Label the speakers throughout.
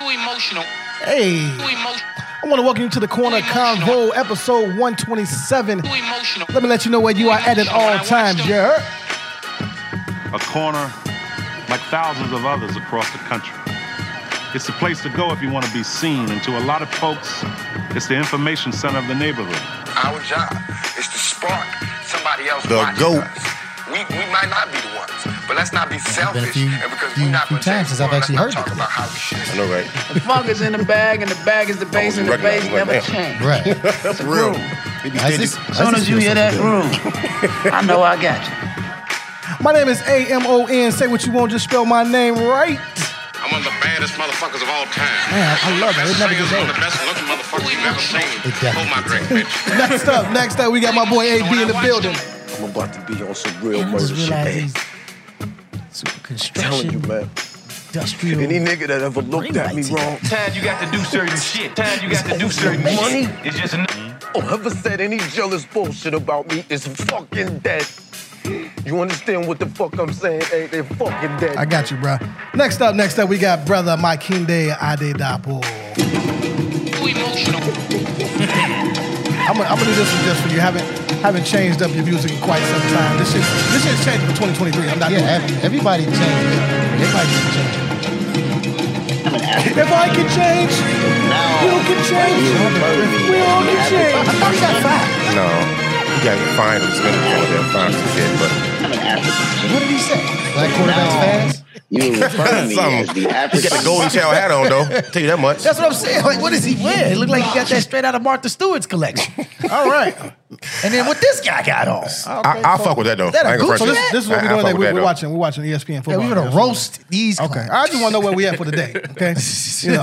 Speaker 1: Too emotional.
Speaker 2: Hey,
Speaker 1: Too emotional.
Speaker 2: I want to welcome you to the Corner Convo, episode 127.
Speaker 1: Too emotional.
Speaker 2: Let me let you know where you are at at all times, you heard?
Speaker 3: a corner like thousands of others across the country. It's the place to go if you want to be seen, and to a lot of folks, it's the information center of the neighborhood.
Speaker 4: Our job is to spark somebody else
Speaker 5: The
Speaker 4: watching
Speaker 5: GOAT.
Speaker 4: us. We, we might not be the ones, but let's not be
Speaker 6: been a
Speaker 4: selfish.
Speaker 6: few-
Speaker 4: and because
Speaker 6: few-
Speaker 4: we're not
Speaker 6: few
Speaker 4: going to
Speaker 6: times since I've actually
Speaker 4: let's
Speaker 6: heard
Speaker 4: not talk
Speaker 6: the clip.
Speaker 4: about how we should.
Speaker 5: I know, right?
Speaker 7: funk is in the bag, and the bag is the bass, and the
Speaker 5: recognize
Speaker 7: bass
Speaker 5: it like
Speaker 7: never
Speaker 5: that.
Speaker 7: change.
Speaker 6: Right.
Speaker 5: That's real. They be
Speaker 6: As
Speaker 5: stingy.
Speaker 7: As soon as you hear that room, I know I got you.
Speaker 2: My name is A M O N. Say what you want, just spell my name right.
Speaker 8: I'm one of the baddest motherfuckers of all time.
Speaker 2: Man, I love it. It never gets
Speaker 8: Singers, one
Speaker 2: old.
Speaker 8: of the best looking motherfuckers you've ever seen.
Speaker 6: It
Speaker 8: Hold
Speaker 6: definitely
Speaker 8: my drink, bitch.
Speaker 2: Next up, next up, we got my boy AB in the building.
Speaker 9: I'm about to be on some real
Speaker 6: And I
Speaker 9: murder
Speaker 6: just
Speaker 9: shit.
Speaker 6: realized
Speaker 9: Man.
Speaker 6: these super
Speaker 9: Telling you,
Speaker 6: construction,
Speaker 9: man.
Speaker 6: industrial.
Speaker 9: Any nigga that ever looked at me
Speaker 6: Greenlights.
Speaker 9: wrong
Speaker 10: Time you got to do certain shit. Time you got to do certain
Speaker 9: Money?
Speaker 10: shit. It's just enough.
Speaker 9: or ever said any jealous bullshit about me is fucking dead. You understand what the fuck I'm saying? Hey, they're fucking dead.
Speaker 2: I got you, bro. Next up, next up, we got brother Makinde Adedapo.
Speaker 1: Too emotional.
Speaker 2: I'm gonna I'm gonna do this one just for you. Haven't haven't changed up your music in quite some time. This shit this shit's changed for 2023. I'm not
Speaker 6: Yeah,
Speaker 2: doing it.
Speaker 6: ev- everybody changed. Everybody changed.
Speaker 2: If I can change, you can change. We all can change.
Speaker 6: I thought he got five.
Speaker 5: No. You got to find them, spend them all their fine shit, but
Speaker 6: What did he say? Black quarterbacks fast.
Speaker 7: You refer to me as
Speaker 5: something.
Speaker 7: the
Speaker 5: You
Speaker 7: African.
Speaker 5: got the golden child hat on, though. Tell you that much.
Speaker 6: That's what I'm saying. Like, what is he wearing? It looked like he got that straight out of Martha Stewart's collection. All right. And then what this guy got on?
Speaker 5: I, I'll fuck with that, though.
Speaker 6: That a
Speaker 5: I ain't
Speaker 6: Gucci
Speaker 5: gonna front
Speaker 2: So
Speaker 5: you.
Speaker 2: this, this is what
Speaker 5: I-
Speaker 2: we're
Speaker 5: I
Speaker 2: doing
Speaker 5: fuck
Speaker 2: today.
Speaker 5: with
Speaker 2: We're,
Speaker 5: that,
Speaker 2: we're
Speaker 5: though.
Speaker 2: watching. We're watching E ESPN football.
Speaker 6: Yeah, we're
Speaker 2: That's
Speaker 6: gonna
Speaker 2: what-
Speaker 6: roast these.
Speaker 2: Okay, I just want to know where we at for the day. Okay, you know,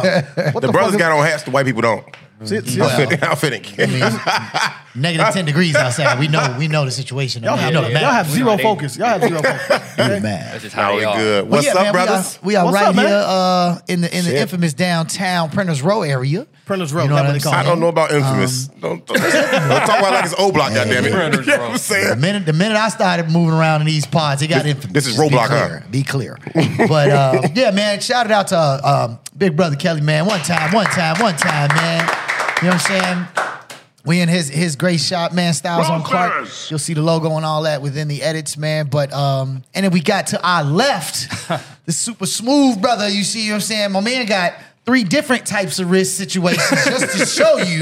Speaker 2: what
Speaker 5: The
Speaker 2: fuck
Speaker 5: brothers
Speaker 2: is-
Speaker 5: got on hats the white people don't.
Speaker 2: See, see,
Speaker 5: How fitting. How fitting.
Speaker 6: Negative ten degrees outside. We know. We know the situation.
Speaker 2: y'all,
Speaker 6: We
Speaker 2: have,
Speaker 6: know the
Speaker 2: y'all
Speaker 6: map.
Speaker 2: have zero focus. Y'all have zero focus.
Speaker 6: We know the map.
Speaker 5: How we good.
Speaker 6: Well,
Speaker 5: What's
Speaker 6: yeah,
Speaker 5: up,
Speaker 6: man, we are-
Speaker 5: brothers?
Speaker 6: We are,
Speaker 2: What's
Speaker 6: right
Speaker 2: up, man?
Speaker 6: here uh, in the in the
Speaker 5: Shit.
Speaker 6: infamous downtown Prentice Row area.
Speaker 2: Prentice Row,
Speaker 6: You know
Speaker 2: that's
Speaker 6: what
Speaker 2: what
Speaker 6: I'm
Speaker 2: they call it.
Speaker 6: saying?
Speaker 5: I don't know
Speaker 6: Um, Uh-huh.
Speaker 5: about infamous. don't, don't talk about it like it's O Block, goddamn it. You know what I'm
Speaker 6: The
Speaker 5: saying?
Speaker 6: minute the minute I started moving around in these pods, it got
Speaker 5: This-
Speaker 6: infamous.
Speaker 5: this is
Speaker 6: Just
Speaker 5: Roblox,
Speaker 6: Be clear. Be clear. but uh, yeah, man, shout it out to uh, um, Big Brother Kelly, man. One time, one time, one time, man. You know what I'm saying? We in his his great shop, man. Styles on Clark.
Speaker 3: Rockers.
Speaker 6: You'll see the logo and all that within the edits, man. But um, and then we got to our left, the super smooth brother. You see, you know what I'm saying? My man got three different types of risk situations just to show you, you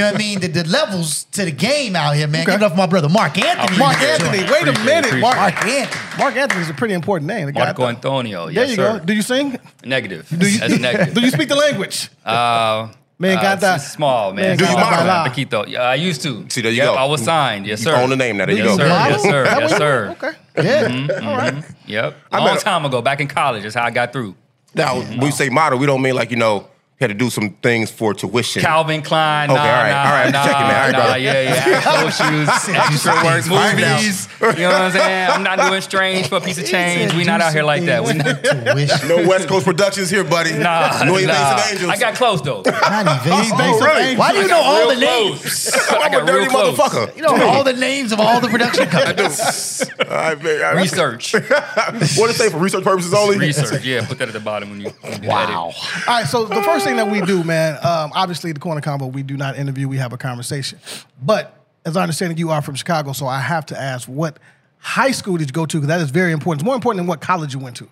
Speaker 6: know what I mean, the, the levels to the game out here, man.
Speaker 2: Okay.
Speaker 6: Give it up for my brother Mark Anthony.
Speaker 2: Mark
Speaker 6: in the joint.
Speaker 2: Anthony, wait a
Speaker 11: Appreciate it,
Speaker 2: minute.
Speaker 11: appreciate
Speaker 2: Mark,
Speaker 6: Mark Anthony.
Speaker 2: Mark Anthony is a pretty important name. The guy-
Speaker 11: Marco Antonio.
Speaker 2: There
Speaker 11: yes,
Speaker 2: you
Speaker 11: sir.
Speaker 2: go. Do you sing?
Speaker 11: negative.
Speaker 2: Do you,
Speaker 11: That's negative.
Speaker 2: do you speak the language?
Speaker 11: Uh,
Speaker 2: Man,
Speaker 11: uh,
Speaker 2: got
Speaker 11: it's-
Speaker 2: that-
Speaker 11: it's small, man.
Speaker 2: Man,
Speaker 5: Do you
Speaker 11: Small,
Speaker 5: model?
Speaker 11: man, Paquito. Yeah, I used to.
Speaker 5: See, there you
Speaker 11: Yep,
Speaker 5: go.
Speaker 11: I was signed. Yes,
Speaker 5: You
Speaker 11: sir.
Speaker 5: own the name now. There you
Speaker 11: Yes,
Speaker 5: go.
Speaker 11: sir. Yes, sir.
Speaker 2: That
Speaker 11: Yes,
Speaker 2: what you-
Speaker 11: sir.
Speaker 2: Okay.
Speaker 6: Yeah.
Speaker 2: All right.
Speaker 11: Yep.
Speaker 5: I
Speaker 11: Long
Speaker 5: met a-
Speaker 11: time ago, back in college, is how I got through.
Speaker 5: Now, when we say model, we don't mean like, you know, you had to do some things for tuition.
Speaker 11: Calvin Klein.
Speaker 5: Okay,
Speaker 11: nah,
Speaker 5: all right,
Speaker 11: nah,
Speaker 5: all right,
Speaker 11: Nah,
Speaker 5: checking that. All right,
Speaker 11: nah,
Speaker 5: brother.
Speaker 11: yeah, yeah. Afro shoes, extra work,
Speaker 5: Find out.
Speaker 11: movies. You know what I'm saying? I'm not doing strange for a piece of change. We not out here like that. We not,
Speaker 6: Tuition.
Speaker 5: No West Coast Productions here, buddy.
Speaker 11: nah,
Speaker 5: New England
Speaker 11: nah.
Speaker 5: Angels.
Speaker 11: I got close though.
Speaker 6: Not even.
Speaker 2: Based on
Speaker 5: really?
Speaker 2: age-
Speaker 6: Why do you know all the
Speaker 11: Real
Speaker 6: names?
Speaker 11: close. I
Speaker 5: I'm
Speaker 11: got
Speaker 5: a dirty
Speaker 11: real close.
Speaker 5: motherfucker.
Speaker 6: You know all the names of all the production companies.
Speaker 5: I bet- I-
Speaker 11: Research.
Speaker 5: what to say for research purposes only?
Speaker 11: Research. Yeah, put that at the bottom when you. When you wow.
Speaker 2: All right, so the first thing that we do, man, um, obviously the corner combo, we do not interview, we have a conversation. But as I understand it, you are from Chicago, so I have to ask what high school did you go to? Because that is very important. It's more important than what college you went to.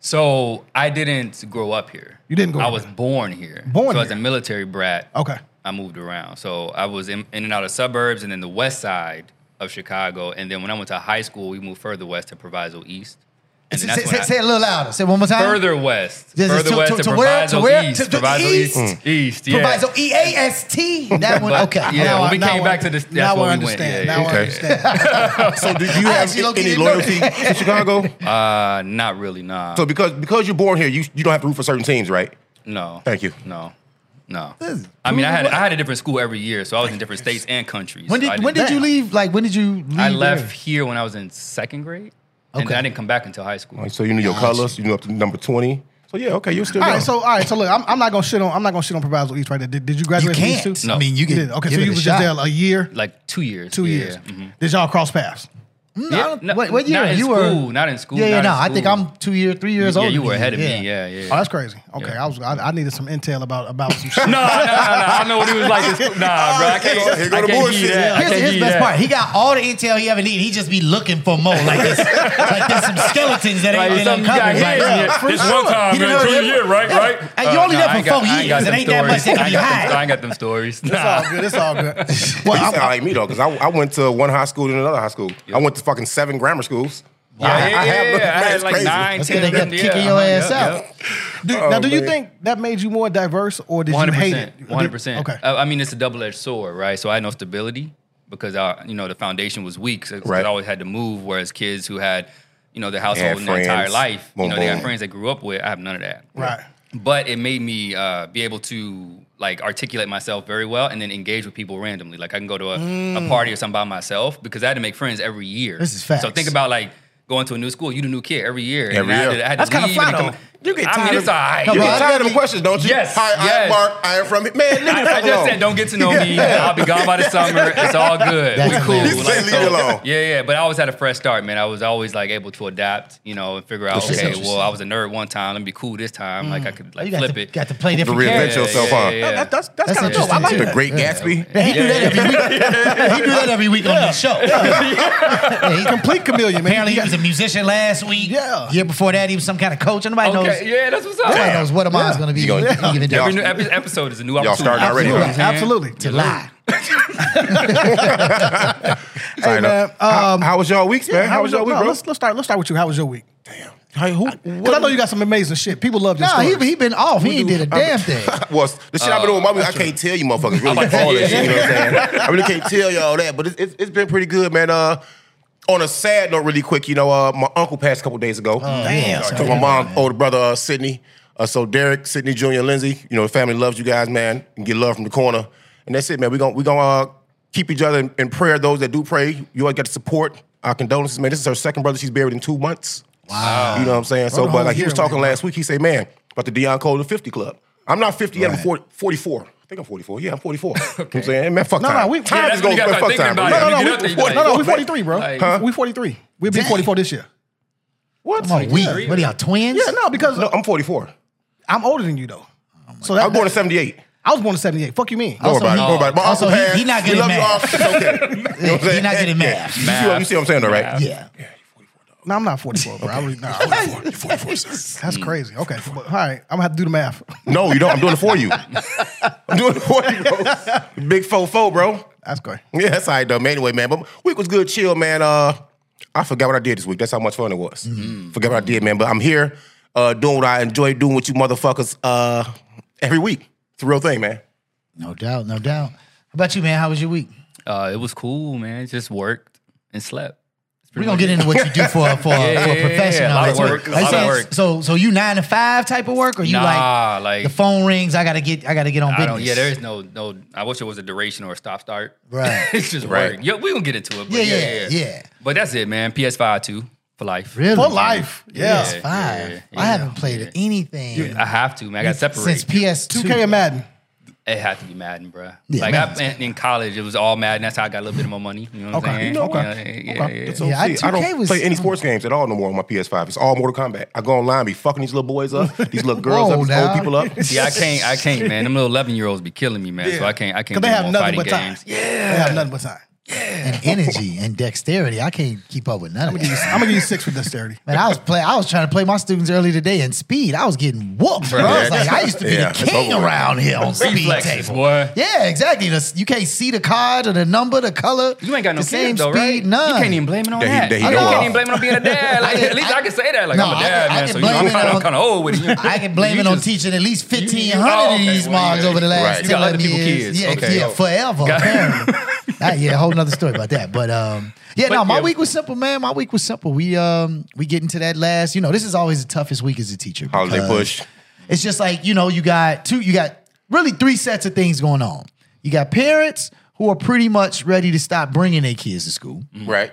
Speaker 11: So I didn't grow up here.
Speaker 2: You didn't grow
Speaker 11: I
Speaker 2: up
Speaker 11: was
Speaker 2: here.
Speaker 11: born here.
Speaker 2: Born
Speaker 11: So as
Speaker 2: here.
Speaker 11: a military brat,
Speaker 2: Okay.
Speaker 11: I moved around. So I was in, in and out of suburbs and then the west side of Chicago. And then when I went to high school, we moved further west to Proviso East. And
Speaker 6: say,
Speaker 11: then that's
Speaker 6: say-
Speaker 11: when I-
Speaker 6: say it a little louder. Say it one more time.
Speaker 11: further west.
Speaker 6: This is
Speaker 11: further
Speaker 6: to-
Speaker 11: west
Speaker 6: to-
Speaker 11: to,
Speaker 6: to where?
Speaker 11: Proviso
Speaker 6: To where?
Speaker 11: East.
Speaker 6: To- to
Speaker 11: Proviso
Speaker 6: east?
Speaker 11: East.
Speaker 6: Mm.
Speaker 11: East, yeah.
Speaker 6: Proviso E A S T. That one.
Speaker 11: But,
Speaker 6: okay.
Speaker 11: Yeah,
Speaker 2: Now
Speaker 11: when
Speaker 2: I-
Speaker 11: we
Speaker 2: now
Speaker 11: came
Speaker 2: I-
Speaker 11: back to this.
Speaker 2: now
Speaker 11: That's
Speaker 2: I
Speaker 11: where we went.
Speaker 2: understand.
Speaker 11: Yeah,
Speaker 2: now
Speaker 11: yeah.
Speaker 2: I
Speaker 5: Okay.
Speaker 2: understand.
Speaker 5: So, do you have
Speaker 6: actually located
Speaker 5: any
Speaker 6: in
Speaker 5: loyalty to Chicago?
Speaker 11: Uh, not really. Nah.
Speaker 5: So, because because you're born here, you you don't have to root for certain teams, right?
Speaker 11: No.
Speaker 5: Thank you.
Speaker 11: No. No. I mean, I had I had a different school every year, so I was in different states and countries. I
Speaker 6: When did
Speaker 11: didn't-
Speaker 6: when did you leave? Like when did you leave?
Speaker 11: I left
Speaker 6: there?
Speaker 11: here when I was in second grade, and then I didn't come back until high school.
Speaker 6: Oh,
Speaker 5: Like, so you knew your colors. You knew up to number twenty. So yeah, okay, you're still.
Speaker 2: all
Speaker 5: there.
Speaker 2: right, so all right, so look, I'm, I'm not gonna shit on I'm not gonna shit on Proviso East right there. Did, did you
Speaker 6: You
Speaker 2: graduate from
Speaker 6: can't.
Speaker 2: East too?
Speaker 11: No.
Speaker 6: I mean, you
Speaker 2: You
Speaker 6: get
Speaker 2: did. Okay,
Speaker 6: give
Speaker 2: so
Speaker 6: it
Speaker 2: you
Speaker 6: a
Speaker 2: was
Speaker 6: shot.
Speaker 2: just there a year,
Speaker 11: Like two years.
Speaker 2: two
Speaker 11: yeah.
Speaker 2: years.
Speaker 11: Mhm.
Speaker 2: Did y'all cross paths?
Speaker 11: Yeah, no,
Speaker 6: Hmm, what, what year?
Speaker 11: Not in
Speaker 6: you
Speaker 11: school.
Speaker 6: were
Speaker 11: Not in school.
Speaker 6: Yeah, yeah.
Speaker 11: not
Speaker 6: No,
Speaker 11: in
Speaker 6: I think
Speaker 11: school.
Speaker 6: I'm two year, three years
Speaker 11: Yeah,
Speaker 6: older.
Speaker 11: you were
Speaker 6: than
Speaker 11: ahead of me. Yeah, yeah.
Speaker 2: Oh, that's crazy. Okay, I was I, I needed some intel about about some shit.
Speaker 11: no, no, no, no. I know what he was like. Nah, bro. I can't.
Speaker 2: Here go
Speaker 11: I
Speaker 2: the
Speaker 11: can't give you
Speaker 2: bullshit.
Speaker 11: that. I
Speaker 6: Here's,
Speaker 11: can't
Speaker 6: here's
Speaker 11: give
Speaker 6: the
Speaker 11: you
Speaker 6: best
Speaker 11: that.
Speaker 6: part. He got all the intel he ever needed. He just be looking for more. Like there's, like there's some skeletons that
Speaker 11: Right,
Speaker 6: ain't been
Speaker 11: something you
Speaker 6: uncovered.
Speaker 11: got
Speaker 6: Like,
Speaker 11: hidden.
Speaker 6: yeah,
Speaker 11: Yeah,
Speaker 6: for
Speaker 11: this
Speaker 6: sure.
Speaker 11: one time,
Speaker 6: He done
Speaker 11: man,
Speaker 6: heard
Speaker 11: two
Speaker 6: it.
Speaker 11: year, right,
Speaker 6: Yeah.
Speaker 11: right?
Speaker 6: Hey, you
Speaker 11: Uh,
Speaker 6: only
Speaker 11: nah,
Speaker 6: there
Speaker 11: I
Speaker 6: for
Speaker 11: ain't got-
Speaker 6: four
Speaker 11: I ain't got
Speaker 6: years. It
Speaker 11: them
Speaker 6: ain't that much
Speaker 11: stories. I
Speaker 6: that can
Speaker 11: ain't
Speaker 6: be
Speaker 11: got them-
Speaker 6: hiding.
Speaker 11: I ain't got them stories.
Speaker 2: It's all good. It's all good.
Speaker 5: Well, you sound like me though, because I, I went to one high school and another high school. I went to fucking seven grammar schools. I,
Speaker 11: Yeah, yeah,
Speaker 5: I
Speaker 11: yeah,
Speaker 5: have,
Speaker 11: yeah. I had
Speaker 5: it's
Speaker 11: like
Speaker 5: crazy.
Speaker 11: nine, That's 'cause they 10, kept yeah,
Speaker 6: kicking your uh-huh, ass yep, out.
Speaker 2: Do,
Speaker 5: Oh,
Speaker 2: now, do you
Speaker 5: man.
Speaker 2: think that made you more diverse, or did you hate it? Or did-
Speaker 11: One hundred percent. Uh,
Speaker 2: Okay.
Speaker 11: Okay. I I mean, it's a double edged sword, right? So I had no stability because our, you know, the foundation was weak. So 'cause
Speaker 5: Right.
Speaker 11: I always had to move. Whereas kids who had, you know, their
Speaker 5: had
Speaker 11: household and their entire
Speaker 5: friends.
Speaker 11: life,
Speaker 5: Boom,
Speaker 11: you know, they
Speaker 5: boom.
Speaker 11: got friends they grew up with. I have none of that.
Speaker 2: Right.
Speaker 11: But it made me uh, be able to like articulate myself very well and then engage with people randomly. Like I can go to a,
Speaker 2: Mm.
Speaker 11: a party or something by myself because I had to make friends every year.
Speaker 6: This is
Speaker 11: So
Speaker 6: facts.
Speaker 11: think about like going to a new school. You the new kid every year.
Speaker 5: Every
Speaker 11: I had
Speaker 5: year.
Speaker 11: to- I had to
Speaker 5: That's kinda
Speaker 11: leave and
Speaker 5: fly,
Speaker 11: then come-
Speaker 5: though. You get
Speaker 11: I
Speaker 5: tired
Speaker 11: mean,
Speaker 5: of-
Speaker 11: it's all right.
Speaker 5: You get tired of the questions, don't you?
Speaker 11: Yes,
Speaker 5: Hi,
Speaker 11: yes.
Speaker 5: I'm Mark. I am from man. Leave me the
Speaker 11: I, I
Speaker 5: fuck
Speaker 11: just
Speaker 5: alone.
Speaker 11: said, don't get to know me.
Speaker 5: Yeah.
Speaker 11: I'll be gone by the summer. It's all good.
Speaker 5: That's
Speaker 11: we cool.
Speaker 5: hilarious. He said, "Leave me alone."
Speaker 11: Yeah, yeah. But I always had a fresh start, man. I was always like able to adapt, you know, and figure out,
Speaker 5: That's
Speaker 11: okay,
Speaker 5: interesting.
Speaker 11: well, I was a nerd one time. Let me be cool this time. Like I could like
Speaker 6: Oh, You got
Speaker 11: flip
Speaker 6: to-
Speaker 11: it.
Speaker 6: got to play different
Speaker 5: Reinvent
Speaker 11: characters.
Speaker 5: yourself, huh?
Speaker 2: That- that's that's,
Speaker 6: That's
Speaker 2: kind of dope. I
Speaker 6: interesting,
Speaker 2: like
Speaker 6: too.
Speaker 5: the
Speaker 2: that.
Speaker 5: Great Gatsby.
Speaker 6: he do that every week. he do that every week on the show. Yeah, he
Speaker 2: Complete chameleon, man.
Speaker 6: Apparently, he
Speaker 2: You
Speaker 6: was a musician last week.
Speaker 2: Yeah.
Speaker 6: Year before that, he was some kind of coach. And nobody knows.
Speaker 11: Okay, yeah, that's what's up.
Speaker 6: Nobody knows what am I going to be
Speaker 5: You gonna-
Speaker 6: any given day.
Speaker 11: Every new epi- episode is a new
Speaker 5: Y'all
Speaker 11: opportunity.
Speaker 5: starting already,
Speaker 11: You know
Speaker 5: huh?
Speaker 11: what I'm saying?
Speaker 2: Absolutely.
Speaker 6: To lie.
Speaker 5: Sorry, no.
Speaker 2: man,
Speaker 11: um,
Speaker 5: how, how was y'all weeks,
Speaker 2: Yeah,
Speaker 5: man? How was y'all week,
Speaker 2: no,
Speaker 5: bro?
Speaker 2: Let's, let's start. Let's start with you. How was your week?
Speaker 5: Hey, who?
Speaker 2: Because I know you got some amazing shit. People love your
Speaker 6: Nah,
Speaker 2: stories.
Speaker 6: he, he been off. He ain't did a damn thing.
Speaker 5: Well, the shit I've been doing with my week, I can't tell you motherfuckers really all that shit. You know what I'm saying? I really can't tell y'all that, but it's, it's, it's been pretty good, man. Uh, on a sad note, really quick, you know, uh, my uncle passed a couple days ago.
Speaker 6: Oh, damn.
Speaker 5: Sorry, took my mom's older brother, uh, Sydney. Uh, so Derek, Sydney, Junior, and Lindsay, you know, the family loves you guys, man. You can get love from the corner. And that's it, man. We're going we gonna uh, keep each other in, in prayer. Those that do pray, you always got to support. Our condolences, man. This is her second brother she's buried in two months. Wow. You know what I'm saying? So,
Speaker 2: Brother,
Speaker 5: but
Speaker 2: whole
Speaker 5: like he was
Speaker 2: year, man.
Speaker 5: talking last week, he said, man, about the Deion Cole and 50 Club. I'm not 50 yet, I'm 40, 44. I think I'm 44. Yeah, I'm 44. You know what I'm saying? Man, fuck
Speaker 2: No,
Speaker 5: time.
Speaker 2: no, we-
Speaker 5: time
Speaker 2: Yeah,
Speaker 5: is
Speaker 11: that's when
Speaker 5: going to
Speaker 11: you gotta start
Speaker 5: fuck
Speaker 11: thinking
Speaker 5: time.
Speaker 11: about
Speaker 5: bro. No,
Speaker 11: it.
Speaker 5: no,
Speaker 11: You
Speaker 5: no.
Speaker 11: get
Speaker 5: we-
Speaker 11: up there, you
Speaker 5: we-
Speaker 11: be
Speaker 2: no,
Speaker 11: like,
Speaker 2: no, we 43, bro.
Speaker 11: Like-
Speaker 5: Huh?
Speaker 2: We 43. We'll be 44 this year.
Speaker 5: What?
Speaker 6: I'm on weed. What are y'all, twins?
Speaker 2: Yeah, no, because
Speaker 5: No, I'm 44.
Speaker 2: I'm older than you, though. so that,
Speaker 5: I'm going to 78.
Speaker 2: I was born in 78. Fuck you mean?
Speaker 5: Don't worry about it. Don't worry about it. My
Speaker 6: also,
Speaker 5: uncle
Speaker 6: he-
Speaker 5: passed.
Speaker 6: he not
Speaker 5: We
Speaker 6: getting
Speaker 5: love you,
Speaker 6: mad.
Speaker 5: Uncle. It's okay. You know what I'm
Speaker 6: He
Speaker 5: saying?
Speaker 6: not getting
Speaker 5: Yeah.
Speaker 6: mad.
Speaker 5: You see what- You see what I'm saying, though, right?
Speaker 6: Yeah.
Speaker 2: No, I'm not 44, bro. I was, nah, I was-
Speaker 5: You're 44, sir.
Speaker 2: that's crazy. Okay. but, all right. I'm going to have to do the math.
Speaker 5: No, you don't. I'm doing it for you. I'm doing it for you, bro. Big fo fo, bro.
Speaker 2: That's great.
Speaker 5: Yeah, that's all right, though. Man, anyway, man. But week was good, chill, man. Uh, I forgot what I did this week. That's how much fun it was. Forgot what I did, man. But I'm here uh, doing what I enjoy doing with you motherfuckers uh, every week. It's a real thing, man.
Speaker 6: No doubt. No doubt. How about you, man? How was your week?
Speaker 11: Uh, it was cool, man. It just worked and slept. It's
Speaker 6: We're
Speaker 11: pretty
Speaker 6: gonna
Speaker 11: much
Speaker 6: get
Speaker 11: it.
Speaker 6: into what you do for for,
Speaker 11: Yeah,
Speaker 6: for a
Speaker 11: yeah,
Speaker 6: profession.
Speaker 11: yeah, a lot
Speaker 6: Like,
Speaker 11: of work, a
Speaker 6: like,
Speaker 11: lot of
Speaker 6: so-
Speaker 11: work.
Speaker 6: So so you nine to five type of work, or you
Speaker 11: Nah,
Speaker 6: like,
Speaker 11: like-
Speaker 6: the phone rings? I gotta get I gotta get on
Speaker 11: I
Speaker 6: business.
Speaker 11: don't, yeah, there is no no. I wish it was a duration or a stop start.
Speaker 6: Right.
Speaker 11: it's just
Speaker 5: Right.
Speaker 11: work. Yeah, we gonna get into it. But
Speaker 6: Yeah,
Speaker 11: yeah,
Speaker 6: yeah,
Speaker 11: yeah,
Speaker 6: yeah.
Speaker 11: But that's it, man. PS5 too for life.
Speaker 6: really
Speaker 2: For life. Yeah.
Speaker 6: PS Five.
Speaker 11: yeah,
Speaker 6: I
Speaker 11: yeah,
Speaker 6: haven't played anything
Speaker 11: I have to, man. I got to separate.
Speaker 6: since PS Two.
Speaker 2: 2K and Madden.
Speaker 11: it had to be Madden, bro.
Speaker 6: Yeah,
Speaker 11: like
Speaker 6: Madden's
Speaker 11: I, in, in college, it was all Madden. That's how I got a little bit of my money. You know what
Speaker 2: Okay.
Speaker 11: I'm saying?
Speaker 5: Okay.
Speaker 11: Yeah, yeah, yeah.
Speaker 5: So,
Speaker 6: Yeah, I-
Speaker 5: see, I,
Speaker 6: 2K
Speaker 5: don't
Speaker 6: was-
Speaker 5: play any sports games at all no more on my PS5. It's all Mortal Kombat. I go online, be fucking these little boys up, these little girls
Speaker 6: Whoa,
Speaker 5: up, these
Speaker 6: now.
Speaker 5: old people up.
Speaker 11: Yeah, I can't. I can't, man. Them little eleven year olds be killing me, man. So I can't. I
Speaker 2: Because
Speaker 11: can't.
Speaker 2: they
Speaker 11: do
Speaker 2: have
Speaker 11: more
Speaker 2: nothing
Speaker 11: fighting
Speaker 2: but time.
Speaker 11: games.
Speaker 2: Yeah. They have nothing but time.
Speaker 6: and energy and dexterity. I can't keep up with none of that.
Speaker 2: I'm going to give you six with dexterity.
Speaker 6: Man, I was play. I was trying to play my students early today in speed. I was getting whooped, bro. I was like, I used to be
Speaker 5: Yeah, it's
Speaker 6: the king
Speaker 5: over with.
Speaker 6: around here on speed
Speaker 11: Reflexes,
Speaker 6: table.
Speaker 11: boy.
Speaker 6: Yeah, exactly. The- you can't see the card or the number, the color.
Speaker 11: You ain't got no
Speaker 6: the same
Speaker 11: kids though,
Speaker 6: speed.
Speaker 11: right?
Speaker 6: None.
Speaker 11: You can't even blame it on
Speaker 5: That he-
Speaker 11: that.
Speaker 5: that he
Speaker 11: you
Speaker 5: know
Speaker 11: can't
Speaker 5: of.
Speaker 11: even blame it on being a dad. Like, at least I, can say that. Like
Speaker 6: No,
Speaker 11: I'm
Speaker 6: I
Speaker 11: a
Speaker 6: can-
Speaker 11: dad,
Speaker 6: I
Speaker 11: man.
Speaker 6: can
Speaker 11: so you know,
Speaker 6: blame
Speaker 11: I'm
Speaker 6: it
Speaker 11: kind
Speaker 6: on-
Speaker 11: of kind of old with it. You know?
Speaker 6: I can blame
Speaker 11: You
Speaker 6: it on
Speaker 11: just-
Speaker 6: teaching at least
Speaker 11: you-
Speaker 6: fifteen
Speaker 11: oh,
Speaker 6: hundred of
Speaker 11: okay,
Speaker 6: these
Speaker 11: well,
Speaker 6: moms
Speaker 11: yeah.
Speaker 6: over the last
Speaker 11: Right. You got
Speaker 6: 10,
Speaker 11: other
Speaker 6: 11
Speaker 11: people
Speaker 6: years.
Speaker 11: kids.
Speaker 6: Yeah,
Speaker 11: Okay.
Speaker 6: yeah, forever.
Speaker 11: Got-
Speaker 6: apparently. Ah, yeah, a whole nother story about that. But um, yeah,
Speaker 11: But
Speaker 6: no, my
Speaker 11: yeah.
Speaker 6: week was simple, man. My week was simple. We um, we get into that last. You know, this is always the toughest week as a teacher.
Speaker 5: Holiday
Speaker 6: because-
Speaker 5: push.
Speaker 6: It's just like, you know, you got two, you got really three sets of things going on. You got parents who are pretty much ready to stop bringing their kids to school,
Speaker 5: Right.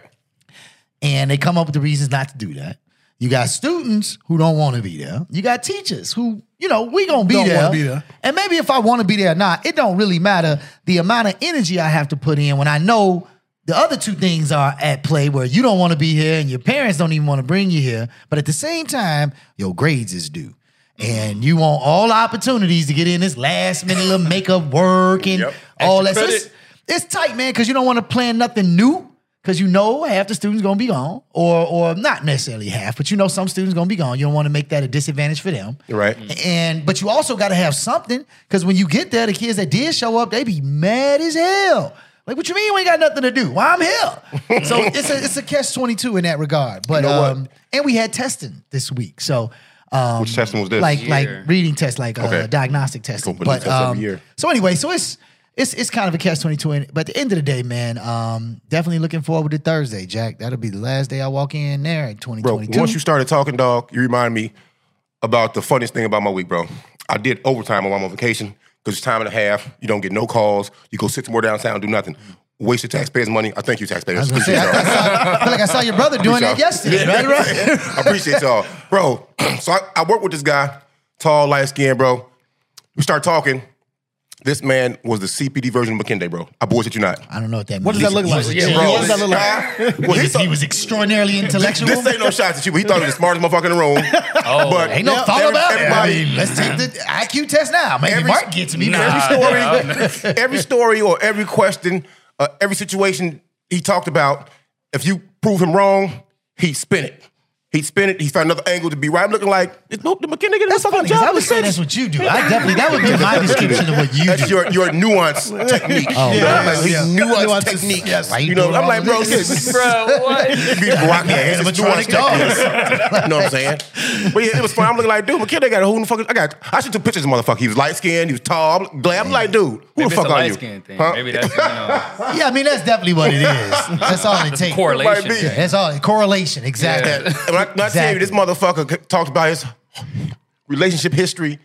Speaker 6: and they come up with the reasons not to do that. You got students who don't want to be there. You got teachers who, you know, we gonna be
Speaker 2: Don't wanna
Speaker 6: there.
Speaker 2: be there.
Speaker 6: And maybe if I want to be there or not, it don't really matter the amount of energy I have to put in when I know the other two things are at play where you don't want to be here and your parents don't even want to bring you here. But at the same time, your grades is due. And you want all opportunities to get in this last minute little makeup work and all that.
Speaker 11: Extra
Speaker 6: So it's, it's tight, man, because you don't want to plan nothing new because you know half the students gonna be gone, or or not necessarily half, but you know some students gonna be gone. You don't want to make that a disadvantage for them.
Speaker 5: Right.
Speaker 6: And but you also got to have something because when you get there, the kids that did show up, they be mad as hell. Like, what you mean we ain't got nothing to do? Why I'm here? so it's a it's a catch twenty two in that regard. But
Speaker 5: You know what?
Speaker 6: um, and we had testing this week, so um,
Speaker 5: Which testing was this?
Speaker 6: Like like
Speaker 5: Year.
Speaker 6: reading tests, like uh,
Speaker 5: Okay.
Speaker 6: diagnostic testing.
Speaker 5: Open
Speaker 6: But
Speaker 5: tests every
Speaker 6: um,
Speaker 5: year.
Speaker 6: so anyway, so it's it's it's kind of a catch twenty two. But at the end of the day, man, um, definitely looking forward to Thursday, Jack. That'll be the last day I walk in there in twenty
Speaker 5: Bro,
Speaker 6: twenty two.
Speaker 5: once you started talking, dog, you remind me about the funniest thing about my week, bro. I did overtime while I'm on vacation because it's time and a half. You don't get no calls. You go six more downtown, do nothing. Waste your taxpayers' money. I thank you, taxpayers.
Speaker 6: I was gonna say, I,
Speaker 5: Appreciate y'all.
Speaker 6: I feel like I saw your brother doing that yesterday,
Speaker 5: Appreciate
Speaker 6: right?
Speaker 5: y'all.
Speaker 6: Right.
Speaker 5: I appreciate y'all. Bro, so I, I work with this guy, tall, light skinned, bro. We start talking. This man was the CPD version of McKinney, bro. I bullshit you not.
Speaker 6: I don't know what that means.
Speaker 5: What does that look like? Yeah, bro. What does that look like?
Speaker 6: What, he, he was extraordinarily intellectual.
Speaker 5: This ain't no shots at you, but he thought he was the smartest motherfucker in the room.
Speaker 6: Oh,
Speaker 5: but
Speaker 6: ain't no thought
Speaker 5: every-
Speaker 6: about it. I
Speaker 5: everybody-
Speaker 6: mean, let's take the IQ test now. Maybe
Speaker 5: Every-
Speaker 6: Mark gets me.
Speaker 5: every story, every story or every question, uh, every situation he talked about, if you prove him wrong, he spin it. He spin it. He found another angle to be right. I'm looking like it's no the McKinney get his fucking
Speaker 6: Because
Speaker 5: job.
Speaker 6: I would say that's what you do. I definitely that would be my description of what you
Speaker 5: That's
Speaker 6: do.
Speaker 5: your your nuance technique.
Speaker 6: Oh,
Speaker 5: You know,
Speaker 6: yeah,
Speaker 5: I'm like,
Speaker 6: yeah.
Speaker 5: his nuance
Speaker 6: Nuance is-
Speaker 5: technique.
Speaker 6: yes. Why you
Speaker 5: You know,
Speaker 6: doing
Speaker 5: I'm
Speaker 6: all
Speaker 5: like, bro,
Speaker 6: this?
Speaker 5: this
Speaker 6: Bro, what?
Speaker 5: You rock your hands. It's nuance
Speaker 6: Animatronic dogs.
Speaker 5: technique. You know what I'm saying? But yeah, it was fun. I'm looking like, dude, McKinney got a who in the fuck? I got. I should took pictures of the motherfucker. He was light skinned. He was tall. I'm glad. I'm like, dude, who
Speaker 11: Maybe
Speaker 5: the
Speaker 11: it's
Speaker 5: fuck are
Speaker 11: a light
Speaker 5: you?
Speaker 11: skin thing.
Speaker 5: Huh?
Speaker 11: Maybe that's you know,
Speaker 6: Yeah, I mean that's definitely what it is. That's all it
Speaker 11: That's a
Speaker 6: takes.
Speaker 11: correlation. Might be.
Speaker 6: Yeah, that's all correlation. Exactly.
Speaker 5: And when I, when I tell you, this motherfucker c- talked about his relationship history.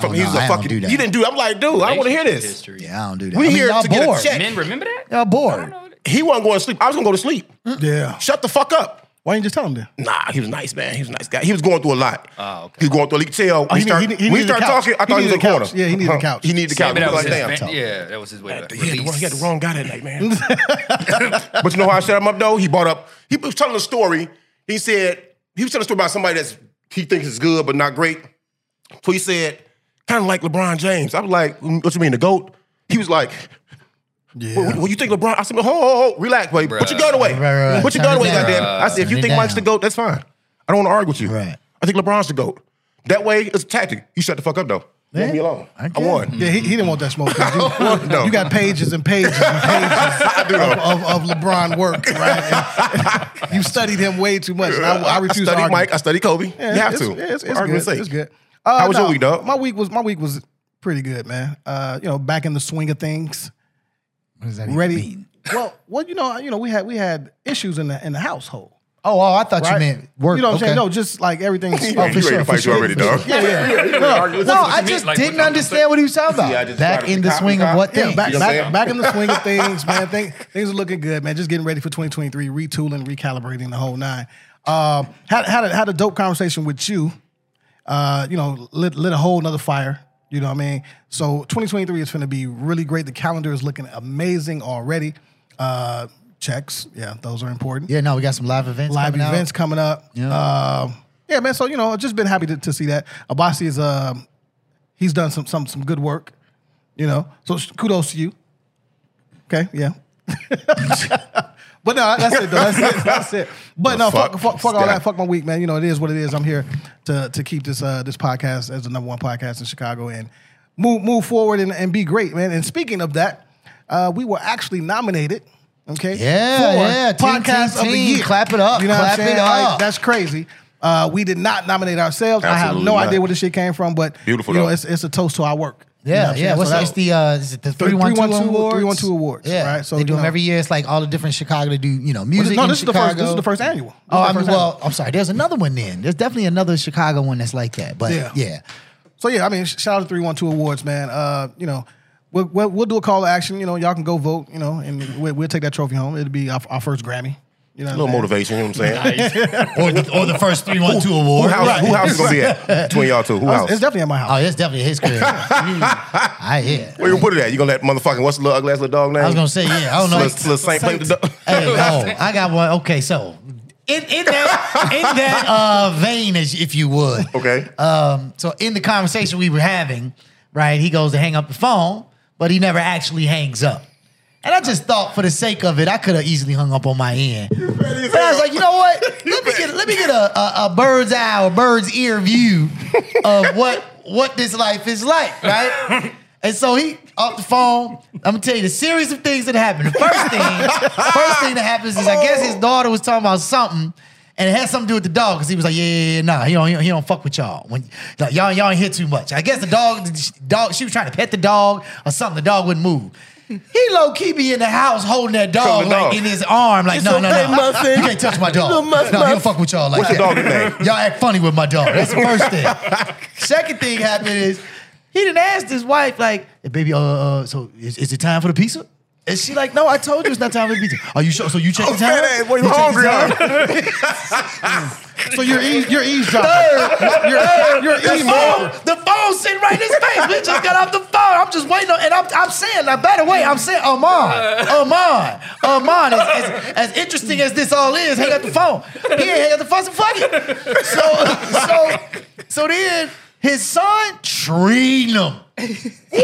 Speaker 5: From
Speaker 6: Oh,
Speaker 5: he was
Speaker 6: no, I
Speaker 5: a
Speaker 6: don't
Speaker 5: fucking.
Speaker 6: do that.
Speaker 5: You didn't do. I'm like, dude, I don't want to hear this.
Speaker 6: Yeah, I don't do that.
Speaker 5: We
Speaker 6: I mean,
Speaker 5: here
Speaker 6: y'all
Speaker 5: to get a
Speaker 6: bored.
Speaker 5: check.
Speaker 11: men remember that?
Speaker 6: Y'all bored.
Speaker 5: He wasn't going to sleep. I was going to go to sleep.
Speaker 2: Yeah.
Speaker 5: Shut the fuck up.
Speaker 2: Why didn't you just tell him then?
Speaker 5: Nah, he was nice, man. He was a nice guy. He was going through a lot.
Speaker 11: Oh, okay.
Speaker 5: He was going through. You could tell.
Speaker 2: Oh,
Speaker 5: when
Speaker 2: he
Speaker 5: he start,
Speaker 2: need- he need- he
Speaker 5: when he
Speaker 2: needed a
Speaker 5: started
Speaker 2: couch.
Speaker 5: talking, I
Speaker 2: He
Speaker 5: thought he,
Speaker 2: needed
Speaker 5: was a
Speaker 2: a
Speaker 5: corner.
Speaker 2: couch. Yeah, he needed a
Speaker 5: Huh.
Speaker 2: couch.
Speaker 5: He needed the couch.
Speaker 11: Maybe that was
Speaker 5: Like,
Speaker 11: his
Speaker 5: damn.
Speaker 11: man- yeah, that was his way. to
Speaker 5: He had, the, he had the
Speaker 11: release.
Speaker 5: wrong guy that night, man. but you know how I set him up though? He brought up, he was telling a story. He said, he was telling a story about somebody that's he thinks is good but not great. So he said, kind of like LeBron James. I was like, "Mm, what you mean, the GOAT? He was like,
Speaker 2: Yeah.
Speaker 5: what, what you think LeBron? I said, "Hold, hold, hold, relax, wait. Put your
Speaker 11: Bruh.
Speaker 5: gun away.
Speaker 6: Right, right, right.
Speaker 5: Put your
Speaker 6: Turn
Speaker 5: gun
Speaker 6: it
Speaker 5: away,
Speaker 6: down.
Speaker 5: goddamn. it." I said, if you
Speaker 6: Turn it
Speaker 5: think Mike's the
Speaker 6: down.
Speaker 5: GOAT, that's fine. I don't want to argue with you.
Speaker 6: Right.
Speaker 5: I think LeBron's the GOAT. That way, it's a tactic. You shut the fuck up though.
Speaker 6: Yeah.
Speaker 5: Leave me alone. I,
Speaker 6: Okay.
Speaker 5: won.
Speaker 2: Yeah, he, he didn't want that smoke. 'cause You,
Speaker 5: No.
Speaker 2: you got pages and pages and pages of, of, of LeBron work, right? And you studied him way too much. And I, I refuse
Speaker 5: study
Speaker 2: to argue.
Speaker 5: Mike. I study Kobe.
Speaker 2: Yeah,
Speaker 5: you have
Speaker 2: it's-
Speaker 5: to.
Speaker 2: yeah, it's,
Speaker 5: For
Speaker 2: it's good.
Speaker 5: argument's sake.
Speaker 2: It's good. Uh,
Speaker 5: How was your week, dog?
Speaker 2: My week was my week was pretty good, man. Uh, you know, back in the swing of things,
Speaker 6: What does that even
Speaker 2: ready.
Speaker 6: mean?
Speaker 2: Well, well, you know, you know, we had we had issues in the in the household.
Speaker 6: Oh, oh, I thought
Speaker 2: Right?
Speaker 6: you meant work.
Speaker 2: You know what
Speaker 6: okay.
Speaker 2: I'm saying? No, just like everything's.
Speaker 5: You ready
Speaker 6: sure,
Speaker 5: to
Speaker 6: for
Speaker 5: fight
Speaker 6: sure,
Speaker 5: you already,
Speaker 6: for
Speaker 5: dog.
Speaker 2: Yeah, yeah.
Speaker 6: No, I
Speaker 11: mean?
Speaker 6: just
Speaker 11: Like,
Speaker 6: didn't
Speaker 11: what I'm
Speaker 6: understand what he was talking about.
Speaker 5: Yeah, I just
Speaker 6: back
Speaker 5: tried to
Speaker 6: in the
Speaker 5: copy,
Speaker 6: swing of
Speaker 5: copy.
Speaker 6: what
Speaker 5: Yeah,
Speaker 6: thing?
Speaker 2: back,
Speaker 5: You know what I'm
Speaker 2: back,
Speaker 5: saying?
Speaker 2: back in the swing of things, man. Thing, things are looking good, man. Just getting ready for 2023, retooling, recalibrating the whole nine. Um, had had a, had a dope conversation with you. Uh, you know, lit lit a whole nother fire. You know what I mean? So 2023 is going to be really great. The calendar is looking amazing already. Uh, checks, yeah, those are important.
Speaker 6: Yeah, no, we got some live events.
Speaker 2: Live
Speaker 6: coming out.
Speaker 2: events coming up.
Speaker 6: Yeah.
Speaker 2: Um, yeah, man. So you know, I've just been happy to, to see that. Abasi is um, he's done some some some good work. You know, so sh- kudos to you. Okay, yeah. but no, that's it. Though. That's it. That's it. But
Speaker 5: The
Speaker 2: no, fuck,
Speaker 5: fuck?
Speaker 2: fuck, fuck,
Speaker 5: This
Speaker 2: all
Speaker 5: guy.
Speaker 2: that. Fuck my week, man. You know, it is what it is. I'm here to to keep this uh, this podcast as the number one podcast in Chicago and move move forward and, and be great, man. And speaking of that, uh, we were actually nominated. Okay.
Speaker 6: Yeah,
Speaker 2: for
Speaker 6: yeah. Team,
Speaker 2: podcast
Speaker 6: team,
Speaker 2: of the
Speaker 6: team.
Speaker 2: year.
Speaker 6: Clap it up.
Speaker 2: You know
Speaker 6: Clap
Speaker 2: what I'm saying?
Speaker 6: it
Speaker 2: Like,
Speaker 6: up.
Speaker 2: that's crazy. Uh, we did not nominate ourselves. I have
Speaker 5: Absolutely
Speaker 2: no
Speaker 5: not.
Speaker 2: idea where this shit came from, but
Speaker 5: Beautiful,
Speaker 2: You know,
Speaker 5: though.
Speaker 2: it's, it's a toast to our work. You know what
Speaker 6: Yeah,
Speaker 2: I'm
Speaker 6: yeah.
Speaker 2: saying?
Speaker 6: What's
Speaker 2: So
Speaker 6: that's
Speaker 2: that-
Speaker 6: the uh, is it the
Speaker 2: Three-
Speaker 6: three one two
Speaker 2: 312
Speaker 6: awards?
Speaker 2: 312 awards,
Speaker 6: Yeah,
Speaker 2: right? So,
Speaker 6: they do
Speaker 2: you
Speaker 6: them
Speaker 2: know.
Speaker 6: every year. It's like all the different Chicago to do you know music.
Speaker 2: no,
Speaker 6: in
Speaker 2: this is the first- this
Speaker 6: Chicago.
Speaker 2: is the first annual. This is
Speaker 6: oh,
Speaker 2: the
Speaker 6: I mean,
Speaker 2: first
Speaker 6: well,
Speaker 2: annual.
Speaker 6: I'm sorry. There's another one. Then there's definitely another Chicago one that's like that. But
Speaker 2: Yeah.
Speaker 6: yeah,
Speaker 2: So yeah, I mean, sh- shout out to three one two awards, man. Uh, you know, we'll, we'll we'll do a call to action. You know, y'all can go vote. You know, and we'll, we'll take that trophy home. It'll be our, our first Grammy. You know,
Speaker 5: a little motivation. You know what I'm saying?
Speaker 6: or, the, or the first three one two
Speaker 5: Who-
Speaker 6: award.
Speaker 5: Who house, who house is gonna be at between y'all two? Who house?
Speaker 2: It's definitely at my house.
Speaker 6: Oh, it's definitely his crib. I hear.
Speaker 5: Where you gonna put it at? You gonna let motherfucking what's the little ugly ass little dog name?
Speaker 6: I was gonna say, yeah, I don't know.
Speaker 5: Little, little Saint play with the dog.
Speaker 6: Hey, no, I got one. Okay, so in in that in that uh, vein, as if you would.
Speaker 5: Okay.
Speaker 2: Uh,
Speaker 6: Um, so in the conversation we were having, right, he goes to hang up the phone, but he never actually hangs up. And I just thought, for the sake of it, I could have easily hung up on my end. But I was like, you know what? Let me get let me get a, a, a bird's eye or bird's ear view of what what this life is like, right? And so he off the phone. I'm gonna tell you the series of things that happened. The first thing, first thing that happens is I guess
Speaker 5: Oh.
Speaker 6: his daughter was talking about something, and it had something to do with the dog because he was like, yeah, yeah, yeah, nah, he don't, he don't, he don't fuck with y'all. When like, y'all y'all ain't here too much. I guess the dog, the dog, she was trying to pet the dog or something. The dog wouldn't move. He low key be in the house holding that dog,
Speaker 5: Holding the
Speaker 6: like
Speaker 5: dog.
Speaker 6: in his arm, like
Speaker 12: It's
Speaker 6: no, no,
Speaker 12: okay,
Speaker 6: no,
Speaker 12: Muffin.
Speaker 6: you can't touch my dog.
Speaker 12: Little
Speaker 6: No,
Speaker 12: Muff
Speaker 6: he don't
Speaker 12: Muff.
Speaker 6: fuck with y'all like
Speaker 5: What's
Speaker 6: that.
Speaker 5: the dog name?
Speaker 6: Y'all act funny with my dog. That's the first thing. Second thing happened is he didn't ask his wife, like, "Hey, baby, uh, uh so is, is it time for the pizza? And she like, no, I told you it's not time for the pizza. Are you sure? So you check the time?
Speaker 5: fat ass, boy, you
Speaker 6: check the
Speaker 5: hungry,
Speaker 6: time?
Speaker 2: So you're eaves, you're eavesdropping.
Speaker 6: Third,
Speaker 2: You're-
Speaker 6: third,
Speaker 2: you're
Speaker 6: the
Speaker 2: eavesdropping.
Speaker 6: phone, the phone sitting right in his face. We just got off the phone. I'm just waiting on, and I'm, I'm saying, now, by the way, I'm saying, Armand, Armand, Armand, as, as, as interesting as this all is, hang up the phone. He ain't hang up the phone, so fuck it. So, so, so then his son, treating him. Woo,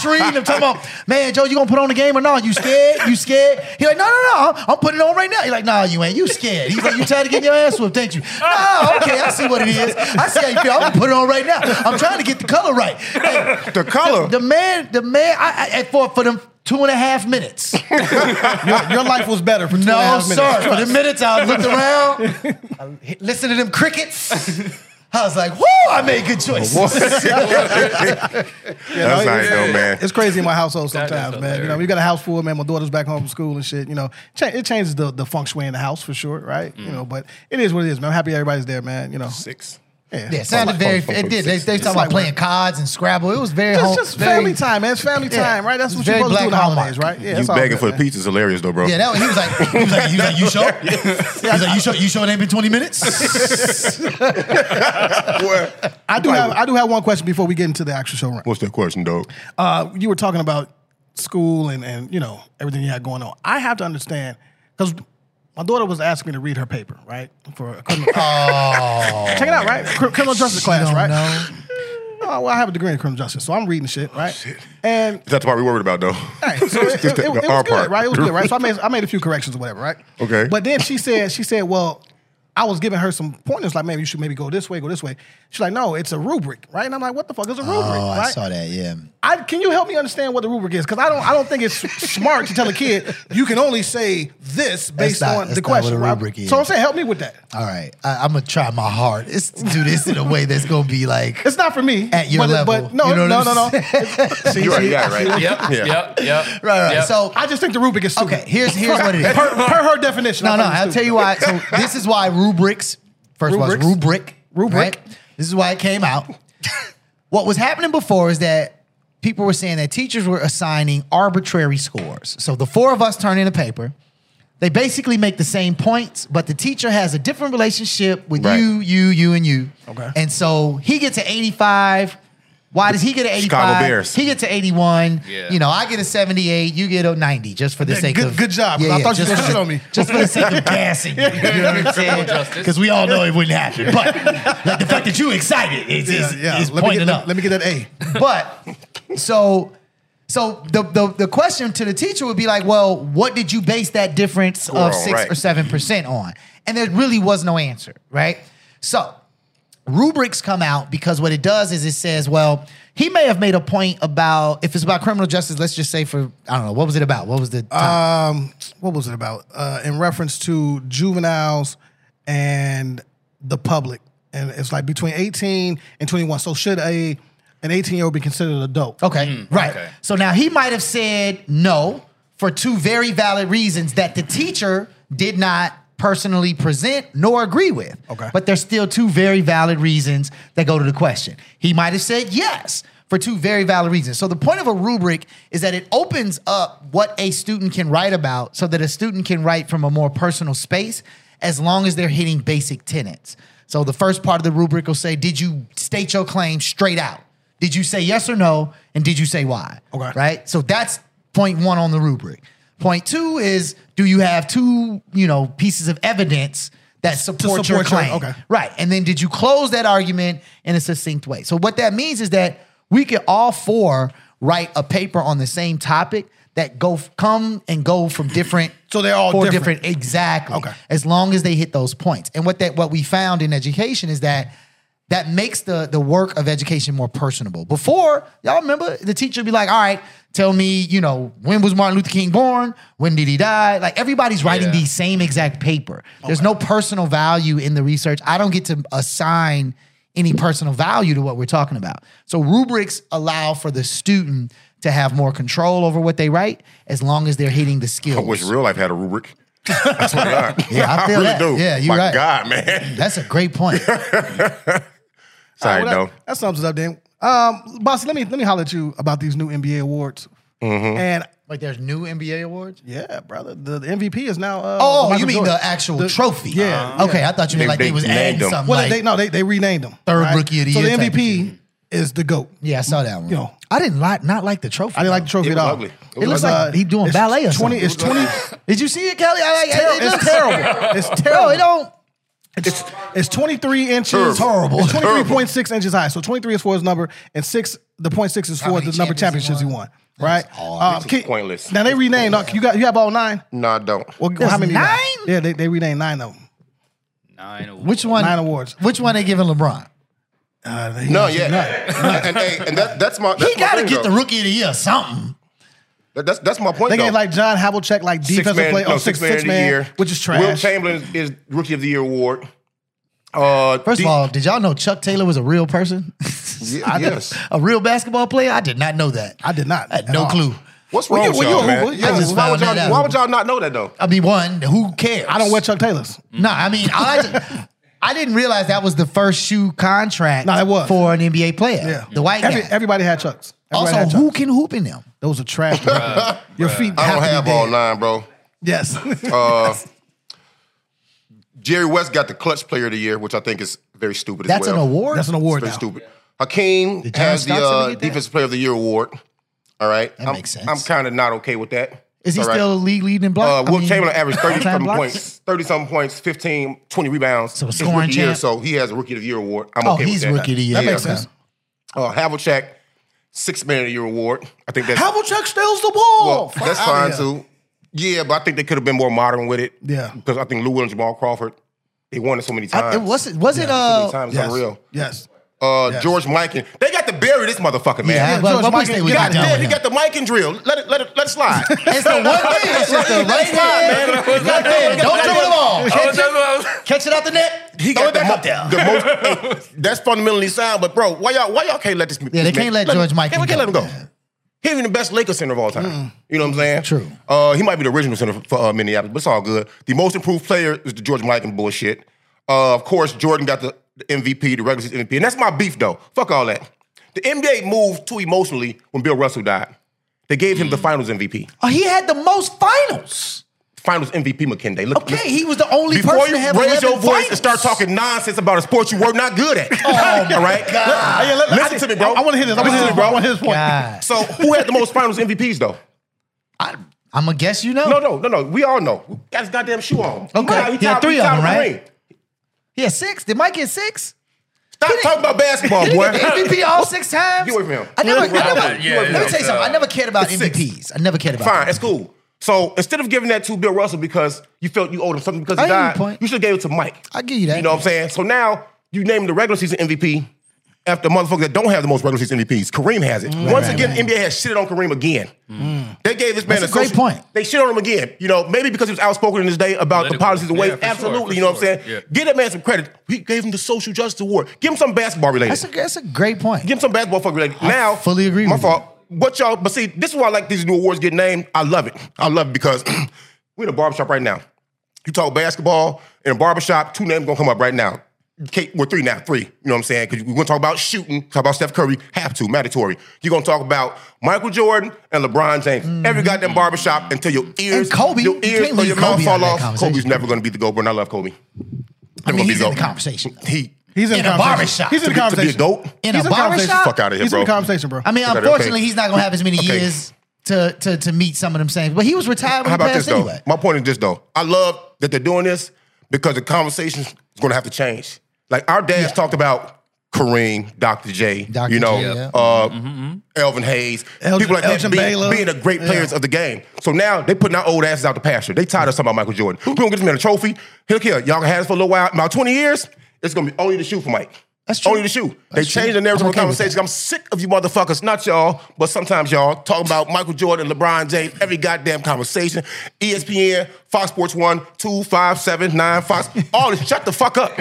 Speaker 6: treating him. Talking about, man, Joe, you gonna put on the game or not? You scared? You scared? He like, no, no, no. I'm, I'm putting it on right now. He like, nah, you ain't. You scared? He's like, you tired of getting your ass whipped, ain't you? Nah, okay, I see what it is. I see how you feel. I'm gonna put it on right now. I'm trying to get the color right. Hey,
Speaker 5: The color.
Speaker 6: the man, the man, I, I, for for them two and a half minutes.
Speaker 2: Your, your life was better for two and a
Speaker 6: No,
Speaker 2: half minutes.
Speaker 6: sir. For the minutes I looked around, I listened to them crickets. I was like, whoa, I made good choices.
Speaker 5: That's nice though, man.
Speaker 2: It's crazy in my household sometimes, man. You know,
Speaker 11: hilarious.
Speaker 2: we got a house full, man. My daughter's back home from school and shit. You know, cha- it changes the, the feng shui in the house for sure, right?
Speaker 5: Mm.
Speaker 2: You know, but it is what it is, man. I'm happy everybody's there, man. You know,
Speaker 5: Six.
Speaker 2: yeah.
Speaker 6: Yeah, it sounded
Speaker 5: Fun-
Speaker 6: very.
Speaker 5: fun-
Speaker 6: it
Speaker 5: fun-
Speaker 6: did. They, they
Speaker 5: It's
Speaker 6: talking
Speaker 2: like
Speaker 6: about playing
Speaker 2: work.
Speaker 6: cards and Scrabble. It was very.
Speaker 2: It's
Speaker 6: home-
Speaker 2: just
Speaker 6: very-
Speaker 2: family time, man. It's family
Speaker 6: Yeah.
Speaker 2: time, right? That's what
Speaker 6: It's
Speaker 2: you're
Speaker 6: very
Speaker 2: supposed to do in the
Speaker 6: Black
Speaker 2: holidays,
Speaker 6: Hallmark.
Speaker 2: right? Yeah,
Speaker 5: you
Speaker 2: that's all
Speaker 5: begging
Speaker 2: good,
Speaker 5: for the
Speaker 2: man.
Speaker 5: pizza's hilarious though, bro.
Speaker 6: Yeah, that was, he was like, he was like, he was like, you sure? He was like, you sure? You sure it ain't been twenty minutes?
Speaker 2: I do have I do have one question before we get into the actual show run.
Speaker 5: What's that question, dog?
Speaker 2: Uh, you were talking about school and and you know everything you had going on. I have to understand because my daughter was asking me to read her paper, right? For a criminal, Oh. check it out, right? Cri- Criminal justice class,
Speaker 6: don't
Speaker 2: right?
Speaker 6: know.
Speaker 2: No, well, I have a degree in criminal justice, so I'm reading shit, right?
Speaker 6: Oh,
Speaker 2: And
Speaker 5: That's the part we worried about though.
Speaker 2: all right, so it, it-
Speaker 5: Just the-
Speaker 2: it- it
Speaker 5: the
Speaker 2: was
Speaker 5: R
Speaker 2: good,
Speaker 5: part.
Speaker 2: right? It was good, right? So I made I made a few corrections or whatever, right?
Speaker 5: Okay.
Speaker 2: But then she said she said, well, I was giving her some pointers, like maybe you should maybe go this way, go this way. She's like, no, it's a rubric, right? And I'm like, what the fuck is a rubric?
Speaker 6: Oh,
Speaker 2: right?
Speaker 6: I saw that. Yeah.
Speaker 2: I, can you help me understand what the rubric is? Because I don't, I don't think it's smart to tell a kid you can only say this based
Speaker 6: not-
Speaker 2: on
Speaker 6: that's
Speaker 2: the
Speaker 6: not what
Speaker 2: question.
Speaker 6: a
Speaker 2: right?
Speaker 6: rubric is.
Speaker 2: So I'm saying, help me with that.
Speaker 6: All right. I, I'm gonna try my hardest to do this in a way that's gonna be like
Speaker 2: It's not for me
Speaker 6: At your
Speaker 2: but,
Speaker 6: level.
Speaker 2: But no,
Speaker 6: You know what
Speaker 2: no, no,
Speaker 6: I'm
Speaker 2: no, See,
Speaker 5: You already
Speaker 2: see,
Speaker 5: got it right.
Speaker 11: Yep,
Speaker 5: Yeah.
Speaker 11: yep, yep. Right,
Speaker 6: right.
Speaker 11: Yep.
Speaker 6: So
Speaker 2: I just think the rubric is stupid.
Speaker 6: okay. Here's here's what it is.
Speaker 2: per, per her definition.
Speaker 6: No,
Speaker 2: I
Speaker 6: no.
Speaker 2: think it's
Speaker 6: I'll tell
Speaker 2: stupid.
Speaker 6: you why. So this is why rubrics. First of all, it's
Speaker 2: Rubrics.
Speaker 6: rubric.
Speaker 2: Rubric.
Speaker 6: This is why it came out. what was happening before is that people were saying that teachers were assigning arbitrary scores. So the four of us turn in a paper. They basically make the same points, but the teacher has a different relationship with
Speaker 5: Right.
Speaker 6: you, you, you, and you.
Speaker 2: Okay.
Speaker 6: And so he gets an 85. Why does he get an 85?
Speaker 5: Chicago Bears.
Speaker 6: He gets an 81.
Speaker 11: Yeah.
Speaker 6: You know, I get a 78. You get a 90 just for the
Speaker 2: Yeah,
Speaker 6: sake
Speaker 2: good-
Speaker 6: of
Speaker 2: good job, 'cause I thought you was
Speaker 6: just for
Speaker 2: gonna
Speaker 6: the-
Speaker 2: shit on me.
Speaker 6: just for the sake of gassing you. You know what I'm saying?
Speaker 11: justice.
Speaker 6: Because we all know it wouldn't happen. But like the fact that you excited is, is,
Speaker 2: Yeah, yeah.
Speaker 6: is
Speaker 2: Let me,
Speaker 6: pointing
Speaker 2: get,
Speaker 6: up.
Speaker 2: let, let me get that A.
Speaker 6: but so so the, the the question to the teacher would be like, well, what did you base that difference of
Speaker 5: on,
Speaker 6: six
Speaker 5: right.
Speaker 6: or seven percent on? And there really was no answer, right? So rubrics come out because what it does is it says, well, he may have made a point about if it's about criminal justice, let's just say for I don't know, what was it about? What was the topic?
Speaker 2: Um, what was it about? Uh, in reference to juveniles and the public, and it's like between 18 and 21. So should a an 18 year old be considered an adult?
Speaker 6: Okay. right.
Speaker 11: okay.
Speaker 6: So now he might have said no for two very valid reasons that the teacher did not personally present nor agree with.
Speaker 2: Okay.
Speaker 6: But there's still two very valid reasons that go to the question. He might have said yes for two very valid reasons. So the point of a rubric is that it opens up what a student can write about so that a student can write from a more personal space as long as they're hitting basic tenets. So the first part of the rubric will say, did you state your claim straight out? Did you say yes or no? And did you say why? Okay. Right? So that's point one on the rubric. Point two is do you have two, you know, pieces of evidence that support, your
Speaker 2: support your-
Speaker 6: claim?
Speaker 2: okay.
Speaker 6: Right. And then did you close that argument in a succinct way? So what that means is that we could all four write a paper on the same topic that go come and go from different
Speaker 2: So they're all
Speaker 6: four
Speaker 2: different.
Speaker 6: exactly okay as long as they hit those points and what that what we found in education is that that makes the the work of education more personable. Before, y'all remember the teacher would be like, "All right, tell me, you know, when was Martin Luther King born? When did he die?" Like everybody's writing the same exact paper. There's no personal value in the research. I don't get to assign any personal value to what we're talking about. So rubrics allow for the student to have more control over what they write as long as they're hitting the skills.
Speaker 5: I wish real life had a rubric. That's what I
Speaker 6: Yeah, I feel
Speaker 5: really
Speaker 6: that.
Speaker 5: do.
Speaker 6: Yeah, you're
Speaker 5: My
Speaker 6: right.
Speaker 5: God, man.
Speaker 6: That's a great point.
Speaker 5: Sorry,
Speaker 2: Well,
Speaker 5: though.
Speaker 2: that, that sums it up, Dan. Um, boss, let me let me holler at you about these new NBA awards.
Speaker 6: Mm-hmm.
Speaker 5: Mhm.
Speaker 2: And
Speaker 6: like, there's new NBA awards.
Speaker 2: Yeah, brother. The, the MVP is now. Uh,
Speaker 6: Oh,
Speaker 2: Michael
Speaker 6: you mean
Speaker 2: Jordan.
Speaker 6: the actual trophy.
Speaker 2: Yeah.
Speaker 6: Uh, okay, I thought you meant They- like they they was named adding him. something,
Speaker 2: Well,
Speaker 6: like-
Speaker 2: they, no, they they renamed him
Speaker 6: Third rookie of the
Speaker 2: so
Speaker 6: year
Speaker 2: So the
Speaker 6: type of
Speaker 2: MVP is the goat.
Speaker 6: Yeah, I saw that one.
Speaker 2: You know,
Speaker 6: I didn't like not like the trophy.
Speaker 2: I didn't like the trophy
Speaker 6: It
Speaker 2: at
Speaker 6: was
Speaker 2: all.
Speaker 6: ugly. It was looks like he doing
Speaker 2: it's
Speaker 6: ballet or
Speaker 2: twenty.
Speaker 6: something.
Speaker 2: It's twenty.
Speaker 6: Did you see it, Kelly? I,
Speaker 2: It's ter- it's terrible. It's
Speaker 6: Bro,
Speaker 2: terrible.
Speaker 6: it don't.
Speaker 2: It's it's 23 inches.
Speaker 6: Terrible. Horrible.
Speaker 2: It's 23.6 inches high. So 23 is for his number, and six the point six is
Speaker 5: How
Speaker 2: for
Speaker 5: many
Speaker 2: the number of championships he won. Right. Um,
Speaker 5: It's
Speaker 2: can-
Speaker 5: pointless.
Speaker 2: Now they renamed. uh, You got you have all nine.
Speaker 5: No, I don't.
Speaker 2: Well,
Speaker 6: There's
Speaker 2: how many? you
Speaker 6: nine?
Speaker 2: got? Yeah, they, they renamed nine of them.
Speaker 6: Which one?
Speaker 2: Nine awards.
Speaker 6: Which one they giving LeBron?
Speaker 5: No, yeah. and, and, and that, that's my. That's
Speaker 6: He got to
Speaker 5: my
Speaker 6: get the
Speaker 5: rookie.
Speaker 6: rookie of the year or something.
Speaker 5: that's that's my point.
Speaker 2: They
Speaker 5: though.
Speaker 2: gave like John Havlicek like defensive
Speaker 5: man-
Speaker 2: player,
Speaker 5: no,
Speaker 2: oh, six, six man, which is trash.
Speaker 5: Will Chamberlain is, is rookie of the year award. Uh,
Speaker 6: First of all, did y'all know Chuck Taylor was a real person? I did-
Speaker 5: yes.
Speaker 6: a real basketball player. I did not know that.
Speaker 2: I did not.
Speaker 6: I had no
Speaker 5: all.
Speaker 6: clue.
Speaker 5: what's
Speaker 6: Were
Speaker 5: wrong
Speaker 6: you-
Speaker 5: with
Speaker 6: were you
Speaker 5: y'all,
Speaker 6: a
Speaker 5: man?
Speaker 6: hooper? I just
Speaker 5: why, would
Speaker 6: found that
Speaker 5: y'all,
Speaker 6: out.
Speaker 5: why would y'all not know that though?
Speaker 6: I mean, one, who cares?
Speaker 2: I don't wear Chuck Taylors.
Speaker 6: Mm. No, I mean, I, just- I didn't realize that was the first shoe contract
Speaker 2: No, that was.
Speaker 6: for an NBA player.
Speaker 2: Yeah,
Speaker 6: The white
Speaker 2: Every,
Speaker 6: guy.
Speaker 2: Everybody had Chucks. Everybody
Speaker 6: also,
Speaker 2: had Chucks.
Speaker 6: who can hoop in them?
Speaker 2: Those are trash. man. Your feet.
Speaker 5: I don't
Speaker 2: have,
Speaker 5: have
Speaker 2: to be
Speaker 5: all
Speaker 2: dead.
Speaker 5: nine, bro.
Speaker 2: Yes.
Speaker 5: Uh, Jerry West got the clutch player of the year, which I think is very stupid.
Speaker 6: That's
Speaker 5: as
Speaker 6: an
Speaker 5: well.
Speaker 6: award? That's an
Speaker 2: award
Speaker 5: It's
Speaker 2: now.
Speaker 5: very stupid. Hakeem
Speaker 6: Did John
Speaker 5: has the
Speaker 6: Stockton
Speaker 5: uh,
Speaker 6: get that?
Speaker 5: defensive player of the year award. All right,
Speaker 6: That
Speaker 5: I'm,
Speaker 6: makes sense.
Speaker 5: I'm kind of not okay with that.
Speaker 6: Is he
Speaker 5: All right.
Speaker 6: still league leading in
Speaker 5: Uh,
Speaker 6: blocks?
Speaker 5: Will Chamberlain averaged 30
Speaker 6: all-time
Speaker 5: something
Speaker 6: blocks?
Speaker 5: points, 30 something points, 15, 20 rebounds. So
Speaker 6: scoring
Speaker 5: year,
Speaker 6: champ.
Speaker 5: so he has a rookie of the year award. I'm
Speaker 6: Oh,
Speaker 5: okay with
Speaker 6: he's
Speaker 5: that.
Speaker 6: rookie of the year. That makes
Speaker 5: Yeah.
Speaker 6: sense.
Speaker 5: Uh, Havlicek, six man of the year award. I think that's
Speaker 2: Havlicek steals the ball.
Speaker 5: well,
Speaker 2: Fuck
Speaker 5: that's
Speaker 2: outta
Speaker 5: fine
Speaker 2: here.
Speaker 5: too. Yeah, but I think they could have been more modern with it.
Speaker 2: Yeah.
Speaker 5: Because I think Lou and Jamal Crawford, they won it so many
Speaker 6: I-
Speaker 5: times.
Speaker 6: it wasn't. Was it?
Speaker 5: so
Speaker 6: Uh,
Speaker 5: many times, it's
Speaker 2: Yes.
Speaker 5: unreal.
Speaker 2: Yes.
Speaker 5: Uh,
Speaker 2: Yes.
Speaker 5: George Mikan, they got to bury this motherfucker, man.
Speaker 6: Yeah, but
Speaker 2: George
Speaker 6: what was
Speaker 2: Mikan
Speaker 6: they was
Speaker 5: God
Speaker 6: down
Speaker 5: damn,
Speaker 6: with
Speaker 5: he
Speaker 6: him?
Speaker 5: got the mic and drill. Let it, let it, let it slide.
Speaker 6: It's the one thing. It's just the right hand. Right hand. Don't dribble the ball. Catch it, catch it out the net.
Speaker 5: He
Speaker 6: Throw
Speaker 5: got
Speaker 6: it back
Speaker 5: the,
Speaker 6: up there.
Speaker 5: mo- the most. eh, that's fundamentally sound, but bro, why y'all why y'all can't let this?
Speaker 6: Yeah, they can't let George Mikan
Speaker 5: Can't, we can't let him
Speaker 6: go.
Speaker 5: go. He's even the best Lakers center of all time. You know what I'm saying?
Speaker 6: True.
Speaker 5: Uh, he might be the original center for, for, uh, Minneapolis, but it's all good. The most improved player is the George Mikan bullshit. Uh, of course, Jordan got the the MVP, the regular season MVP, and that's my beef though. Fuck all that. The NBA moved too emotionally when Bill Russell died. They gave him the Finals MVP.
Speaker 6: Oh, he had the most finals.
Speaker 5: Finals MVP McKinney. Look, look-
Speaker 6: Okay, he was the only
Speaker 5: before
Speaker 6: person
Speaker 5: you
Speaker 6: to have
Speaker 5: raise
Speaker 6: 11
Speaker 5: your voice and start
Speaker 6: finals.
Speaker 5: talking nonsense about a sport you were not good at.
Speaker 6: my
Speaker 5: all right,
Speaker 6: Oh, God.
Speaker 5: Let- Ah, yeah, let- listen to me, bro.
Speaker 2: I want to hear this. I want to
Speaker 5: Listen
Speaker 2: hear
Speaker 5: to
Speaker 2: this,
Speaker 5: me,
Speaker 2: bro. I
Speaker 5: bro.
Speaker 2: want to hear this point.
Speaker 6: God.
Speaker 5: So, who had the most Finals MVPs though?
Speaker 6: I'm gonna guess you know.
Speaker 5: No, no, no, no. We all know. Got his goddamn shoe on.
Speaker 6: Okay.
Speaker 5: tied-
Speaker 6: He had
Speaker 5: tied-
Speaker 6: three of
Speaker 5: tied with
Speaker 6: them,
Speaker 5: the
Speaker 6: right?
Speaker 5: ring.
Speaker 6: He had six. Did Mike get six?
Speaker 5: Stop talking about basketball,
Speaker 6: Did he
Speaker 5: Oh, boy.
Speaker 6: get the MVP all six times?
Speaker 5: Get away from him.
Speaker 6: I never, I
Speaker 5: Get away
Speaker 6: never
Speaker 5: from him.
Speaker 11: Yeah,
Speaker 6: let me tell you something. I never cared about
Speaker 5: It's six.
Speaker 6: MVPs. I never cared about
Speaker 5: Fine,
Speaker 6: them.
Speaker 5: it's cool. So instead of giving that to Bill Russell because you felt you owed him something because he
Speaker 6: I hear your
Speaker 5: died,
Speaker 6: point.
Speaker 5: you should have gave it to Mike.
Speaker 6: I give you that.
Speaker 5: You know what I'm saying? So now you name the regular season MVP after motherfuckers that don't have the most regular season MVPs. Kareem has it.
Speaker 6: Mm.
Speaker 5: Once again, NBA has shitted on Kareem again. They gave this man
Speaker 6: That's a
Speaker 5: social-
Speaker 6: great point.
Speaker 5: They shit on him again. You know, maybe because he was outspoken in his day about the
Speaker 11: Political.
Speaker 5: policies of
Speaker 11: Yeah,
Speaker 5: way.
Speaker 11: for sure,
Speaker 5: Absolutely.
Speaker 11: for
Speaker 5: you know what
Speaker 11: sure.
Speaker 5: I'm saying?
Speaker 11: Yeah.
Speaker 5: Give that man some credit. We gave him the social justice award. Give him some basketball related.
Speaker 6: That's a, that's a great point.
Speaker 5: Give him some basketball fuck related. now,
Speaker 6: fully agree
Speaker 5: My
Speaker 6: with
Speaker 5: fault. What y'all? But see, this is why I like these new awards get named. I love it. I love it because we're in a barbershop right now. You talk basketball in a barbershop. Two names gonna come up right now. Kate, we're three now, three. You know what I'm saying? Because we're going to talk about shooting, talk about Steph Curry, have to, mandatory. You're going to talk about Michael Jordan and LeBron James. Every goddamn barbershop until your ears,
Speaker 6: Mm-hmm. Kobe.
Speaker 5: your
Speaker 6: You
Speaker 5: ears
Speaker 6: can't
Speaker 5: or
Speaker 6: leave
Speaker 5: your
Speaker 6: Kobe
Speaker 5: mouth
Speaker 6: out of
Speaker 5: fall
Speaker 6: that
Speaker 5: off.
Speaker 6: conversation.
Speaker 5: Kobe's never going to be the GOAT, and I love Kobe.
Speaker 6: I mean, he's in the
Speaker 5: conversation. He,
Speaker 2: He's in, the
Speaker 6: a
Speaker 2: conversation.
Speaker 6: barbershop.
Speaker 2: He's in the
Speaker 5: To be- to be a
Speaker 2: conversation.
Speaker 5: GOAT?
Speaker 6: In
Speaker 2: He's
Speaker 6: a
Speaker 2: conversation.
Speaker 6: barbershop?
Speaker 5: Fuck outta here,
Speaker 2: He's in
Speaker 5: bro.
Speaker 2: the conversation, bro.
Speaker 6: I mean,
Speaker 5: Okay, okay.
Speaker 6: unfortunately, he's not gonna have as many
Speaker 5: Okay.
Speaker 6: years to, to to meet some of them things. But he was retired when
Speaker 5: How
Speaker 6: he
Speaker 5: about
Speaker 6: passed
Speaker 5: this though?
Speaker 6: anyway.
Speaker 5: My point is this though. I love that they're doing this because the conversation is going to have to change. Like our dads talked about Kareem, Dr. J,
Speaker 6: Dr.
Speaker 5: you know,
Speaker 6: J, yeah. Mm-hmm.
Speaker 5: uh, Elvin Hayes,
Speaker 2: Elgin-
Speaker 5: people like
Speaker 2: Elgin
Speaker 5: that being,
Speaker 2: Baylor.
Speaker 5: being the great players of the game. So now they putting our old asses out the pasture. They tired of talking about Michael Jordan. We're gonna get this man a trophy. He'll kill. Y'all can have this for a little while. About 20 years, it's gonna be only the shoe for Mike.
Speaker 6: That's true.
Speaker 5: Only the shoe. They
Speaker 6: That's true.
Speaker 5: changed the narrative
Speaker 6: I'm
Speaker 5: of the
Speaker 6: okay with
Speaker 5: conversation. I'm sick of you motherfuckers, not y'all, but sometimes y'all talking about Michael Jordan, LeBron James, every goddamn conversation. E ESPN, Fox Sports 1, 2, 5, 7, 9, Fox, all this. Shut the fuck up.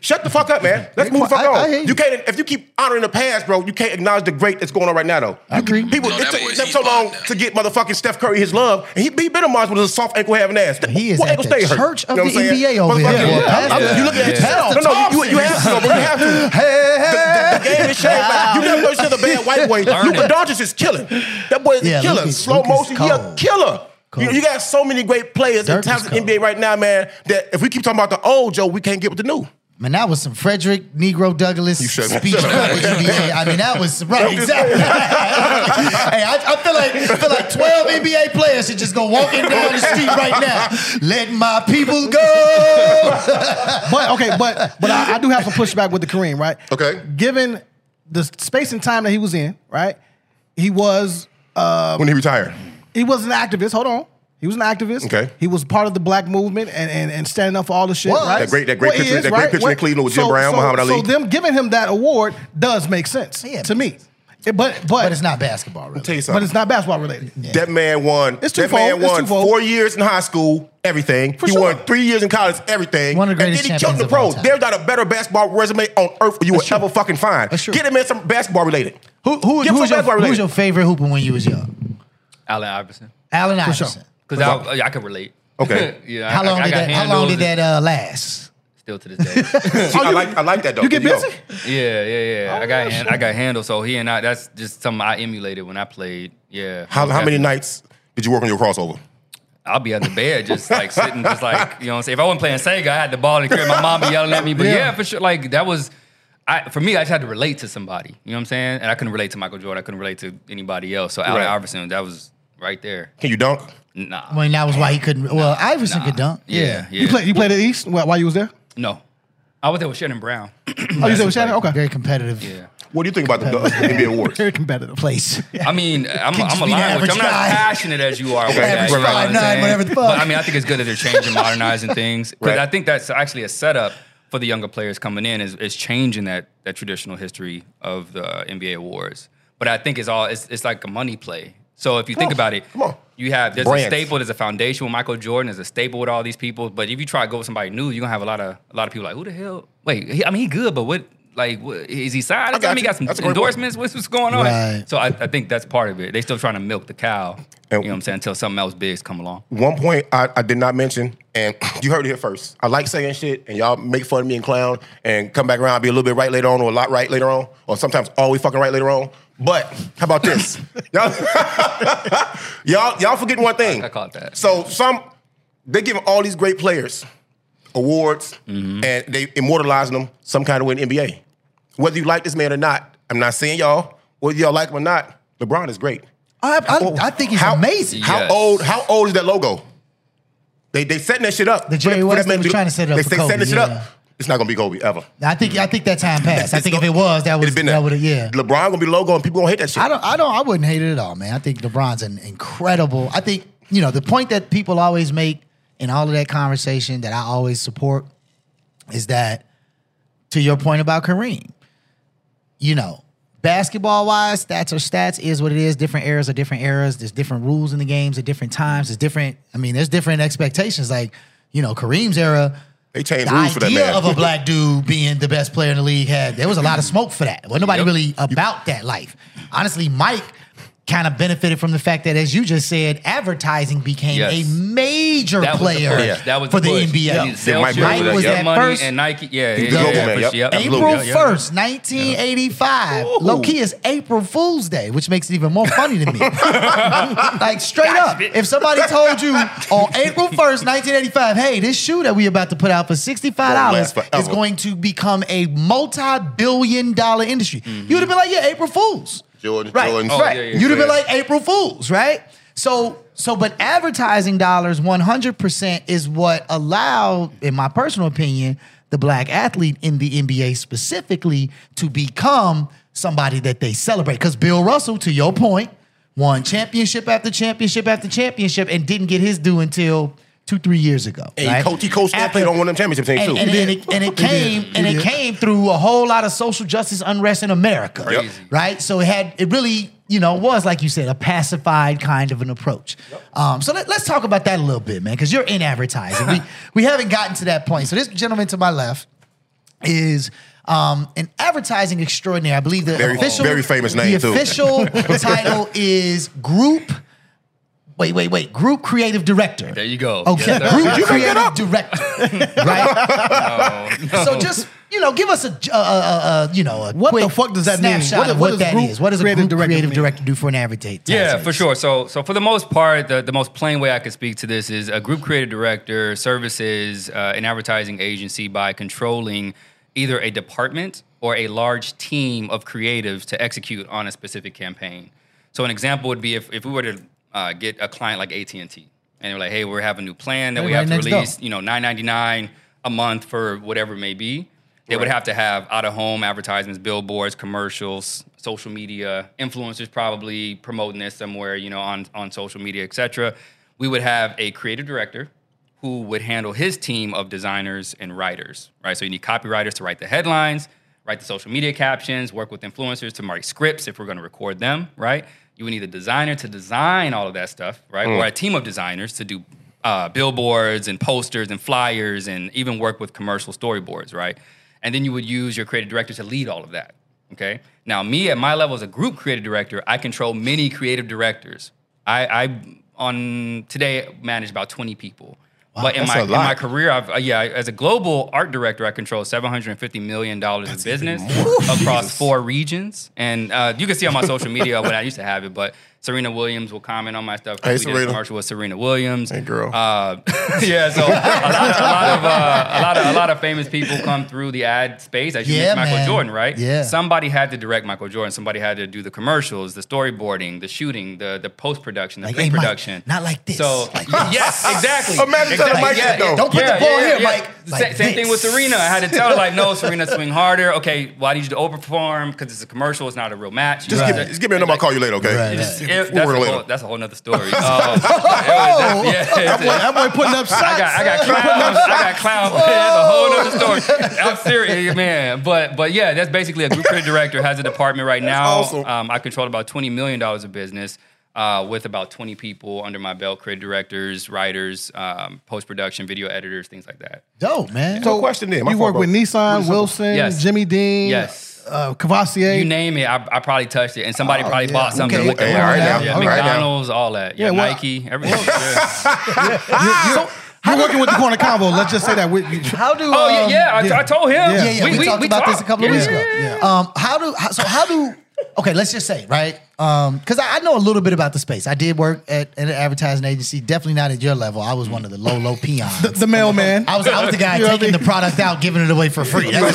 Speaker 5: Shut the fuck up, man. Let's move the fuck
Speaker 6: I- I
Speaker 5: on.
Speaker 6: hear you.
Speaker 5: you. can't if you keep honoring the past, bro. You can't acknowledge the great that's going on right now, though.
Speaker 6: I agree.
Speaker 5: People,
Speaker 8: No,
Speaker 5: it
Speaker 8: that
Speaker 5: took
Speaker 8: boy is
Speaker 5: them so
Speaker 8: heat
Speaker 5: long
Speaker 8: bond now.
Speaker 5: to get motherfucking Steph Curry his love, and he, he been a monster with a soft ankle having ass.
Speaker 6: He is
Speaker 5: What
Speaker 6: at
Speaker 5: ankle stay
Speaker 6: the
Speaker 5: hurt?
Speaker 6: church of
Speaker 5: You know
Speaker 6: the
Speaker 5: what I'm saying?
Speaker 6: NBA over here.
Speaker 5: Motherfucker,
Speaker 6: boy.
Speaker 5: I'm-
Speaker 6: Pastor-
Speaker 5: You look at
Speaker 6: Pastor
Speaker 5: No, no, you, you have to, though, bro. You have to. The, the, the game is changed. man. You never know another bad white boy.
Speaker 11: Learn
Speaker 5: Luka
Speaker 11: it.
Speaker 5: Doncic is killing. That boy is
Speaker 6: Yeah,
Speaker 5: a killer.
Speaker 6: Luka's-
Speaker 5: Slow
Speaker 6: Luka's
Speaker 5: motion, he a
Speaker 6: cold.
Speaker 5: killer. You,
Speaker 6: Cold.
Speaker 5: you got so many great players
Speaker 6: Dirk
Speaker 5: and
Speaker 6: is
Speaker 5: talented
Speaker 6: cold.
Speaker 5: NBA right now, man. That if we keep talking about the old Joe, we can't get with the new.
Speaker 6: Man, that was some Frederick Negro Douglass
Speaker 5: You shut up.
Speaker 6: speech
Speaker 5: Shut up.
Speaker 6: with NBA. I mean, that was right, exactly. hey, I, I feel like I feel like twelve NBA players should just go walking down the street right now. Let my people go.
Speaker 2: but okay, but but I, I do have some pushback with the Kareem, right?
Speaker 5: Okay.
Speaker 2: Given the space and time that he was in, right? He was
Speaker 5: Uh, when he retired.
Speaker 2: he was an activist. Hold on. He was an activist.
Speaker 5: Okay.
Speaker 2: He was part of the black movement and, and, and standing up for all the shit,
Speaker 6: Was.
Speaker 2: right?
Speaker 5: That great- that great
Speaker 2: he
Speaker 5: picture- that great picture in
Speaker 2: What-
Speaker 5: Cleveland with Jim Brown, Muhammad
Speaker 2: so
Speaker 5: Ali.
Speaker 2: them giving him that award does make sense
Speaker 6: Yeah, it
Speaker 2: to me.
Speaker 6: makes
Speaker 2: It- but, but,
Speaker 6: But it's not basketball, really.
Speaker 5: Tell you
Speaker 2: But
Speaker 5: something.
Speaker 2: it's not basketball related.
Speaker 5: That man won.
Speaker 2: It's
Speaker 5: that
Speaker 2: twofold.
Speaker 5: man
Speaker 2: It's
Speaker 5: won
Speaker 2: twofold.
Speaker 5: four years in high school, everything.
Speaker 2: For
Speaker 5: he
Speaker 2: sure.
Speaker 5: won three years in college, everything.
Speaker 6: One of the greatest
Speaker 5: and then he killed
Speaker 6: champions
Speaker 5: the
Speaker 6: of all
Speaker 5: pros.
Speaker 6: time.
Speaker 5: There's not a better basketball resume on earth you would ever fucking find.
Speaker 2: That's true.
Speaker 5: Get him in some basketball related.
Speaker 6: Who who,
Speaker 5: Give
Speaker 6: who,
Speaker 5: some
Speaker 6: was your,
Speaker 5: basketball
Speaker 6: who was
Speaker 5: related.
Speaker 6: your favorite hooper when you was young?
Speaker 11: Allen Iverson.
Speaker 6: Allen
Speaker 2: sure.
Speaker 6: Iverson.
Speaker 11: Because I, I, I can relate.
Speaker 5: Okay.
Speaker 11: yeah, I-
Speaker 6: How
Speaker 11: I-
Speaker 6: long
Speaker 11: I
Speaker 6: did
Speaker 11: got
Speaker 6: that? How long
Speaker 11: handles
Speaker 6: did that
Speaker 11: and
Speaker 6: uh, last?
Speaker 11: Still to this day.
Speaker 5: See, I like I like that though.
Speaker 2: You get
Speaker 5: There
Speaker 2: busy?
Speaker 5: go.
Speaker 11: Yeah, yeah, yeah. I
Speaker 6: Oh,
Speaker 2: yeah,
Speaker 11: got hand, I got handled. So he and I, that's just something I emulated when I played. Yeah.
Speaker 5: How, how many
Speaker 11: Definitely.
Speaker 5: nights did you work on your crossover?
Speaker 11: I'll be at the bed just like sitting, just like, you know what I'm saying? If I wasn't playing Sega, I had the ball in the crib, my mom be yelling at me. But yeah. for sure. Like that was I for me, I just had to relate to somebody. You know what I'm saying? And I couldn't relate to Michael Jordan. I couldn't relate to anybody else. So Allen
Speaker 5: Right.
Speaker 11: Iverson, that was right there.
Speaker 5: Can you dunk?
Speaker 11: Nah.
Speaker 6: I mean, that was why he couldn't. Well, Iverson could dunk.
Speaker 11: Yeah. Yeah.
Speaker 2: You played you played at East while while you was there?
Speaker 11: No. I was there with Shannon Brown.
Speaker 2: Oh, you said with Shannon? Okay.
Speaker 6: Very competitive
Speaker 11: Yeah.
Speaker 5: What do you think about the, the NBA awards?
Speaker 2: Very competitive.
Speaker 6: place.
Speaker 11: I mean, I'm,
Speaker 6: Can't
Speaker 11: I'm
Speaker 6: just be the
Speaker 11: aligned with you. I'm not as
Speaker 6: average guy.
Speaker 11: passionate as you are. with that,
Speaker 6: Average
Speaker 11: you know what I'm
Speaker 6: 5'9",
Speaker 11: saying?
Speaker 6: whatever the fuck.
Speaker 11: But I mean, I think it's good that they're changing, modernizing things. Because
Speaker 5: Right.
Speaker 11: I think that's actually a setup for the younger players coming in is, is changing that that traditional history of the NBA awards. But I think it's all it's, it's like a money play. So if you think
Speaker 5: on,
Speaker 11: about it,
Speaker 5: come on.
Speaker 11: you have there's
Speaker 5: Brands.
Speaker 11: a staple, there's a foundation with Michael Jordan, there's a staple with all these people. But if you try to go with somebody new, you're gonna have a lot of a lot of people like, who the hell? Wait, he, I mean, he good, but what? Like, what, is he signed? I,
Speaker 5: got
Speaker 11: mean, he
Speaker 5: you.
Speaker 11: got some
Speaker 5: That's a great point.
Speaker 11: endorsements. What's, what's going on?
Speaker 6: Right. Oh.
Speaker 11: So I, I think that's part of it. They still trying to milk the cow.
Speaker 5: And-
Speaker 11: you know what I'm saying? Until something else big's come along.
Speaker 5: One point I, I did not mention, and you heard it here first. I like saying shit, and y'all make fun of me and clown, and come back around, be a little bit right later on, or a lot right later on, or sometimes always fucking right later on. But how about this? y'all, y'all, y'all forgetting one thing.
Speaker 11: I caught that.
Speaker 5: So some they giving all these great players awards,
Speaker 11: Mm-hmm.
Speaker 5: and they immortalizing them some kind of way in the NBA. Whether you like this man or not, I'm not saying y'all. Whether y'all like him or not, LeBron is great.
Speaker 6: I, I, I think he's
Speaker 5: Oh, How-
Speaker 6: amazing.
Speaker 5: How
Speaker 11: Yes.
Speaker 5: old? How old is that logo? They they setting that shit up.
Speaker 6: The Jerry
Speaker 5: For that
Speaker 6: West,
Speaker 5: man
Speaker 6: they was trying to set it up
Speaker 5: They
Speaker 6: for
Speaker 5: they setting
Speaker 6: Kobe,
Speaker 5: that shit
Speaker 6: yeah.
Speaker 5: up. It's not gonna be Kobe ever.
Speaker 6: I think I think that time passed. I
Speaker 5: It's
Speaker 6: think if
Speaker 5: go-
Speaker 6: it was, that
Speaker 5: it'd
Speaker 6: was
Speaker 5: been
Speaker 6: that would have yeah.
Speaker 5: LeBron gonna be logo, and people gonna hate that shit.
Speaker 6: I don't I don't I wouldn't hate it at all, man. I think LeBron's an incredible. I think you know the point that people always make in all of that conversation that I always support is that to your point about Kareem, you know, basketball wise, stats are stats is what it is. Different eras are different eras. There's different rules in the games at different times. There's different. I mean, there's different expectations. Like you know, Kareem's era.
Speaker 5: They changed
Speaker 6: the
Speaker 5: rules for that
Speaker 6: idea
Speaker 5: man.
Speaker 6: of a black dude being the best player in the league had there was a lot of smoke for that. Wasn't nobody
Speaker 11: Yep.
Speaker 6: really about that life. Honestly, Mike kind of benefited from the fact that, as you just said, advertising became
Speaker 11: Yes.
Speaker 6: a major
Speaker 11: That was the
Speaker 6: player
Speaker 11: push. That was
Speaker 6: for
Speaker 11: the
Speaker 6: the,
Speaker 11: push.
Speaker 6: NBA.
Speaker 11: Yeah, you sell
Speaker 6: Mike
Speaker 11: shirts,
Speaker 6: was
Speaker 11: yeah.
Speaker 6: that
Speaker 11: Money
Speaker 6: first.
Speaker 11: and Nike- yeah, yeah,
Speaker 5: global
Speaker 11: yeah,
Speaker 5: man,
Speaker 11: for
Speaker 5: yep,
Speaker 11: sure, yep,
Speaker 5: absolutely.
Speaker 6: April
Speaker 11: Yeah, yeah.
Speaker 6: 1st, 1985. Low key is April Fool's Day, which makes it even more funny to me. like, straight up, if somebody told you on April 1st, 1985, hey, this shoe that we about to put out for
Speaker 5: Gonna
Speaker 6: $65
Speaker 5: last
Speaker 6: is
Speaker 5: forever.
Speaker 6: going to become a multi billion dollar industry, you would have been like, yeah, April Fool's.
Speaker 5: Jordan,
Speaker 6: Right.
Speaker 5: Jordan.
Speaker 6: right. You'd have been like April Fools, right? So so but advertising dollars 100% is what allowed in my personal opinion the black athlete in the NBA specifically to become somebody that they celebrate cuz Bill Russell to your point won championship after championship after championship and didn't get his due until 2 3 years ago.
Speaker 5: And
Speaker 6: right?
Speaker 5: he coached, he coached that played on one of them championship teams
Speaker 6: and,
Speaker 5: too.
Speaker 6: and, and it, and it came and it came through a whole lot of social justice unrest in America,
Speaker 5: Yep.
Speaker 6: right? So it had it really you know was like you said a pacified kind of an approach. Um, so let, us talk about that a little bit, man, because you're in advertising. we we haven't gotten to that point. So this gentleman to my left is. Um, an advertising extraordinaire. I believe the
Speaker 5: Very-
Speaker 6: official,
Speaker 5: very famous name,
Speaker 6: The
Speaker 5: too.
Speaker 6: official title is Group. Wait, wait, wait. Group Creative Director.
Speaker 11: There you go.
Speaker 6: Okay,
Speaker 11: Yes, sir.
Speaker 6: Group Creative Director. Right. So just you know, give us a uh, uh, uh, you know a
Speaker 2: What the
Speaker 6: quick
Speaker 2: fuck does that mean?
Speaker 6: snapshot
Speaker 2: What-
Speaker 6: of
Speaker 2: what
Speaker 6: what,
Speaker 2: does
Speaker 6: that
Speaker 2: group
Speaker 6: is. What does a
Speaker 2: creative
Speaker 6: group
Speaker 2: director
Speaker 6: creative
Speaker 2: mean?
Speaker 6: director do for an advertiser?
Speaker 11: Yeah, for sure. So, so for the most part, the, the most plain way I could speak to this is a group creative director services uh, an advertising agency by controlling either a department or a large team of creatives to execute on a specific campaign. So, an example would be if, if we were to uh, get a client like AT and T, and they're like, "Hey, we have a new plan that we
Speaker 6: Right
Speaker 11: have to
Speaker 6: next door.
Speaker 11: release. You know, nine ninety nine a month for whatever it may be." They would have to have out of home advertisements, billboards, commercials, social media, influencers probably promoting this somewhere, you know, on, on social media, et cetera. We would have a creative director who would handle his team of designers and writers, right? So you need copywriters to write the headlines, write the social media captions, work with influencers to write scripts if we're gonna record them, right? You would need a designer to design all of that stuff, right? Or a team of designers to do uh, billboards and posters and flyers and even work with commercial storyboards, right? And then you would use your creative director to lead all of that. Okay. Now, me at my level as a group creative director, I control many creative directors. I, I on today manage about 20 people. but in
Speaker 5: that's
Speaker 11: my
Speaker 5: a
Speaker 11: in
Speaker 5: lot.
Speaker 11: my career, I've uh, yeah, as a global art director, I control 750 million dollars of business across four regions. And uh, you can see on my social media when I used to have it, but Serena Williams will comment on my stuff.
Speaker 5: Hey,
Speaker 11: we did a
Speaker 5: Serena.
Speaker 11: commercial with Serena Williams.
Speaker 5: Hey, girl.
Speaker 11: Uh, yeah, so a lot, a lot of uh, a lot of a lot of famous people come through the ad space. As you
Speaker 6: Yeah,
Speaker 11: mentioned, Michael
Speaker 6: man.
Speaker 11: Jordan, right?
Speaker 6: Yeah.
Speaker 11: Somebody had to direct Michael Jordan. Somebody had to do the commercials, the storyboarding, the shooting, the the post production, the
Speaker 6: Like, hey,
Speaker 11: pre
Speaker 6: Mike,
Speaker 11: production.
Speaker 6: not like this.
Speaker 11: So
Speaker 6: Like
Speaker 11: yes, exactly.
Speaker 5: Imagine telling
Speaker 11: Exactly.
Speaker 5: Mike that, though.
Speaker 6: Don't put the ball here, Mike.
Speaker 11: Sa-
Speaker 6: Like
Speaker 11: same thing with
Speaker 6: this.
Speaker 11: Serena. I had to tell her like, no, Serena, swing harder. Okay, why did you do overperform? Because it's a commercial. It's not a real match.
Speaker 5: Just, give, just give me a number. I'll call you later, okay?
Speaker 6: Right,
Speaker 5: Just-
Speaker 11: It-
Speaker 5: we'll
Speaker 11: that's, a
Speaker 5: work
Speaker 11: whole,
Speaker 5: later.
Speaker 11: that's a whole nother story. Um, it
Speaker 6: Oh.
Speaker 11: was- yeah,
Speaker 2: That boy, Oh! that boy putting up
Speaker 11: I got,
Speaker 2: shots.
Speaker 11: I got clowns. I got clowns. Man, that's a whole other story. I'm serious, man. But but yeah, that's basically a group creative director has a department right now.
Speaker 5: awesome.
Speaker 11: Um, I control about twenty million dollars of business. Uh, with about 20 people under my belt, creative directors, writers, um, post production, video editors, things like that.
Speaker 6: Dope, man.
Speaker 5: No question then. My
Speaker 2: You work
Speaker 5: fault, bro.
Speaker 2: with Nissan, Wilson,
Speaker 11: Yes.
Speaker 2: Jimmy Dean,
Speaker 11: Yes.
Speaker 2: uh, Cavassier.
Speaker 11: You name it, I, I probably touched it, and somebody probably
Speaker 2: yeah.
Speaker 11: bought something
Speaker 6: Oh, Okay,
Speaker 11: with
Speaker 5: hey,
Speaker 11: it.
Speaker 5: all right now,
Speaker 11: yeah,
Speaker 5: all right now.
Speaker 11: McDonald's, all that. Yeah,
Speaker 2: Yeah, well,
Speaker 11: Nike, everything. yeah.
Speaker 6: um,
Speaker 2: You're working with the corner combo. Let's just say that. We, you,
Speaker 6: How do
Speaker 11: Oh yeah,
Speaker 6: um,
Speaker 11: yeah. I,
Speaker 2: yeah.
Speaker 11: I told him.
Speaker 6: Yeah, yeah. We, talked about this a couple of
Speaker 11: Yeah,
Speaker 6: weeks
Speaker 11: yeah,
Speaker 6: ago.
Speaker 11: yeah.
Speaker 6: Um, how do how, so? How do okay? Let's just say right because I, I know a little bit about the space. I did work at, at an advertising agency. Definitely not at your level. I was one of the low low peons.
Speaker 2: the, the mailman.
Speaker 6: I was I was the guy
Speaker 2: You know what I
Speaker 6: taking the
Speaker 2: mean?
Speaker 6: product out, giving it away for free. That's what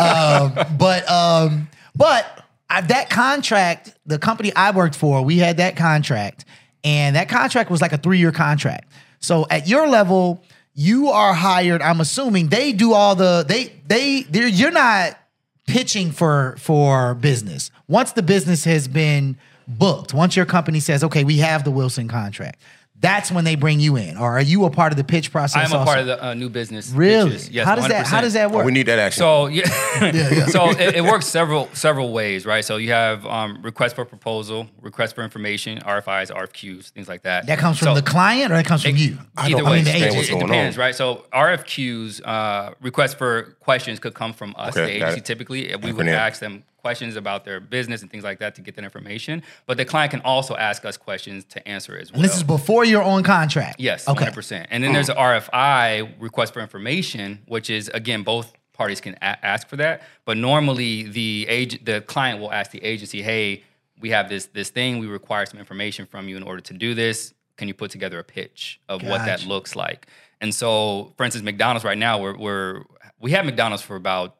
Speaker 6: I was. Um, but um, but I, that contract, the company I worked for, we had that contract, and that contract was like a three year contract. So at your level, you are hired. I'm assuming they do all the they they they're, you're not pitching for for business. Once the business has been booked, once your company says, okay, we have the Wilson contract. That's when they bring you in, or are you a part of the pitch
Speaker 11: I
Speaker 6: process?
Speaker 11: am a
Speaker 6: also?
Speaker 11: part of the uh, new business.
Speaker 6: Really?
Speaker 11: pitches. Yes,
Speaker 6: how does that? How
Speaker 11: 100%.
Speaker 6: does that work?
Speaker 5: We need that action.
Speaker 11: So yeah, so it, it works several several ways, right? So you have um, request for proposal, request for information, RFIs, RFQs, things like that.
Speaker 6: That comes from
Speaker 11: So-
Speaker 6: the client or that comes from
Speaker 11: It-
Speaker 6: you?
Speaker 11: Either
Speaker 5: I
Speaker 11: way,
Speaker 5: understand
Speaker 11: it,
Speaker 5: what's
Speaker 11: it
Speaker 5: going
Speaker 11: depends,
Speaker 5: on.
Speaker 11: right? So RFQs, uh, requests for questions, could come from us,
Speaker 5: Okay,
Speaker 11: the
Speaker 5: got
Speaker 11: agency.
Speaker 5: it.
Speaker 11: Typically, and we would
Speaker 5: Acronym.
Speaker 11: ask them questions about their business and things like that to get that information. But the client can also ask us questions to answer as well.
Speaker 6: And this is before you're on contract.
Speaker 11: Yes,
Speaker 6: Okay.
Speaker 11: 100%. And then there's an RFI, request for information, which is again both parties can a- ask for that, but normally the ag- the client will ask the agency, "Hey, we have this this thing, we require some information from you in order to do this. Can you put together a pitch of what that
Speaker 12: Gotcha.
Speaker 11: looks like?" And so, for instance, McDonald's right now we're, we're we have McDonald's for about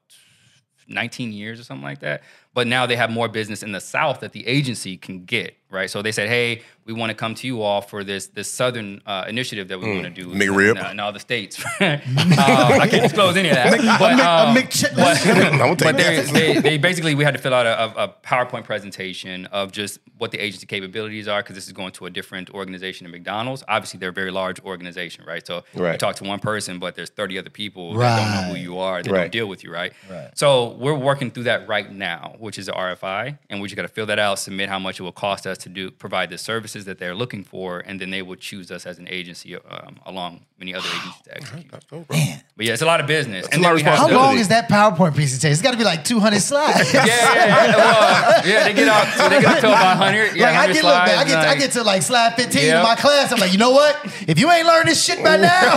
Speaker 11: 19 years or something like that. But now they have more business in the South that the agency can get, right? So they said, hey, we want to come to you all for this this Southern uh, initiative that we
Speaker 5: Mm,
Speaker 11: want to do
Speaker 5: McRib.
Speaker 11: in, uh, in all the states. um, I can't disclose any of that.
Speaker 5: Mc- a
Speaker 11: but,
Speaker 5: Mc- a
Speaker 11: um,
Speaker 5: McChicken.
Speaker 11: but-
Speaker 5: I'm gonna take
Speaker 11: but they,
Speaker 5: that.
Speaker 11: they, they basically, we had to fill out a, a- a PowerPoint presentation of just what the agency capabilities are because this is going to a different organization than McDonald's. Obviously, they're a very large organization, right? So you
Speaker 5: Right.
Speaker 11: talk to one person, but there's 30 other people that don't know who
Speaker 5: Right.
Speaker 11: you are, that don't
Speaker 5: Right.
Speaker 11: deal with you, right? So we're working through that right now, which is the RFI, and we just got to fill that out, submit how much it will cost us to do provide the services that they're looking for, and then they will choose us as an agency um, along many other agencies to execute. But yeah, it's a lot of business.
Speaker 5: That's a lot of
Speaker 11: then we have
Speaker 6: How
Speaker 11: to-
Speaker 6: long is that PowerPoint presentation? It's got to be like 200 slides.
Speaker 11: Yeah, yeah, yeah. yeah. Well, yeah, they get out. So they get up to about hundred. Yeah,
Speaker 6: like I
Speaker 11: 100
Speaker 6: get,
Speaker 11: slides,
Speaker 6: look, I, get I
Speaker 11: like-
Speaker 6: get to like slide 15
Speaker 11: Yep.
Speaker 6: in my class. I'm like, you know what? If you ain't learned this shit by now,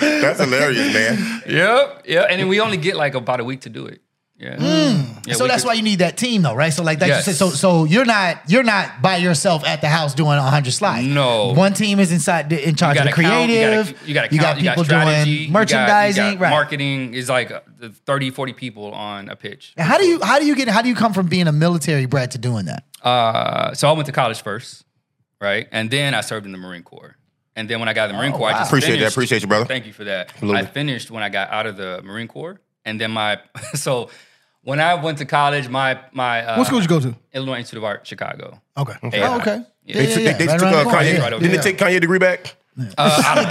Speaker 5: That's hilarious, man.
Speaker 11: Yep, yep. And then we only get like about a week to do it. Yeah.
Speaker 6: Mm.
Speaker 11: Yeah,
Speaker 6: so
Speaker 11: we
Speaker 6: that's
Speaker 11: could-
Speaker 6: why you need that team, though, right? So like that.
Speaker 11: Yes.
Speaker 6: So so you're not you're not by yourself at the house doing hundred slides.
Speaker 11: No.
Speaker 6: one team is inside in
Speaker 11: You
Speaker 6: charge of
Speaker 11: gotta
Speaker 6: the
Speaker 11: count, you gotta-
Speaker 6: creative.
Speaker 11: you got to count. You got,
Speaker 6: people
Speaker 11: strategy, you
Speaker 6: doing
Speaker 11: got-
Speaker 6: merchandising.
Speaker 11: you got
Speaker 6: right.
Speaker 11: Marketing is like uh, 30, 40 people on a pitch.
Speaker 6: Now, how do you how do you get how do you come from being a military brat to doing that?
Speaker 11: Uh, so I went to college first, right? And then I served in the Marine Corps. And then when I got out of the Marine
Speaker 5: Oh,
Speaker 11: Corps, I
Speaker 5: wow.
Speaker 11: just
Speaker 5: Appreciate that.
Speaker 11: finished-
Speaker 5: Appreciate you, brother.
Speaker 11: Thank you for that.
Speaker 5: Absolutely.
Speaker 11: I finished when I got out of the Marine Corps, and then my so when I went to college, my my uh,
Speaker 2: What school did you go to?
Speaker 11: Illinois Institute of Art, Chicago.
Speaker 2: Okay.
Speaker 11: Okay.
Speaker 2: Oh, okay.
Speaker 11: Yeah.
Speaker 5: They, took- they- they
Speaker 11: Right
Speaker 5: took,
Speaker 11: around
Speaker 5: uh,
Speaker 11: the corner,
Speaker 5: Kanye.
Speaker 11: yeah.
Speaker 5: Didn't they take Kanye degree back?
Speaker 11: Uh, I don't-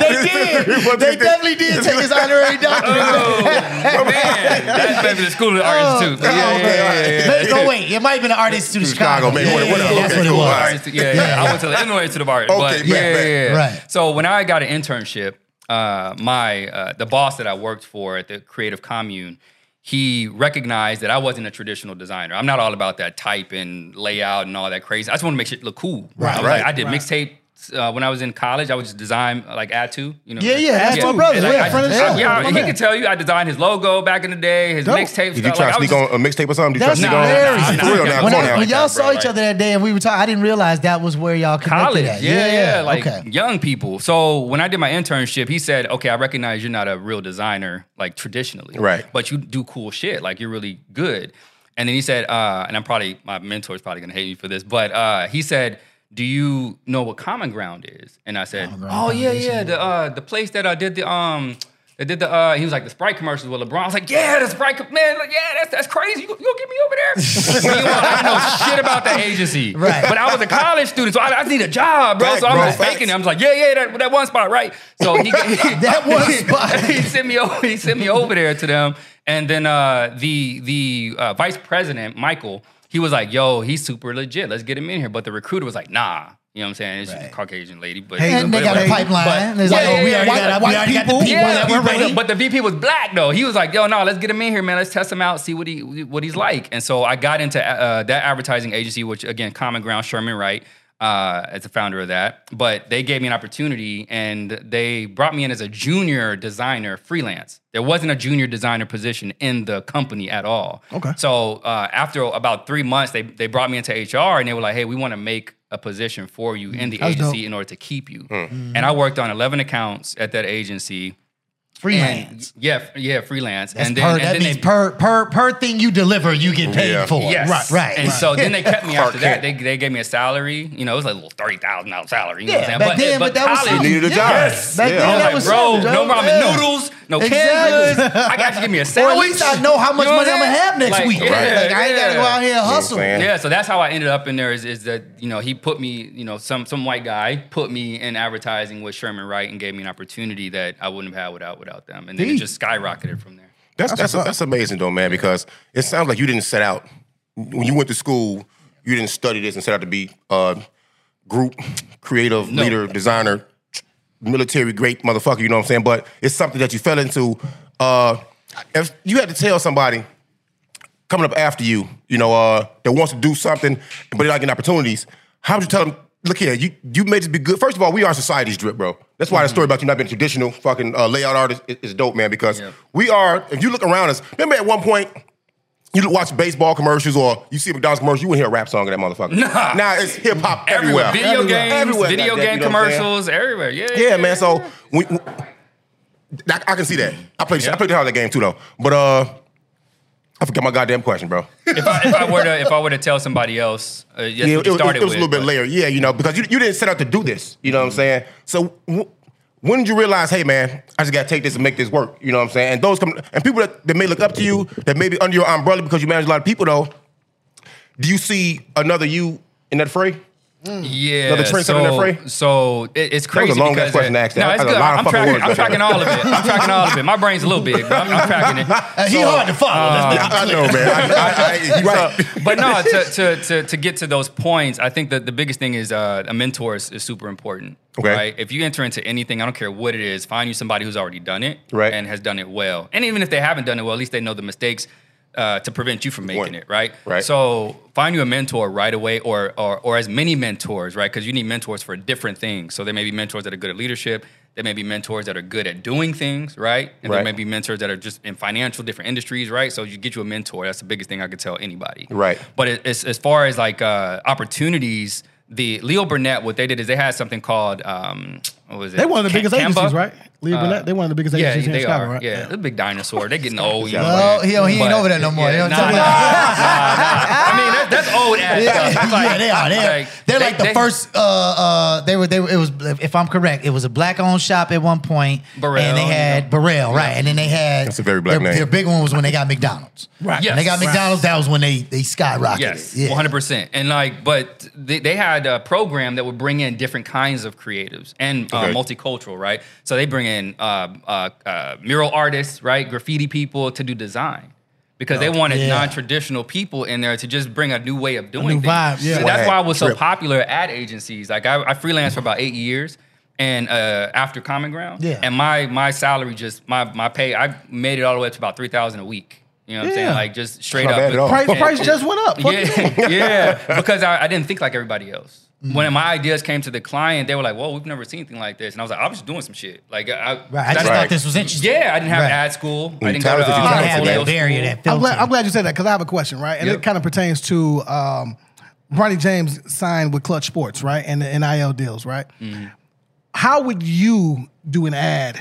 Speaker 6: they did. They definitely did take his honorary
Speaker 11: Oh,
Speaker 6: doctorate.
Speaker 11: That's back to the School of the Art
Speaker 2: Oh,
Speaker 11: Institute. But yeah, yeah, yeah, yeah, yeah.
Speaker 6: No, wait. It might have been an artist to Chicago.
Speaker 5: maybe.
Speaker 6: Yeah,
Speaker 5: What-
Speaker 6: yeah,
Speaker 5: what-
Speaker 6: yeah,
Speaker 5: okay,
Speaker 6: that's what it
Speaker 5: cool.
Speaker 6: was.
Speaker 5: All
Speaker 11: Art Institute. Yeah, yeah, yeah. I went to the Illinois Institute of Art.
Speaker 5: Okay,
Speaker 11: but
Speaker 5: bet,
Speaker 11: yeah,
Speaker 5: bet.
Speaker 11: yeah, yeah.
Speaker 5: Right.
Speaker 11: So when I got an internship, uh, my uh, the boss that I worked for at the Creative Commune, he recognized that I wasn't a traditional designer. I'm not all about that type and layout and all that crazy. I just want to make shit look cool.
Speaker 6: Right,
Speaker 11: I was like,
Speaker 6: right.
Speaker 11: I did
Speaker 6: Right.
Speaker 11: mixtape. Uh, when I was in college, I would just design uh, like add to, you know.
Speaker 6: Yeah, yeah, add to my
Speaker 11: And,
Speaker 6: brother.
Speaker 11: like,
Speaker 6: Yeah,
Speaker 11: I-
Speaker 6: front of the
Speaker 11: I-
Speaker 6: show.
Speaker 11: yeah,
Speaker 6: My
Speaker 11: he
Speaker 6: man.
Speaker 11: could tell you I designed his logo back in the day, his mixtape.
Speaker 5: Did you
Speaker 11: stuff.
Speaker 5: try
Speaker 11: Like, I
Speaker 5: to
Speaker 11: was
Speaker 5: sneak on a mixtape or something? Did you try
Speaker 6: That's
Speaker 5: to sneak on?
Speaker 6: hilarious.
Speaker 5: For real now,
Speaker 6: when,
Speaker 5: come on
Speaker 6: I-
Speaker 5: now.
Speaker 6: when y'all saw each other that day and we were talking, I didn't realize that was where y'all connected
Speaker 11: college.
Speaker 6: at.
Speaker 11: Yeah, yeah, like
Speaker 6: okay.
Speaker 11: young people. So when I did my internship, he said, "Okay, I recognize you're not a real designer like traditionally,
Speaker 5: Right.
Speaker 11: But you do cool shit. Like you're really good." And then he said, uh, and I'm probably my mentor's probably gonna hate me for this, but uh, he said, "Do you know what Common Ground is?" And I said, "Oh yeah, yeah, the uh, the place that I did the um." They did the uh, he was like the Sprite commercials with LeBron. I was like, yeah, the Sprite co- man, like, yeah, that's that's crazy. You, you'll get me over there. you know, I don't know shit about that agency.
Speaker 5: Right.
Speaker 11: But I was a college student, so I, I need a job, bro.
Speaker 5: Fact,
Speaker 11: so I'm
Speaker 5: bro.
Speaker 11: just faking it. I'm just like, yeah, yeah, that, that one spot, right? So he,
Speaker 6: that one spot.
Speaker 11: he sent me over, he sent me over there to them, and then uh, the the uh, vice president Michael, he was like, yo, he's super legit. Let's get him in here. But the recruiter was like, nah. You know what I'm saying? It's just a Caucasian lady, but
Speaker 6: Hey, And they
Speaker 11: but
Speaker 6: got a
Speaker 11: whatever.
Speaker 6: pipeline. There's
Speaker 11: yeah,
Speaker 6: like, oh,
Speaker 11: yeah,
Speaker 6: we
Speaker 11: yeah,
Speaker 6: already
Speaker 11: white-
Speaker 6: got- we
Speaker 11: white
Speaker 6: already got the people that were
Speaker 11: but-
Speaker 6: ready.
Speaker 11: But the VP was black though. He was like, yo, no, let's get him in here, man. Let's test him out, see what he what he's like. And so I got into uh, that advertising agency, which again, Common Ground Sherman Wright. Uh, as the founder of that, but they gave me an opportunity and they brought me in as a junior designer freelance. There wasn't a junior designer position in the company at all. Okay. So uh, after about three months, they they brought me into HR and they were like, "Hey, we want to make a position for you in the
Speaker 6: That's dope. Mm-hmm.
Speaker 11: agency in order to keep
Speaker 6: Hmm.
Speaker 11: you." And I worked on eleven accounts at that agency.
Speaker 6: Freelance.
Speaker 11: And- yeah, f- yeah, freelance.
Speaker 6: That's
Speaker 11: and then,
Speaker 6: per,
Speaker 11: and
Speaker 6: that
Speaker 11: then
Speaker 6: means per per per thing you deliver, you get paid
Speaker 11: Yeah.
Speaker 6: for.
Speaker 11: Yes.
Speaker 6: Right, right.
Speaker 11: And
Speaker 6: right.
Speaker 11: so then they kept me after that.
Speaker 6: Clark
Speaker 11: They, they gave me a salary. You know, it was like a little thirty thousand dollar salary. You
Speaker 6: Yeah,
Speaker 11: know what I'm saying?
Speaker 6: back then, but that was
Speaker 11: college-
Speaker 6: something. You needed a job.
Speaker 11: Yes.
Speaker 6: Back then,
Speaker 11: I was
Speaker 6: that
Speaker 11: like,
Speaker 6: was
Speaker 11: bro,
Speaker 6: something,
Speaker 11: no
Speaker 6: dog.
Speaker 11: ramen
Speaker 6: Yeah.
Speaker 11: noodles, no
Speaker 6: Exactly.
Speaker 11: canned goods. I got to give me a
Speaker 6: Or
Speaker 11: salary.
Speaker 6: at least I know how much money I'm gonna have next week. Like, I ain't gotta go out here and hustle.
Speaker 11: Yeah, so that's how I ended up in there. Is, is that you know he put me, you know, some some white guy put me in advertising with Sherman Wright and gave me an opportunity that I wouldn't have had without without them, and then it
Speaker 5: Deep.
Speaker 11: just skyrocketed from there.
Speaker 5: That's that's, that's, amazing though, man. Because it sounds like you didn't set out when you went to school. You didn't study this and set out to be a group creative
Speaker 11: No.
Speaker 5: leader, designer, military great motherfucker. You know what I'm saying? But it's something that you fell into. Uh, if you had to tell somebody coming up after you, you know, uh, that wants to do something, but they're not getting opportunities, how would you tell them, look here, you, you may just be good. First of all, we are society's drip, bro. That's
Speaker 11: Mm-hmm.
Speaker 5: why the story about you not being traditional fucking uh, layout artist is, is dope, man, because we are, if you look around us, remember at one point, you watch baseball commercials or you see a McDonald's commercial, you wouldn't hear a rap song of that motherfucker.
Speaker 11: Nah.
Speaker 5: Now it's hip hop everywhere.
Speaker 11: Video games,
Speaker 5: Everywhere,
Speaker 11: video
Speaker 5: goddamn,
Speaker 11: game
Speaker 5: you know what I'm saying?
Speaker 11: commercials, everywhere. Yeah,
Speaker 5: Yeah, man. So we, we- I, I can see that. I played. I played the hell out of that game too, though. But uh, I forgot my goddamn question, bro.
Speaker 11: if, I, if I were to if I were to tell somebody else, uh, that's
Speaker 5: yeah,
Speaker 11: what
Speaker 5: it,
Speaker 11: you
Speaker 5: was- it was
Speaker 11: started
Speaker 5: it was a little
Speaker 11: with.
Speaker 5: bit later. Yeah, you know, because you, you didn't set out to do this. You know what I'm saying? So w- when did you realize, hey, man, I just got to take this and make this work? You know what I'm saying? And those come and people that, that may look up to you, that may be under your umbrella because you manage a lot of people, though. Do you see another you in that fray?
Speaker 11: Yeah.
Speaker 5: Another trend
Speaker 11: so,
Speaker 5: coming in that fray?
Speaker 11: So it, it's
Speaker 5: That was
Speaker 11: crazy.
Speaker 5: a long-ass
Speaker 11: because
Speaker 5: question to ask that.
Speaker 11: No,
Speaker 5: I
Speaker 11: it's
Speaker 5: got a
Speaker 11: good.
Speaker 5: lot of
Speaker 11: I'm,
Speaker 5: fucking
Speaker 11: tracking,
Speaker 5: words
Speaker 11: I'm
Speaker 5: right
Speaker 11: tracking
Speaker 5: there.
Speaker 11: all of it. I'm tracking all of it. My brain's a little big, but I'm, I'm tracking it.
Speaker 6: he
Speaker 11: So,
Speaker 6: hard to follow.
Speaker 11: uh,
Speaker 6: That's
Speaker 5: I know, man. I, I, I, you right.
Speaker 11: but no, to, to, to, to get to those points, I think that the biggest thing is uh, a mentor is, is super important.
Speaker 5: Okay.
Speaker 11: Right. If you enter into anything, I don't care what it is, find you somebody who's already done it
Speaker 5: Right.
Speaker 11: and has done it well. And even if they haven't done it well, at least they know the mistakes uh, to prevent you from making
Speaker 5: point.
Speaker 11: it. Right.
Speaker 5: Right.
Speaker 11: So find you a mentor right away or or, or as many mentors, right? Because you need mentors for different things. So there may be mentors that are good at leadership. There may be mentors that are good at doing things, right? And
Speaker 5: Right.
Speaker 11: there may be mentors that are just in financial different industries, right? So you get you a mentor. That's the biggest thing I could tell anybody.
Speaker 5: Right.
Speaker 11: But it- as as far as like uh, opportunities, the Leo Burnett, what they did is they had something called um, what was it?
Speaker 2: They one of the biggest
Speaker 11: Ca- Canva?
Speaker 2: agencies, right? Lee
Speaker 11: Uh,
Speaker 2: Burnett, they one of the biggest
Speaker 11: yeah,
Speaker 2: agencies here
Speaker 11: they
Speaker 2: in Chicago,
Speaker 11: are.
Speaker 2: right?
Speaker 11: Yeah, the big dinosaur. They're getting old. You know,
Speaker 6: Well,
Speaker 11: man.
Speaker 6: he, he ain't
Speaker 11: But-
Speaker 6: over there no more.
Speaker 11: yeah,
Speaker 6: You know what
Speaker 11: nah,
Speaker 6: I'm talking
Speaker 11: nah,
Speaker 6: about?
Speaker 11: nah, nah. I mean, that, that's old ass
Speaker 6: Yeah,
Speaker 11: stuff. It's
Speaker 6: yeah, they are. They are. They're
Speaker 11: they-
Speaker 6: like the
Speaker 11: they-
Speaker 6: first. Uh, uh, they were. They were. It was. If I'm correct, it was a black-owned shop at one point,
Speaker 11: Burrell,
Speaker 6: and they
Speaker 11: you
Speaker 6: had Burrell, right? And then they had.
Speaker 5: That's a very black
Speaker 6: their,
Speaker 5: name.
Speaker 6: Their big one was when they got McDonald's.
Speaker 2: Right.
Speaker 6: When they got
Speaker 11: Yes.
Speaker 6: McDonald's. That was when they they skyrocketed.
Speaker 11: Yes,
Speaker 6: Yeah.
Speaker 11: one hundred percent. And like, but they, they had a program that would bring in different kinds of creatives and uh,
Speaker 5: Okay.
Speaker 11: multicultural, right? So they bring in uh, uh, uh, mural artists, right, graffiti people to do design. Because they wanted
Speaker 6: Yeah.
Speaker 11: non-traditional people in there to just bring a new way of doing
Speaker 2: new
Speaker 11: things.
Speaker 2: vibe, yeah.
Speaker 11: So that's
Speaker 5: Swag,
Speaker 11: why I was so
Speaker 5: drip.
Speaker 11: popular at ad agencies. Like I, I freelanced for about eight years, and uh, after Common Ground,
Speaker 6: Yeah.
Speaker 11: And my my salary just my my pay, I made it all the way up to about three thousand a week. You know what I'm saying?
Speaker 2: Yeah.
Speaker 11: Like just straight
Speaker 5: not
Speaker 11: up.
Speaker 5: bad at all.
Speaker 2: Price,
Speaker 11: And-
Speaker 2: price just went up. Fuck you.
Speaker 11: yeah, yeah, because I, I didn't think like everybody else. When my ideas came to the client, they were like, "Whoa, we've never seen anything like this," and I was like, "I was just doing some shit." Like, I,
Speaker 6: Right. I just
Speaker 11: that's-
Speaker 6: thought this was interesting.
Speaker 11: Yeah, I didn't have
Speaker 6: Right.
Speaker 11: ad school. I
Speaker 5: Mm,
Speaker 11: didn't go to.
Speaker 5: talented, you
Speaker 11: Uh,
Speaker 5: Yeah.
Speaker 6: I
Speaker 5: talented,
Speaker 6: had
Speaker 5: man.
Speaker 11: portfolio
Speaker 6: that
Speaker 11: school.
Speaker 6: barrier, that
Speaker 2: I'm
Speaker 6: filter.
Speaker 2: glad, I'm glad you said that because I have a question, right? And it
Speaker 11: Yep.
Speaker 2: kind of pertains to um, Bronny James signed with Clutch Sports, right? And the NIL deals, right? How would you do an ad?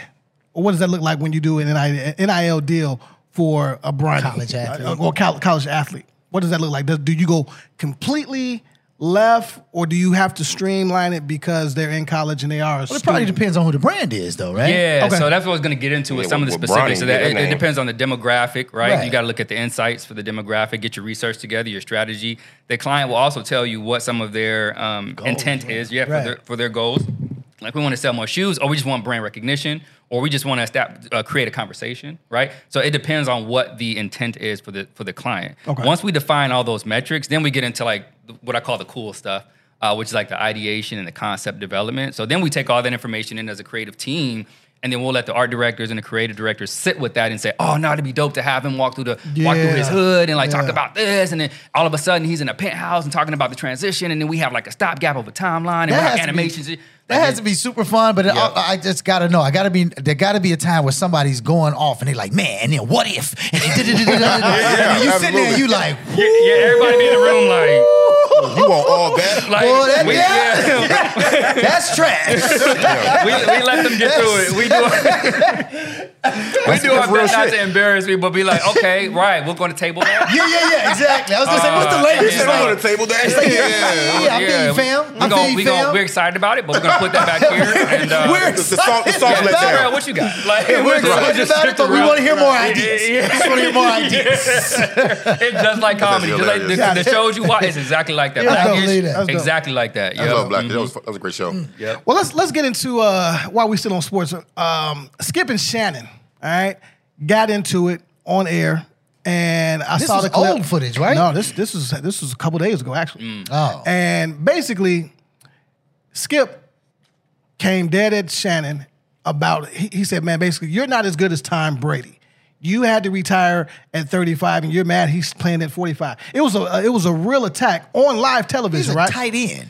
Speaker 2: Or what does that look like when you do an NIL NIL deal for a Bronny? Uh,
Speaker 6: College athlete.
Speaker 2: Or col- college athlete. What does that look like? Does, do you go completely left or do you have to streamline it because they're in college and they are a
Speaker 6: Well, it probably
Speaker 2: student?
Speaker 6: depends on who the brand is, though, right?
Speaker 11: Yeah,
Speaker 2: Okay.
Speaker 11: so that's what I was going to get into with
Speaker 5: Yeah,
Speaker 11: some of the
Speaker 5: with- with
Speaker 11: specifics.
Speaker 5: Bronny,
Speaker 11: So that
Speaker 5: yeah,
Speaker 11: it,
Speaker 5: that
Speaker 11: it
Speaker 5: name.
Speaker 11: depends on the demographic, right?
Speaker 6: Right.
Speaker 11: You got to look at the insights for the demographic, get your research together, your strategy. The client will also tell you what some of their um, intent is, yeah, for,
Speaker 6: Right.
Speaker 11: their, for their goals. Like we want to sell more shoes, or we just want brand recognition, or we just want to estab- uh, create a conversation, right? So it depends on what the intent is for the for the client.
Speaker 2: Okay.
Speaker 11: Once we define all those metrics, then we get into like th- what I call the cool stuff, uh, which is like the ideation and the concept development. So then we take all that information in as a creative team, and then we'll let the art directors and the creative directors sit with that and say, "Oh, no, it'd be dope to have him walk through the walk through his
Speaker 2: Yeah.
Speaker 11: hood and like talk
Speaker 2: Yeah.
Speaker 11: about this." And then all of a sudden, he's in a penthouse and talking about the transition, and then we have like a stopgap of a timeline and we
Speaker 6: That has
Speaker 11: have
Speaker 6: to be-
Speaker 11: animations.
Speaker 6: That has to be super fun, but it- I, I just gotta know. I gotta be. There gotta be a time where somebody's going off, and they're like, "Man, and then what if?" And, then
Speaker 5: yeah,
Speaker 6: you sitting
Speaker 5: absolutely.
Speaker 6: there, and you like,
Speaker 11: yeah, yeah, everybody be in the room like.
Speaker 5: You want all that?
Speaker 11: Like,
Speaker 6: Boy, that-
Speaker 11: we,
Speaker 6: yeah.
Speaker 11: yeah,
Speaker 6: "That's trash."
Speaker 11: we, we let them get through it. We do, we
Speaker 5: That's-
Speaker 11: do our
Speaker 5: that's real
Speaker 11: best not
Speaker 5: shit.
Speaker 11: to embarrass me, but be like, okay, right, we're going to table that.
Speaker 6: Yeah, yeah, yeah, exactly. I was gonna say, what's
Speaker 11: Uh,
Speaker 6: the
Speaker 5: You
Speaker 6: latest?
Speaker 5: said I'm on the table that.
Speaker 6: like,
Speaker 5: yeah.
Speaker 6: Yeah, I feel you, fam.
Speaker 11: We
Speaker 6: I
Speaker 11: gonna-
Speaker 6: feel you,
Speaker 11: we gonna-
Speaker 6: fam.
Speaker 11: We're excited about it, but we're gonna put that back here. And, uh,
Speaker 6: We're
Speaker 5: The salt- the
Speaker 6: excited
Speaker 5: salt let
Speaker 11: yeah,
Speaker 5: down.
Speaker 11: Terrell, what you got? Like,
Speaker 6: Yeah, we're excited
Speaker 11: just
Speaker 6: about it,
Speaker 11: stick
Speaker 6: but we
Speaker 11: around.
Speaker 6: want to hear more
Speaker 11: Yeah,
Speaker 6: ideas.
Speaker 11: yeah, yeah.
Speaker 6: Just want to hear more ideas.
Speaker 11: It's just like comedy. Just like the,
Speaker 5: hilarious.
Speaker 11: the shows you watch, it's exactly like that.
Speaker 2: Yeah, that's
Speaker 11: Blackish,
Speaker 2: dope. Leave that. That's dope.
Speaker 11: exactly like that.
Speaker 5: I
Speaker 11: yeah.
Speaker 5: love Black. That was, that was a great show.
Speaker 11: Yep.
Speaker 2: Well, let's let's get into uh, while we still on sports. Um, Skip and Shannon, all right, got into it on air, and I
Speaker 6: This
Speaker 2: saw
Speaker 6: was
Speaker 2: the clip.
Speaker 6: old footage, right?
Speaker 2: No, this this was this was a couple days ago actually.
Speaker 6: Oh,
Speaker 2: And basically, Skip came dead at Shannon about he, he said, "Man, basically, you're not as good as Tom Brady. You had to retire at 35, and you're mad he's playing at 45. It was a it was a real attack on live television,
Speaker 6: He's a
Speaker 2: right?
Speaker 6: tight end.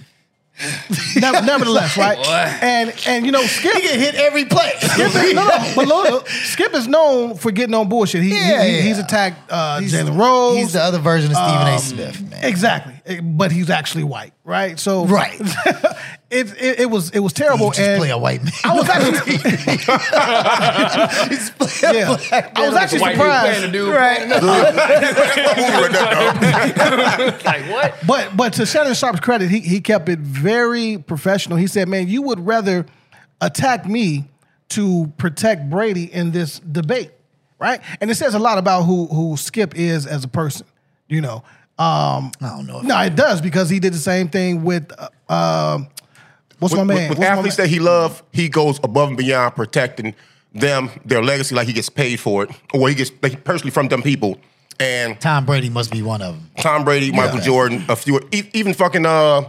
Speaker 2: Never- nevertheless, right?
Speaker 6: Boy.
Speaker 2: And and you know Skip
Speaker 6: He get hit every play.
Speaker 2: Skip is, no, no, but look, Skip is known for getting on bullshit. He, he-
Speaker 6: Yeah,
Speaker 2: he-
Speaker 6: yeah.
Speaker 2: he's attacked uh,
Speaker 6: He's-
Speaker 2: Jalen Rose.
Speaker 6: he's the other version of Stephen A. Smith,
Speaker 2: man. Exactly, Eh, but he's actually white, right? So
Speaker 6: Right.
Speaker 2: it, it it was it was terrible.
Speaker 6: You just
Speaker 2: and
Speaker 6: play a white man.
Speaker 2: I was actually yeah, I was actually
Speaker 11: White dude playing a
Speaker 2: surprised.
Speaker 11: dude. like what?
Speaker 2: But but to Shannon Sharp's credit, he he kept it very professional. He said, "Man, you would rather attack me to protect Brady in this debate, right?" And it says a lot about who who Skip is as a person, you know. Um,
Speaker 6: I don't know. if-
Speaker 2: no, it does because he did the same thing with uh, um, what's
Speaker 5: with,
Speaker 2: my man?
Speaker 5: with- with
Speaker 2: What's my
Speaker 5: athletes
Speaker 2: man?
Speaker 5: that he loves, he goes above and beyond protecting them, their legacy, like he gets paid for it, or he gets like, personally from them people. And
Speaker 6: Tom Brady must be one of them.
Speaker 5: Tom Brady, Michael Jordan, a few, e- even fucking uh,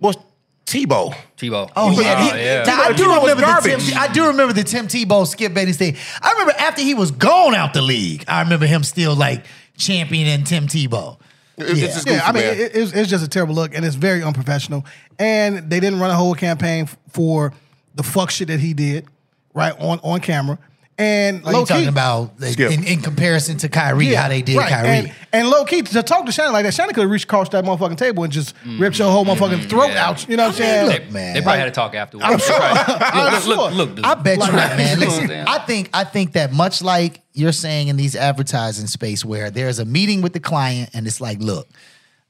Speaker 5: what's Tebow?
Speaker 11: Tebow.
Speaker 6: Oh, yeah.
Speaker 11: Wow,
Speaker 6: he-
Speaker 11: yeah.
Speaker 6: Now, I,
Speaker 5: Tebow-
Speaker 6: do
Speaker 5: Tebow was
Speaker 6: remember the
Speaker 5: garbage.
Speaker 6: Tim, I do remember the Tim Tebow Skip Bayless thing. I remember after he was gone out the league, I remember him still like championing Tim Tebow.
Speaker 5: It- it's
Speaker 6: Yeah.
Speaker 5: just goofy,
Speaker 2: Yeah, I mean,
Speaker 5: man.
Speaker 2: it, it's, it's just a terrible look, and it's very unprofessional. And they didn't run a whole campaign f- for the fuck shit that he did, right on on camera. And
Speaker 6: Are
Speaker 2: low
Speaker 6: you talking
Speaker 2: key,
Speaker 6: about like,
Speaker 5: Skip.
Speaker 6: in, in comparison to Kyrie, how they did
Speaker 2: right.
Speaker 6: Kyrie?
Speaker 2: And, and low key to talk to Shannon like that, Shannon could have reached across that motherfucking table and just
Speaker 6: Mm.
Speaker 2: ripped your whole motherfucking throat
Speaker 11: yeah.
Speaker 2: out. You know what I'm saying?
Speaker 11: They,
Speaker 6: Look, man.
Speaker 11: they probably had a talk afterwards.
Speaker 2: I'm sure. I'm
Speaker 11: Right. Look, look,
Speaker 2: sure.
Speaker 11: look, look, dude.
Speaker 6: I bet
Speaker 11: Like,
Speaker 6: you that, man.
Speaker 11: you know what I'm
Speaker 6: Listen,
Speaker 11: saying?
Speaker 6: I think I think that much like you're saying in these advertising space where there's a meeting with the client and it's like, look,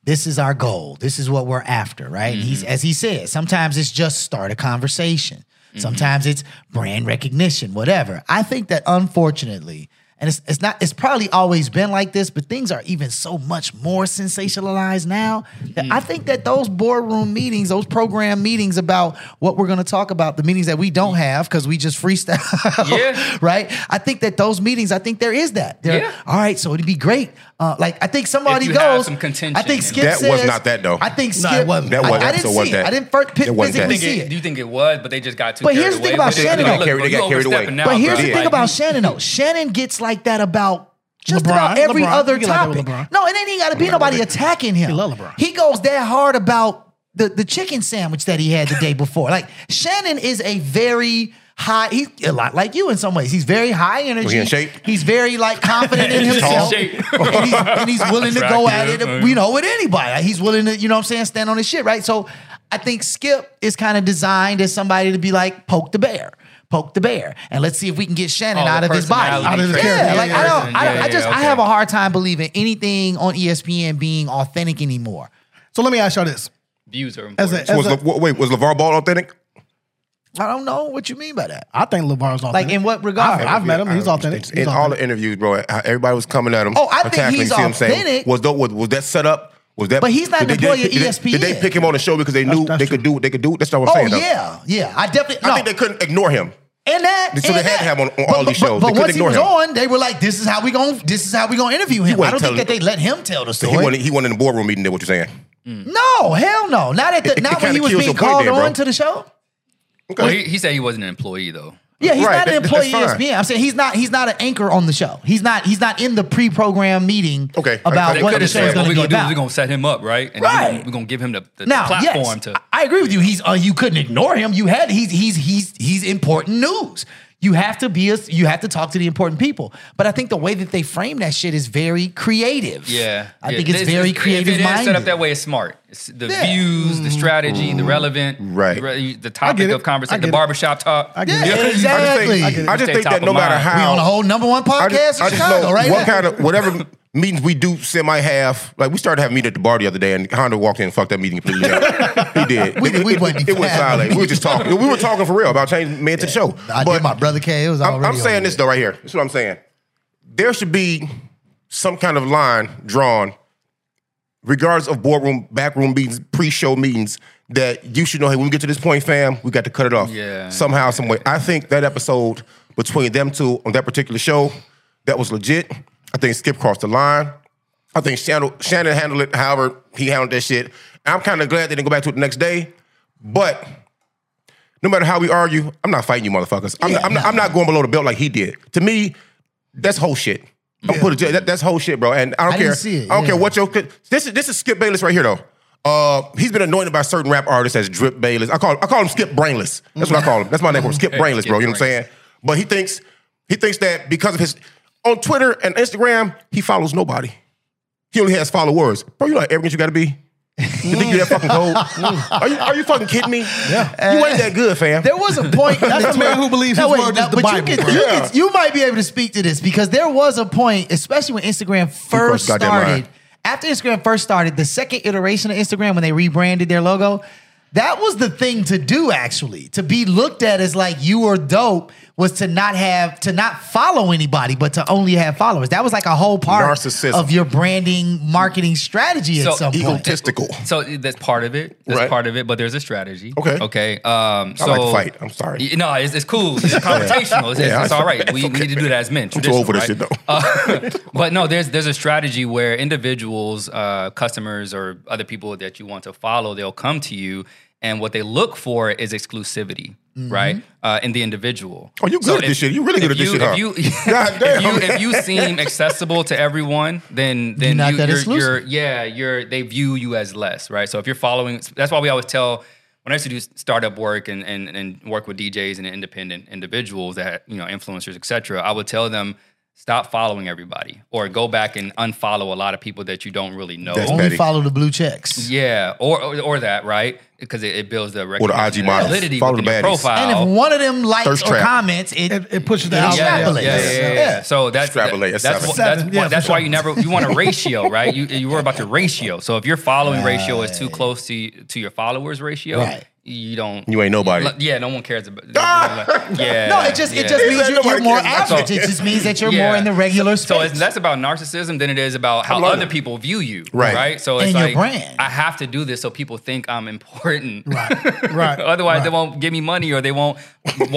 Speaker 6: this is our goal. This is what we're after, right? And
Speaker 11: Mm-hmm.
Speaker 6: He's as he said, sometimes it's just start a conversation.
Speaker 11: Mm-hmm.
Speaker 6: Sometimes it's brand recognition, whatever. I think that unfortunately, and it's it's not it's probably always been like this, but things are even so much more sensationalized now.
Speaker 11: Mm-hmm.
Speaker 6: That I think that those boardroom meetings, those program meetings about what we're going to talk about, the meetings that we don't have because we just freestyle,
Speaker 11: Mm-hmm. Yeah.
Speaker 6: right? I think that those meetings, I think there is that. There-
Speaker 11: Yeah.
Speaker 6: All right, so it'd be great. Uh, like I think somebody
Speaker 11: you
Speaker 6: goes.
Speaker 11: have some contention
Speaker 6: I think
Speaker 11: and-
Speaker 6: Skip
Speaker 5: That was
Speaker 6: says-
Speaker 5: not that, though.
Speaker 6: I think
Speaker 2: No,
Speaker 6: Skip.
Speaker 2: it wasn't.
Speaker 5: That
Speaker 6: I-
Speaker 5: wasn't-
Speaker 6: I,
Speaker 5: so
Speaker 6: didn't see
Speaker 5: wasn't
Speaker 6: it.
Speaker 5: that.
Speaker 6: I didn't fir-
Speaker 5: It
Speaker 6: physically
Speaker 5: wasn't that.
Speaker 11: think
Speaker 6: see
Speaker 11: it,
Speaker 6: it.
Speaker 11: do you think it was? But they just got too.
Speaker 6: But
Speaker 11: carried
Speaker 6: here's the thing
Speaker 11: away
Speaker 6: about
Speaker 11: with it.
Speaker 6: Shannon,
Speaker 11: Like,
Speaker 6: though.
Speaker 5: Carried- they
Speaker 11: you
Speaker 5: got carried away.
Speaker 11: overstepping now,
Speaker 6: but here's
Speaker 11: bro.
Speaker 6: the
Speaker 5: Yeah.
Speaker 6: thing
Speaker 11: Like,
Speaker 6: about Shannon though. Shannon gets like that about just
Speaker 2: LeBron.
Speaker 6: about every
Speaker 2: LeBron.
Speaker 6: other
Speaker 2: He get like that with
Speaker 6: topic.
Speaker 2: LeBron.
Speaker 6: no, it ain't even got to be nobody attacking him.
Speaker 2: He love LeBron.
Speaker 6: He goes that hard about the the chicken sandwich that he had the day before. Like Shannon is a very high. He's a lot like you in some ways. He's very high energy.
Speaker 5: he in shape?
Speaker 6: He's very like confident in
Speaker 11: He's in
Speaker 6: himself,
Speaker 11: shape.
Speaker 6: and, he's, and he's willing to go at it.
Speaker 11: Attractive.
Speaker 6: You know, with anybody, Like, he's willing to. You know what I'm saying? Stand on his shit, right? So I think Skip is kind of designed as somebody to be like poke the bear. Poke the bear, and let's see if we can get Shannon
Speaker 11: Oh,
Speaker 6: out
Speaker 11: the
Speaker 6: of his body.
Speaker 11: personality
Speaker 2: Out of his
Speaker 6: yeah,
Speaker 2: character. Yeah,
Speaker 6: like
Speaker 2: yeah,
Speaker 6: I don't, I, don't,
Speaker 11: yeah,
Speaker 6: I just,
Speaker 11: yeah,
Speaker 6: I have
Speaker 11: okay.
Speaker 6: a hard time believing anything on E ESPN being authentic anymore.
Speaker 2: So let me ask y'all this:
Speaker 11: views are
Speaker 2: as a,
Speaker 11: important.
Speaker 2: as
Speaker 5: was
Speaker 2: a,
Speaker 5: Le- wa- wait, was LeVar Ball authentic?
Speaker 6: I don't know what you mean by that.
Speaker 2: I think LeBar's authentic.
Speaker 6: Like in what regard?
Speaker 2: I've, I've met him. He's authentic. He's
Speaker 5: In all
Speaker 2: authentic.
Speaker 5: the interviews, bro, how everybody was coming at him.
Speaker 6: Oh, I think
Speaker 5: attacking,
Speaker 6: he's
Speaker 5: you see what I'm saying?
Speaker 6: authentic.
Speaker 5: Was, tho- was was that set up? Was that?
Speaker 6: But he's not
Speaker 5: did they-
Speaker 6: an
Speaker 5: did-
Speaker 6: employee of
Speaker 5: did they- Did they
Speaker 6: ESPN.
Speaker 5: pick him on the show because they knew
Speaker 2: That's- that's
Speaker 5: they could do what they could do? That's what I'm
Speaker 6: Oh
Speaker 5: saying. though.
Speaker 6: yeah, yeah. I definitely.
Speaker 5: I
Speaker 6: no.
Speaker 5: think they couldn't ignore him.
Speaker 6: And that,
Speaker 5: So they
Speaker 6: and
Speaker 5: had
Speaker 6: that.
Speaker 5: to have him on- on all these shows. They
Speaker 6: But,
Speaker 5: couldn't
Speaker 6: once he
Speaker 5: ignore
Speaker 6: was
Speaker 5: him.
Speaker 6: on, they were like, "This is how we going This is how we gonna interview him." I
Speaker 5: wasn't
Speaker 6: don't think that
Speaker 5: telling-
Speaker 6: they let him tell the
Speaker 5: So he
Speaker 6: story.
Speaker 5: wasn't, he wasn't in the boardroom meeting. There, what you're saying?
Speaker 6: no, hell no. Not at the,
Speaker 5: It- it
Speaker 6: not when
Speaker 5: kinda
Speaker 6: he was
Speaker 5: kills
Speaker 6: being
Speaker 5: your point
Speaker 6: called
Speaker 5: there, bro.
Speaker 6: on to the show.
Speaker 11: Well, he, he said he wasn't an employee though.
Speaker 6: Yeah, he's
Speaker 5: Right,
Speaker 6: not an
Speaker 5: that-
Speaker 6: employee
Speaker 5: that's
Speaker 6: of E
Speaker 5: fine.
Speaker 6: ESPN. I'm saying he's not he's not an anchor on the show. He's not he's not in the pre-program meeting
Speaker 5: Okay, I-
Speaker 6: about
Speaker 5: I-
Speaker 11: They
Speaker 6: what
Speaker 11: could
Speaker 6: the
Speaker 11: have
Speaker 6: show is
Speaker 11: said, what
Speaker 6: going
Speaker 11: we're
Speaker 6: to be
Speaker 11: gonna do is
Speaker 6: about.
Speaker 11: we're gonna set him up, right? And
Speaker 6: Right.
Speaker 11: We're gonna, we're gonna give him the, the
Speaker 6: now,
Speaker 11: platform
Speaker 6: yes,
Speaker 11: to.
Speaker 6: I- I agree with you. He's uh, you couldn't ignore him. You had he's he's he's he's important news. You have to be a, you have to talk to the important people. But I think the way that they frame that shit is very creative.
Speaker 11: Yeah,
Speaker 6: I
Speaker 11: Yeah.
Speaker 6: think it's
Speaker 11: This-
Speaker 6: very
Speaker 11: if
Speaker 6: creative.
Speaker 11: It is set
Speaker 6: minded.
Speaker 11: up that way. It's smart. It's the
Speaker 6: Yeah.
Speaker 11: views, the strategy, the relevant,
Speaker 5: Mm. Right.
Speaker 11: re- the
Speaker 2: get
Speaker 11: topic
Speaker 2: it.
Speaker 11: of
Speaker 2: I
Speaker 11: conversation,
Speaker 2: get
Speaker 11: the
Speaker 2: it.
Speaker 11: barbershop talk. I
Speaker 2: get
Speaker 6: it. Yeah, exactly.
Speaker 5: I
Speaker 6: I
Speaker 5: just think,
Speaker 6: get it.
Speaker 5: I just
Speaker 11: Stay
Speaker 5: think
Speaker 11: top
Speaker 5: that
Speaker 11: of
Speaker 5: no matter
Speaker 11: mind.
Speaker 5: how
Speaker 6: We on a whole number one
Speaker 5: I
Speaker 6: podcast
Speaker 5: just,
Speaker 6: in
Speaker 5: I just
Speaker 6: Chicago
Speaker 5: know
Speaker 6: right
Speaker 5: what
Speaker 6: now.
Speaker 5: kind of whatever meetings we do semi have. Like we started having meeting at the bar the other day, and Honda walked in and fucked that meeting completely up. he did.
Speaker 6: We-
Speaker 5: it,
Speaker 6: we
Speaker 5: it-
Speaker 6: wasn't
Speaker 5: it was
Speaker 6: having
Speaker 5: silent. We were just talking. We were talking for real about changing man to the show.
Speaker 6: I did my brother K. It was
Speaker 5: I'm,
Speaker 6: already.
Speaker 5: I'm saying
Speaker 6: over
Speaker 5: this
Speaker 6: there.
Speaker 5: though, right here. This is what I'm saying. There should be some kind of line drawn, regardless of boardroom, backroom meetings, pre-show meetings, that you should know. Hey, when we get to this point, fam, we got to cut it off.
Speaker 11: Yeah.
Speaker 5: Somehow, some way. I think that episode between them two on that particular show, that was legit. I think Skip crossed the line. I think Shannon, Shannon handled it however he handled that shit. And I'm kind of glad they didn't go back to it the next day. But no matter how we argue, I'm not fighting you motherfuckers. I'm, not, I'm, not, I'm not going below the belt like he did. To me, That's whole shit. Don't put it. That, that's whole shit, bro. And I don't
Speaker 6: I
Speaker 5: care.
Speaker 6: didn't see it,
Speaker 5: I don't care
Speaker 6: yeah.
Speaker 5: what your. This is this is Skip Bayless right here though. Uh, he's been anointed by certain rap artists as Drip Bayless. I call I call him Skip Brainless. That's what I call him. That's my name for him. Skip
Speaker 12: Okay,
Speaker 5: Brainless, bro.
Speaker 12: Skip
Speaker 5: You know what I'm saying? But he thinks he thinks that because of his on Twitter and Instagram, he follows nobody. He only has followers, bro. You know how arrogant you got to be. You think you that fucking cold? are you are you fucking kidding me? Yeah. You
Speaker 6: Eh.
Speaker 5: ain't that good, fam.
Speaker 6: There was a point.
Speaker 5: That's a man who believes his
Speaker 6: wait,
Speaker 5: word is the
Speaker 6: but
Speaker 5: Bible,
Speaker 6: You,
Speaker 5: bro.
Speaker 6: can, you,
Speaker 5: Yeah.
Speaker 6: can- you might be able to speak to this because there was a point, especially when Instagram first
Speaker 5: crossed goddamn line.
Speaker 6: started. After Instagram first started, the second iteration of Instagram when they rebranded their logo, that was the thing to do. Actually, to be looked at as like you were dope was to not have to not follow anybody, but to only have followers. That was like a whole part
Speaker 11: Narcissism.
Speaker 6: of your branding marketing strategy at some point.
Speaker 11: So that's part of it. That's
Speaker 5: Right.
Speaker 11: part of it. But there's a strategy.
Speaker 5: Okay.
Speaker 11: Okay. Um, so
Speaker 5: I like to fight. I'm sorry.
Speaker 11: Y- No, it's, it's cool. It's confrontational. It's,
Speaker 5: Yeah,
Speaker 11: it's- it's
Speaker 5: I-
Speaker 11: all right.
Speaker 5: it's
Speaker 11: We, we need to do that as men.
Speaker 5: I'm too old for this shit though.
Speaker 11: traditional, right? Uh, but no, there's there's a strategy where individuals, uh, customers, or other people that you want to follow, they'll come to you, and what they look for is exclusivity,
Speaker 5: Mhm.
Speaker 11: right? Uh, in the individual.
Speaker 5: Oh, you good
Speaker 11: So
Speaker 5: at
Speaker 11: if-
Speaker 5: this shit. You really good at
Speaker 11: if
Speaker 5: this
Speaker 11: you-
Speaker 5: shit, huh?
Speaker 11: If you, if you if you seem accessible to everyone, then
Speaker 6: You're
Speaker 11: then
Speaker 6: not
Speaker 11: you,
Speaker 6: that
Speaker 11: you're,
Speaker 6: exclusive.
Speaker 11: you're- yeah you're they view you as less, right? So if you're following, that's why we always tell when I used to do startup work and and, and work with DJs and independent individuals that you know influencers etc. I would tell them. Stop following everybody, or go back and unfollow a lot of people that you don't really know.
Speaker 6: Only follow the blue checks.
Speaker 11: Yeah, or or, or that right because it, it builds the
Speaker 5: IG
Speaker 11: recognition and
Speaker 5: models.
Speaker 11: validity
Speaker 5: Follow
Speaker 11: within
Speaker 5: the
Speaker 11: your
Speaker 5: baddies.
Speaker 11: profile.
Speaker 6: And if one of them likes
Speaker 11: Thirst
Speaker 6: or
Speaker 11: trap.
Speaker 6: comments, it
Speaker 2: it, pushes the
Speaker 11: Yeah,
Speaker 2: algorithm.
Speaker 11: yeah, yeah, yeah, yeah, yeah. So that's
Speaker 5: Extrapolate,
Speaker 11: That's,
Speaker 5: that's
Speaker 11: that's,
Speaker 5: seven.
Speaker 11: why- that's
Speaker 5: Seven,
Speaker 11: why-
Speaker 5: yeah,
Speaker 11: that's
Speaker 5: for
Speaker 11: why
Speaker 5: sure.
Speaker 11: you never you want a ratio, right? You you worry about your ratio. So if your following ratio is too close to to your followers ratio,
Speaker 5: Right.
Speaker 11: you don't
Speaker 5: You ain't nobody.
Speaker 11: Yeah, no one cares about. yeah,
Speaker 6: No, it just it
Speaker 11: yeah.
Speaker 6: just means you're, you're more average. it just means that you're
Speaker 11: Yeah.
Speaker 6: more in the regular space.
Speaker 11: So it's less about narcissism than it is about how
Speaker 6: love
Speaker 11: other
Speaker 6: it.
Speaker 11: people view you,
Speaker 6: Right.
Speaker 11: Right. So it's
Speaker 6: And your
Speaker 11: like
Speaker 6: brand.
Speaker 11: I have to do this so people think I'm important,
Speaker 2: right?
Speaker 11: Right. Otherwise, they won't give me money or they won't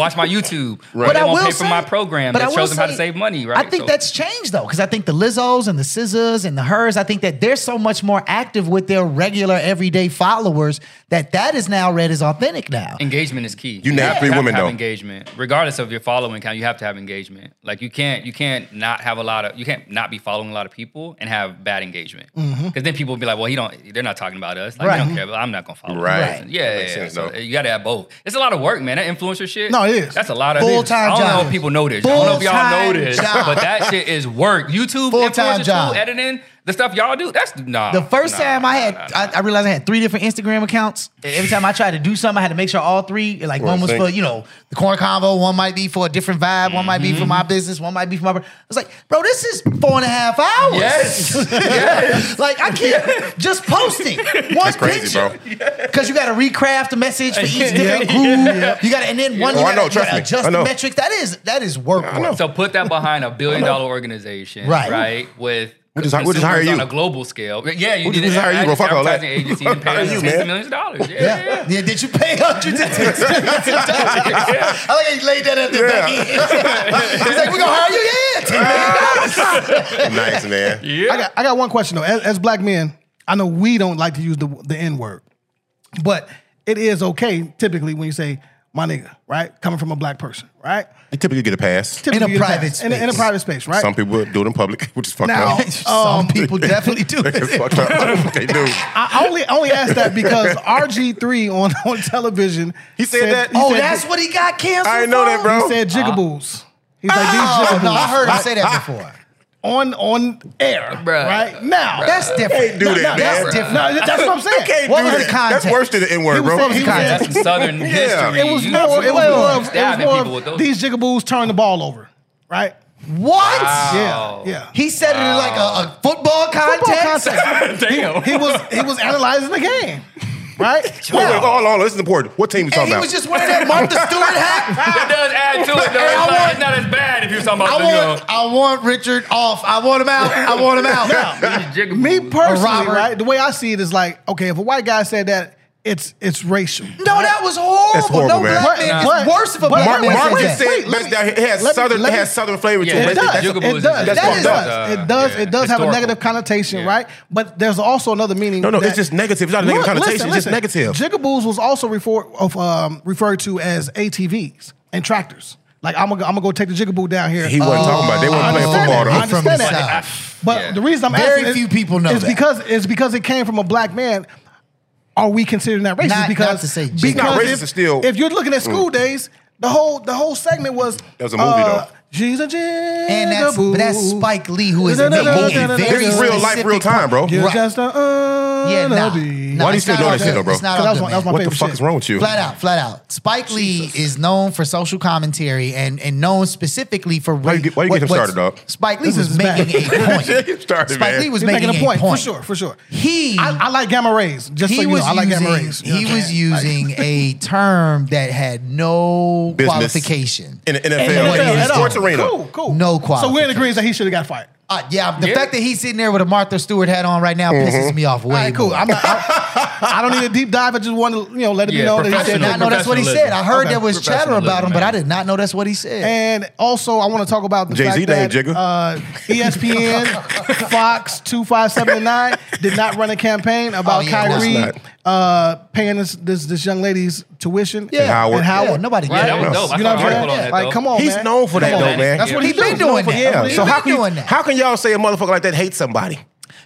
Speaker 11: watch my YouTube. Right.
Speaker 6: But
Speaker 11: they
Speaker 6: I
Speaker 11: won't
Speaker 6: will
Speaker 11: pay
Speaker 6: say-
Speaker 11: for my program
Speaker 6: but I
Speaker 11: that
Speaker 6: will
Speaker 11: shows them how to
Speaker 6: say-
Speaker 11: save money, right?
Speaker 6: I think
Speaker 11: So-
Speaker 6: that's changed though, because I think the Lizzos and the Scissors and the Hers, I think that they're so much more active with their regular everyday followers that that is now read as authentic now.
Speaker 11: Engagement is key.
Speaker 6: You named
Speaker 11: have-
Speaker 6: three
Speaker 11: have to
Speaker 6: women,
Speaker 11: have
Speaker 6: though.
Speaker 11: Engagement, regardless of your following count, you have to have engagement. Like you can't, you can't not have a lot of, you can't not be following a lot of people and have bad engagement. Because
Speaker 12: Mhm.
Speaker 11: then people will be like, well, he don't, they're not talking about us.
Speaker 12: Right.
Speaker 11: Like,
Speaker 12: Mm-hmm.
Speaker 11: they don't care. But I'm not gonna follow. this
Speaker 12: Right.
Speaker 11: person. Yeah. yeah,
Speaker 12: Makes
Speaker 11: yeah.
Speaker 12: sense,
Speaker 11: So
Speaker 12: though.
Speaker 11: you got to have both. It's a lot of work, man. That influencer shit.
Speaker 12: No, it is.
Speaker 11: That's a lot of
Speaker 12: Full-time
Speaker 11: I don't know
Speaker 12: job.
Speaker 11: if people know this. I don't know if y'all
Speaker 12: Full-time
Speaker 11: know this,
Speaker 12: job.
Speaker 11: but that shit is work. YouTube
Speaker 6: Full-time
Speaker 11: influencer
Speaker 6: job.
Speaker 11: tool editing, the stuff y'all do. That's nah.
Speaker 6: the first
Speaker 11: Oh, nah.
Speaker 6: time I had, I, I realized I had three different Instagram accounts. And Every time I tried to do something, I had to make sure all three, like
Speaker 12: Well,
Speaker 6: one was
Speaker 12: thank-
Speaker 6: for you know the corn convo, one might be for a different vibe, one might be for my business, one might be for my. I was like, bro, this is four and a half hours.
Speaker 12: Yes. Yes.
Speaker 6: like I can't just posting one
Speaker 5: That's crazy,
Speaker 6: picture
Speaker 5: bro.
Speaker 6: because you got to recraft the message for each
Speaker 11: Yeah.
Speaker 6: different group.
Speaker 11: Yeah.
Speaker 6: You got to, and then one
Speaker 11: Oh,
Speaker 6: you
Speaker 11: I
Speaker 6: gotta,
Speaker 11: know,
Speaker 6: you
Speaker 11: trust
Speaker 6: gotta
Speaker 11: me.
Speaker 6: adjust
Speaker 11: I know.
Speaker 6: the metrics. That is that is work. bro.
Speaker 11: So put that behind a billion dollar organization,
Speaker 6: Right.
Speaker 11: right? With
Speaker 5: We just hi- we just
Speaker 11: consumers
Speaker 5: hire you.
Speaker 11: on a global scale. Yeah, you
Speaker 5: We
Speaker 11: need
Speaker 5: just
Speaker 11: an
Speaker 5: hire you, bro. Fuck all that.
Speaker 11: advertising agency and pay
Speaker 5: Hire
Speaker 11: us
Speaker 5: you,
Speaker 11: tens
Speaker 5: man.
Speaker 11: of millions of dollars. Yeah,
Speaker 6: Yeah. yeah. Did you pay hundreds and tens of millions of dollars? I like how you laid that at the back end. He's like, we're gonna hire you? Yeah, ten million dollars.
Speaker 5: nice man.
Speaker 2: I got, I got one question though. As, as black men, I know we don't like to use the the N word, but it is okay typically when you say my nigga, right? Coming from a black person, right?
Speaker 5: You typically get a pass.
Speaker 2: Typically you get pass. In a, in a private space, right?
Speaker 5: Some people do it in public, which is fucked
Speaker 2: Now,
Speaker 5: up.
Speaker 2: Some um, people
Speaker 6: definitely do
Speaker 5: It's fucked up. They do.
Speaker 2: I only only asked that because RG3 on, on television. He
Speaker 5: said that?
Speaker 6: Oh, that's what he got canceled.
Speaker 2: I
Speaker 6: know that, bro.
Speaker 2: He said jigaboos. He's like these
Speaker 6: Uh-huh. Oh,
Speaker 2: jigaboos.
Speaker 6: no, I heard him say that before.
Speaker 2: On on air, right now.
Speaker 6: That's different.
Speaker 5: Can't do
Speaker 2: No,
Speaker 5: that,
Speaker 2: no,
Speaker 5: man.
Speaker 2: that's different. No, that's what I'm saying.
Speaker 5: You can't
Speaker 2: What
Speaker 5: do
Speaker 2: was
Speaker 5: that.
Speaker 2: the context?
Speaker 5: That's worse than the N
Speaker 2: He
Speaker 5: word,
Speaker 2: was
Speaker 5: bro.
Speaker 2: saying- he was saying-
Speaker 11: That's some Southern history.
Speaker 2: It was
Speaker 11: You-
Speaker 2: more. It was
Speaker 11: you
Speaker 2: more. Of,
Speaker 11: stabbing
Speaker 2: it was
Speaker 11: people
Speaker 2: more.
Speaker 11: with
Speaker 2: Of,
Speaker 11: those.
Speaker 2: these jigaboos turn the ball over, right?
Speaker 6: What?
Speaker 11: Wow.
Speaker 2: Yeah, yeah.
Speaker 6: He said it in like a, a football
Speaker 2: Football
Speaker 6: context.
Speaker 2: context.
Speaker 11: Damn.
Speaker 2: He, he was he was analyzing the game, right?
Speaker 5: Wait, wait, hold on, hold on. This is important. What team you
Speaker 6: And
Speaker 5: talking
Speaker 6: he
Speaker 5: about?
Speaker 6: was just wearing that Martha Stewart hat.
Speaker 11: That does add to it, though.
Speaker 6: And I
Speaker 11: It's, like,
Speaker 6: want-
Speaker 11: it's not as bad if you're talking about
Speaker 6: I
Speaker 11: the,
Speaker 6: want, I want Richard off. I want him out. I want him out.
Speaker 11: you know,
Speaker 2: Me personally,
Speaker 6: Robert.
Speaker 2: right? The way I see it is like, okay, if a white guy said that, it's it's racial.
Speaker 6: No, that was horrible.
Speaker 5: That's horrible,
Speaker 6: no
Speaker 5: man.
Speaker 6: black man.
Speaker 2: But-
Speaker 6: it's worse if a
Speaker 2: but-
Speaker 6: black
Speaker 5: Mark,
Speaker 6: man
Speaker 5: Mark
Speaker 6: says
Speaker 5: said
Speaker 6: that.
Speaker 5: best down- it has
Speaker 2: let me-
Speaker 5: southern,
Speaker 2: let
Speaker 5: it
Speaker 2: me-
Speaker 5: has southern flavor
Speaker 2: Yeah,
Speaker 5: to it.
Speaker 2: it
Speaker 5: That's-
Speaker 2: does.
Speaker 5: that's-
Speaker 2: It does.
Speaker 5: That's
Speaker 2: That
Speaker 5: fucked
Speaker 2: is-
Speaker 5: up.
Speaker 2: It does. It does
Speaker 5: It's
Speaker 2: have a
Speaker 5: horrible.
Speaker 2: negative connotation, right? But there's also another meaning.
Speaker 5: No, no,
Speaker 2: that-
Speaker 5: it's just negative. It's not a negative
Speaker 2: Look,
Speaker 5: connotation. It's just negative.
Speaker 2: Jigaboos was also refer, of, um, referred to as ATVs and tractors. Like I'm gonna, I'm gonna go take the jigaboo down here.
Speaker 5: He wasn't talking about it. They weren't
Speaker 2: I
Speaker 5: playing
Speaker 2: understand that.
Speaker 5: football, though.
Speaker 2: I understand
Speaker 5: From the
Speaker 2: that.
Speaker 5: South.
Speaker 2: But the reason I'm
Speaker 6: Very
Speaker 2: asking
Speaker 6: few
Speaker 2: is,
Speaker 6: people know
Speaker 2: is
Speaker 6: that.
Speaker 2: because it's because it came from a black man. Are we considering that racist?
Speaker 6: Not- not
Speaker 2: because
Speaker 6: to say
Speaker 2: because
Speaker 6: jigaboo. Not
Speaker 5: racist,
Speaker 2: if,
Speaker 5: it's still-
Speaker 2: if you're looking at school
Speaker 5: Mm.
Speaker 2: days, the whole the whole segment was
Speaker 5: That was a movie,
Speaker 2: uh,
Speaker 5: though.
Speaker 2: She's a jigaboo.
Speaker 6: And that's but that's Spike Lee who is
Speaker 2: No, no, no,
Speaker 6: making
Speaker 2: no,
Speaker 6: a
Speaker 2: no, no,
Speaker 6: very
Speaker 5: no, no. Real life, real
Speaker 6: specific
Speaker 5: time, bro.
Speaker 6: point.
Speaker 5: You're
Speaker 6: Right.
Speaker 2: just a
Speaker 6: yeah, nah. Nah,
Speaker 5: Why do you
Speaker 6: it's
Speaker 5: still
Speaker 6: not
Speaker 5: know
Speaker 6: all
Speaker 5: that shit,
Speaker 6: good.
Speaker 5: though, bro?
Speaker 6: It's not
Speaker 2: 'Cause
Speaker 6: all
Speaker 2: that was
Speaker 6: good,
Speaker 2: my- that was my
Speaker 6: man.
Speaker 5: What the fuck is wrong with you?
Speaker 6: Flat out, flat out. Spike Lee is known for social commentary and, and known specifically for
Speaker 5: Why you get, why you
Speaker 6: what-
Speaker 5: get him
Speaker 6: what's-
Speaker 5: started, dog?
Speaker 6: Spike Lee
Speaker 2: This
Speaker 6: was
Speaker 2: is bad.
Speaker 6: making a point.
Speaker 5: Get him started,
Speaker 6: Spike
Speaker 5: man.
Speaker 6: Lee was
Speaker 2: He's
Speaker 6: making, a point,
Speaker 2: for sure, for sure.
Speaker 6: He
Speaker 2: I, I like gamma rays. Just so you know, I like gamma rays. You know
Speaker 6: he
Speaker 2: what I'm
Speaker 6: was
Speaker 2: saying?
Speaker 6: using a term that had no
Speaker 5: Business.
Speaker 6: qualification.
Speaker 5: In the NFL,
Speaker 6: And what
Speaker 5: in
Speaker 6: he
Speaker 5: the
Speaker 6: was
Speaker 5: sports
Speaker 6: doing.
Speaker 5: arena.
Speaker 2: Cool, cool.
Speaker 6: No
Speaker 2: So we're in
Speaker 6: qualification.
Speaker 2: agreement that he should have got fired.
Speaker 6: Uh, yeah, the
Speaker 11: Yeah.
Speaker 6: fact that he's sitting there with a Martha Stewart hat on right now
Speaker 5: Mm-hmm.
Speaker 6: pisses me off way
Speaker 2: All right, cool.
Speaker 6: more.
Speaker 2: I'm not, I, I don't need a deep dive. I just want to, you know, let it be
Speaker 11: Yeah,
Speaker 2: known that
Speaker 6: I
Speaker 2: he said
Speaker 6: did not
Speaker 2: that.
Speaker 6: know that's what he said. I heard there was chatter
Speaker 11: Professionalism,
Speaker 6: about him, but
Speaker 11: man.
Speaker 6: I did not know that's what he said.
Speaker 2: And also, I want to talk about the
Speaker 5: Jay-Z
Speaker 2: fact that
Speaker 5: named Jigga.
Speaker 2: uh, ESPN, Fox, two five seven and nine did not run a campaign about
Speaker 6: Oh, yeah, no.
Speaker 5: Of
Speaker 2: Kyrie uh, paying this, this this young lady's tuition.
Speaker 6: Yeah.
Speaker 5: Howard.
Speaker 2: and
Speaker 6: Yeah,
Speaker 2: Howard.
Speaker 6: nobody
Speaker 11: Right,
Speaker 6: did.
Speaker 11: that was dope. I
Speaker 2: You know
Speaker 11: saw
Speaker 2: what
Speaker 11: an
Speaker 2: I'm
Speaker 11: article on
Speaker 2: saying?
Speaker 11: that,
Speaker 2: Like,
Speaker 11: though.
Speaker 2: come on,
Speaker 5: He's
Speaker 2: man.
Speaker 5: known for that,
Speaker 2: Come on,
Speaker 5: though, man.
Speaker 2: That's what
Speaker 11: Yeah.
Speaker 2: he
Speaker 6: He been
Speaker 2: doing.
Speaker 6: doing that.
Speaker 5: Yeah.
Speaker 6: He
Speaker 5: So
Speaker 6: been
Speaker 5: how can
Speaker 6: doing
Speaker 5: you,
Speaker 6: that.
Speaker 5: how can y'all say a motherfucker like that hates somebody?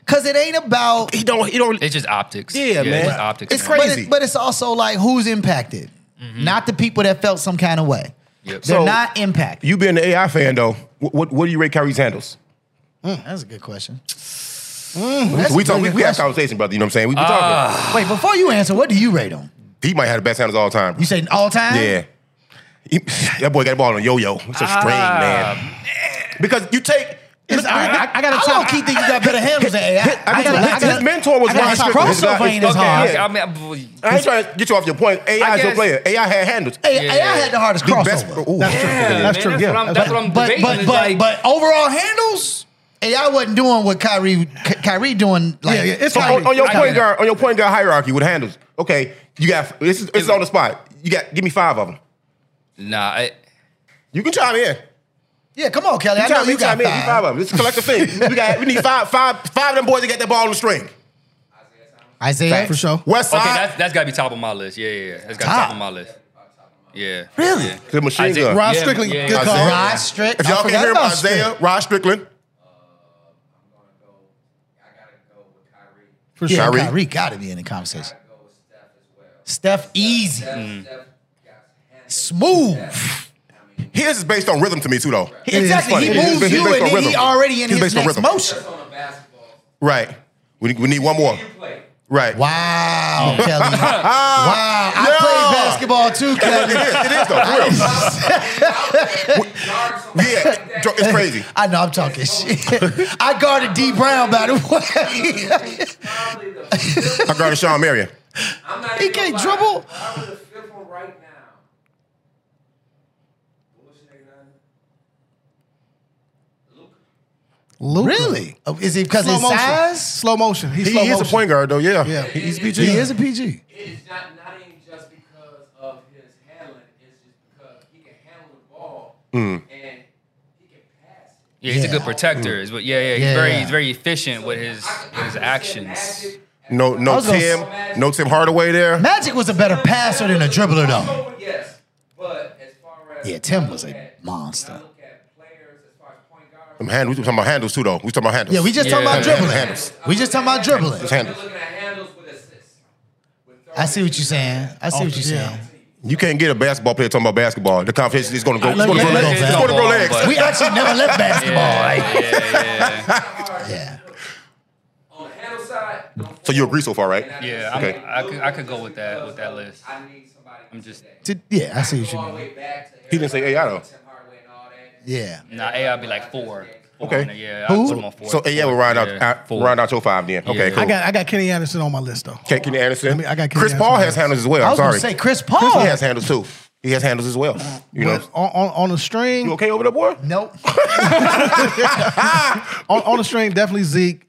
Speaker 6: Because it ain't about.
Speaker 5: He don't. He don't.
Speaker 11: It's just optics.
Speaker 5: Yeah, man.
Speaker 11: It's just optics.
Speaker 6: It's
Speaker 11: man.
Speaker 6: crazy. But,
Speaker 5: crazy.
Speaker 6: it- but it's also like who's impacted, not the people that felt some kind of way.
Speaker 11: Yep.
Speaker 6: They're
Speaker 5: So-
Speaker 6: not impacted.
Speaker 5: You being an AI fan though, what what, what do you rate Kyrie's handles?
Speaker 6: That's a good question.
Speaker 5: we talk. We, we have conversation, brother. You know what I'm saying? We, we talking.
Speaker 6: Wait, before you answer, what do you rate him?
Speaker 5: He might have the best handles of all time.
Speaker 6: You say all time?
Speaker 5: Yeah. He- that boy got the ball on yo yo. It's a string, Ah, man. Because you take.
Speaker 2: It's- I, I, I gotta
Speaker 6: I
Speaker 2: talk.
Speaker 6: don't keep think you got better handles than
Speaker 5: I
Speaker 6: AI. I
Speaker 5: think
Speaker 6: gotta- I
Speaker 5: his,
Speaker 6: gotta-
Speaker 5: his mentor was
Speaker 6: I gotta
Speaker 5: Ron
Speaker 6: talk-
Speaker 5: Strickland. It's
Speaker 6: crossover
Speaker 5: not-
Speaker 6: ain't as
Speaker 11: Okay,
Speaker 6: hard.
Speaker 11: okay,
Speaker 5: Yeah.
Speaker 11: I mean, I-
Speaker 5: I ain't trying to get you off your point. AI is your
Speaker 11: guess-
Speaker 5: player. AI had handles.
Speaker 6: Hey,
Speaker 11: Yeah.
Speaker 6: AI had the hardest
Speaker 5: The
Speaker 6: crossover.
Speaker 5: best- ooh.
Speaker 2: That's true.
Speaker 11: yeah,
Speaker 2: That's
Speaker 11: man,
Speaker 2: true.
Speaker 11: That's
Speaker 2: Yeah.
Speaker 11: what I'm, that's what I'm
Speaker 6: but
Speaker 11: debating.
Speaker 6: but
Speaker 11: is
Speaker 6: but
Speaker 11: like,
Speaker 6: but overall handles, AI wasn't doing what Kyrie Ky- Kyrie doing. Like,
Speaker 2: Yeah, yeah, it's
Speaker 5: So
Speaker 2: Kyrie.
Speaker 5: on, on your
Speaker 11: I
Speaker 5: point
Speaker 11: get it.
Speaker 5: guard, on your point guard hierarchy with handles. Okay, you got this is, this is on the spot. You got give me five of them.
Speaker 11: nah, I,
Speaker 5: You can chime in.
Speaker 6: yeah. Come on, Kelly.
Speaker 5: You
Speaker 6: I know
Speaker 5: chime,
Speaker 6: you
Speaker 5: you
Speaker 6: got
Speaker 5: chime in. You five
Speaker 6: five.
Speaker 5: of them. It's a collective thing. We got we need five five five of them boys to get that ball on the string.
Speaker 6: Isaiah for sure.
Speaker 5: West
Speaker 11: okay,
Speaker 5: side.
Speaker 11: that's, that's got to be top of my list. Yeah, yeah, yeah. That's got to be
Speaker 6: Top.
Speaker 11: top of my list. Yeah.
Speaker 6: Really?
Speaker 11: Yeah.
Speaker 5: the machine
Speaker 11: Isaiah-
Speaker 5: gun.
Speaker 2: Rod
Speaker 11: Yeah,
Speaker 2: Strickland,
Speaker 11: yeah,
Speaker 2: good
Speaker 11: yeah.
Speaker 2: call.
Speaker 5: Isaiah.
Speaker 6: Rod Strick.
Speaker 5: If y'all can hear him, Isaiah, Rod Strickland.
Speaker 2: For
Speaker 6: Yeah,
Speaker 5: Kyrie.
Speaker 6: Kyrie, got to be in the conversation. Steph easy, smooth.
Speaker 5: His is based on rhythm to me too, though.
Speaker 6: He- Exactly. He
Speaker 5: He's
Speaker 6: moves
Speaker 5: based- he's
Speaker 6: you,
Speaker 5: based
Speaker 6: and
Speaker 5: on
Speaker 6: then he
Speaker 5: rhythm.
Speaker 6: already in
Speaker 5: He's
Speaker 6: his
Speaker 5: based on
Speaker 6: next
Speaker 5: rhythm.
Speaker 6: motion.
Speaker 5: Right. We, we need one more. Right. Ah,
Speaker 6: Wow, Kelly. Wow, I
Speaker 5: Yeah.
Speaker 6: played basketball too,
Speaker 5: It
Speaker 6: Kelly.
Speaker 5: is. It is though. For real. yeah. dr- It's crazy.
Speaker 6: I know I'm talking shit. I guarded D Brown by the way.
Speaker 5: I guarded Sean Marion.
Speaker 6: he can't dribble.
Speaker 2: Luka.
Speaker 6: Really? Oh, Is it because
Speaker 2: Slow
Speaker 6: his
Speaker 2: motion.
Speaker 6: size?
Speaker 2: Slow motion. He's
Speaker 5: He
Speaker 2: slow
Speaker 5: is a
Speaker 2: motion.
Speaker 5: point guard though. Yeah.
Speaker 2: Yeah.
Speaker 6: He's PG. He is a PG.
Speaker 13: It is not not even just because of his handling. It's just because he can handle the ball
Speaker 5: Mm.
Speaker 13: and he can pass. it.
Speaker 11: Yeah, he's
Speaker 6: Yeah.
Speaker 11: a good protector. Is what? Yeah, yeah. He's
Speaker 6: Yeah,
Speaker 11: very,
Speaker 6: yeah.
Speaker 11: he's very efficient with his with his actions.
Speaker 5: No.
Speaker 6: I
Speaker 5: No
Speaker 6: was gonna
Speaker 5: Tim. No Tim Hardaway there.
Speaker 6: Magic was a better passer than a dribbler though.
Speaker 13: Crossover, yes, but as far as
Speaker 6: Yeah, Tim was
Speaker 13: when I
Speaker 6: a
Speaker 13: look at-
Speaker 6: monster.
Speaker 13: when I look at players as far as point guards.
Speaker 5: Some handles. We talking about handles too though. We talking about handles.
Speaker 6: Yeah, we just talking
Speaker 11: Yeah.
Speaker 6: about dribbling.
Speaker 5: Handles.
Speaker 6: We just talking about dribbling.
Speaker 5: Just
Speaker 13: You're
Speaker 5: handles.
Speaker 13: looking at handles with assists. With
Speaker 6: I see what you're saying. I see what you're
Speaker 2: Oh, Yeah.
Speaker 6: saying.
Speaker 5: You can't get a basketball player talking about basketball. The conversation is going to go. It's
Speaker 6: let
Speaker 5: going to
Speaker 6: me-
Speaker 5: go
Speaker 6: let me-
Speaker 5: legs. It's going to go legs.
Speaker 11: But-
Speaker 6: We actually never left basketball.
Speaker 11: Yeah,
Speaker 6: Like,
Speaker 11: yeah, yeah.
Speaker 6: yeah.
Speaker 13: On the handle side, don't
Speaker 5: So you agree so far, right?
Speaker 13: And I
Speaker 11: Yeah,
Speaker 13: just
Speaker 11: I'm-
Speaker 13: say,
Speaker 11: I could- I could go
Speaker 13: just
Speaker 11: with that- with that
Speaker 13: because of,
Speaker 11: list.
Speaker 13: I need somebody.
Speaker 11: I'm just-
Speaker 13: today.
Speaker 6: To- yeah, I see what
Speaker 13: Go
Speaker 6: you
Speaker 13: all the
Speaker 6: mean.
Speaker 13: way back to
Speaker 5: He didn't say
Speaker 13: everybody,
Speaker 5: AI, though.
Speaker 13: Tim Hardaway and all that.
Speaker 6: Yeah.
Speaker 11: Nah, AI be like four. four
Speaker 5: Okay.
Speaker 11: in there. Yeah.
Speaker 6: Who?
Speaker 11: I put him on four.
Speaker 5: So yeah, we'll round out out-
Speaker 11: four.
Speaker 5: round out your five then. Okay,
Speaker 11: Yeah.
Speaker 5: cool.
Speaker 2: I got I got Kenny Anderson on my list though.
Speaker 5: Okay, Kenny Anderson.
Speaker 2: mean, I got Kenny
Speaker 5: Chris Paul
Speaker 2: Anderson.
Speaker 5: has handles as well.
Speaker 6: I
Speaker 5: I'm
Speaker 6: was
Speaker 5: sorry.
Speaker 6: gonna say Chris Paul.
Speaker 5: He has handles too. He has handles as well. You know.
Speaker 2: But on, on on the string,
Speaker 5: You okay over there, boy?
Speaker 6: Nope.
Speaker 2: on, on the string, definitely Zeke.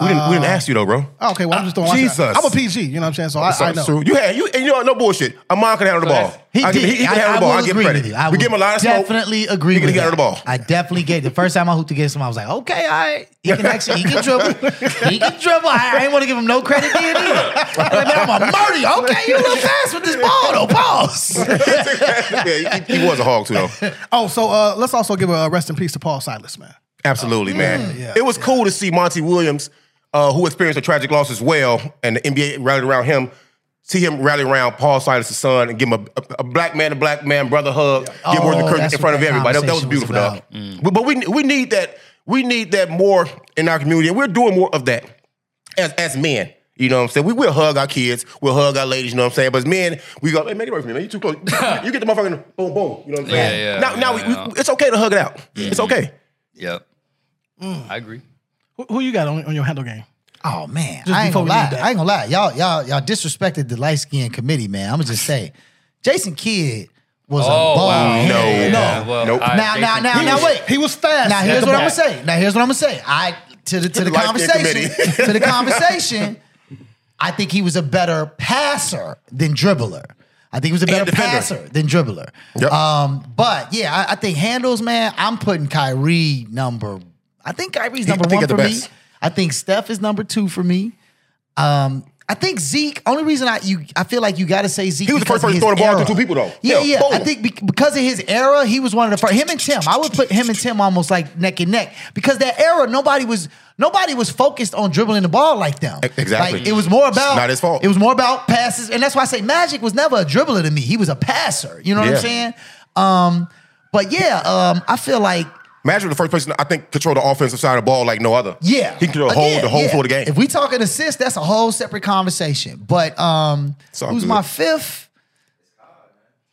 Speaker 5: We didn't, we didn't ask you though, bro.
Speaker 2: Oh, okay, well, I'm just throwing my shot.
Speaker 5: Jesus.
Speaker 2: I'm a PG, you know what I'm saying? So I,
Speaker 5: So-
Speaker 2: I know.
Speaker 5: so you had you and you know no bullshit. Amon can handle the
Speaker 2: So
Speaker 5: ball.
Speaker 2: that's- He
Speaker 5: I give-
Speaker 2: did.
Speaker 5: He, he can
Speaker 2: I-
Speaker 5: handle
Speaker 2: I
Speaker 5: the ball.
Speaker 2: will
Speaker 5: I give
Speaker 2: agree
Speaker 5: him
Speaker 2: with
Speaker 5: credit.
Speaker 2: you. I
Speaker 5: we
Speaker 2: will
Speaker 5: give him a lot of smoke.
Speaker 6: Definitely agree
Speaker 5: He can
Speaker 6: with
Speaker 5: handle
Speaker 6: that.
Speaker 5: the ball.
Speaker 6: I definitely gave the first time I hooped against him, I was like, okay, all right. He can actually, he can dribble. He can dribble. I, I ain't want to give him no credit then either. I mean, I'm a Murray. Okay, you look fast with this ball though. Pause.
Speaker 5: yeah, he, he was a hog too though.
Speaker 2: Oh, so uh, let's also give a uh, rest in peace to Paul Silas, man.
Speaker 5: Absolutely,
Speaker 6: Oh,
Speaker 5: man.
Speaker 2: yeah,
Speaker 5: it was cool to see Monty Williams, uh, who experienced a tragic loss as well, and the NBA rallied around him. See him rally around Paul Silas' son and give him a, a, a black man to black man brother hug, give him
Speaker 6: Oh,
Speaker 5: the curtain
Speaker 6: that's
Speaker 5: in front
Speaker 6: what
Speaker 5: of
Speaker 6: that
Speaker 5: everybody. That, that was
Speaker 6: conversation was
Speaker 5: beautiful, dog.
Speaker 6: about. Mm.
Speaker 5: But, but we we need that we need that more in our community, and we're doing more of that as as men. You know what I'm saying? We will hug our kids, we'll hug our ladies, you know what I'm saying? But as men, we go, hey, man, get away from me, man. You too close. you get the motherfucking boom, boom. You know what I'm saying?
Speaker 11: Yeah, yeah,
Speaker 5: now, now
Speaker 11: yeah,
Speaker 5: we,
Speaker 11: yeah.
Speaker 5: We, it's okay to hug it out. It's
Speaker 6: Mm-hmm.
Speaker 5: okay.
Speaker 11: Yep.
Speaker 6: Mm.
Speaker 11: I agree.
Speaker 2: Who, who you got on, on your handle game?
Speaker 6: Oh man,
Speaker 2: Just
Speaker 6: I ain't
Speaker 2: before
Speaker 6: gonna
Speaker 2: we
Speaker 6: lie.
Speaker 2: leave that.
Speaker 6: I ain't gonna lie. Y'all, y'all, y'all disrespected the light skinned committee, man. I'm gonna just say, Jason Kidd was a
Speaker 11: Oh,
Speaker 6: ball.
Speaker 11: wow.
Speaker 6: head.
Speaker 11: No.
Speaker 6: no.
Speaker 11: Yeah, well, Nope. I-
Speaker 6: now, now,
Speaker 11: Jason
Speaker 6: now,
Speaker 11: Kidd-
Speaker 6: now, wait.
Speaker 2: He was fast.
Speaker 6: Now
Speaker 2: at
Speaker 6: here's
Speaker 2: the
Speaker 6: what I'm gonna
Speaker 2: ball.
Speaker 6: say. Now here's what I'm gonna say. I to the to the
Speaker 2: Light skinned
Speaker 6: conversation to the conversation. I think he was a better passer than dribbler. I think he was a better
Speaker 5: defender.
Speaker 6: passer than dribbler. Um, but yeah, I, I think handles, man. I'm putting Kyrie number. I think Kyrie's
Speaker 5: He-
Speaker 6: number
Speaker 5: I think
Speaker 6: one
Speaker 5: at the
Speaker 6: for me.
Speaker 5: best.
Speaker 6: I think Steph is number two for me. Um, I think Zeke. Only reason I you I feel like you got to say Zeke.
Speaker 5: He was the
Speaker 6: because
Speaker 5: first person
Speaker 6: of
Speaker 5: throwing
Speaker 6: his
Speaker 5: the ball
Speaker 6: era.
Speaker 5: to two people, though.
Speaker 6: Yeah,
Speaker 5: Yeah,
Speaker 6: yeah.
Speaker 5: boom.
Speaker 6: I think be- because of his era, he was one of the first. Him and Tim, I would put him and Tim almost like neck and neck because that era, nobody was nobody was focused on dribbling the ball like them.
Speaker 5: E-, exactly.
Speaker 6: Like, it was more about
Speaker 5: It's not his fault.
Speaker 6: It was more about passes, and that's why I say Magic was never a dribbler to me. He was a passer. You know what
Speaker 5: Yeah.
Speaker 6: I'm saying? Um, but yeah, um, I feel like
Speaker 5: Magic was the first person I think controlled the offensive side of the ball like no other.
Speaker 6: yeah,
Speaker 5: he controlled the
Speaker 6: Again,
Speaker 5: whole the whole
Speaker 6: yeah.
Speaker 5: floor of the game.
Speaker 6: If we talking assists, that's a whole separate conversation. But um,
Speaker 5: all
Speaker 6: who's
Speaker 5: good.
Speaker 6: my fifth?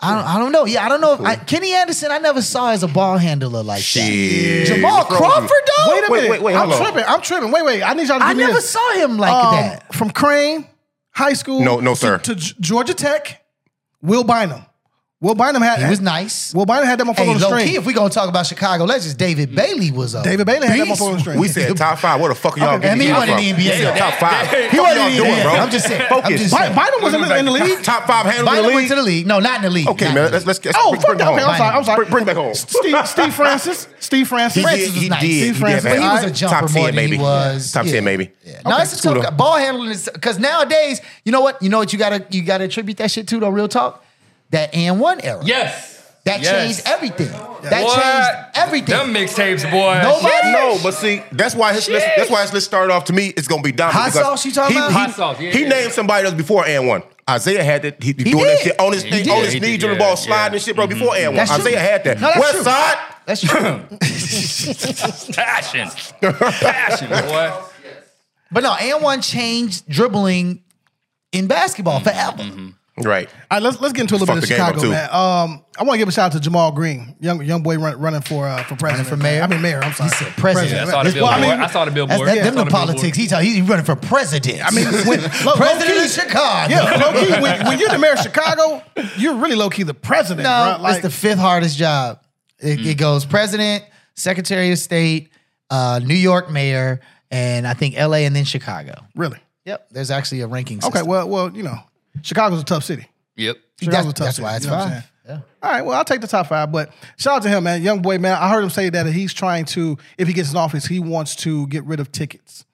Speaker 6: I don't, I don't know. Yeah, I don't know. If I, Kenny Anderson, I never saw as a ball handler like
Speaker 5: Shit.
Speaker 6: that. Jamal
Speaker 5: What's wrong with you?
Speaker 6: Crawford, though.
Speaker 2: Wait a minute. I'm
Speaker 5: hold on.
Speaker 2: tripping. I'm tripping. Wait, wait. I need y'all to
Speaker 6: I
Speaker 2: give me
Speaker 6: never
Speaker 2: this.
Speaker 6: saw him like
Speaker 2: Um,
Speaker 6: that.
Speaker 2: From Crane High School
Speaker 5: No, no,
Speaker 2: to-
Speaker 5: sir.
Speaker 2: to, G- Georgia Tech, Will Bynum. Will Bynum had
Speaker 6: He was nice.
Speaker 2: Will Bynum had that motherfucker
Speaker 6: Hey,
Speaker 2: on the
Speaker 6: low
Speaker 2: string.
Speaker 6: key, if we gonna talk about Chicago legends, David Bailey was a
Speaker 2: David Bailey had that
Speaker 6: beast.
Speaker 2: motherfucker on the string.
Speaker 5: We said top five. Where the fuck are y'all
Speaker 6: Okay, I
Speaker 5: getting
Speaker 6: mean, he
Speaker 5: these
Speaker 6: wasn't
Speaker 5: from?
Speaker 6: in the NBA.
Speaker 5: Yeah, top five.
Speaker 6: He
Speaker 5: What
Speaker 6: wasn't
Speaker 5: y'all
Speaker 6: in the
Speaker 5: doing,
Speaker 6: NBA.
Speaker 5: bro?
Speaker 6: I'm just saying. I'm
Speaker 5: Focus.
Speaker 6: just
Speaker 2: By-
Speaker 6: saying.
Speaker 2: Bynum was in the, in the league.
Speaker 5: Top five handle in the
Speaker 6: Bynum went
Speaker 5: league.
Speaker 6: to the league. No, not in the league.
Speaker 5: Okay,
Speaker 6: Not
Speaker 5: man.
Speaker 6: in the
Speaker 5: Let's let's,
Speaker 6: league.
Speaker 5: let's
Speaker 2: Oh,
Speaker 5: bring,
Speaker 2: fuck
Speaker 5: bring
Speaker 2: that.
Speaker 5: home.
Speaker 2: Okay, I'm sorry. I'm sorry.
Speaker 5: Bring, bring back home.
Speaker 2: Steve, Steve Francis. Steve
Speaker 5: He
Speaker 2: Francis.
Speaker 5: did.
Speaker 6: Francis
Speaker 5: He
Speaker 6: was
Speaker 5: did.
Speaker 6: nice.
Speaker 2: Steve
Speaker 5: He did
Speaker 2: Francis,
Speaker 5: have
Speaker 2: he was
Speaker 6: a
Speaker 5: top
Speaker 6: jumper
Speaker 5: 10
Speaker 6: more than he
Speaker 5: maybe.
Speaker 6: was-
Speaker 5: Top
Speaker 6: yeah.
Speaker 5: ten maybe.
Speaker 6: Yeah. No, it's a tough, ball handling is because nowadays, you know what? You know what you gotta you gotta attribute that shit to though, real talk? That and one era.
Speaker 11: Yes.
Speaker 6: That
Speaker 11: Yes.
Speaker 6: changed everything. That
Speaker 11: What?
Speaker 6: changed everything.
Speaker 11: Them mixtapes, boy.
Speaker 6: Nobody-
Speaker 5: No, but see, that's why his list,
Speaker 11: Sheesh.
Speaker 5: that's why his list started off to me. It's gonna be dominant.
Speaker 6: Hot
Speaker 5: because
Speaker 6: sauce you talking
Speaker 5: he,
Speaker 6: about?
Speaker 5: He,
Speaker 11: Hot sauce, yeah,
Speaker 5: he
Speaker 11: yeah.
Speaker 5: named somebody else before and one. Isaiah had that. He, he doing that
Speaker 6: did.
Speaker 5: shit on his
Speaker 11: He
Speaker 5: thing,
Speaker 11: did.
Speaker 5: on his
Speaker 11: He
Speaker 5: knees
Speaker 11: did,
Speaker 5: on the ball,
Speaker 11: yeah, Mm-hmm.
Speaker 5: sliding
Speaker 11: yeah.
Speaker 5: and shit, bro. Before and one,
Speaker 6: That's true.
Speaker 5: Isaiah had that.
Speaker 6: No, that's
Speaker 5: West
Speaker 6: true.
Speaker 5: side.
Speaker 6: That's true.
Speaker 11: Passion. Passion, boy.
Speaker 6: but no, and one changed dribbling in basketball
Speaker 11: Mm-hmm.
Speaker 6: forever.
Speaker 5: Right.
Speaker 2: All right, let's let's get into a little
Speaker 5: Fuck
Speaker 2: bit of
Speaker 5: the game up,
Speaker 2: Chicago,
Speaker 5: too.
Speaker 2: man. Um, I want to give a shout out to Jamal Green, young young boy run, running for uh, for president
Speaker 6: for mayor?
Speaker 2: I mean mayor. I'm sorry.
Speaker 6: He said president.
Speaker 11: Yeah, I saw the
Speaker 2: Well, I
Speaker 11: billboard.
Speaker 2: mean,
Speaker 11: I saw the
Speaker 6: That's
Speaker 11: billboard.
Speaker 6: that,
Speaker 11: I
Speaker 6: them
Speaker 11: saw
Speaker 6: the
Speaker 11: billboard.
Speaker 6: politics. He talking, he's running for president. I mean,
Speaker 2: low-
Speaker 6: president
Speaker 2: low-key-
Speaker 6: of Chicago.
Speaker 2: Yeah, low key. When, when you're the mayor of Chicago, you're really low key the president.
Speaker 6: No,
Speaker 2: bro. Like, Mm.
Speaker 6: it's the fifth hardest job. It, it goes president, secretary of state, uh, New York mayor, and I think L.A. and then Chicago.
Speaker 2: really.
Speaker 6: Yep, there's actually a ranking. System.
Speaker 2: Okay, well, well, you know, Chicago's a tough city.
Speaker 11: Yep.
Speaker 2: Chicago's a
Speaker 6: that's,
Speaker 2: tough
Speaker 6: that's
Speaker 2: city,
Speaker 6: why it's
Speaker 2: you know what I'm
Speaker 6: five.
Speaker 2: saying?
Speaker 6: Yeah.
Speaker 2: All right, well, I'll take the top five, but shout out to him, man. Young boy, man. I heard him say that he's trying to, if he gets in office, he wants to get rid of tickets.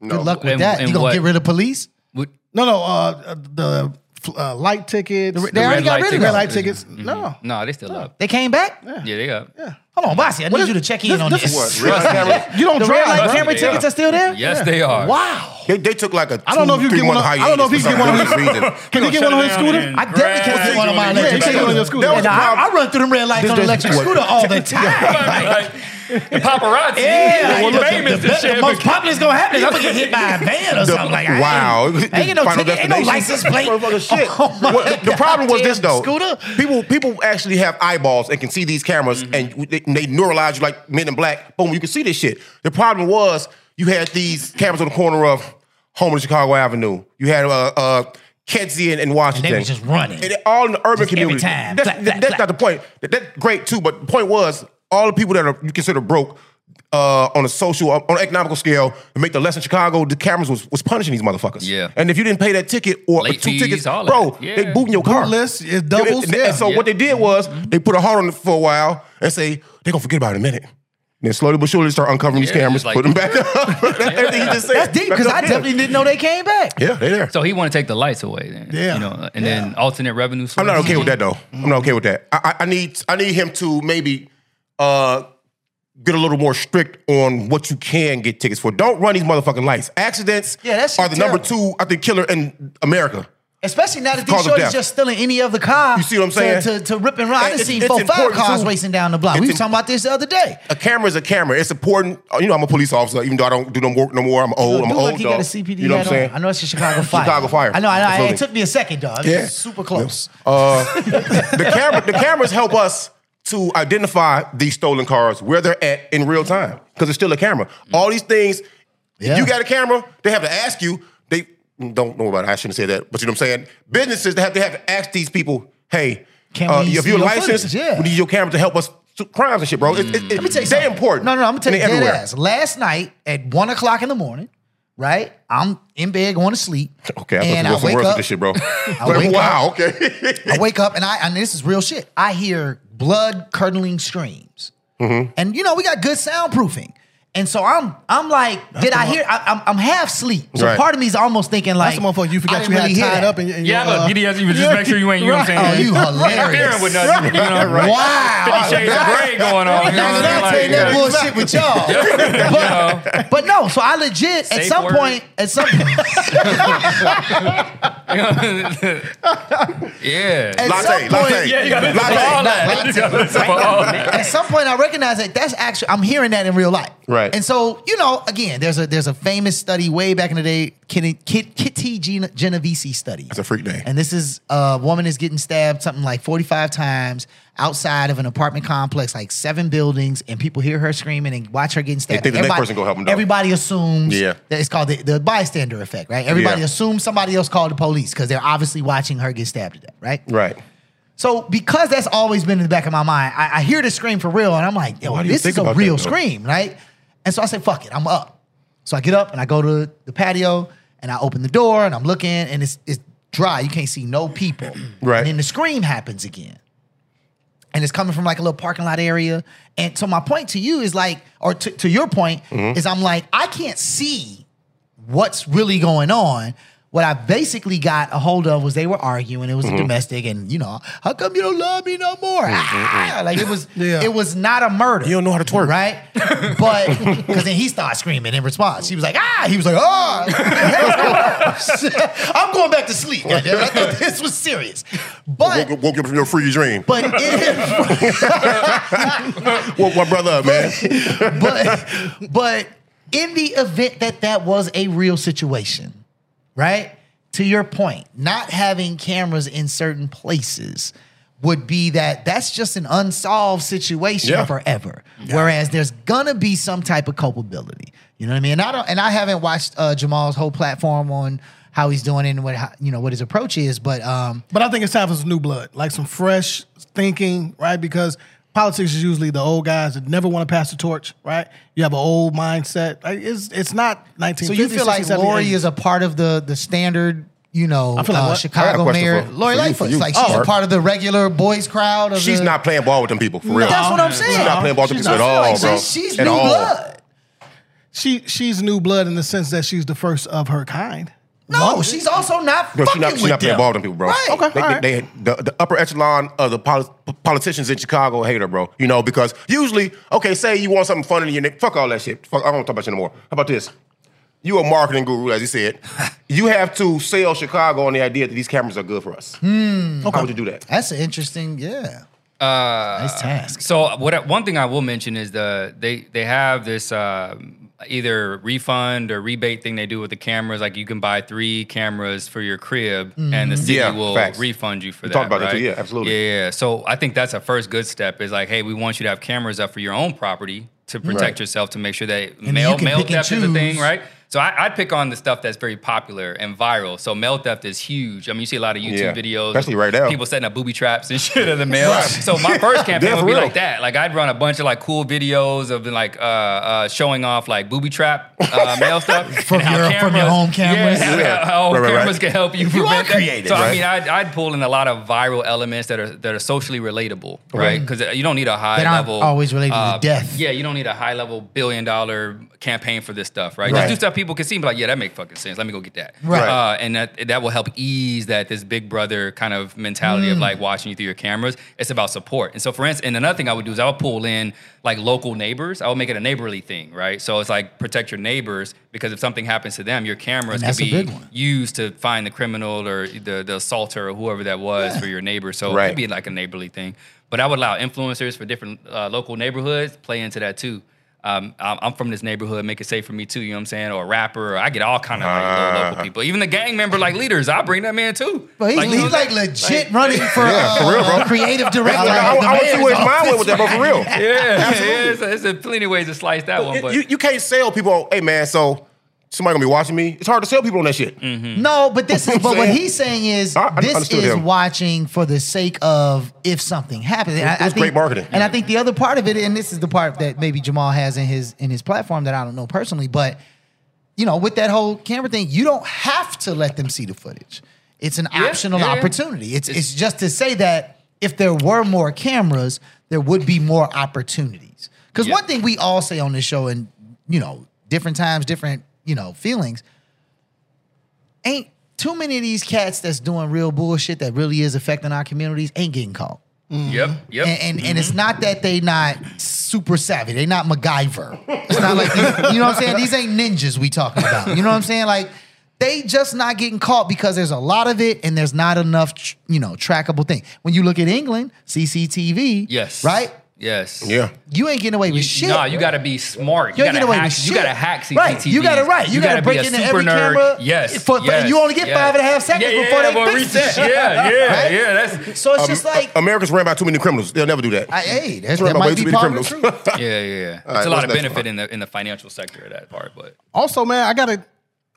Speaker 6: Good luck with
Speaker 11: And-
Speaker 6: that.
Speaker 11: and
Speaker 6: you gonna
Speaker 11: what?
Speaker 6: get rid of police?
Speaker 11: What-
Speaker 2: No, no, uh, the uh, light tickets,
Speaker 6: They already got rid of
Speaker 2: red
Speaker 6: them.
Speaker 2: light tickets. Mm-hmm. No.
Speaker 11: No, they still up.
Speaker 6: They came back.
Speaker 11: Yeah, they up.
Speaker 6: Hold on, Bossy. I
Speaker 2: What
Speaker 6: need
Speaker 2: is-
Speaker 6: you to check in
Speaker 2: this-
Speaker 6: on
Speaker 2: this
Speaker 6: this.
Speaker 2: is
Speaker 5: Red light camera.
Speaker 2: You don't
Speaker 6: The
Speaker 2: drive,
Speaker 6: red light
Speaker 2: bro.
Speaker 6: camera
Speaker 11: Yeah.
Speaker 6: tickets are still there.
Speaker 11: Yes, they are.
Speaker 6: Wow.
Speaker 5: They, they took like a two,
Speaker 2: I don't know if you
Speaker 5: three
Speaker 2: get one.
Speaker 5: month
Speaker 2: Of, I
Speaker 5: hiatus.
Speaker 2: don't know if he
Speaker 5: for
Speaker 2: can get one of
Speaker 5: some
Speaker 2: his.
Speaker 5: reason.
Speaker 2: Can he get one on his scooter?
Speaker 6: I definitely can't get one on my
Speaker 2: Yeah,
Speaker 6: electric
Speaker 2: you can't get one on your
Speaker 6: scooter.
Speaker 2: scooter.
Speaker 5: That was
Speaker 6: And I,
Speaker 5: probably-
Speaker 6: I run through them red lights on the electric scooter all the time.
Speaker 11: Like, the paparazzi.
Speaker 6: Yeah,
Speaker 11: Well,
Speaker 6: like, the-
Speaker 11: famous
Speaker 6: the,
Speaker 11: and
Speaker 6: the-
Speaker 11: shit,
Speaker 6: the
Speaker 11: but-
Speaker 6: most popular is gonna happen. is I'm gonna get hit by a van or
Speaker 5: The-
Speaker 6: something. Like, I ain't-
Speaker 5: wow.
Speaker 6: I ain't get no
Speaker 5: Final
Speaker 6: ticket, ain't no
Speaker 5: destination.
Speaker 6: license plate.
Speaker 5: Motherfucker, shit.
Speaker 6: Oh my
Speaker 5: Well, the problem was this though.
Speaker 6: goddamn Scooter. Mm-hmm.
Speaker 5: People people actually have eyeballs and can see these cameras and they, they neuralize you like men in black. Boom, you can see this shit. The problem was you had these cameras on the corner of home and Chicago Avenue. You had uh uh Kedzie and, and Washington.
Speaker 6: was just running.
Speaker 5: And all in the urban
Speaker 6: Just every
Speaker 5: community.
Speaker 6: time.
Speaker 5: That's,
Speaker 6: Clap, clap,
Speaker 5: that's
Speaker 6: clap.
Speaker 5: not the point. That, that's great too, but the point was all the people that are you consider broke uh, on a social, on an economical scale, to make the less in Chicago, the cameras was, was punishing these motherfuckers. Yeah. And if you didn't pay that ticket or
Speaker 11: Late
Speaker 5: two
Speaker 11: fees,
Speaker 5: tickets,
Speaker 11: all
Speaker 5: bro,
Speaker 11: that. Yeah.
Speaker 5: they booting your car.
Speaker 2: Bootless, it
Speaker 5: And-
Speaker 2: doubles,
Speaker 5: And,
Speaker 2: yeah.
Speaker 5: and so
Speaker 2: Yeah.
Speaker 5: what they did was they put a hard on it for a while and say, they're gonna forget about it in a minute. And then slowly but surely they start uncovering these
Speaker 11: Yeah,
Speaker 5: cameras,
Speaker 11: just like-
Speaker 5: put them back up. Everything you just said.
Speaker 6: That's deep because
Speaker 5: Back
Speaker 6: I
Speaker 5: up here.
Speaker 6: definitely didn't know they came back.
Speaker 5: Yeah, they there.
Speaker 11: So he want to take the lights away then. Yeah. You know, and then alternate revenue source.
Speaker 5: I'm not okay with that though.
Speaker 6: Mm-hmm.
Speaker 5: I'm not okay with that. I, I I need I need him to maybe uh, get a little more strict on what you can get tickets for. Don't run these motherfucking lights. Accidents
Speaker 6: Yeah, that shit
Speaker 5: are the number two, I think, killer in America.
Speaker 6: Especially now that
Speaker 5: Cause
Speaker 6: these
Speaker 5: of
Speaker 6: shorties
Speaker 5: death.
Speaker 6: just stealing any other car.
Speaker 5: You see what I'm saying?
Speaker 6: To, to, to rip and ride. I
Speaker 5: And
Speaker 6: done
Speaker 5: it's-
Speaker 6: seen
Speaker 5: it's
Speaker 6: four, five
Speaker 5: important,
Speaker 6: cars
Speaker 5: too.
Speaker 6: racing down the block.
Speaker 5: It's
Speaker 6: we was
Speaker 5: im-
Speaker 6: talking about this the other day.
Speaker 5: A camera is a camera. It's important. Uh, You know, I'm a police officer, even though I don't do no work no more. I'm old.
Speaker 6: Dude,
Speaker 5: I'm an
Speaker 6: look,
Speaker 5: old
Speaker 6: he
Speaker 5: dog.
Speaker 6: got a CPD
Speaker 5: you know what I'm
Speaker 6: hat on.
Speaker 5: saying?
Speaker 6: I know it's a Chicago Fire.
Speaker 5: Chicago Fire.
Speaker 6: I know. I know I- it
Speaker 5: Absolutely.
Speaker 6: took me a second, dog.
Speaker 5: Yeah.
Speaker 6: Yeah. Super close.
Speaker 5: Uh, the camera, the cameras help us to identify these stolen cars where they're at in real time because it's still a camera. All these things, if you got a camera, they have to ask you. They don't know about. It. I shouldn't say that, but you know what I'm saying. Businesses they have they have to ask these people, hey,
Speaker 6: Can
Speaker 5: uh,
Speaker 6: we
Speaker 5: if
Speaker 6: see
Speaker 5: you're
Speaker 6: your
Speaker 5: licensed,
Speaker 6: footage? Yeah.
Speaker 5: we need your camera to help us to crimes and shit, bro. It, it, it,
Speaker 6: Let me tell you
Speaker 5: they
Speaker 6: something.
Speaker 5: important.
Speaker 6: No, no, I'm gonna tell
Speaker 5: And
Speaker 6: you
Speaker 5: they
Speaker 6: dead
Speaker 5: everywhere.
Speaker 6: ass. Last night at one o'clock in the morning, right? I'm in bed going to sleep.
Speaker 5: Okay, I thought you were
Speaker 6: and
Speaker 5: going somewhere
Speaker 6: wake
Speaker 5: else
Speaker 6: up,
Speaker 5: with this shit, bro.
Speaker 6: wake up.
Speaker 5: wow, okay.
Speaker 6: I wake up and I and this is real shit. I hear blood curdling screams,
Speaker 5: Mm-hmm.
Speaker 6: and you know we got good soundproofing. And so I'm, I'm like, did I hear? I, I'm, I'm half asleep. So
Speaker 2: Right.
Speaker 6: part of me's almost thinking like,
Speaker 2: That's the motherfucker you
Speaker 6: I
Speaker 2: forgot
Speaker 6: didn't
Speaker 2: you had
Speaker 6: really hear
Speaker 2: tied
Speaker 6: that.
Speaker 2: up. And, and
Speaker 11: Yeah,
Speaker 2: your, uh,
Speaker 11: but BDS, you just make sure you ain't, you know what I'm
Speaker 6: Right.
Speaker 11: saying?
Speaker 6: Oh, you hilarious.
Speaker 11: Interfering with nothing, you know, right?
Speaker 6: Wow.
Speaker 11: Fifty Shades of Grey going on. You know what I'm
Speaker 6: Not
Speaker 11: saying?
Speaker 6: saying that
Speaker 11: Like,
Speaker 6: bullshit with y'all. But, but no, so I legit at
Speaker 11: Safe
Speaker 6: some
Speaker 11: word.
Speaker 6: point, at some
Speaker 11: yeah.
Speaker 6: At
Speaker 5: Latte,
Speaker 6: some point-
Speaker 5: latte.
Speaker 11: Yeah, you gotta listen
Speaker 5: Latte.
Speaker 11: for all that. You gotta listen for all that.
Speaker 6: at some point I recognize that that's actually I'm hearing that in real life.
Speaker 5: Right.
Speaker 6: And so, you know, again, there's a there's a famous study way back in the day, Kitty, Kit- Kitty Gene- Genovese study.
Speaker 5: That's a freak name.
Speaker 6: And this is a woman is getting stabbed something like 45 times outside of an apartment complex, like seven buildings, and people hear her screaming and watch her getting stabbed.
Speaker 5: think the next person gonna help 'em, dog.
Speaker 6: Everybody assumes
Speaker 5: Yeah.
Speaker 6: that it's called the, the bystander effect, right? Everybody
Speaker 5: Yeah.
Speaker 6: assumes somebody else called the police because they're obviously watching her get stabbed to death, right?
Speaker 5: Right.
Speaker 6: So because that's always been in the back of my mind, I, I hear the scream for real, and I'm like, yo,
Speaker 5: Why do you
Speaker 6: this
Speaker 5: think
Speaker 6: is a
Speaker 5: about that,
Speaker 6: real
Speaker 5: though?
Speaker 6: scream, right? And so I say, fuck it, I'm up. So I get up and I go to the patio and I open the door and I'm looking and it's it's dry. You can't see no people.
Speaker 5: Right.
Speaker 6: And then the scream happens again. And it's coming from like a little parking lot area. And so my point to you is like, or to, to your point,
Speaker 5: Mhm.
Speaker 6: is I'm like, I can't see what's really going on. What I basically got a hold of was they were arguing. It was
Speaker 5: Mhm.
Speaker 6: a domestic, and you know, how come you don't love me no more? Ah, like it was,
Speaker 5: Yeah.
Speaker 6: it was not a murder. You
Speaker 5: Mm-hmm, don't know how to twerk,
Speaker 6: right? But because then he started screaming in response. He was like, ah. He was like, ah. I'm going back to sleep. goddamn it. I thought this was serious. But
Speaker 5: woke, woke you up from your freaky dream.
Speaker 6: but it,
Speaker 5: woke my brother up, man.
Speaker 6: but but in the event that that was a real situation, right? To your point, not having cameras in certain places would be that that's just an unsolved situation
Speaker 14: Yeah.
Speaker 6: forever. Whereas there's gonna be some type of culpability. You know what I mean? And I don't and I haven't watched uh, Jamal's whole platform on how he's doing it and what how, you know what his approach is, but um
Speaker 2: But I think it's time for some new blood, like some fresh thinking, right? Because politics is usually the old guys that never want to pass the torch, right? You have an old mindset. Like it's it's not 1950s.
Speaker 6: So you feel like Lori is a part of the the standard, you know,
Speaker 2: I feel like what?
Speaker 5: I
Speaker 6: uh,
Speaker 5: got a
Speaker 6: Chicago
Speaker 5: question
Speaker 6: mayor
Speaker 5: for-
Speaker 6: Lori
Speaker 5: for you- for
Speaker 6: Lightfoot.
Speaker 5: you,
Speaker 6: Like she's a
Speaker 5: Mark.
Speaker 6: part of the regular boys crowd. Of
Speaker 5: She's
Speaker 6: the,
Speaker 5: not playing ball with them people for
Speaker 6: No,
Speaker 5: real.
Speaker 6: that's what I'm saying.
Speaker 5: She's not playing ball with them
Speaker 6: She's
Speaker 5: people at
Speaker 6: not-
Speaker 5: all,
Speaker 6: like,
Speaker 5: bro.
Speaker 6: she's- she's
Speaker 5: at
Speaker 6: new
Speaker 5: all.
Speaker 6: blood.
Speaker 2: she she's new blood in the sense that she's the first of her kind.
Speaker 6: No, she's also not
Speaker 5: No, she's
Speaker 6: fucking
Speaker 5: not,
Speaker 6: with
Speaker 5: she not playing
Speaker 6: them.
Speaker 5: ball with them people, bro.
Speaker 6: Right. Okay,
Speaker 5: They,
Speaker 6: all
Speaker 5: they-
Speaker 6: right.
Speaker 5: they- the, the upper echelon of the poli- politicians in Chicago hate her, bro. You know, because usually, okay, say you want something fun in your neck. Fuck all that shit. Fuck, I don't want to talk about you anymore. How about this? You a marketing guru, as you said. you have to sell Chicago on the idea that these cameras are good for us.
Speaker 6: Hmm.
Speaker 5: How would you do that?
Speaker 6: That's an interesting. Yeah.
Speaker 11: Uh,
Speaker 6: nice task.
Speaker 11: So what? I- One thing I will mention is the they they have this um either refund or rebate thing they do with the cameras. Like you can buy three cameras for your crib,
Speaker 6: Mm-hmm.
Speaker 11: and the
Speaker 5: Mhm.
Speaker 11: city
Speaker 5: Yeah,
Speaker 11: will
Speaker 5: facts.
Speaker 11: refund you for
Speaker 5: We
Speaker 11: that.
Speaker 5: talked about that
Speaker 11: right?
Speaker 5: too, yeah, absolutely.
Speaker 11: Yeah, yeah. So I think that's a first good step. Is like, hey, we want you to have cameras up for your own property to protect
Speaker 5: Right.
Speaker 11: yourself to make sure that
Speaker 6: then
Speaker 11: mail
Speaker 6: you can
Speaker 11: mail
Speaker 6: pick and
Speaker 11: theft is a thing,
Speaker 6: choose.
Speaker 11: right? So I, I pick on the stuff that's very popular and viral. So mail theft is huge. I mean, you see a lot of YouTube
Speaker 5: Yeah.
Speaker 11: videos,
Speaker 5: Especially right now.
Speaker 11: people setting up booby traps and shit in the mail. So my first campaign
Speaker 5: Yeah,
Speaker 11: would
Speaker 5: for
Speaker 11: be
Speaker 5: real.
Speaker 11: like that. Like I'd run a bunch of like cool videos of like uh, uh, showing off like booby trap uh, mail stuff
Speaker 6: From
Speaker 11: and how
Speaker 6: your- from your home cameras.
Speaker 11: Yeah,
Speaker 6: Yeah.
Speaker 11: how- how home
Speaker 6: Right, right, right.
Speaker 11: cameras can help you.
Speaker 6: You
Speaker 11: prevent
Speaker 6: are
Speaker 11: that.
Speaker 6: creative,
Speaker 11: So I
Speaker 6: right?
Speaker 11: mean, I'd, I'd pull in a lot of viral elements that are that are socially relatable, right? Because you don't need a high
Speaker 6: That aren't
Speaker 11: level uh,
Speaker 6: always related to death.
Speaker 11: Yeah, you don't need a high level billion dollar campaign for this stuff, right?
Speaker 6: Right.
Speaker 11: Just do stuff people can see and be like, yeah, that make fucking sense. Let me go get that,
Speaker 6: Right.
Speaker 11: Uh, and that that will help ease that this big brother kind of mentality of
Speaker 6: Mm.
Speaker 11: like watching you through your cameras. It's about support. And so, for instance, and another thing I would do is I would pull in like local neighbors. I would make it a neighborly thing, right? So it's like protect your neighbors because if something happens to them, your cameras
Speaker 6: And
Speaker 11: could
Speaker 6: that's a
Speaker 11: be
Speaker 6: big one.
Speaker 11: used to find the criminal or the, the assaulter or whoever that was for your neighbor. So it
Speaker 5: Right.
Speaker 11: could be like a neighborly thing. But I would allow influencers for different uh, local neighborhoods play into that too. Um, I'm I'm from this neighborhood, make it safe for me too. You know what I'm saying? Or a rapper, or I get all kind of like, little local people, even the gang member like leaders. I bring them in too.
Speaker 6: But he's,
Speaker 11: Like,
Speaker 6: like,
Speaker 11: you know,
Speaker 6: he's like legit running for,
Speaker 11: Yeah,
Speaker 6: uh,
Speaker 11: for real, bro.
Speaker 6: creative director.
Speaker 5: I- I-
Speaker 6: of the
Speaker 5: I wanna see
Speaker 6: mayor's
Speaker 5: where his mind went
Speaker 6: office,
Speaker 5: with that, bro, for
Speaker 6: right?
Speaker 5: real.
Speaker 11: yeah, yeah. It's, it's a plenty of ways to slice that one, but
Speaker 5: you, you can't sell people. Hey man, so somebody gonna be watching me. It's hard to sell people on that shit.
Speaker 11: Mm.
Speaker 6: No, but this is.
Speaker 5: I'm
Speaker 6: But what
Speaker 5: Mm-hmm. saying.
Speaker 6: he's saying is,
Speaker 5: I- I
Speaker 6: this
Speaker 5: understood
Speaker 6: is
Speaker 5: him.
Speaker 6: watching for the sake of if something happens. And I-
Speaker 5: It- it
Speaker 6: I
Speaker 5: was
Speaker 6: think-
Speaker 5: great marketing.
Speaker 6: And I think the other part of it, and this is the part that maybe Jamal has in his in his platform that I don't know personally, but you know, with that whole camera thing, you don't have to let them see the footage. It's an
Speaker 11: Yeah,
Speaker 6: optional
Speaker 11: yeah, yeah.
Speaker 6: opportunity. It's, it's just to say that if there were more cameras, there would be more opportunities. Because
Speaker 11: Yeah.
Speaker 6: one thing we all say on this show, and you know, different times, different you know feelings ain't too many of these cats that's doing real bullshit that really is affecting our communities ain't getting caught.
Speaker 11: yep, yep. Mm-hmm.
Speaker 6: And and, and it's not that they not super savvy. They not MacGyver. It's not like these, you know what I'm saying. These ain't ninjas we talking about. You know what I'm saying? Like they just not getting caught because there's a lot of it and there's not enough tr- you know trackable thing. When you look at England, CCTV,
Speaker 11: yes,
Speaker 6: right?
Speaker 11: yes,
Speaker 5: yeah.
Speaker 6: You ain't getting away with shit.
Speaker 11: Nah, you gotta be smart.
Speaker 6: You
Speaker 11: You, gotta
Speaker 6: ain't getting away
Speaker 11: hack,
Speaker 6: with
Speaker 11: you
Speaker 6: shit.
Speaker 11: gotta hack CCTV.
Speaker 6: Right. You gotta right. You, gotta, break into every camera.
Speaker 11: Yes.
Speaker 6: For, for-
Speaker 11: yes,
Speaker 6: you only get
Speaker 11: yes.
Speaker 6: five and a half seconds
Speaker 11: Yeah, yeah,
Speaker 6: before
Speaker 11: before
Speaker 6: they
Speaker 11: it
Speaker 6: fix the
Speaker 11: resets.
Speaker 6: shit.
Speaker 11: Yeah, yeah,
Speaker 6: Right?
Speaker 11: yeah, that's-
Speaker 6: so it's
Speaker 5: Um,
Speaker 6: just like
Speaker 5: A- America's ran by too many criminals. They'll never do that.
Speaker 6: I, hey, that's,
Speaker 5: It's run
Speaker 6: that
Speaker 5: by way
Speaker 6: might
Speaker 5: too
Speaker 6: be
Speaker 5: many
Speaker 6: part of the
Speaker 5: criminals.
Speaker 6: truth.
Speaker 11: yeah, yeah, yeah.
Speaker 5: All
Speaker 11: It's
Speaker 5: right,
Speaker 11: a lot
Speaker 5: what's
Speaker 11: of
Speaker 5: next?
Speaker 11: benefit in the in the financial sector of that part, but
Speaker 2: Also, man, I gotta,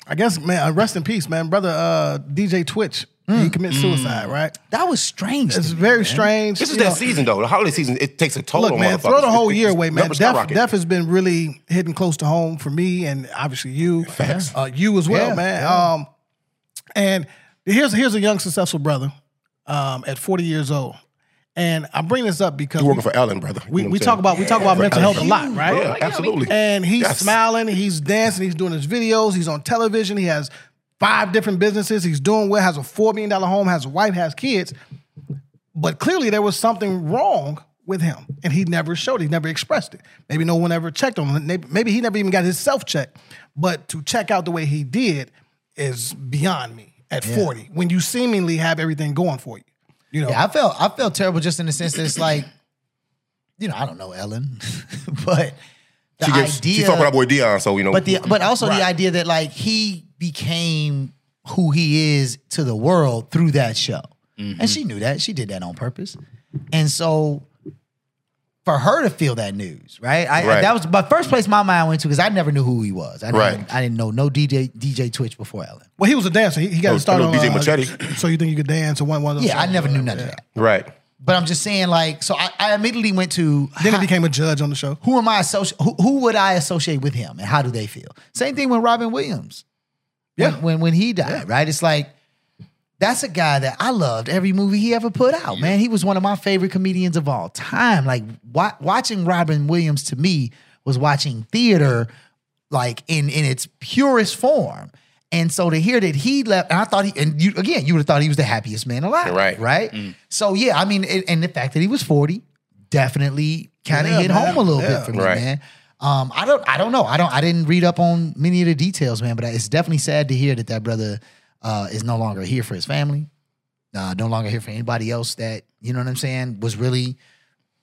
Speaker 2: I guess, man, uh, rest in peace, man. Brother uh, DJ Twitch, he
Speaker 6: Mm.
Speaker 2: committed suicide, right?
Speaker 6: That was strange.
Speaker 2: It's very strange.
Speaker 5: This is
Speaker 2: you
Speaker 5: that
Speaker 2: know.
Speaker 5: season though. The holiday season it takes a toll
Speaker 2: Look,
Speaker 5: on
Speaker 2: man,
Speaker 5: motherfuckers.
Speaker 2: throw the whole
Speaker 5: It-
Speaker 2: year
Speaker 5: it's-
Speaker 2: away, man.
Speaker 5: numbers
Speaker 2: Death,
Speaker 5: skyrocket.
Speaker 2: death has been really hitting close to home for me and obviously you.
Speaker 5: Facts.
Speaker 2: Uh, you as well,
Speaker 5: Yeah,
Speaker 2: man. Um, and here's here's a young successful brother um, at 40 years old. And I bring this up because
Speaker 5: You're working for Ellen, brother. You
Speaker 2: we,
Speaker 5: know what
Speaker 2: we
Speaker 5: I'm
Speaker 2: talk
Speaker 5: saying?
Speaker 2: about we talk about
Speaker 5: For
Speaker 2: mental
Speaker 5: Ellen.
Speaker 2: health a lot, right?
Speaker 5: Yeah, absolutely.
Speaker 2: And he's
Speaker 5: Yes.
Speaker 2: smiling, he's dancing, he's doing his videos, he's on television, he has five different businesses, he's doing well, has a four million dollar home, has a wife, has kids. But clearly there was something wrong with him. And he never showed it, he never expressed it. Maybe no one ever checked on him. Maybe- Maybe he never even got his self checked. But to check out the way he did is beyond me at
Speaker 6: Yeah.
Speaker 2: 40 when you seemingly have everything going for you. You know,
Speaker 6: Yeah, I felt I felt terrible just in the sense that it's like, you know, I don't know Ellen, but the
Speaker 5: She gives,
Speaker 6: idea.
Speaker 5: she fuck with our boy Dion, so you know.
Speaker 6: but the but also
Speaker 5: Right.
Speaker 6: the idea that like he became who he is to the world through that show,
Speaker 5: Mm-hmm.
Speaker 6: and she knew that she did that on purpose, and so for her to feel that news, right? I,
Speaker 5: Right.
Speaker 6: that was my first place my mind went to because I never knew who he was. I didn't,
Speaker 5: Right.
Speaker 6: I didn't know no DJ DJ Twitch before Ellen.
Speaker 2: Well, he was a dancer. He, he
Speaker 5: I
Speaker 2: got
Speaker 5: know- I
Speaker 2: to start
Speaker 5: know
Speaker 2: on
Speaker 5: DJ
Speaker 2: uh,
Speaker 5: Machete.
Speaker 2: So you think you could dance or one one of those?
Speaker 6: Yeah, I
Speaker 2: songs.
Speaker 6: never knew none of that.
Speaker 5: right.
Speaker 6: But I'm just saying, like, so I, I immediately went to
Speaker 2: Then he became a judge on the show.
Speaker 6: who am I associate? Who, who would I associate with him, and how do they feel? Same thing with Robin Williams. Yeah, when when, he died, right? It's like that's a guy that I loved every movie he ever put out. Man, he was one of my favorite comedians of all time. Like wa- watching Robin Williams to me was watching theater, like in in its purest form. And so to hear that he left, and I thought he, and you again, you would have thought he was the happiest man alive,
Speaker 5: Right.
Speaker 6: Right. So yeah, I mean, and, and the fact that he was forty definitely kind of
Speaker 2: Yeah,
Speaker 6: hit
Speaker 2: man.
Speaker 6: home a little
Speaker 2: Yeah.
Speaker 6: bit for me,
Speaker 5: Right.
Speaker 6: man. Um, I don't, I don't know, I don't, I didn't read up on many of the details, man. But it's definitely sad to hear that that brother uh, is no longer here for his family, uh, no longer here for anybody else that you know what I'm saying was really,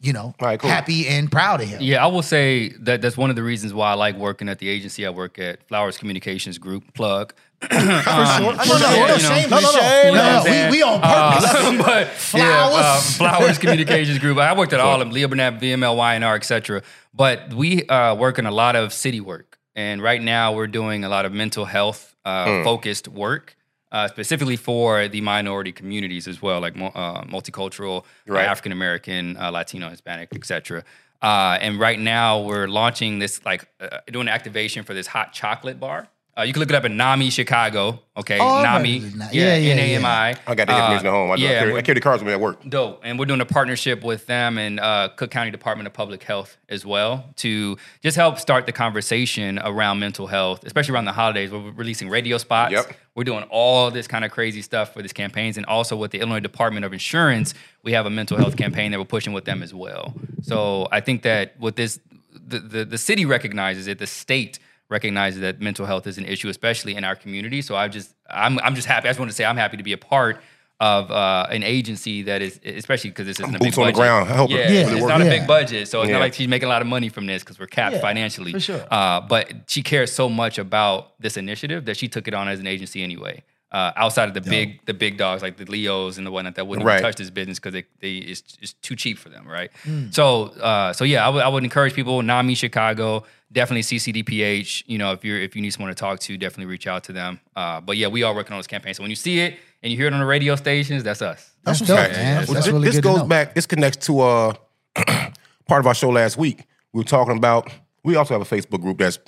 Speaker 6: you know,
Speaker 5: cool.
Speaker 6: happy and proud of him.
Speaker 11: Yeah, I will say that that's one of the reasons why I like working at the agency I work at, Flowers Communications Group. Plug. Um,
Speaker 6: sure. No, no,
Speaker 11: yeah,
Speaker 6: no
Speaker 11: you know,
Speaker 6: shame, no shame.
Speaker 11: you know
Speaker 6: No,
Speaker 11: what I'm
Speaker 6: we-
Speaker 11: saying?
Speaker 6: we on
Speaker 11: Uh,
Speaker 6: purpose.
Speaker 11: but
Speaker 6: Flowers.
Speaker 11: yeah, uh, Flowers Communications Group. I worked at all of them: Leo Burnett, VML, YNR, etc. But we uh, work in a lot of city work. And right now, we're doing a lot of mental health uh,
Speaker 5: Hmm.
Speaker 14: Mm.
Speaker 11: focused work, uh, specifically for the minority communities as well, like mu- uh, multicultural, uh,
Speaker 14: Right.
Speaker 11: African American, uh, Latino, Hispanic, etc. Uh, and right now, we're launching this, like uh, doing an activation for this hot chocolate bar. Uh, you can look it up in NAMI Chicago, okay?
Speaker 5: Oh, I've heard
Speaker 11: NAMI,
Speaker 5: of
Speaker 11: yeah,
Speaker 5: it. Yeah, yeah, yeah.
Speaker 11: N-A-M-I.
Speaker 5: I got the information at home. I, I, carry, I
Speaker 11: uh, we're-
Speaker 5: carry the cards with me at work.
Speaker 11: Dope. And we're doing a partnership with them and uh, Cook County Department of Public Health as well to just help start the conversation around mental health, especially around the holidays. We're releasing radio spots.
Speaker 14: Yep.
Speaker 11: We're doing all this kind of crazy stuff for these campaigns. And also with the Illinois Department of Insurance, we have a mental health campaign that we're pushing with them as well. So I think that with this, the, the, the city recognizes it, the state recognizes that mental health is an issue, especially in our community. So I just, I'm, I'm just happy. I just want to say I'm happy to be a part of uh, an agency that is, especially because this isn't a big
Speaker 5: Boots on the
Speaker 11: budget.
Speaker 5: ground, help her.
Speaker 11: yeah,
Speaker 5: Yeah,
Speaker 11: it's
Speaker 5: work.
Speaker 11: not a
Speaker 5: yeah.
Speaker 11: big budget, so it's
Speaker 5: Yeah.
Speaker 11: not like she's making a lot of money from this because we're capped
Speaker 5: Yeah,
Speaker 11: financially.
Speaker 5: for sure.
Speaker 11: Uh, but she cares so much about this initiative that she took it on as an agency anyway. Uh, outside of the big, the big dogs like the Leos and the whatnot that wouldn't
Speaker 5: Right.
Speaker 11: even touch this business because they, they it's, it's too cheap for them, right?
Speaker 5: Hmm.
Speaker 11: So, uh, so yeah, I would I would encourage people. Nami Chicago, definitely CCDPH. You know, if you're if you need someone to talk to, definitely reach out to them. Uh, but yeah, we are working on this campaign. So when you see it and you hear it on the radio stations, that's us.
Speaker 5: That's
Speaker 11: dope,
Speaker 5: right.
Speaker 11: man. That's-
Speaker 5: Well,
Speaker 11: that's
Speaker 5: thi-
Speaker 11: really
Speaker 5: this
Speaker 11: good to
Speaker 5: goes
Speaker 11: know.
Speaker 5: back. This connects to uh, part of our show last week. We were talking about. We also have a Facebook group that's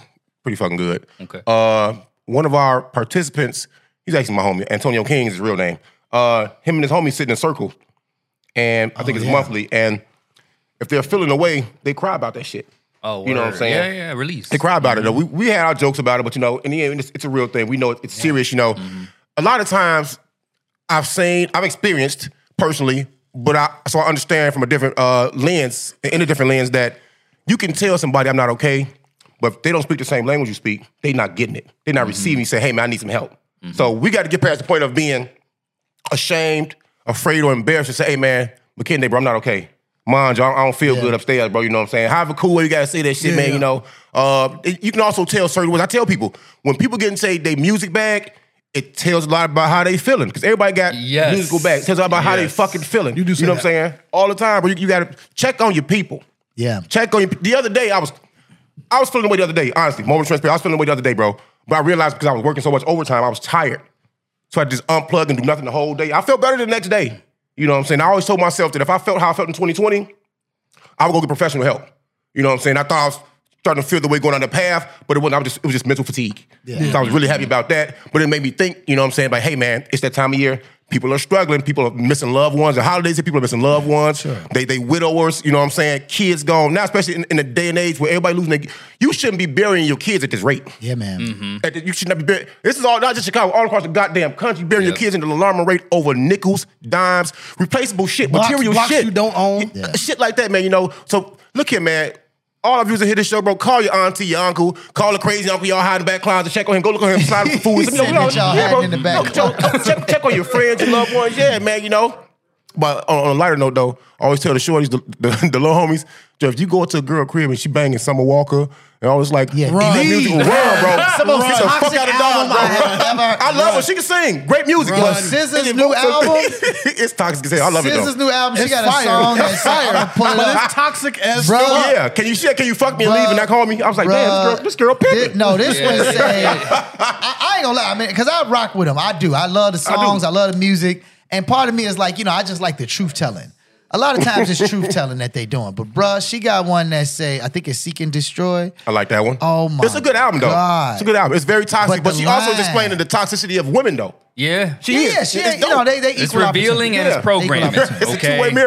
Speaker 5: pretty fucking good.
Speaker 11: Okay.
Speaker 5: Uh, one of our participants, he's actually my homie, Antonio King is his real name. Uh, him and his homie sit in a circle, and I think
Speaker 11: Oh,
Speaker 5: it's monthly. And if they're feeling away, they cry about that shit.
Speaker 11: Oh,
Speaker 5: you know what
Speaker 11: word.
Speaker 5: I'm saying?
Speaker 11: Yeah, yeah, release.
Speaker 5: They cry about it. Though. We we had our jokes about it, but you know, in the end, it's, it's a real thing. We know it- it's serious. You know, a lot of times I've seen, I've experienced personally, but I so I understand from a different uh, lens, in a different lens that you can tell somebody I'm not okay, but if they don't speak the same language you speak, they not getting it. They're not receiving. You say, hey man, I need some help. So we got to get past the point of being ashamed, afraid, or embarrassed to say, hey man, McKinney, bro, I'm not okay. Mind you, I don't- I don't feel good upstairs, bro. You know what I'm saying? However cool way you gotta say that shit,
Speaker 14: Yeah,
Speaker 5: man,
Speaker 14: yeah.
Speaker 5: you know. Uh, it- you can also tell certain words. I tell people, when people get into their music bag, it tells a lot about how they feeling. Because everybody got
Speaker 14: Yes.
Speaker 5: musical bags. It tells a lot about how they
Speaker 14: Yes.
Speaker 5: fucking feeling. You, do
Speaker 14: say
Speaker 5: you know what I'm
Speaker 14: that.
Speaker 5: saying? All the time, bro. You, you gotta check on your people.
Speaker 6: Yeah.
Speaker 5: Check on your the other day, I was I was feeling the way the other day, honestly. Moment of transparency. I was feeling the way the other day, bro. But I realized because I was working so much overtime, I was tired. So I just unplug and do nothing the whole day. I felt better the next day. You know what I'm saying? I always told myself that if I felt how I felt in 2020, I would go get professional help. You know what I'm saying? I thought I was starting to feel the way going down the path, but it wasn't. I was just it was just mental fatigue.
Speaker 14: Yeah.
Speaker 5: So I was really happy about that. But it made me think, you know what I'm saying? Like, hey man, it's that time of year. People are struggling. People are missing loved ones. The holidays, people are missing loved ones. They they widowers. You know what I'm saying? Kids gone now, especially in, in the day and age where everybody losing. Their, you shouldn't be burying your kids at this rate.
Speaker 6: Yeah, man.
Speaker 5: At the- you should not be burying. This is all not just Chicago, all across the goddamn country. Burying your kids at an alarming rate over nickels, dimes, replaceable shit,
Speaker 2: Blocks-
Speaker 5: material
Speaker 2: blocks
Speaker 5: shit
Speaker 2: you don't own.
Speaker 5: uh, shit like that, man. You know. So look here, man. All of you that hit this show, bro. Call your auntie, your uncle. Call the crazy uncle y'all hide in the back closet. Check on him. Go look on him. Slide him for food.
Speaker 6: He said that y'all hiding in the back
Speaker 5: no, check, check- check on your friends, your loved ones. Yeah, man. You know. But on, on a lighter note, though, I always tell the shorties, the, the, the little homies, Joe, if you go to a girl crib and she banging Summer Walker and all this like, yeah,
Speaker 14: Run.
Speaker 5: music, run, bro.
Speaker 14: Some of the
Speaker 5: Get the fuck
Speaker 14: toxic
Speaker 5: out of
Speaker 14: album I
Speaker 5: Donna, bro.
Speaker 14: have
Speaker 5: I,
Speaker 14: ever-
Speaker 5: love her.
Speaker 14: Run.
Speaker 5: She can sing. Great music.
Speaker 14: Run.
Speaker 5: but-
Speaker 14: SZA's new
Speaker 6: album?
Speaker 5: it's toxic as hell. I love it, though.
Speaker 6: SZA's new album, she
Speaker 5: It's
Speaker 6: got a
Speaker 5: fire.
Speaker 6: song that's-
Speaker 5: fire.
Speaker 6: I'ma pull it
Speaker 5: But
Speaker 6: up.
Speaker 5: it's toxic as
Speaker 6: Bruh.
Speaker 5: fuck. Yeah. Can you shit? Can you fuck me and leave and not call me? I was like,
Speaker 6: Bruh.
Speaker 5: man, this girl, this girl pimping.
Speaker 6: no, this one said, I, I ain't gonna lie, I mean, because I rock with him. I do. I love the
Speaker 5: I do.
Speaker 6: songs, I, love the music. And part of me is like, you know, I just like the truth telling. A lot of times it's truth telling that they doing. But bruh, she got one that say, I think it's Seek and Destroy.
Speaker 5: I like that one.
Speaker 6: Oh my
Speaker 5: It's a good album, though.
Speaker 6: God.
Speaker 5: It's a good album. It's very toxic,
Speaker 6: But
Speaker 5: but,
Speaker 6: the
Speaker 5: she also is
Speaker 6: line-
Speaker 5: explaining the toxicity of women, though.
Speaker 11: Yeah,
Speaker 5: She
Speaker 6: yeah,
Speaker 5: is.
Speaker 6: yeah, she
Speaker 5: It's
Speaker 6: ain't- you
Speaker 5: dope.
Speaker 6: know, they, they
Speaker 11: It's
Speaker 6: equal
Speaker 11: revealing and
Speaker 6: opportunity.
Speaker 11: it's programming.
Speaker 6: Equal opportunity.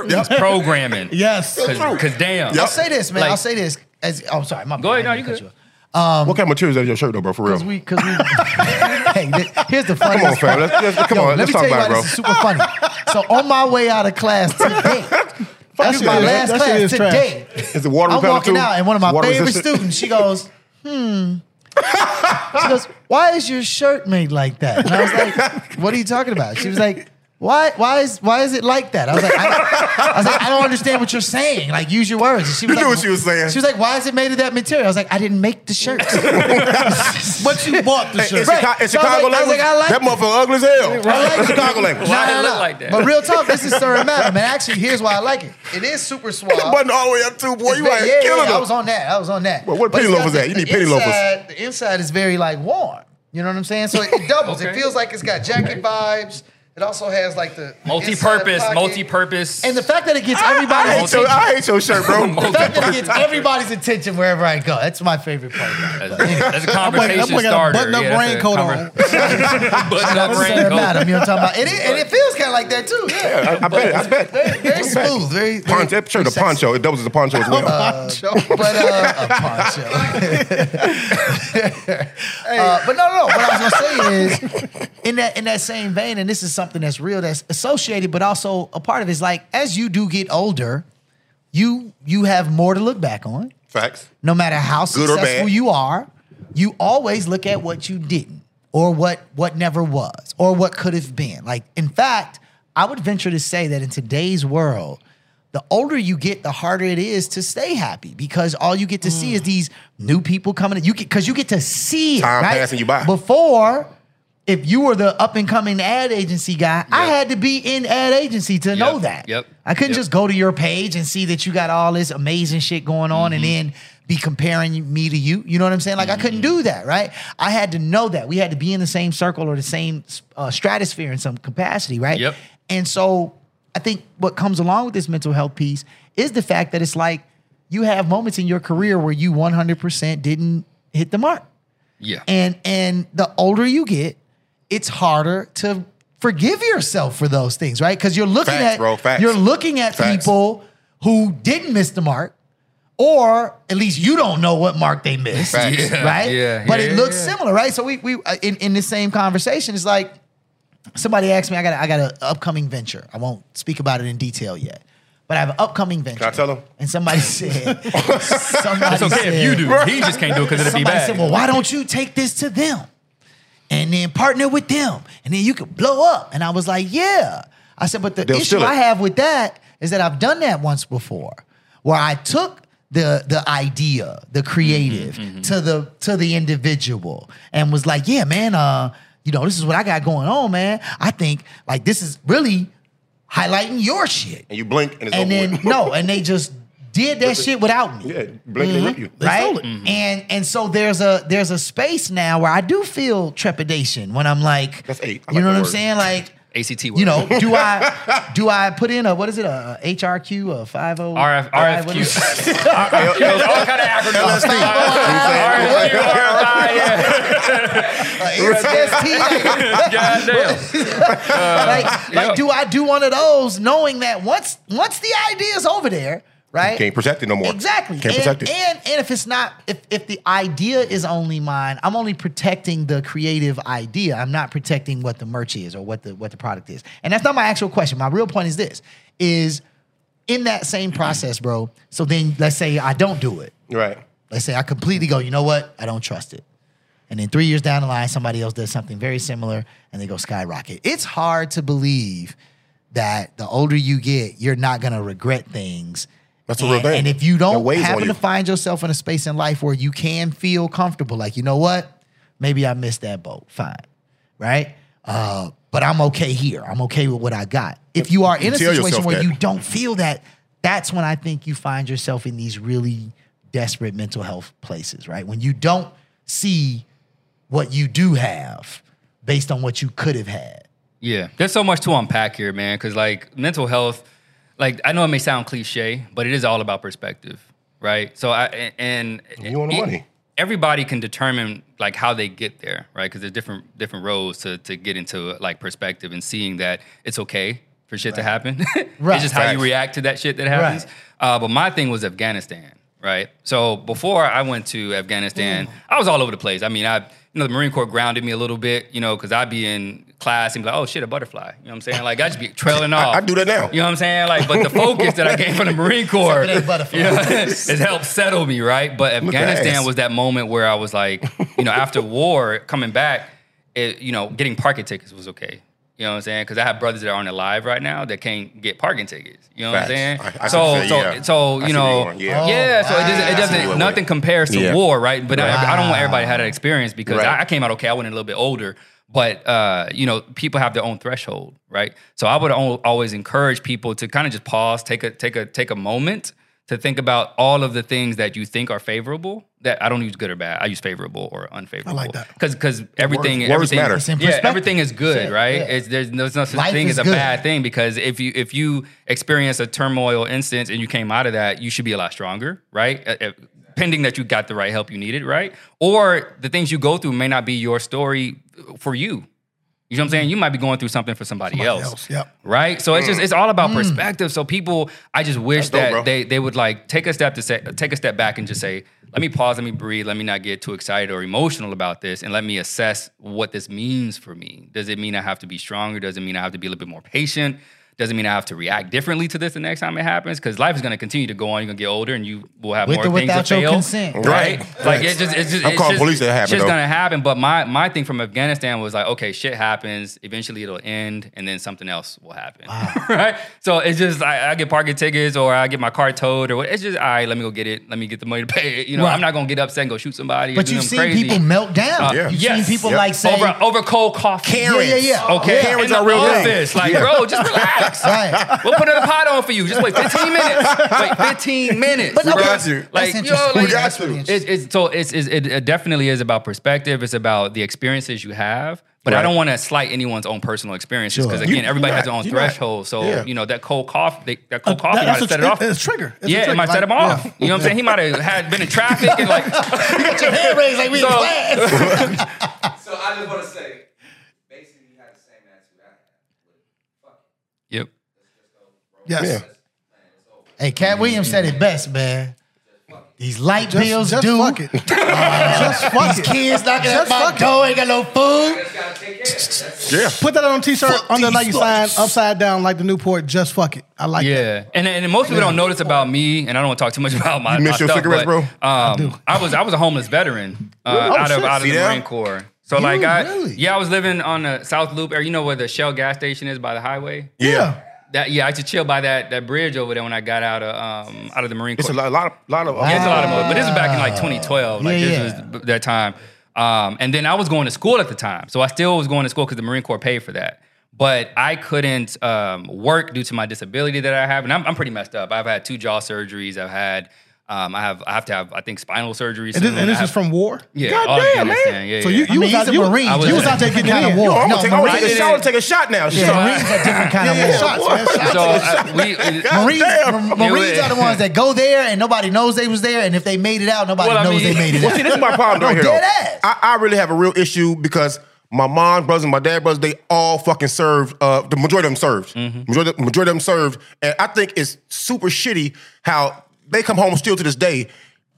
Speaker 11: okay, it's programming.
Speaker 6: Yes.
Speaker 11: It's 'Cause- true. 'cause damn.
Speaker 6: I'll say this, man.
Speaker 11: Like-
Speaker 6: I'll say this. As oh, I'm sorry, my
Speaker 11: Go ahead, no, you good.
Speaker 6: Um,
Speaker 5: what kind of materials is that your shirt, though, bro? For real.
Speaker 6: Because we, because we, hey, th- here's the funny.
Speaker 5: Come on, fam. Let's- let's- come on.
Speaker 6: Let
Speaker 5: Let's
Speaker 6: me
Speaker 5: talk
Speaker 6: tell you
Speaker 5: about
Speaker 6: why
Speaker 5: it,
Speaker 6: this is super funny. So on my way out of class today, that's
Speaker 5: you,
Speaker 6: my
Speaker 5: man.
Speaker 6: last
Speaker 5: That shit
Speaker 6: class
Speaker 5: is trash.
Speaker 6: today.
Speaker 5: Is it water
Speaker 6: I'm
Speaker 5: repellent,
Speaker 6: walking
Speaker 5: too?
Speaker 6: out, and one of my
Speaker 5: Water
Speaker 6: favorite
Speaker 5: resistant?
Speaker 6: students, she goes, hmm. She goes, why is your shirt made like that? And I was like, what are you talking about? She was like, why why is why is it like that? I was like, I, don't- I was like, I don't understand what you're saying. Like, use your words. And she
Speaker 5: You
Speaker 6: was like,
Speaker 5: knew what she was saying.
Speaker 6: She was like, why is it made of that material? I was like, I didn't make the shirt. but you bought
Speaker 5: Hey, in Chica- in Chicago
Speaker 6: I was like,
Speaker 5: language,
Speaker 6: I like
Speaker 5: that motherfucker ugly as hell.
Speaker 6: I like
Speaker 5: Oh, Chicago language.
Speaker 6: Nah, nah, nah. But real talk, this is Sir Madam. And actually, here's why I like it. It is super suave.
Speaker 5: That button all the way up too, boy.
Speaker 6: It's
Speaker 5: You
Speaker 6: very-
Speaker 5: out here
Speaker 6: yeah,
Speaker 5: killing
Speaker 6: yeah, I
Speaker 5: them.
Speaker 6: was on that. I was on that.
Speaker 5: Well, what
Speaker 6: But
Speaker 5: penny
Speaker 6: it's got
Speaker 5: loafers
Speaker 6: this-
Speaker 5: at? You need
Speaker 6: the
Speaker 5: penny loafers.
Speaker 6: inside- The inside is very like warm. You know what I'm saying? So it, it doubles. It feels like it's got jacket vibes. It also has like the the
Speaker 11: Multi-purpose,
Speaker 6: inside pocket.
Speaker 11: multi-purpose.
Speaker 6: And the fact that it
Speaker 5: Ah,
Speaker 6: gets everybody's
Speaker 11: I hate
Speaker 6: attention.
Speaker 11: your- I hate your shirt, bro.
Speaker 6: the fact that it gets everybody's attention wherever I go. That's my favorite part.
Speaker 11: That's a conversation
Speaker 2: I'm like, I'm like
Speaker 11: starter.
Speaker 2: a button-up
Speaker 11: yeah, that's a
Speaker 2: raincoat
Speaker 11: conver-
Speaker 6: I
Speaker 11: button
Speaker 6: got
Speaker 11: up
Speaker 6: a
Speaker 11: raincoat.
Speaker 6: Sarah Madam, you know what I'm talking about? And it, and it feels kind of like that too. Yeah,
Speaker 5: I, I bet it. I bet.
Speaker 6: Very, very smooth. Very, very
Speaker 5: Poncho, that shirt a poncho. It doubles as a poncho as well.
Speaker 6: Uh, but uh, a poncho. Uh, but no, no, no. What I was gonna say is, in that in that same vein, and this is something that's real, that's associated, but also a part of it is like as you do get older, you you have more to look back on.
Speaker 5: Facts.
Speaker 6: No matter how
Speaker 5: Good or
Speaker 6: successful
Speaker 5: bad.
Speaker 6: you are, you always look at what you didn't, or what what never was, or what could have been. Like in fact, I would venture to say that in today's world, the older you get, the harder it is to stay happy because all you get to see is these new people coming. in. You get because you get to see it,
Speaker 5: Mm. Time
Speaker 6: right?
Speaker 5: passing you by.
Speaker 6: Before, if you were the up and coming ad agency guy, I had to be in ad agency to know that.
Speaker 11: Yep.
Speaker 6: I couldn't
Speaker 11: Yep.
Speaker 6: just go to your page and see that you got all this amazing shit going on and then be comparing me to you. You know what I'm saying? Like, I couldn't do that, right? I had to know that. We had to be in the same circle or the same uh, stratosphere in some capacity, right?
Speaker 11: Yep.
Speaker 6: And so I think what comes along with this mental health piece is the fact that it's like you have moments in your career where you 100% didn't hit the mark.
Speaker 11: Yeah.
Speaker 6: And and the older you get, it's harder to forgive yourself for those things, right? Because you're looking
Speaker 5: Facts,
Speaker 6: at
Speaker 5: bro, facts.
Speaker 6: you're looking at
Speaker 5: Facts.
Speaker 6: people who didn't miss the mark, or at least you don't know what mark they missed,
Speaker 5: Facts. Yeah,
Speaker 6: right?
Speaker 5: yeah,
Speaker 6: but it
Speaker 5: yeah,
Speaker 6: looks
Speaker 5: yeah.
Speaker 6: similar, right? So we we uh, in in the same conversation, it's like somebody asked me, I got a, I got an upcoming venture. I won't speak about it in detail yet, but I have an upcoming venture. Can I tell them? And somebody said, somebody
Speaker 11: It's okay
Speaker 6: said,
Speaker 11: if you do. He just can't do it 'cause it'd be
Speaker 6: Somebody
Speaker 11: bad.
Speaker 6: said, well, why don't you take this to them? and then partner with them, and then you could blow up. And I was like, yeah. I said, but the
Speaker 5: They'll
Speaker 6: issue
Speaker 5: steal it.
Speaker 6: I have with that is that I've done that once before, where I took the the idea, the creative,
Speaker 5: Mm-hmm,
Speaker 6: to the to the individual, and was like, yeah, man, uh, you know, this is what I got going on, man. I think like this is really highlighting your shit.
Speaker 5: And you blink and it's
Speaker 6: And
Speaker 5: over
Speaker 6: then
Speaker 5: with.
Speaker 6: no, and they just did that shit without me Mm-hmm.
Speaker 5: Yeah, blink and rip you. Mm. They
Speaker 6: right?
Speaker 5: stole it.
Speaker 6: And and so there's a there's a space now where I do feel trepidation when I'm like,
Speaker 5: That's eight. I
Speaker 6: you
Speaker 5: like
Speaker 6: know what
Speaker 5: that
Speaker 6: I'm
Speaker 5: word.
Speaker 6: saying? Like,
Speaker 11: ACT word.
Speaker 6: you know, do I do I put in a what is it a HRQ a five oh
Speaker 11: RF, RFQ. There's all kind of acronyms.
Speaker 6: LSD.
Speaker 11: RFQ, RFI,
Speaker 6: yeah.
Speaker 11: Goddamn.
Speaker 6: like, like
Speaker 5: yeah.
Speaker 6: do I do one of those knowing that once once the idea is over there, right?
Speaker 5: Can't protect it no more.
Speaker 6: Exactly.
Speaker 5: Can't
Speaker 6: and,
Speaker 5: protect it.
Speaker 6: and and if it's not if if the idea is only mine, I'm only protecting the creative idea. I'm not protecting what the merch is or what the what the product is. And that's not my actual question. My real point is this is in that same process, bro. So then let's say I don't do it.
Speaker 5: Right.
Speaker 6: Let's say I completely go, you know what? I don't trust it. And then three years down the line, somebody else does something very similar and they go skyrocket. It's hard to believe that the older you get, you're not gonna regret things.
Speaker 5: That's a
Speaker 6: and,
Speaker 5: real thing.
Speaker 6: And if you
Speaker 5: That
Speaker 6: don't
Speaker 5: weighs on
Speaker 6: happen
Speaker 5: you.
Speaker 6: to find yourself in a space in life where you can feel comfortable, like, you know what? Maybe I missed that boat. Fine. Right? Uh, but I'm okay here. I'm okay with what I got. If you are
Speaker 5: You
Speaker 6: in a
Speaker 5: tell
Speaker 6: situation
Speaker 5: yourself
Speaker 6: where
Speaker 5: that.
Speaker 6: you don't feel that, that's when I think you find yourself in these really desperate mental health places, right? When you don't see what you do have based on what you could have had.
Speaker 11: Yeah, there's so much to unpack here, man. Because like mental health, like I know it may sound cliche, but it is all about perspective, right? So I a- and you
Speaker 5: want the money.
Speaker 11: Everybody can determine like how they get there, right? Because there's different different roads to to get into like perspective and seeing that it's okay for shit to happen.
Speaker 14: Right.
Speaker 11: it's just how you
Speaker 14: Facts.
Speaker 11: react to that shit that happens. Uh, but my thing was Afghanistan, right? So before I went to
Speaker 5: Mm.
Speaker 11: Afghanistan, I was all over the place. I mean, I you know the Marine Corps grounded me a little bit, you know, because I'd be in class and be like, oh shit, a butterfly. You know what I'm saying? Like I just be trailing off.
Speaker 5: I do that now.
Speaker 11: You know what I'm saying? Like, but the focus that I gained from the Marine Corps,
Speaker 6: Except for that butterfly.
Speaker 11: you know, it helped settle me, right? But
Speaker 5: Look at
Speaker 11: Afghanistan
Speaker 5: ass.
Speaker 11: was that moment where I was like, you know, after war, coming back, it, you know, getting parking tickets was okay. You know what I'm saying? Because I have brothers that aren't alive right now that can't get parking tickets. You know what I'm saying?
Speaker 5: Facts. I- I see
Speaker 11: so,
Speaker 5: what you're
Speaker 11: so,
Speaker 5: saying, yeah.
Speaker 11: so
Speaker 5: I
Speaker 11: you
Speaker 5: see where you're
Speaker 11: know,
Speaker 5: going,
Speaker 11: yeah.
Speaker 5: yeah.
Speaker 11: so it doesn't,
Speaker 5: I
Speaker 11: it
Speaker 5: see where
Speaker 11: doesn't,
Speaker 5: we're
Speaker 11: nothing compares to
Speaker 5: Yeah.
Speaker 11: war, right? But I, I don't want everybody to have that experience because
Speaker 5: Right.
Speaker 11: I, I came out okay. I went a little bit older, but uh, you know, people have their own threshold, right? So I would al- always encourage people to kind of just pause, take a take a take a moment to think about all of the things that you think are favorable. That I don't use good or bad. I use favorable or unfavorable.
Speaker 2: I like that.
Speaker 11: because because everything
Speaker 5: words
Speaker 11: everything
Speaker 5: matter. It's in
Speaker 11: Yeah,
Speaker 5: perspective.
Speaker 11: everything is good,
Speaker 5: Yeah,
Speaker 11: right?
Speaker 5: yeah.
Speaker 11: It's, there's no there's no such
Speaker 5: Life
Speaker 11: thing
Speaker 5: is
Speaker 11: as a
Speaker 5: good.
Speaker 11: bad thing because if you if you experience a turmoil instance and you came out of that, you should be a lot stronger, right? Uh, uh, pending that you got the right help you needed, right? Or the things you go through may not be your story for you. You know what I'm saying? You might be going through something for somebody, else,
Speaker 2: Yep.
Speaker 11: right? So it's just
Speaker 2: Mm.
Speaker 11: it's all about
Speaker 2: Mm.
Speaker 11: perspective. So people, I just wish
Speaker 2: That's dope,
Speaker 11: that
Speaker 2: bro.
Speaker 11: they they would like take a step to say take a step back and just say, let me pause, let me breathe, let me not get too excited or emotional about this, and let me assess what this means for me. Does it mean I have to be stronger? Does it mean I have to be a little bit more patient? Does it mean I have to react differently to this the next time it happens? Because life is going to continue to go on. You're going to get older, and you will have
Speaker 6: With
Speaker 11: more
Speaker 6: or
Speaker 11: things to
Speaker 6: without your
Speaker 11: fail,
Speaker 6: consent.
Speaker 11: right?
Speaker 6: Right.
Speaker 11: Like it just, it's just,
Speaker 5: I'm
Speaker 11: it's
Speaker 5: calling
Speaker 11: just,
Speaker 5: police to happen,
Speaker 11: shit's
Speaker 5: though.
Speaker 11: gonna happen. But my my thing from Afghanistan was like, okay, shit happens. Eventually, it'll end, and then something else will happen, right? So it's just I, I get parking tickets, or I get my car towed, or what. It's just all right. Let me go get it. Let me get the money to pay it. You know,
Speaker 6: Right.
Speaker 11: I'm not gonna get upset and go shoot somebody. or
Speaker 6: But
Speaker 11: do
Speaker 6: you've
Speaker 11: nothing
Speaker 6: seen
Speaker 11: crazy.
Speaker 6: people melt down.
Speaker 11: Uh,
Speaker 6: You've
Speaker 11: yes.
Speaker 6: seen people
Speaker 11: Yep.
Speaker 6: like say
Speaker 11: over oh, over cold coffee.
Speaker 6: Karens. Yeah, yeah, Oh, yeah.
Speaker 11: Okay,
Speaker 6: Karens
Speaker 11: in the
Speaker 6: are real things.
Speaker 11: office. Like,
Speaker 6: Yeah.
Speaker 11: bro, just relax. We'll put another pot on for you. Just wait 15 minutes. Wait 15 minutes.
Speaker 6: But no,
Speaker 11: bro.
Speaker 6: that's- that's
Speaker 11: Like,
Speaker 6: interesting.
Speaker 11: yo,
Speaker 6: We
Speaker 11: like, it's,
Speaker 6: got you.
Speaker 11: it's, so it's, it's, it it definitely is about perspective. It's about the experiences you have. But I
Speaker 5: Right.
Speaker 11: don't want to slight anyone's own personal experiences because
Speaker 5: Sure.
Speaker 11: again,
Speaker 5: You-
Speaker 11: everybody
Speaker 5: you're
Speaker 11: has their
Speaker 5: not-
Speaker 11: own
Speaker 5: you're not-
Speaker 11: threshold. So
Speaker 5: yeah.
Speaker 11: you know that cold cough, they, that cold coffee might
Speaker 2: that's
Speaker 11: have set
Speaker 2: a,
Speaker 11: it off.
Speaker 2: It's a trigger. It's a
Speaker 11: yeah,
Speaker 2: trigger.
Speaker 11: it might set
Speaker 2: Like,
Speaker 11: him off. You know what I'm saying? He might have had been in traffic and like
Speaker 6: You got your hand raised like we in
Speaker 11: So-
Speaker 6: class.
Speaker 13: So I just want to say, basically, you have the same attitude I have.
Speaker 11: Yep.
Speaker 2: Yes.
Speaker 6: Hey, Cat Williams said it best, man. These light
Speaker 2: Just-
Speaker 6: bills
Speaker 2: just
Speaker 6: do.
Speaker 2: fuck
Speaker 6: it. just
Speaker 2: fuck
Speaker 6: These
Speaker 2: it.
Speaker 6: kids knocking
Speaker 2: Just
Speaker 6: at my
Speaker 2: fuck it.
Speaker 6: door, ain't got no food.
Speaker 5: Yeah.
Speaker 2: Put that on a t-shirt under
Speaker 6: these
Speaker 2: like you sign
Speaker 6: fuckers.
Speaker 2: upside down like the Newport. Just fuck it. I like that.
Speaker 11: yeah. And and most people don't notice about me, and I don't want to talk too much about my.
Speaker 5: You miss
Speaker 11: my
Speaker 5: your
Speaker 11: stuff,
Speaker 5: cigarettes,
Speaker 11: but,
Speaker 5: bro?
Speaker 11: Um, I, was I was a homeless veteran uh,
Speaker 5: Really? Oh,
Speaker 11: out of
Speaker 5: shit.
Speaker 11: out of
Speaker 5: See
Speaker 11: the
Speaker 5: that?
Speaker 11: Marine Corps. So
Speaker 5: You
Speaker 11: like I
Speaker 5: really?
Speaker 11: yeah I was living on the South Loop, or you know where the Shell gas station is by the highway.
Speaker 5: Yeah.
Speaker 11: That yeah, I used to chill by that that bridge over there when I got out of um out of the Marine
Speaker 5: It's
Speaker 11: Corps.
Speaker 5: a lot, lot of, lot of.
Speaker 11: Yeah, it's a lot of money. But this is back in like 2012. Like
Speaker 5: Yeah,
Speaker 11: this was that time. Um, and then I was going to school at the time. So I still was going to school because the Marine Corps paid for that. But I couldn't um, work due to my disability that I have. And I'm, I'm pretty messed up. I've had two jaw surgeries. I've had, um, I have, I have to have, I think, spinal surgery.
Speaker 2: And this,
Speaker 11: soon.
Speaker 2: and
Speaker 11: I
Speaker 2: this
Speaker 11: have-
Speaker 2: is from war.
Speaker 11: yeah,
Speaker 5: God
Speaker 11: all
Speaker 5: damn,
Speaker 11: Afghanistan.
Speaker 5: man.
Speaker 11: Yeah,
Speaker 2: So
Speaker 11: yeah.
Speaker 2: you, you was out, you,
Speaker 11: I
Speaker 2: you was out there getting out of war.
Speaker 5: Yo, Oh, I'm gonna take, I'm gonna
Speaker 11: Marine-
Speaker 5: take a shot. I'm gonna take a shot now.
Speaker 11: Yeah, Marines
Speaker 6: are different kind of war.
Speaker 5: Shots, man.
Speaker 11: So
Speaker 5: Shots.
Speaker 11: I, we,
Speaker 6: Marines,
Speaker 5: damn.
Speaker 6: Mar- Marines
Speaker 11: It
Speaker 6: are the ones that go there and nobody knows they was there, and if they made it out, nobody
Speaker 11: Well, I
Speaker 6: knows
Speaker 11: mean-
Speaker 6: they made it
Speaker 5: Well,
Speaker 6: out.
Speaker 5: see, this is my problem
Speaker 6: No,
Speaker 5: right here.
Speaker 6: dead
Speaker 5: though. I, I really have a real issue because my mom, brothers, and my dad, brothers, they all fucking served. Uh, the majority of them served. Majority, majority of them served, and I think it's super shitty how they come home still to this day.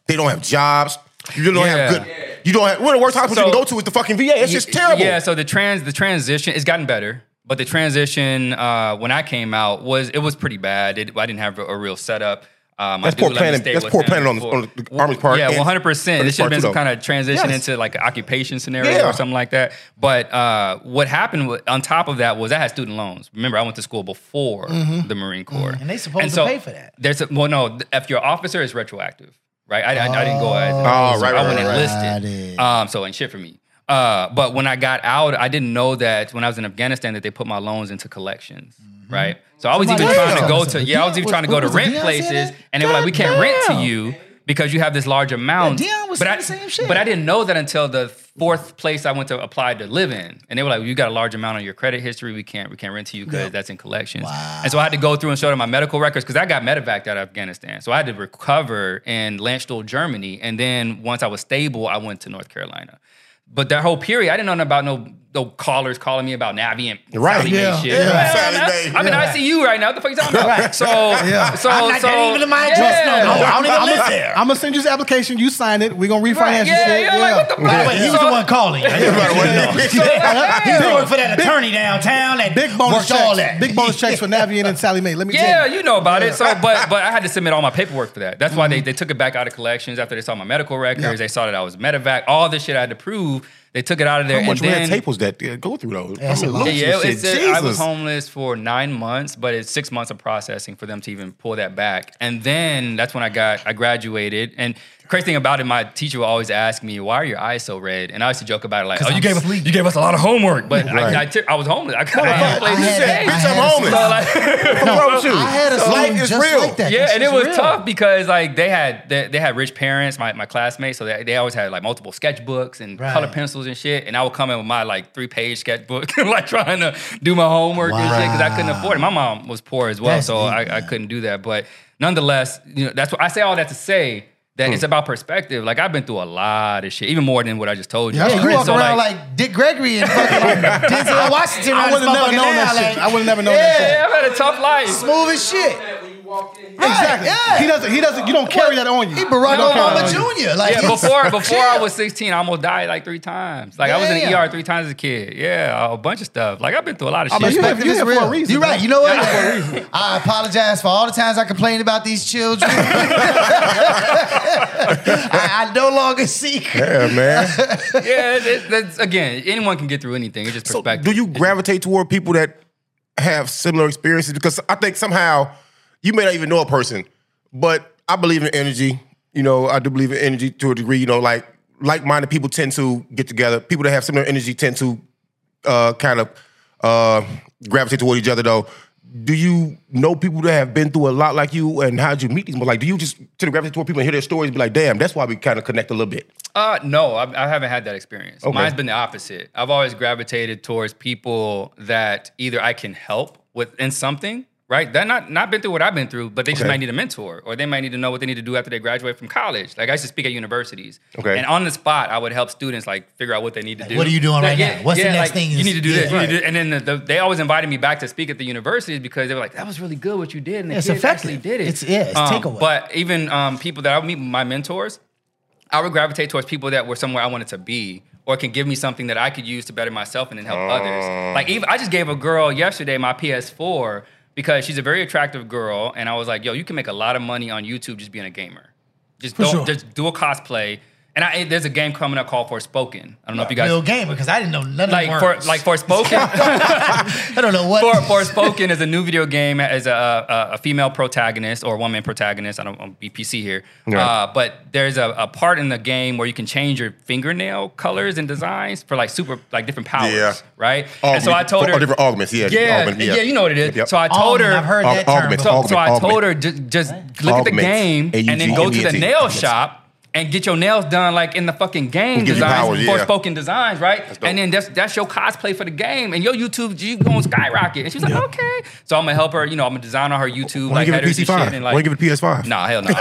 Speaker 5: They don't have jobs. You don't
Speaker 11: Yeah.
Speaker 5: have good. You don't have. One of the worst hospitals you
Speaker 11: So-
Speaker 5: can go to is the fucking VA. It's just terrible.
Speaker 11: Yeah, so the trans the transition it's gotten better, but the transition uh, when I came out was it was pretty bad. It, I didn't have a, a real setup. Um,
Speaker 5: That's
Speaker 11: I do
Speaker 5: poor
Speaker 11: let me
Speaker 5: planning.
Speaker 11: stay
Speaker 5: That's
Speaker 11: with
Speaker 5: poor
Speaker 11: them
Speaker 5: planning on the,
Speaker 11: for-
Speaker 5: on the Army's part.
Speaker 11: Yeah,
Speaker 5: and-
Speaker 11: one hundred percent. It should have been
Speaker 5: Army's
Speaker 11: some
Speaker 5: part,
Speaker 11: kind of transition
Speaker 5: Yes.
Speaker 11: into like an occupation scenario
Speaker 5: Yeah.
Speaker 11: or something like that. But uh, what happened wa- on top of that was I had student loans. Remember, I went to school before
Speaker 5: Mm-hmm.
Speaker 6: Mhm.
Speaker 11: the Marine Corps,
Speaker 6: And they supposed
Speaker 11: And
Speaker 6: to
Speaker 11: so-
Speaker 6: pay for that.
Speaker 11: There's a, well, no, th- if you're an officer, it's retroactive, right? I, I, I didn't go as an
Speaker 5: Oh,
Speaker 11: officer.
Speaker 5: right,
Speaker 11: I
Speaker 5: right,
Speaker 11: went
Speaker 5: right, right.
Speaker 11: enlisted. Um, so ain't shit for me. Uh, but when I got out, I didn't know that when I was in Afghanistan that they put my loans into collections, right? So I was
Speaker 5: Mm-hmm. Somebody
Speaker 11: even trying to
Speaker 5: else.
Speaker 11: go to yeah, I was even
Speaker 5: What-
Speaker 11: trying to go
Speaker 5: what
Speaker 11: to
Speaker 5: was it,
Speaker 11: rent
Speaker 5: Deion
Speaker 11: places,
Speaker 5: said
Speaker 11: and they were like, "We can't rent to
Speaker 5: Goddamn.
Speaker 11: you because you have this large amount."
Speaker 6: Yeah, Deion was
Speaker 11: but
Speaker 6: saying
Speaker 11: I,
Speaker 6: the same shit.
Speaker 11: But I didn't know that until the fourth place I went to apply to live in, and they were like, "You got a large amount on your credit history. We can't we can't rent to you because
Speaker 5: Yeah.
Speaker 11: that's in collections." And so I had to go through and show them my medical records because I got medevaced out of Afghanistan. So I had to recover in Landstuhl, Germany, and then once I was stable, I went to North Carolina. But that whole period, I didn't know nothing about no no callers calling me about Navi and
Speaker 5: Right.
Speaker 11: Sally Mae
Speaker 5: Yeah.
Speaker 11: shit.
Speaker 5: Yeah.
Speaker 11: Right.
Speaker 5: Sally
Speaker 11: I'm,
Speaker 5: Mae.
Speaker 11: not- I'm in
Speaker 5: Yeah.
Speaker 11: ICU right now. What the fuck you talking about? So, so,
Speaker 6: I'm not
Speaker 11: so,
Speaker 6: getting even in my address.
Speaker 11: yeah.
Speaker 6: No, no, I don't even live there.
Speaker 2: I'm gonna send you this application. You sign it. We're gonna refinance
Speaker 11: Right,
Speaker 2: your
Speaker 11: yeah,
Speaker 2: shit.
Speaker 11: yeah, like, what the fuck?
Speaker 2: Yeah.
Speaker 11: Wait, he
Speaker 6: was the one calling. He's doing for that
Speaker 2: Big-
Speaker 6: attorney downtown that
Speaker 2: Big bonus
Speaker 6: worked all
Speaker 2: checks.
Speaker 6: that.
Speaker 2: Big bonus checks for Navian and Sally Mae. Let me
Speaker 11: Yeah,
Speaker 2: tell you.
Speaker 11: you know about it. So, but but I had to submit all my paperwork for that. That's why they, they took it back out of collections after they saw my medical records. They saw that I was medevac. All this shit I had to prove. They took it out of there.
Speaker 5: How much
Speaker 11: and
Speaker 5: red
Speaker 11: then,
Speaker 5: tape was that? to Go through though.
Speaker 11: yeah,
Speaker 5: I mean, look at this
Speaker 11: it's-
Speaker 5: shit.
Speaker 11: I was
Speaker 5: Jesus.
Speaker 11: homeless for nine months, but it's six months of processing for them to even pull that back. And then that's when I got I graduated. And the crazy thing about it, my teacher would always ask me, "Why are your eyes so red?" And I used to joke about it like, "Oh,
Speaker 14: 'Cause
Speaker 11: you
Speaker 14: I'm
Speaker 11: gave us
Speaker 14: sleep.
Speaker 11: you gave us a lot of homework, but
Speaker 14: Right.
Speaker 11: I, I, took- I was homeless. I couldn't
Speaker 14: Motherfucker,
Speaker 11: play
Speaker 14: I
Speaker 11: this
Speaker 14: had-
Speaker 11: shit.
Speaker 14: I Bitch, I'm had a homeless.
Speaker 11: So, like-
Speaker 14: No, What's wrong with you? I had a
Speaker 11: Life
Speaker 14: song
Speaker 11: is
Speaker 14: just like that.
Speaker 11: Yeah,
Speaker 14: That's
Speaker 11: and it
Speaker 14: just
Speaker 11: was
Speaker 14: real.
Speaker 11: tough because like they had they, they had rich parents, my, my classmates, so they, they always had like multiple sketchbooks and
Speaker 14: Right.
Speaker 11: color pencils and shit. And I would come in with my like three page sketchbook, like trying to do my homework and shit because I couldn't afford it. My mom was poor as well,
Speaker 14: That's
Speaker 11: so
Speaker 14: deep,
Speaker 11: I, I couldn't do that. But nonetheless, you know that's what I say all that to say. That it's about perspective. Like I've been through a lot of shit, even more than what I just told you.
Speaker 6: Yeah, you walk
Speaker 11: So,
Speaker 6: around
Speaker 11: like-
Speaker 6: like, Dick Gregory and fucking Denzel Washington.
Speaker 11: I
Speaker 6: around
Speaker 11: would've
Speaker 6: this
Speaker 11: never
Speaker 6: motherfucker
Speaker 11: known
Speaker 6: now,
Speaker 11: that shit.
Speaker 6: like-
Speaker 11: I would've never known that shit. Yeah, I've had a tough life.
Speaker 6: Smooth as shit.
Speaker 2: Exactly. He doesn't. He doesn't. You don't carry that on you. He
Speaker 11: No, no. yeah, before before I was 16, I almost died like three times. Like I was in the
Speaker 6: Damn.
Speaker 11: ER three times as a kid. Yeah, a bunch of stuff. Like I've been through a lot of
Speaker 6: I'm
Speaker 11: shit.
Speaker 6: like, perspective is real. You're right. You know what? I apologize for all the times I complained about these children. I, I no longer seek.
Speaker 5: Yeah, man.
Speaker 11: yeah, it's- it's- that's- again, anyone can get through anything. It's just perspective.
Speaker 5: Do you gravitate toward people that have similar experiences? Because I think somehow you may not even know a person, but I believe in energy. You know, I do believe in energy to a degree. You know, like like-minded people tend to get together. People that have similar energy tend to uh, kind of uh, gravitate toward each other. Though, do you know people that have been through a lot like you, and how'd you meet these? But like, do you just tend to gravitate toward people and hear their stories? And be like, damn, that's why we kind of connect a little bit.
Speaker 11: Uh, no, I, I haven't had that experience.
Speaker 5: Okay.
Speaker 11: Mine's been the opposite. I've always gravitated towards people that either I can help with in something, right? They're not not been through what I've been through, but they just
Speaker 14: Okay.
Speaker 11: might need a mentor, or they might need to know what they need to do after they graduate from college. Like I used to speak at universities,
Speaker 14: Okay.
Speaker 11: and on the spot, I would help students like figure out what they need to do.
Speaker 14: what are you doing
Speaker 11: Like,
Speaker 14: right now? What's the next thing
Speaker 11: You
Speaker 14: is-
Speaker 11: need to do
Speaker 14: yeah,
Speaker 11: this. you need to
Speaker 14: right.
Speaker 11: do- and then the, the, they always invited me back to speak at the universities because they were like, "That was really good what you did," and the
Speaker 14: It's
Speaker 11: kids actually
Speaker 14: effective.
Speaker 11: did
Speaker 14: It's-
Speaker 11: it.
Speaker 14: yeah, it's
Speaker 11: Um,
Speaker 14: takeaway.
Speaker 11: But even um, people that I would meet, my mentors, I would gravitate towards people that were somewhere I wanted to be or can give me something that I could use to better myself and then help others. Like, even, I just gave a girl yesterday my PS4 because she's a very attractive girl. And I was like, yo, you can make a lot of money on YouTube just being a gamer. Just,
Speaker 6: For
Speaker 11: don't,
Speaker 6: sure.
Speaker 11: just do a cosplay. And I, there's a game coming up called Forspoken. I don't know if you guys
Speaker 6: Real gamer because I didn't know none
Speaker 11: like
Speaker 6: of the
Speaker 11: for
Speaker 6: words.
Speaker 11: like Forspoken.
Speaker 6: I don't know what.
Speaker 11: For, Forspoken is a new video game as a, a, a female protagonist or a woman protagonist. I don't want to be PC here,
Speaker 14: Right.
Speaker 11: uh, but there's a, a part in the game where you can change your fingernail colors and designs for like super like different powers,
Speaker 5: Yeah.
Speaker 11: right?
Speaker 5: Augment-
Speaker 11: and so I told
Speaker 5: for-
Speaker 11: her
Speaker 5: or different augments, yeah,
Speaker 11: yeah,
Speaker 5: augment, yeah.
Speaker 11: yeah, You know what it is.
Speaker 5: Yep.
Speaker 11: So I told her,
Speaker 5: Augment, I've heard that term Augment,
Speaker 11: So, so I
Speaker 5: augment,
Speaker 11: told her just, just look at the
Speaker 5: Augment.
Speaker 11: game and then go to the
Speaker 5: A-U-G-M-E-N-T.
Speaker 11: nail shop. And get your nails done like in the fucking game
Speaker 5: It gives you
Speaker 11: designs,
Speaker 5: powers, yeah.
Speaker 11: Forspoken designs, right? And then that's that's your cosplay for the game, and your YouTube you going skyrocket. And she's like, okay. So I'm gonna help her. You know, I'm gonna design on her YouTube.
Speaker 5: Why
Speaker 11: like
Speaker 5: you give it
Speaker 11: headers
Speaker 5: PC
Speaker 11: and shit,
Speaker 5: five?
Speaker 11: and,
Speaker 5: Why you
Speaker 11: like-
Speaker 5: give it PS five?
Speaker 11: Nah, hell no. Nah,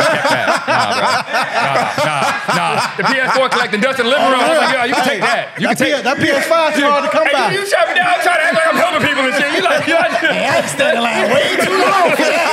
Speaker 11: nah, nah. The PS4 collecting dust in the
Speaker 5: Oh,
Speaker 11: living room. I'm like, yo, you can take that. You can take
Speaker 2: that PS5 is hard to come
Speaker 11: Hey,
Speaker 2: by.
Speaker 11: You, you shut me down. I'm trying to act like I'm helping people and shit. You like, you like
Speaker 14: Hey, I extended line way too long for that.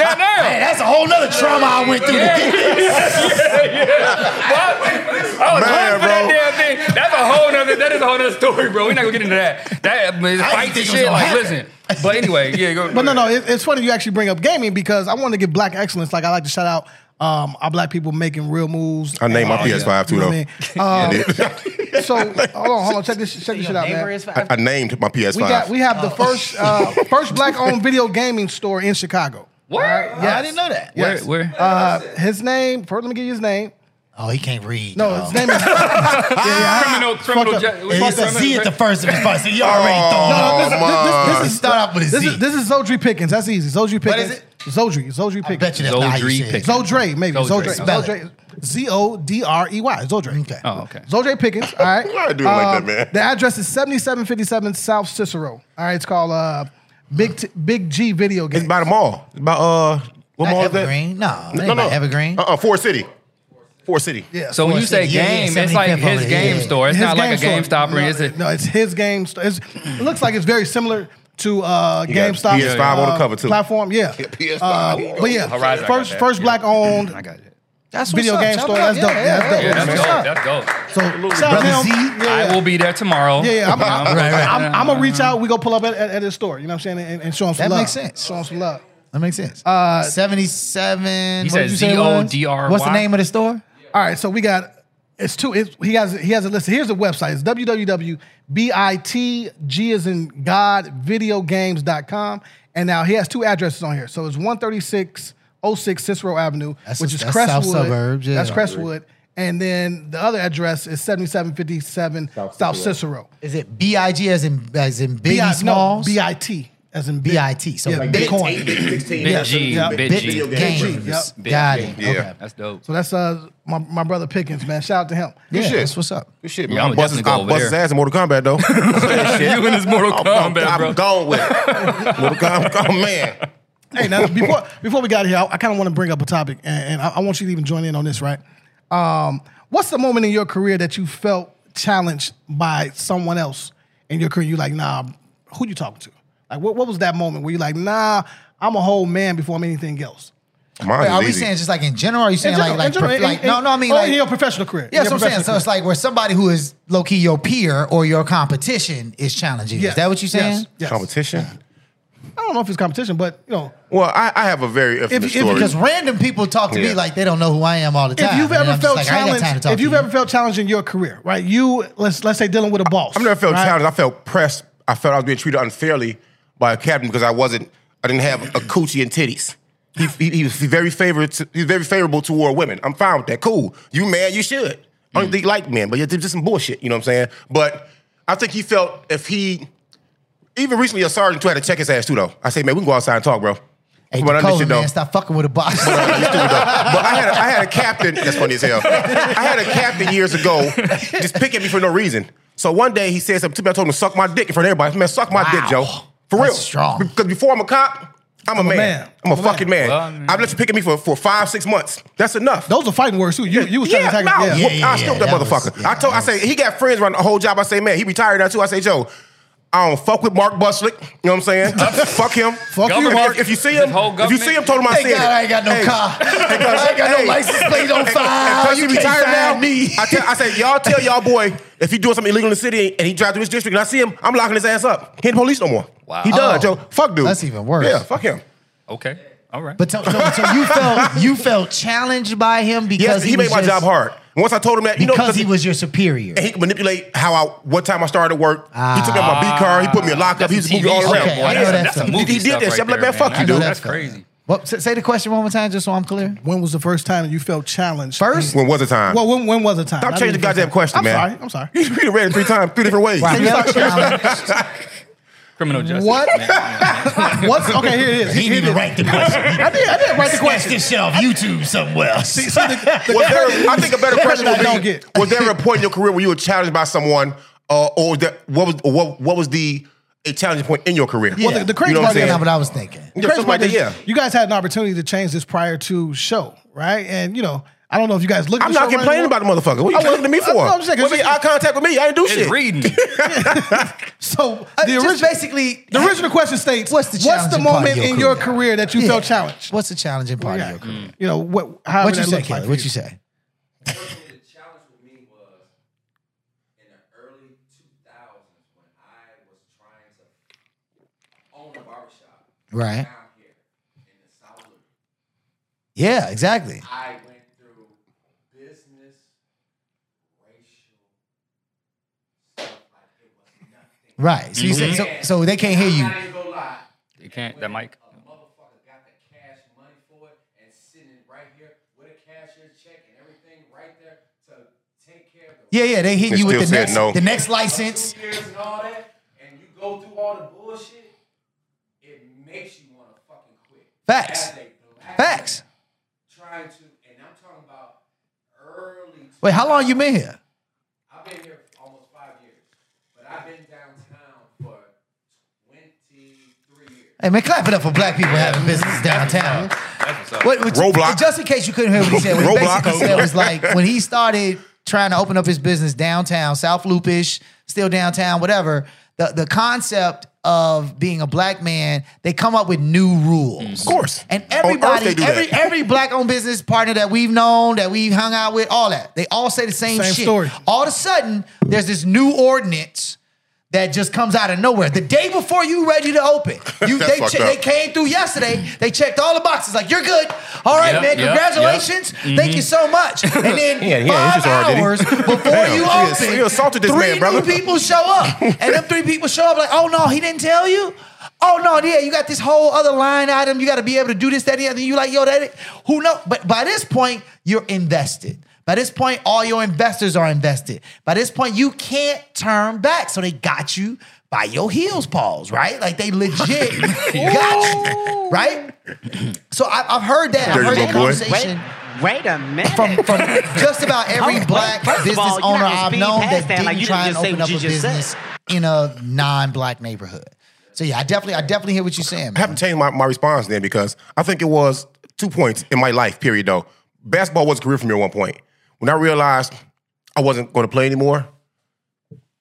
Speaker 11: Goddamn.
Speaker 14: Hey, that's a whole nother trauma I went through.
Speaker 11: Yeah,
Speaker 14: to get
Speaker 11: yeah, yeah. Well, I was
Speaker 14: Man,
Speaker 11: hungry for that damn thing. That's a whole nother. That is a whole nother story, bro. We're not gonna get into that. That I mean, it's fights and
Speaker 2: think it was
Speaker 11: shit.
Speaker 2: gonna
Speaker 11: Like,
Speaker 2: happen.
Speaker 11: listen. But anyway, yeah. Go,
Speaker 2: But no, no, it, it's funny you actually bring up gaming because I want to give black excellence. Like I like to shout out um, our black people making real moves.
Speaker 5: I named my
Speaker 11: Oh,
Speaker 5: PS5 too,
Speaker 2: You know
Speaker 5: though.
Speaker 2: what I mean? Um, so hold on, hold on. Check this, check this shit out, man.
Speaker 5: I, I named my PS5.
Speaker 2: we got we have the first
Speaker 6: Oh.
Speaker 2: uh, first black owned video gaming store in Chicago.
Speaker 11: What?
Speaker 2: Yeah, I didn't know that.
Speaker 6: Where-
Speaker 2: Yes.
Speaker 6: where?
Speaker 2: Uh, his name. First, let me give you his name.
Speaker 6: Oh, he can't read.
Speaker 2: No,
Speaker 5: Oh.
Speaker 2: his name is criminal.
Speaker 11: Criminal.
Speaker 6: It's a Z at the first of his first. You already
Speaker 2: Oh, no,
Speaker 6: thought.
Speaker 2: no,
Speaker 5: Uh.
Speaker 2: this, this, this, this is
Speaker 6: start off with a
Speaker 2: this
Speaker 6: Z.
Speaker 2: Is, this is Zodri Pickens. That's easy. Zodri Pickens.
Speaker 6: is it?
Speaker 2: Zodri. Zodri Pickens.
Speaker 6: bet you that's not how you Zodri say it. Pickens.
Speaker 2: Zodre, maybe.
Speaker 6: Zodre.
Speaker 2: Zodre.
Speaker 6: Spell it.
Speaker 2: Zodre. Z O D R E Y. Zodre. Okay.
Speaker 11: Oh, okay.
Speaker 2: Zodre Pickens. All right. Um,
Speaker 5: Why I do it like that, man?
Speaker 2: The address is 7757 South Cicero. All right. It's called uh, Big T- Big G Video Game. It's
Speaker 5: by the mall. It's by uh, what
Speaker 2: Not
Speaker 5: mall is that?
Speaker 2: Evergreen. No, it ain't
Speaker 5: no,
Speaker 2: by
Speaker 5: no. Evergreen. Uh, uh Forest City. Forest City.
Speaker 2: Yeah.
Speaker 11: So when you say game, it's like his game store. It's
Speaker 2: His
Speaker 11: not like a
Speaker 2: game store.
Speaker 11: GameStop or
Speaker 2: no,
Speaker 11: is it?
Speaker 2: No, it's his game store. It's, it looks like it's very similar to uh,
Speaker 5: He got
Speaker 2: GameStop.
Speaker 5: PS5 on the
Speaker 2: uh,
Speaker 5: cover, too.
Speaker 2: Platform, yeah.
Speaker 5: PS5.
Speaker 2: Uh, but yeah,
Speaker 11: Horizon, I got
Speaker 2: first
Speaker 11: that.
Speaker 2: first
Speaker 11: Yeah.
Speaker 2: black owned
Speaker 11: That's
Speaker 2: video game store. That's dope. Yeah, that's dope.
Speaker 11: Yeah,
Speaker 2: What's up?
Speaker 11: that's dope. That's dope.
Speaker 2: So, shout out to him. Yeah,
Speaker 11: I will be there tomorrow.
Speaker 2: Yeah, yeah. I'm, I'm,
Speaker 11: Right, right.
Speaker 2: I'm, I'm gonna reach out. We go pull up at, at, at his store. You know what I'm saying? And, and show him some
Speaker 6: That
Speaker 2: love.
Speaker 6: makes sense.
Speaker 2: Show him some love.
Speaker 6: That makes sense.
Speaker 2: Uh,
Speaker 6: 77.
Speaker 2: He
Speaker 6: what
Speaker 2: said
Speaker 6: did you say it was?
Speaker 2: Z O D R Y.
Speaker 6: What's the name of the store?
Speaker 2: All right, so we got It's two. It's, he has he has a list. Here's the website. It's www.bitg is in God videogames.com. And now he has two addresses on here. So it's 13606 Cicero Avenue,
Speaker 6: That's
Speaker 2: which
Speaker 6: a-
Speaker 2: is
Speaker 6: that's
Speaker 2: Crestwood.
Speaker 6: South Suburbs, yeah.
Speaker 2: That's Crestwood. And then the other address is 7757 South, Cicero.
Speaker 6: Is it B I G as in as in big
Speaker 2: B.I. no,
Speaker 6: smalls?
Speaker 2: B I T as in
Speaker 6: B I T. So
Speaker 2: Yeah,
Speaker 6: big-
Speaker 2: Bitcoin.
Speaker 11: Bit G,
Speaker 2: Yeah.
Speaker 11: Bit G.
Speaker 6: Bit games.
Speaker 11: Bit
Speaker 6: Got
Speaker 11: G.
Speaker 6: it.
Speaker 11: Yeah.
Speaker 6: Okay.
Speaker 11: That's dope.
Speaker 2: So that's uh my, my brother Pickens, man. Shout out to him.
Speaker 5: Good shit.
Speaker 6: what's up.
Speaker 5: Good shit,
Speaker 11: Yeah,
Speaker 5: man.
Speaker 11: I'ma
Speaker 5: I'm busting,
Speaker 11: definitely go
Speaker 5: I'm
Speaker 11: over
Speaker 5: busting his
Speaker 11: there.
Speaker 5: ass in Mortal Kombat, though. Oh,
Speaker 11: You in this Mortal Kombat,
Speaker 5: I'm,
Speaker 11: bro.
Speaker 5: I'm gone with it. Mortal Kombat, oh, man.
Speaker 2: hey, now before before we got here, I, kind of want to bring up a topic, and, and I, I want you to even join in on this, right? Um, what's the moment in your career that you felt challenged by someone else in your career? You like, nah, who you talking to? Like, what, what was that moment where you like, nah, I'm a whole man before I'm anything else?
Speaker 6: Wait, are we saying just like in general? Or are you saying
Speaker 2: In general,
Speaker 6: like like,
Speaker 2: in general,
Speaker 6: prof-
Speaker 2: in-
Speaker 6: like
Speaker 2: in-
Speaker 6: no no I mean
Speaker 2: or
Speaker 6: like
Speaker 2: in your professional career?
Speaker 6: Yeah,
Speaker 2: In
Speaker 6: that's
Speaker 2: your
Speaker 6: what I'm saying. So
Speaker 2: professional
Speaker 6: it's like where somebody who is low key your peer or your competition is challenging. you. Is
Speaker 2: Yes.
Speaker 6: that what you're saying?
Speaker 2: Yes. Yes.
Speaker 5: Competition?
Speaker 2: I don't know if it's competition, but you know,
Speaker 5: Well, I, I have a very infamous
Speaker 2: if-
Speaker 5: story.
Speaker 6: Because random people talk to me
Speaker 5: Yeah.
Speaker 6: like they don't know who I am all the time.
Speaker 2: if you've
Speaker 6: And
Speaker 2: ever
Speaker 6: I'm just
Speaker 2: felt
Speaker 6: like, I ain't got time to
Speaker 2: challenged,
Speaker 6: talk
Speaker 2: if
Speaker 6: to
Speaker 2: you've
Speaker 6: you.
Speaker 2: ever felt challenged in your career, right? You let's let's say dealing with a boss.
Speaker 5: I've never felt
Speaker 2: right?
Speaker 5: challenged. I felt pressed. I felt I was being treated unfairly by a captain because I wasn't. I didn't have a coochie and titties. He, he, he was very favorite. He's very favorable toward women. I'm fine with that. Cool. You man, you should. I
Speaker 6: Mm.
Speaker 5: don't think you like men, but you're just some bullshit. You know what I'm saying? But I think he felt if he, even recently, a sergeant too had to check his ass too. Though I say, man, we can go outside and talk, bro.
Speaker 6: Hey,
Speaker 5: Come on, I
Speaker 6: Dakota,
Speaker 5: miss you, though.
Speaker 6: man, stop fucking with a box.
Speaker 5: But I had a, I had a captain. That's funny as hell. I had a captain years ago, just picking me for no reason. So one day he said something to me. I told him to suck my dick in front of everybody. Man, suck my dick, Joe. For real, strong. Because before I'm a cop, I'm, a man.
Speaker 2: man.
Speaker 5: I'm a fucking man. I've let you pick at me for, for five, six months. That's enough.
Speaker 2: Those are fighting words too. You you was trying
Speaker 5: yeah,
Speaker 2: to attack.
Speaker 5: no,
Speaker 2: yeah.
Speaker 5: whoop, I stumped that, motherfucker. I told, I say he got friends around the whole job. I say, man, he retired now too. I say, Joe, I don't fuck with Mark Buslick. You know what I'm saying? fuck him. Fuck
Speaker 6: you, Mark.
Speaker 5: If, if you see him, if you see him, told him I
Speaker 6: Thank
Speaker 5: said it.
Speaker 6: God I ain't got no
Speaker 5: Hey,
Speaker 6: car.
Speaker 5: Hey, cuz,
Speaker 6: I ain't got
Speaker 5: hey,
Speaker 6: no license plate
Speaker 5: and-
Speaker 6: on
Speaker 5: and
Speaker 6: file.
Speaker 5: cuz
Speaker 6: You
Speaker 5: he retired
Speaker 6: can't
Speaker 5: now.
Speaker 6: find me.
Speaker 5: I, tell, I say, y'all tell y'all boy if he doing something illegal in the city and he drives through his district and I see him, I'm locking his ass up. He ain't police no more. Wow. He done,
Speaker 6: Oh.
Speaker 5: Joe. Fuck dude.
Speaker 6: That's even worse.
Speaker 5: Yeah, fuck him.
Speaker 11: Okay. All right.
Speaker 6: But so, so- so you felt you felt challenged by him because
Speaker 5: yes, he,
Speaker 6: he
Speaker 5: made
Speaker 6: was
Speaker 5: my
Speaker 6: just-
Speaker 5: job hard. Once I told him that, you know,
Speaker 6: Because he was your superior.
Speaker 5: And he could manipulate how I, what time I started work. he took me out my B car. He put me in lockup. He was moving all around.
Speaker 6: Okay, I know
Speaker 5: Yeah,
Speaker 6: that's,
Speaker 5: he, he did that shit. I'm like, man, fuck you, dude.
Speaker 11: crazy.
Speaker 6: What, say say the question one more time, just so I'm clear.
Speaker 2: When was the first time you felt challenged?
Speaker 6: First,
Speaker 5: When was the time?
Speaker 2: Well, when, when was the time?
Speaker 5: Stop
Speaker 2: I
Speaker 5: changing the
Speaker 2: didn't
Speaker 5: goddamn
Speaker 2: feel-
Speaker 5: question,
Speaker 2: I'm
Speaker 5: man.
Speaker 2: Sorry, I'm sorry.
Speaker 5: You read it three times, three different ways.
Speaker 2: Wow.
Speaker 6: Felt challenged.
Speaker 11: Criminal justice.
Speaker 2: What? What's okay? Here it is.
Speaker 14: He didn't even write the question.
Speaker 2: I did. I did write the
Speaker 14: Snatched
Speaker 2: question.
Speaker 14: this shit off YouTube somewhere.
Speaker 2: See, see, the, the
Speaker 5: was there, I think a better
Speaker 2: the
Speaker 5: question would
Speaker 2: I don't
Speaker 5: be:
Speaker 2: get.
Speaker 5: Was there a point in your career where you were challenged by someone, uh, or was that what was or what what was the a challenging point in your career?
Speaker 2: Well, the, the crazy
Speaker 5: you know
Speaker 2: part
Speaker 5: what I'm saying?
Speaker 2: is,
Speaker 6: That's what I was thinking.
Speaker 5: Yeah,
Speaker 2: the crazy
Speaker 5: something
Speaker 2: part
Speaker 5: like
Speaker 2: is
Speaker 5: that, yeah.
Speaker 2: you guys had an opportunity to change this prior to show, right? And you know, I don't know if you guys look.
Speaker 5: I'm not complaining about the motherfucker. What are you looking at me for?
Speaker 2: I'm saying, 'cause
Speaker 5: What made eye contact with me? I ain't do shit.
Speaker 11: reading.
Speaker 2: So
Speaker 6: Uh,
Speaker 2: the
Speaker 6: just
Speaker 2: original,
Speaker 6: basically,
Speaker 2: the original question states:
Speaker 6: What's the
Speaker 2: What's the
Speaker 6: challenging part of
Speaker 2: moment
Speaker 6: your
Speaker 2: in your
Speaker 6: career?
Speaker 2: career that you
Speaker 6: Yeah.
Speaker 2: felt challenged?
Speaker 6: what's the challenging part of your career?
Speaker 2: Mm. You know what? How
Speaker 6: What you
Speaker 2: that
Speaker 6: say,
Speaker 2: look like?
Speaker 6: Kelly? What you say? Right. Yeah, exactly.
Speaker 13: I went through business, racial.
Speaker 6: Right. So you said, so,
Speaker 13: Mhm.
Speaker 6: so they can't hear
Speaker 13: I'm not
Speaker 6: you.
Speaker 13: even gonna lie.
Speaker 11: You can't. That mic.
Speaker 13: Motherfucker got the cash money for it and sitting right here with a cashier check and everything right there to take care of the
Speaker 6: Yeah, yeah, they hit
Speaker 5: They
Speaker 6: you with
Speaker 5: still
Speaker 6: the
Speaker 5: said
Speaker 6: next
Speaker 5: no.
Speaker 6: the next license.
Speaker 13: years and all that, and you go through all the bullshit, it makes you want to fucking quit.
Speaker 6: Facts.
Speaker 13: As a black
Speaker 6: Facts.
Speaker 13: man Trying to, and I'm talking about early.
Speaker 6: Wait, how long you been here?
Speaker 13: I've been here for almost five years, but I've been downtown for 23 years.
Speaker 6: Hey man, clap it up for black people having business downtown. What, what-
Speaker 5: Roblox.
Speaker 6: Just in case you couldn't hear what he said, what he
Speaker 5: Roblox.
Speaker 6: basically said was like when he started trying to open up his business downtown, South Loopish, still downtown, whatever. The the concept of being a black man, they come up with new rules.
Speaker 5: Of course.
Speaker 6: And
Speaker 5: On Earth they
Speaker 6: everybody,
Speaker 5: do
Speaker 6: every
Speaker 5: that.
Speaker 6: every black owned business partner that we've known, that we've hung out with, all that, they all say the same,
Speaker 2: Same
Speaker 6: shit.
Speaker 2: story.
Speaker 6: All of a sudden, there's this new ordinance that just comes out of nowhere. The day before you ready to open, you
Speaker 5: That's
Speaker 6: they,
Speaker 5: fucked
Speaker 6: che- they
Speaker 5: up.
Speaker 6: came through yesterday. They checked all the boxes. Like you're good. All right,
Speaker 5: Yep,
Speaker 6: man.
Speaker 5: yep,
Speaker 6: Congratulations.
Speaker 5: yep.
Speaker 6: Thank you
Speaker 5: Mhm.
Speaker 6: so much. And then
Speaker 5: Yeah, yeah,
Speaker 6: five
Speaker 5: interest hard, did he?
Speaker 6: hours before
Speaker 5: Damn,
Speaker 6: you
Speaker 5: he
Speaker 6: open,
Speaker 5: ass- he assaulted this
Speaker 6: three
Speaker 5: man, brother.
Speaker 6: new people show up, and them three people show up like, oh no, he didn't tell you. Oh no, yeah, you got this whole other line item. You got to be able to do this, that, and the other. You like, yo, that who know? But by this point, you're invested. By this point, all your investors are invested. By this point, you can't turn back. So they got you by your heels, paws, right? Like they legit got you, right? So I, I've heard that. I've
Speaker 5: Dirty
Speaker 6: heard
Speaker 5: little
Speaker 6: that
Speaker 5: boy.
Speaker 6: conversation.
Speaker 15: Wait a minute.
Speaker 6: From, from just about every
Speaker 15: Hold-
Speaker 6: black
Speaker 15: first of
Speaker 6: business
Speaker 15: all, you're not
Speaker 6: owner
Speaker 15: gonna
Speaker 6: I've
Speaker 15: speed
Speaker 6: known
Speaker 15: past
Speaker 6: that
Speaker 15: that
Speaker 6: didn't
Speaker 15: like you
Speaker 6: try and
Speaker 15: didn't just say
Speaker 6: open
Speaker 15: what
Speaker 6: up a
Speaker 15: you just said.
Speaker 6: business in a non-black neighborhood. So yeah, I definitely, I definitely hear what you're saying.
Speaker 5: I haven't changed my, my response then because I think it was two points in my life, period, though. Basketball was a career for me at one point. When I realized I wasn't going to play anymore,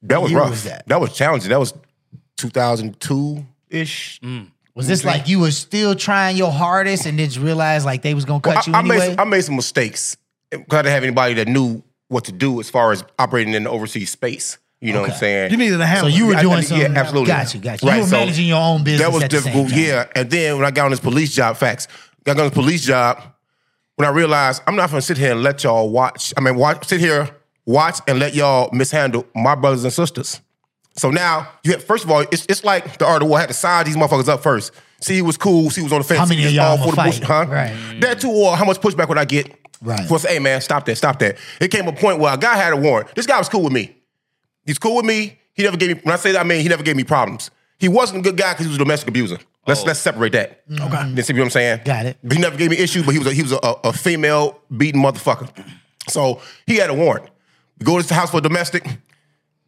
Speaker 5: that was
Speaker 6: year
Speaker 5: rough.
Speaker 6: was
Speaker 5: that? was challenging. That was 2002 ish.
Speaker 6: Was this like you were still trying your hardest and then you realized like they was gonna
Speaker 5: Well,
Speaker 6: cut
Speaker 5: I,
Speaker 6: you
Speaker 5: I
Speaker 6: anyway?
Speaker 5: made some, I made some mistakes because I didn't have anybody that knew what to do as far as operating in the overseas space. You know what I'm saying?
Speaker 2: You needed a handler.
Speaker 6: So you were
Speaker 5: I- I
Speaker 6: doing
Speaker 5: did-
Speaker 6: something-
Speaker 5: Yeah, absolutely.
Speaker 6: Got you, got you. You were
Speaker 5: so
Speaker 6: managing your own business
Speaker 5: That was
Speaker 6: at the same
Speaker 5: difficult.
Speaker 6: time.
Speaker 5: Yeah, and then when I got on this police job, facts. Got on this police job. When I realized I'm not gonna sit here and let y'all watch. I mean, watch, sit here, watch, and let y'all mishandle my brothers and sisters. So now you have. First of all, it's, it's like the art of war. I had to size these motherfuckers up first. See, he was cool. See, he was on the fence.
Speaker 6: How many
Speaker 5: See,
Speaker 6: of
Speaker 5: he
Speaker 6: y'all
Speaker 5: all
Speaker 6: gonna
Speaker 5: for the bullshit,
Speaker 6: fight?
Speaker 5: huh?
Speaker 6: Right.
Speaker 5: That too, or how much pushback would I get?
Speaker 6: Right.
Speaker 5: For say, hey man, stop that, stop that. It came a point where a guy had a warrant. This guy was cool with me. He's cool with me. He never gave me. When I say that, I mean he never gave me problems. He wasn't a good guy because he was a domestic abuser. Let's let's separate that. Okay. You see what I'm saying?
Speaker 6: Mm-hmm. Got it.
Speaker 5: But he never gave me issues. But he was a, he was a, a, a female beating motherfucker. So he had a warrant. We go to the house for domestic.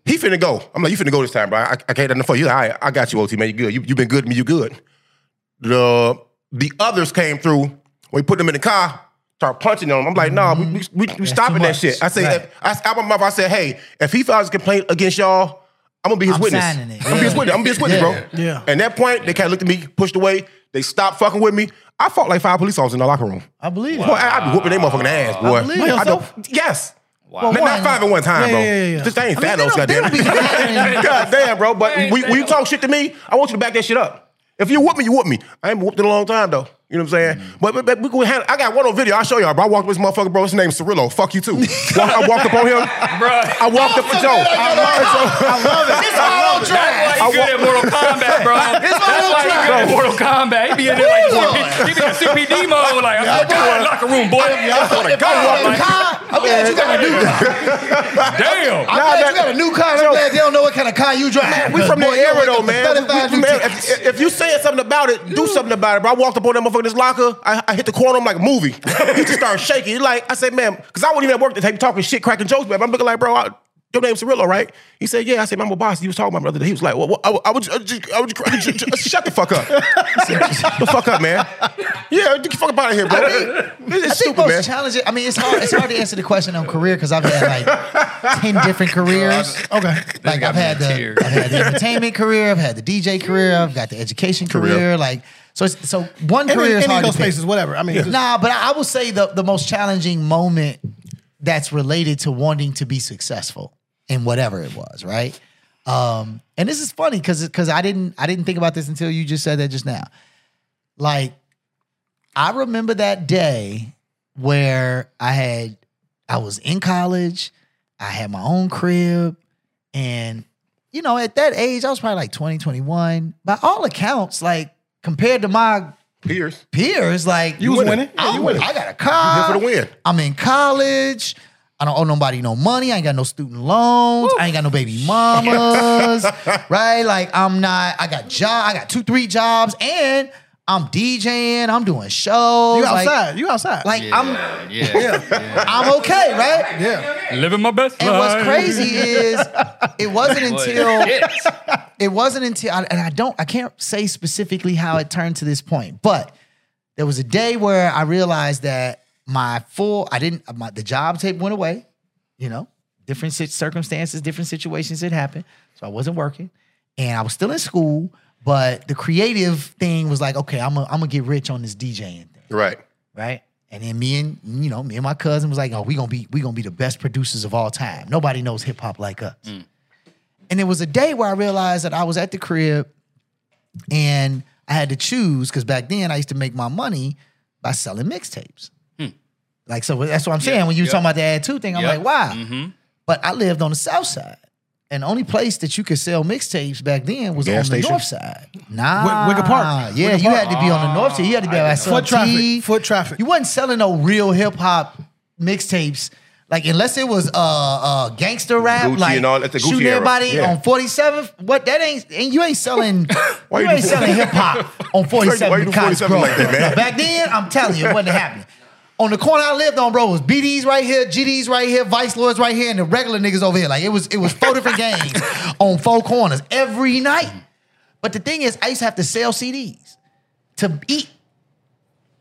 Speaker 5: He finna go. I'm like, you finna go this time, bro. I, I can't have nothing for you. All right, I got you, OT man. You good? You you been good to me. You good? The the others came through. We put them in the car. Start punching them. I'm like, no, we, we, we, we stopping
Speaker 6: too
Speaker 5: that
Speaker 6: much.
Speaker 5: shit. I say,
Speaker 6: Right.
Speaker 5: if- I, I, my mouth, I said, hey, if he files a complaint against y'all, I'm gonna be his
Speaker 6: I'm
Speaker 5: witness.
Speaker 6: signing it.
Speaker 5: I'm gonna be his witness. I'm gonna be his witness,
Speaker 6: Yeah.
Speaker 5: bro. Yeah. And that point, they kind of looked at me, pushed away. They stopped fucking with me. I fought like five police officers in the locker room.
Speaker 6: I believe
Speaker 5: Boy, I, I be whooping their motherfucking ass, boy.
Speaker 6: believe it.
Speaker 5: I don't- yes.
Speaker 6: Wow.
Speaker 5: Not,
Speaker 6: Well,
Speaker 5: not five at one time,
Speaker 6: yeah,
Speaker 5: bro.
Speaker 6: yeah, yeah, yeah.
Speaker 5: This ain't
Speaker 6: I mean, they
Speaker 5: Thanos,
Speaker 6: don't- they
Speaker 5: goddamn.
Speaker 6: don't be fighting.
Speaker 5: goddamn, bro. But we, when you talk shit to me, I want you to back that shit up. If you whoop me, you whoop me. I ain't whooped in a long time though. You know what I'm saying?
Speaker 6: Mm.
Speaker 5: But, but, but we can handle, I got one on video. I'll show y'all, bro. I walked up with this motherfucker, bro. His name's Cirillo. Fuck you too. Walk- I walked up on him. I walked up for Joe.
Speaker 6: I love it. I love it. It's
Speaker 5: I
Speaker 6: auto
Speaker 5: love it.
Speaker 6: draft.
Speaker 11: That's why he good at Mortal Kombat, bro.
Speaker 6: It's my
Speaker 11: That's
Speaker 6: little
Speaker 11: why he good
Speaker 6: trap.
Speaker 11: at Mortal Kombat. He be in there like CP, he be in CPD mode. Like
Speaker 5: Y'all
Speaker 11: I'm like,
Speaker 5: do
Speaker 11: "Bro,
Speaker 5: wanna-
Speaker 11: locker room, boy.
Speaker 5: Y'all
Speaker 11: That's what
Speaker 5: wanna
Speaker 11: it
Speaker 5: go
Speaker 11: goes
Speaker 5: up
Speaker 11: like.
Speaker 6: I'm glad you got a new car.
Speaker 11: Damn.
Speaker 6: I'm glad you got a new car. I'm glad they don't know what kind of car you drive.
Speaker 5: We from
Speaker 6: Boy,
Speaker 5: that
Speaker 6: you
Speaker 5: era
Speaker 6: don't
Speaker 5: though,
Speaker 6: get the
Speaker 5: man. We-
Speaker 6: certified
Speaker 5: we-
Speaker 6: new
Speaker 5: man,
Speaker 6: ticket.
Speaker 5: if, if you saying something about it, do something about it. Bro, I walked up on that motherfucker in his locker. I, I hit the corner. I'm like a movie. he just started shaking. He like I said, man, because I wasn't even at work. They be talking shit, cracking jokes, man. I'm looking like, bro, I, your name's Cirillo, right? He said, yeah. I said, man, my boss. He was talking about me the other day. He was like, well, well, I, would- I would, I would, just- I would, I would- just- shut the fuck up. I said, "Shut the fuck up, man. Yeah, get the fuck up out of here, bro. this is
Speaker 6: I think
Speaker 5: stupid,
Speaker 6: most
Speaker 5: man.
Speaker 6: challenging. I mean, it's hard. It's hard to answer the question on career because I've had like ten different careers. Okay, like I've had the I've had the entertainment career. I've had the DJ career. I've got the education career. Like so, it's, so one
Speaker 2: Any-
Speaker 6: career
Speaker 2: any
Speaker 6: is
Speaker 2: of
Speaker 6: hard
Speaker 2: those
Speaker 6: to pick.
Speaker 2: spaces, whatever. I mean, Yeah. just-
Speaker 6: nah. But I, I will say the the most challenging moment that's related to wanting to be successful in whatever it was, right? Um, and this is funny because because I didn't I didn't think about this until you just said that just now. Like I remember that day where I had I was in college, I had my own crib, and you know, at that age, I was probably like 20, 21. By all accounts, like compared to my
Speaker 5: peers,
Speaker 6: peers, like
Speaker 2: You was winning. Yeah,
Speaker 6: I,
Speaker 2: you winning.
Speaker 6: I got a car.
Speaker 5: You here for the win.
Speaker 6: I'm in college. I don't owe nobody no money. I ain't got no student loans. I ain't got no baby mamas. right? Like I'm not, I got job, I got two, three jobs, and I'm DJing, I'm doing shows.
Speaker 2: You
Speaker 6: like-
Speaker 2: outside. You outside.
Speaker 6: Like I'm
Speaker 11: Yeah.
Speaker 6: I'm okay, right?
Speaker 2: Yeah.
Speaker 11: Living my best
Speaker 6: And
Speaker 11: life.
Speaker 6: what's crazy is it wasn't
Speaker 11: Boy,
Speaker 6: until
Speaker 11: shit.
Speaker 6: it wasn't until I- and I don't I can't say specifically how it turned to this point, but there was a day where I realized that my full I didn't my the job tape went away, you know, different sit- circumstances, different situations had happened, so I wasn't working, and I was still in school, but the creative thing was like, okay, I'm gonna I'm gonna get rich on this DJing thing,
Speaker 5: right?
Speaker 6: right? And then me and you know me and my
Speaker 11: Mm.
Speaker 6: cousin was like, oh, we gonna be we gonna be the best producers of all time. Nobody knows hip hop like us. And it was a day where I realized that I was at the crib and I had to choose because back then I used to make my money by selling mixtapes. Like so, that's what I'm saying.
Speaker 11: Hmm. Yeah,
Speaker 6: when you were
Speaker 11: yeah.
Speaker 6: talking about the ad two thing, I'm
Speaker 11: Yeah.
Speaker 6: like, wow.
Speaker 11: Mhm.
Speaker 6: But I lived on the south side, and the only place that you could sell mixtapes back then was
Speaker 5: Gas
Speaker 6: on
Speaker 5: station?
Speaker 6: the north side. Nah,
Speaker 2: Wicker Park.
Speaker 6: Yeah,
Speaker 2: Wicker
Speaker 6: you
Speaker 2: Park.
Speaker 6: had to be on the north side. You had to be
Speaker 2: I
Speaker 6: at
Speaker 2: didn't know. Foot traffic,
Speaker 6: Foot traffic. You wasn't selling no real hip hop mixtapes. Like unless it was uh uh gangster rap,
Speaker 5: Gucci
Speaker 6: like
Speaker 5: and all, that's the Gucci
Speaker 6: shooting
Speaker 5: era.
Speaker 6: everybody
Speaker 5: Yeah.
Speaker 6: on 47th. What that ain't and you ain't selling
Speaker 5: Why you
Speaker 6: you
Speaker 5: do
Speaker 6: ain't
Speaker 5: for-
Speaker 6: selling hip hop on 47th.
Speaker 5: Why you do
Speaker 6: in Cott's
Speaker 5: 47 like
Speaker 6: Grove.
Speaker 5: that, man?
Speaker 6: Back then, I'm telling you, it wasn't happening. On the corner I lived on, bro, was BDs right here, GDs right here, Vice Lords right here, and the regular niggas over here. Like it was, it was four different games on four corners every night. But the thing is, I used to have to sell CDs to eat.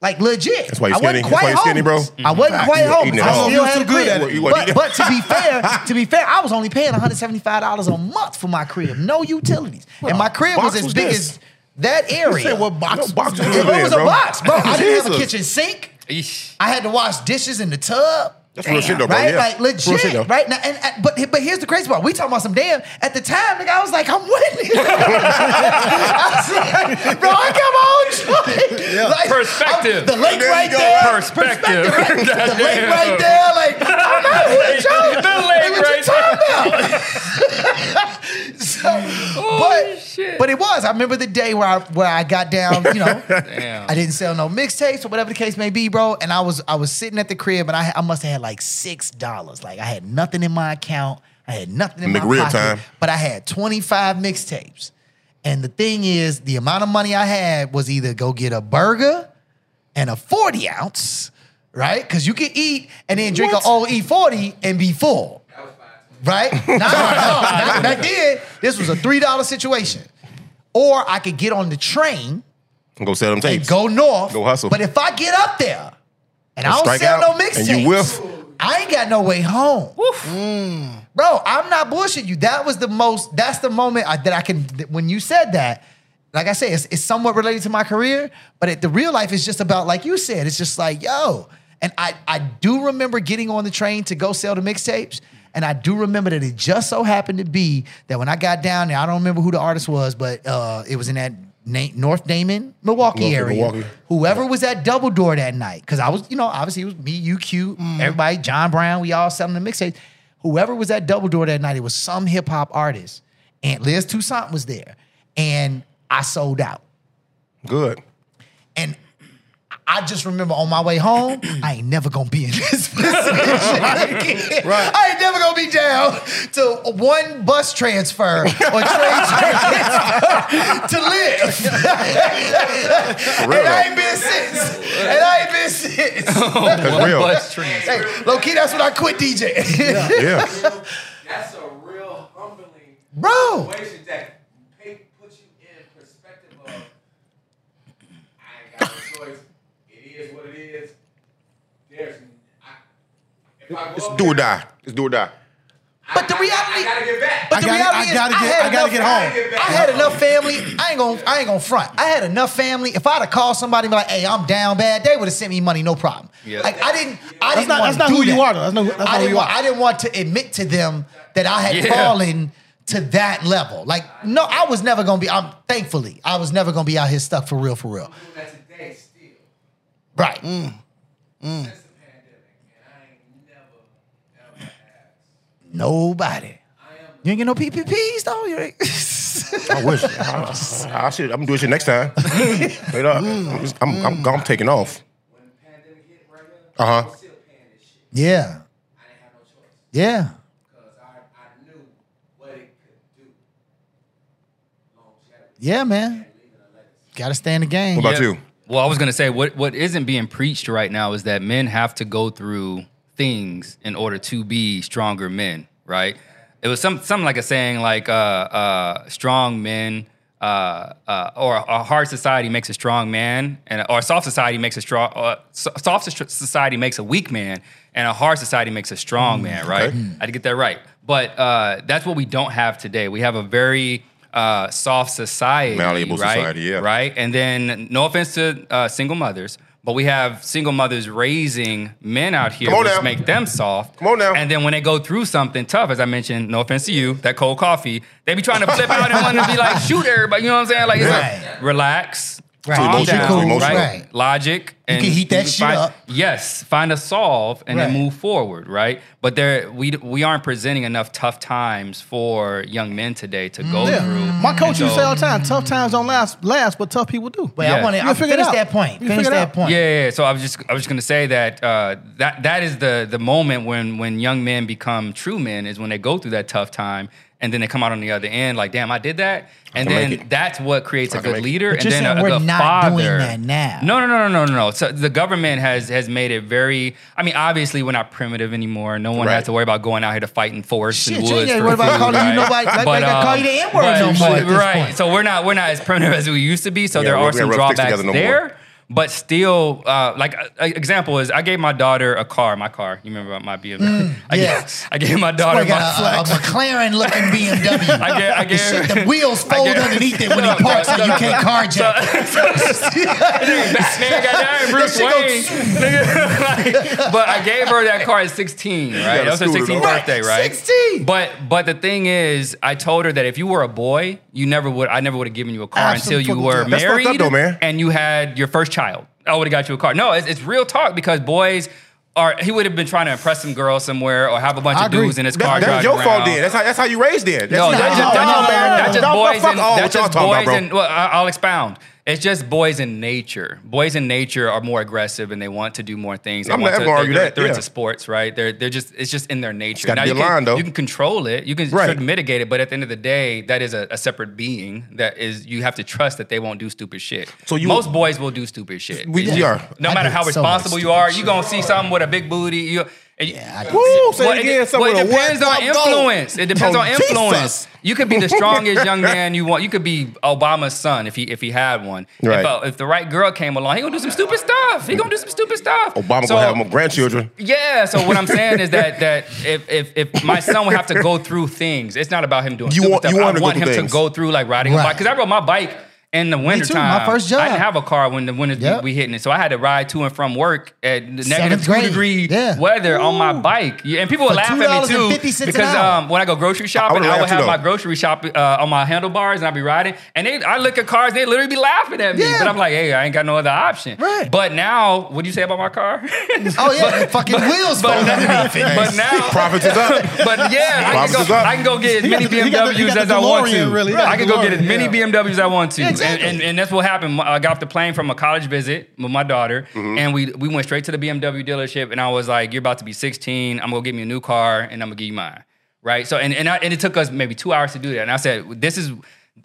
Speaker 6: Like legit.
Speaker 5: That's why you
Speaker 6: I wasn't
Speaker 5: skinny. That's why you
Speaker 6: quite
Speaker 5: skinny, bro.
Speaker 6: homeless. I wasn't
Speaker 5: Mhm.
Speaker 6: quite
Speaker 5: You wasn't
Speaker 6: homeless.
Speaker 5: eating
Speaker 6: I
Speaker 5: at all.
Speaker 6: still
Speaker 5: You
Speaker 6: had a
Speaker 5: wasn't good at it.
Speaker 6: crib.
Speaker 5: You wasn't
Speaker 6: But,
Speaker 5: eating-
Speaker 6: but to be fair, to be fair, I was only paying $175 a month for my crib. No utilities. And my crib
Speaker 5: Box
Speaker 6: was as
Speaker 5: was
Speaker 6: big
Speaker 5: this?
Speaker 6: as that area.
Speaker 5: said what box- No box
Speaker 6: It
Speaker 5: you live in,
Speaker 6: was a
Speaker 5: bro.
Speaker 6: box, bro. I didn't have a
Speaker 5: Jesus.
Speaker 6: kitchen sink. I had to wash dishes in the tub.
Speaker 5: That's real shit though, bro.
Speaker 6: right?
Speaker 5: Yeah.
Speaker 6: Like legit,
Speaker 5: Real shit though.
Speaker 6: right? Now, and, and- but but here's the crazy part. We talking about some damn. At the time, nigga, I was like, I'm winning. I said, bro, I come on,
Speaker 11: Yeah. Perspective.
Speaker 6: I'm- the lake
Speaker 11: There you
Speaker 6: right
Speaker 11: go.
Speaker 6: there.
Speaker 11: Perspective.
Speaker 6: right- the lake
Speaker 11: Goddamn.
Speaker 6: right there. Like I'm not winning, Joe.
Speaker 11: The lake
Speaker 6: Like, what
Speaker 11: right
Speaker 6: you talking about? so, but but it was. I remember the day where I where I got down. You know,
Speaker 11: Damn.
Speaker 6: I didn't sell no mixtapes or whatever the case may be, bro. And I was I was sitting at the crib and I I must have had like six dollars. Like I had nothing in my account. I had nothing in my
Speaker 5: McRib
Speaker 6: pocket.
Speaker 5: time.
Speaker 6: But I had 25 mixtapes. And the thing is, the amount of money I had was either go get a burger and a 40 ounce, right? Because you can eat and then drink an old E40 and be full. Right? No, no, no. Back then, this was a $3 situation. Or I could get on the train
Speaker 5: I'm gonna sell them
Speaker 6: and
Speaker 5: tapes.
Speaker 6: go north.
Speaker 5: Go hustle.
Speaker 6: But if I get up there and I don't
Speaker 5: Strike
Speaker 6: sell
Speaker 5: out
Speaker 6: no mixtapes,
Speaker 5: and you whiff.
Speaker 6: I ain't got no way home. Mm. Bro, I'm not bullshitting you. That was the most, that's the moment I, that I can, that when you said that, like I said, it's, it's somewhat related to my career, but it, the real life is just about, like you said, it's just like, yo. And I, I do remember getting on the train to go sell the mixtapes. And I do remember that it just so happened to be that when I got down there, I don't remember who the artist was, but uh, it was in that Na- North Damon, Milwaukee
Speaker 5: Milwaukee,
Speaker 6: area.
Speaker 5: Milwaukee.
Speaker 6: Whoever was at Double Door that night, because I was, you know, obviously it was me, UQ, everybody, John Brown, we all selling the mixtapes. Whoever was at Double Door that night, it was some hip hop artist. And Liz Toussaint was there. And I sold out.
Speaker 5: Good.
Speaker 6: And I just remember on my way home, I ain't never gonna be in this position. again. I ain't never gonna be down to one bus transfer or train transfer to live.
Speaker 5: real,
Speaker 6: and I
Speaker 5: though.
Speaker 6: ain't been since. And I ain't been since.
Speaker 5: That's One real. bus
Speaker 6: transfer. Hey, low key, that's when I quit DJ.
Speaker 5: Yeah.
Speaker 13: That's a real humbling
Speaker 6: Bro.
Speaker 13: situation that pay, puts you in perspective of I ain't got no choice. It is what it is. There's I, if I go
Speaker 5: It's
Speaker 13: up
Speaker 5: do
Speaker 13: there,
Speaker 5: or die. It's do or die.
Speaker 6: But the reality,
Speaker 13: I gotta get back.
Speaker 6: But the
Speaker 5: I gotta-
Speaker 6: reality
Speaker 5: I
Speaker 6: is,
Speaker 5: gotta
Speaker 6: I
Speaker 5: get-
Speaker 6: had
Speaker 5: I gotta
Speaker 6: enough,
Speaker 5: get home.
Speaker 6: I had enough family. I ain't gonna, I ain't gonna front. I had enough family. If I'd have called somebody and be like, "Hey, I'm down bad," they would have sent me money, no problem.
Speaker 2: Yeah.
Speaker 6: Like I didn't, I
Speaker 2: That's
Speaker 6: didn't.
Speaker 2: not-
Speaker 6: wanna
Speaker 2: that's not
Speaker 6: do
Speaker 2: who you
Speaker 6: that.
Speaker 2: are, though. That's not- that's not
Speaker 6: I
Speaker 2: who
Speaker 6: didn't
Speaker 2: you
Speaker 6: want,
Speaker 2: are.
Speaker 6: I didn't want to admit to them that I had
Speaker 2: Yeah.
Speaker 6: fallen to that level. Like, no, I was never gonna be. I'm thankfully, I was never gonna be out here stuck for real, for real. Right. Nobody. You ain't get no PPPs though. You ain't-
Speaker 5: I wish. I, I should. I'm gonna do this shit next time. Straight up. I'm, just- I'm, I'm, I'm taking off. Uh huh.
Speaker 6: Yeah. Yeah. Yeah, man. Gotta stay in the game.
Speaker 5: What about you?
Speaker 11: Well, I was gonna say what what isn't being preached right now is that men have to go through things in order to be stronger men, right? It was some something like a saying like uh, uh, strong men uh, uh, or a hard society makes a strong man, and or a soft society makes a strong uh, so- soft so- society makes a weak man, and a hard society makes a strong man, right?
Speaker 5: Mm, okay.
Speaker 11: I had to get that right, but uh, that's what we don't have today. We have a very uh, soft society,
Speaker 5: Malleable
Speaker 11: right?
Speaker 5: society, yeah.
Speaker 11: right? And then, no offense to uh, single mothers, But we have single mothers raising men out here,
Speaker 5: Come on
Speaker 11: which
Speaker 5: now.
Speaker 11: make them soft. Come
Speaker 5: on now.
Speaker 11: And then when they go through something tough, as I mentioned, no offense to you, that cold coffee, they be trying to flip out and want to be like, shoot everybody. You know what I'm saying? Like, it's like relax,
Speaker 6: Right.
Speaker 11: calm
Speaker 6: Emotional,
Speaker 11: down,
Speaker 6: emotional.
Speaker 11: right?
Speaker 6: Right.
Speaker 11: Logic. And
Speaker 6: can heat that
Speaker 11: you
Speaker 6: shit
Speaker 11: find-
Speaker 6: up.
Speaker 11: Yes, find a solve and
Speaker 6: Right.
Speaker 11: then move forward, right? But there, we we aren't presenting enough tough times for young men today to go
Speaker 2: Mm. Yeah.
Speaker 11: through.
Speaker 2: My coach used
Speaker 11: And
Speaker 2: to
Speaker 11: so-
Speaker 2: say all the time, tough times don't last, last, but tough people do.
Speaker 11: Wait, I Yeah. wanna-
Speaker 2: You'll
Speaker 11: I'll
Speaker 2: figure it
Speaker 6: finish
Speaker 2: out.
Speaker 6: that point.
Speaker 2: You'll
Speaker 6: Finish
Speaker 2: figure it
Speaker 6: that
Speaker 2: out.
Speaker 6: point.
Speaker 11: Yeah, yeah, yeah. So I was just I was just gonna say that uh, that that is the the moment when when young men become true men is when they go through that tough time and then they come out on the other end like, damn, I did that. And
Speaker 6: can make
Speaker 11: then that's what creates a
Speaker 6: can
Speaker 11: good
Speaker 6: make it.
Speaker 11: leader
Speaker 6: But
Speaker 11: and
Speaker 6: you're
Speaker 11: then
Speaker 6: saying
Speaker 11: a,
Speaker 6: we're
Speaker 11: good
Speaker 6: not
Speaker 11: father.
Speaker 6: doing that now.
Speaker 11: No, no, no, no, no, no. So the government has has made it very. I mean, obviously, we're not primitive anymore. No one has to worry about going out here to fight in forests
Speaker 6: Shit,
Speaker 11: and
Speaker 6: you ain't
Speaker 11: woods.
Speaker 6: gotta
Speaker 11: for
Speaker 6: worry about
Speaker 11: food,
Speaker 6: calling you
Speaker 11: right?
Speaker 6: nobody- like- like I call you the
Speaker 11: um,
Speaker 6: N-word
Speaker 11: but-
Speaker 6: no more at this
Speaker 11: right.
Speaker 6: point.
Speaker 11: So we're not we're not as primitive as we used to be. So
Speaker 5: Yeah,
Speaker 11: there
Speaker 5: we-
Speaker 11: are
Speaker 5: we
Speaker 11: some
Speaker 5: don't rub sticks
Speaker 11: drawbacks
Speaker 5: together no more.
Speaker 11: there. But still, uh, like an example is, I gave my daughter a car, my car. You remember my BMW?
Speaker 6: Mm,
Speaker 11: I,
Speaker 6: yes.
Speaker 11: gave, I gave my daughter
Speaker 6: Boy
Speaker 11: my
Speaker 6: got a, a, a uh, McLaren looking BMW.
Speaker 11: I gave- I
Speaker 6: The shit,
Speaker 11: gave-
Speaker 6: the wheels
Speaker 11: I
Speaker 6: fold
Speaker 11: gave-
Speaker 6: underneath it when he
Speaker 11: No,
Speaker 6: parks,
Speaker 11: no,
Speaker 6: so you
Speaker 11: no,
Speaker 6: can't
Speaker 11: no.
Speaker 6: carjack. it.
Speaker 11: Batman got that Bruce Wayne. Nigga, like, but I gave her that car at 16, right?
Speaker 5: You gotta
Speaker 11: That was her
Speaker 5: scoot it
Speaker 11: 16th
Speaker 5: over.
Speaker 11: birthday, right? 16. But but the thing is, I told her that if you were a boy, you never would. I never would have given you a car until you
Speaker 5: Absolutely.
Speaker 11: were
Speaker 5: That's fucked up
Speaker 11: married
Speaker 5: though, man.
Speaker 11: and you had your first child. I would have got you a car. No, it's, it's real talk because boys. are. he would have been trying to impress some girl somewhere or have a bunch
Speaker 5: Oh, I
Speaker 11: of
Speaker 5: agree.
Speaker 11: dudes in his
Speaker 5: That-
Speaker 11: car.
Speaker 5: that was
Speaker 11: driving
Speaker 5: your fault
Speaker 11: around.
Speaker 5: then. That's how- that's how you raised then. That's
Speaker 11: No,
Speaker 5: not-
Speaker 11: that's Oh, just,
Speaker 5: no,
Speaker 11: that's
Speaker 5: no,
Speaker 11: just,
Speaker 5: man.
Speaker 11: that's just
Speaker 5: No, no,
Speaker 11: boys.
Speaker 5: fuck
Speaker 11: in,
Speaker 5: all what
Speaker 11: that's
Speaker 5: y'all
Speaker 11: just
Speaker 5: talking about,
Speaker 11: boys.
Speaker 5: bro.
Speaker 11: in, well, I- I'll expound. It's just boys in nature. Boys in nature are more aggressive and they want to do more things. They
Speaker 5: I'm
Speaker 11: want
Speaker 5: not
Speaker 11: to,
Speaker 5: gonna argue
Speaker 11: they're,
Speaker 5: that,
Speaker 11: They're
Speaker 5: yeah.
Speaker 11: into sports, right? They're they're just it's just in their nature.
Speaker 5: gotta be
Speaker 11: you
Speaker 5: a
Speaker 11: can,
Speaker 5: line, though.
Speaker 11: You can control it. You can
Speaker 5: Right.
Speaker 11: try to mitigate it, but at the end of the day, that is a, a separate being that is you have to trust that they won't do stupid shit.
Speaker 5: So you-
Speaker 11: most boys will do stupid shit.
Speaker 5: We-
Speaker 11: It's
Speaker 5: we
Speaker 11: just-
Speaker 5: are.
Speaker 11: No
Speaker 5: I
Speaker 11: matter
Speaker 5: did
Speaker 11: how
Speaker 5: so much
Speaker 11: responsible you
Speaker 5: stupid
Speaker 11: are, you gonna see something with a big booty. You. And
Speaker 5: Woo, say it again, something
Speaker 11: well,
Speaker 5: with
Speaker 11: it
Speaker 5: a
Speaker 11: depends
Speaker 5: wet
Speaker 11: on
Speaker 5: top goat.
Speaker 11: influence. It depends
Speaker 5: Oh,
Speaker 11: on influence.
Speaker 5: Jesus.
Speaker 11: You could be the strongest young man you want. You could be Obama's son if he if he had one.
Speaker 5: Right.
Speaker 11: If, uh, if the right girl came along, he gonna do some stupid stuff. He gonna do some stupid stuff.
Speaker 5: Obama
Speaker 11: So-
Speaker 5: gonna have my grandchildren.
Speaker 11: Yeah. So what I'm saying is that that if if, if my son would have to go through things, it's not about him doing
Speaker 5: You
Speaker 11: stupid
Speaker 5: want-
Speaker 11: stuff.
Speaker 5: you want him to
Speaker 11: I
Speaker 5: go
Speaker 11: want
Speaker 5: through
Speaker 11: him
Speaker 5: things.
Speaker 11: to go through like riding a
Speaker 5: Right.
Speaker 11: bike because I rode my bike. In the winter time,
Speaker 6: my first
Speaker 11: I
Speaker 6: job.
Speaker 11: didn't have a car when the winters we-
Speaker 6: Yep.
Speaker 11: we hitting it, so I had to ride to and from work at negative
Speaker 6: Seventh
Speaker 11: two
Speaker 6: grade.
Speaker 11: degree weather on my bike, Yeah, and people would
Speaker 6: For
Speaker 11: laugh at me too
Speaker 6: $2.50 an
Speaker 11: because
Speaker 6: hour.
Speaker 11: um, when I go grocery shopping,
Speaker 5: would've
Speaker 11: I would
Speaker 5: laughed too,
Speaker 11: have my
Speaker 5: though.
Speaker 11: grocery shop uh, on my handlebars, and I'd be riding, and they, I look at cars, they literally be laughing at me,
Speaker 6: Yeah.
Speaker 11: but I'm like, hey, I ain't got no other option. Right. But now, what do you say about my car?
Speaker 6: Oh yeah, the fucking wheels
Speaker 11: but
Speaker 6: fold
Speaker 11: now,
Speaker 6: underneath it.
Speaker 11: but now
Speaker 5: Profits is up.
Speaker 11: but yeah, I
Speaker 5: Profits
Speaker 11: can,
Speaker 5: is
Speaker 11: go,
Speaker 5: up.
Speaker 11: I can go get as
Speaker 5: He got
Speaker 11: many
Speaker 5: the- he got the- he
Speaker 11: BMWs
Speaker 5: got the
Speaker 11: as I want
Speaker 5: DeLorean,
Speaker 11: to.
Speaker 5: really. He got
Speaker 11: I can
Speaker 5: the
Speaker 11: go get as
Speaker 5: DeLorean,
Speaker 11: many
Speaker 5: yeah.
Speaker 11: BMWs I want to,
Speaker 5: Yeah,
Speaker 11: And-
Speaker 5: exactly.
Speaker 11: and, and that's what happened. I got off the plane from a college visit with my daughter,
Speaker 5: Mm-hmm.
Speaker 11: and we we went straight to the BMW dealership, and I was like, "You're about to be 16. I'm gonna get me a new car, and I'm gonna give you mine." Right. So and and, I, and it took us maybe two hours to do that, and I said, "This is."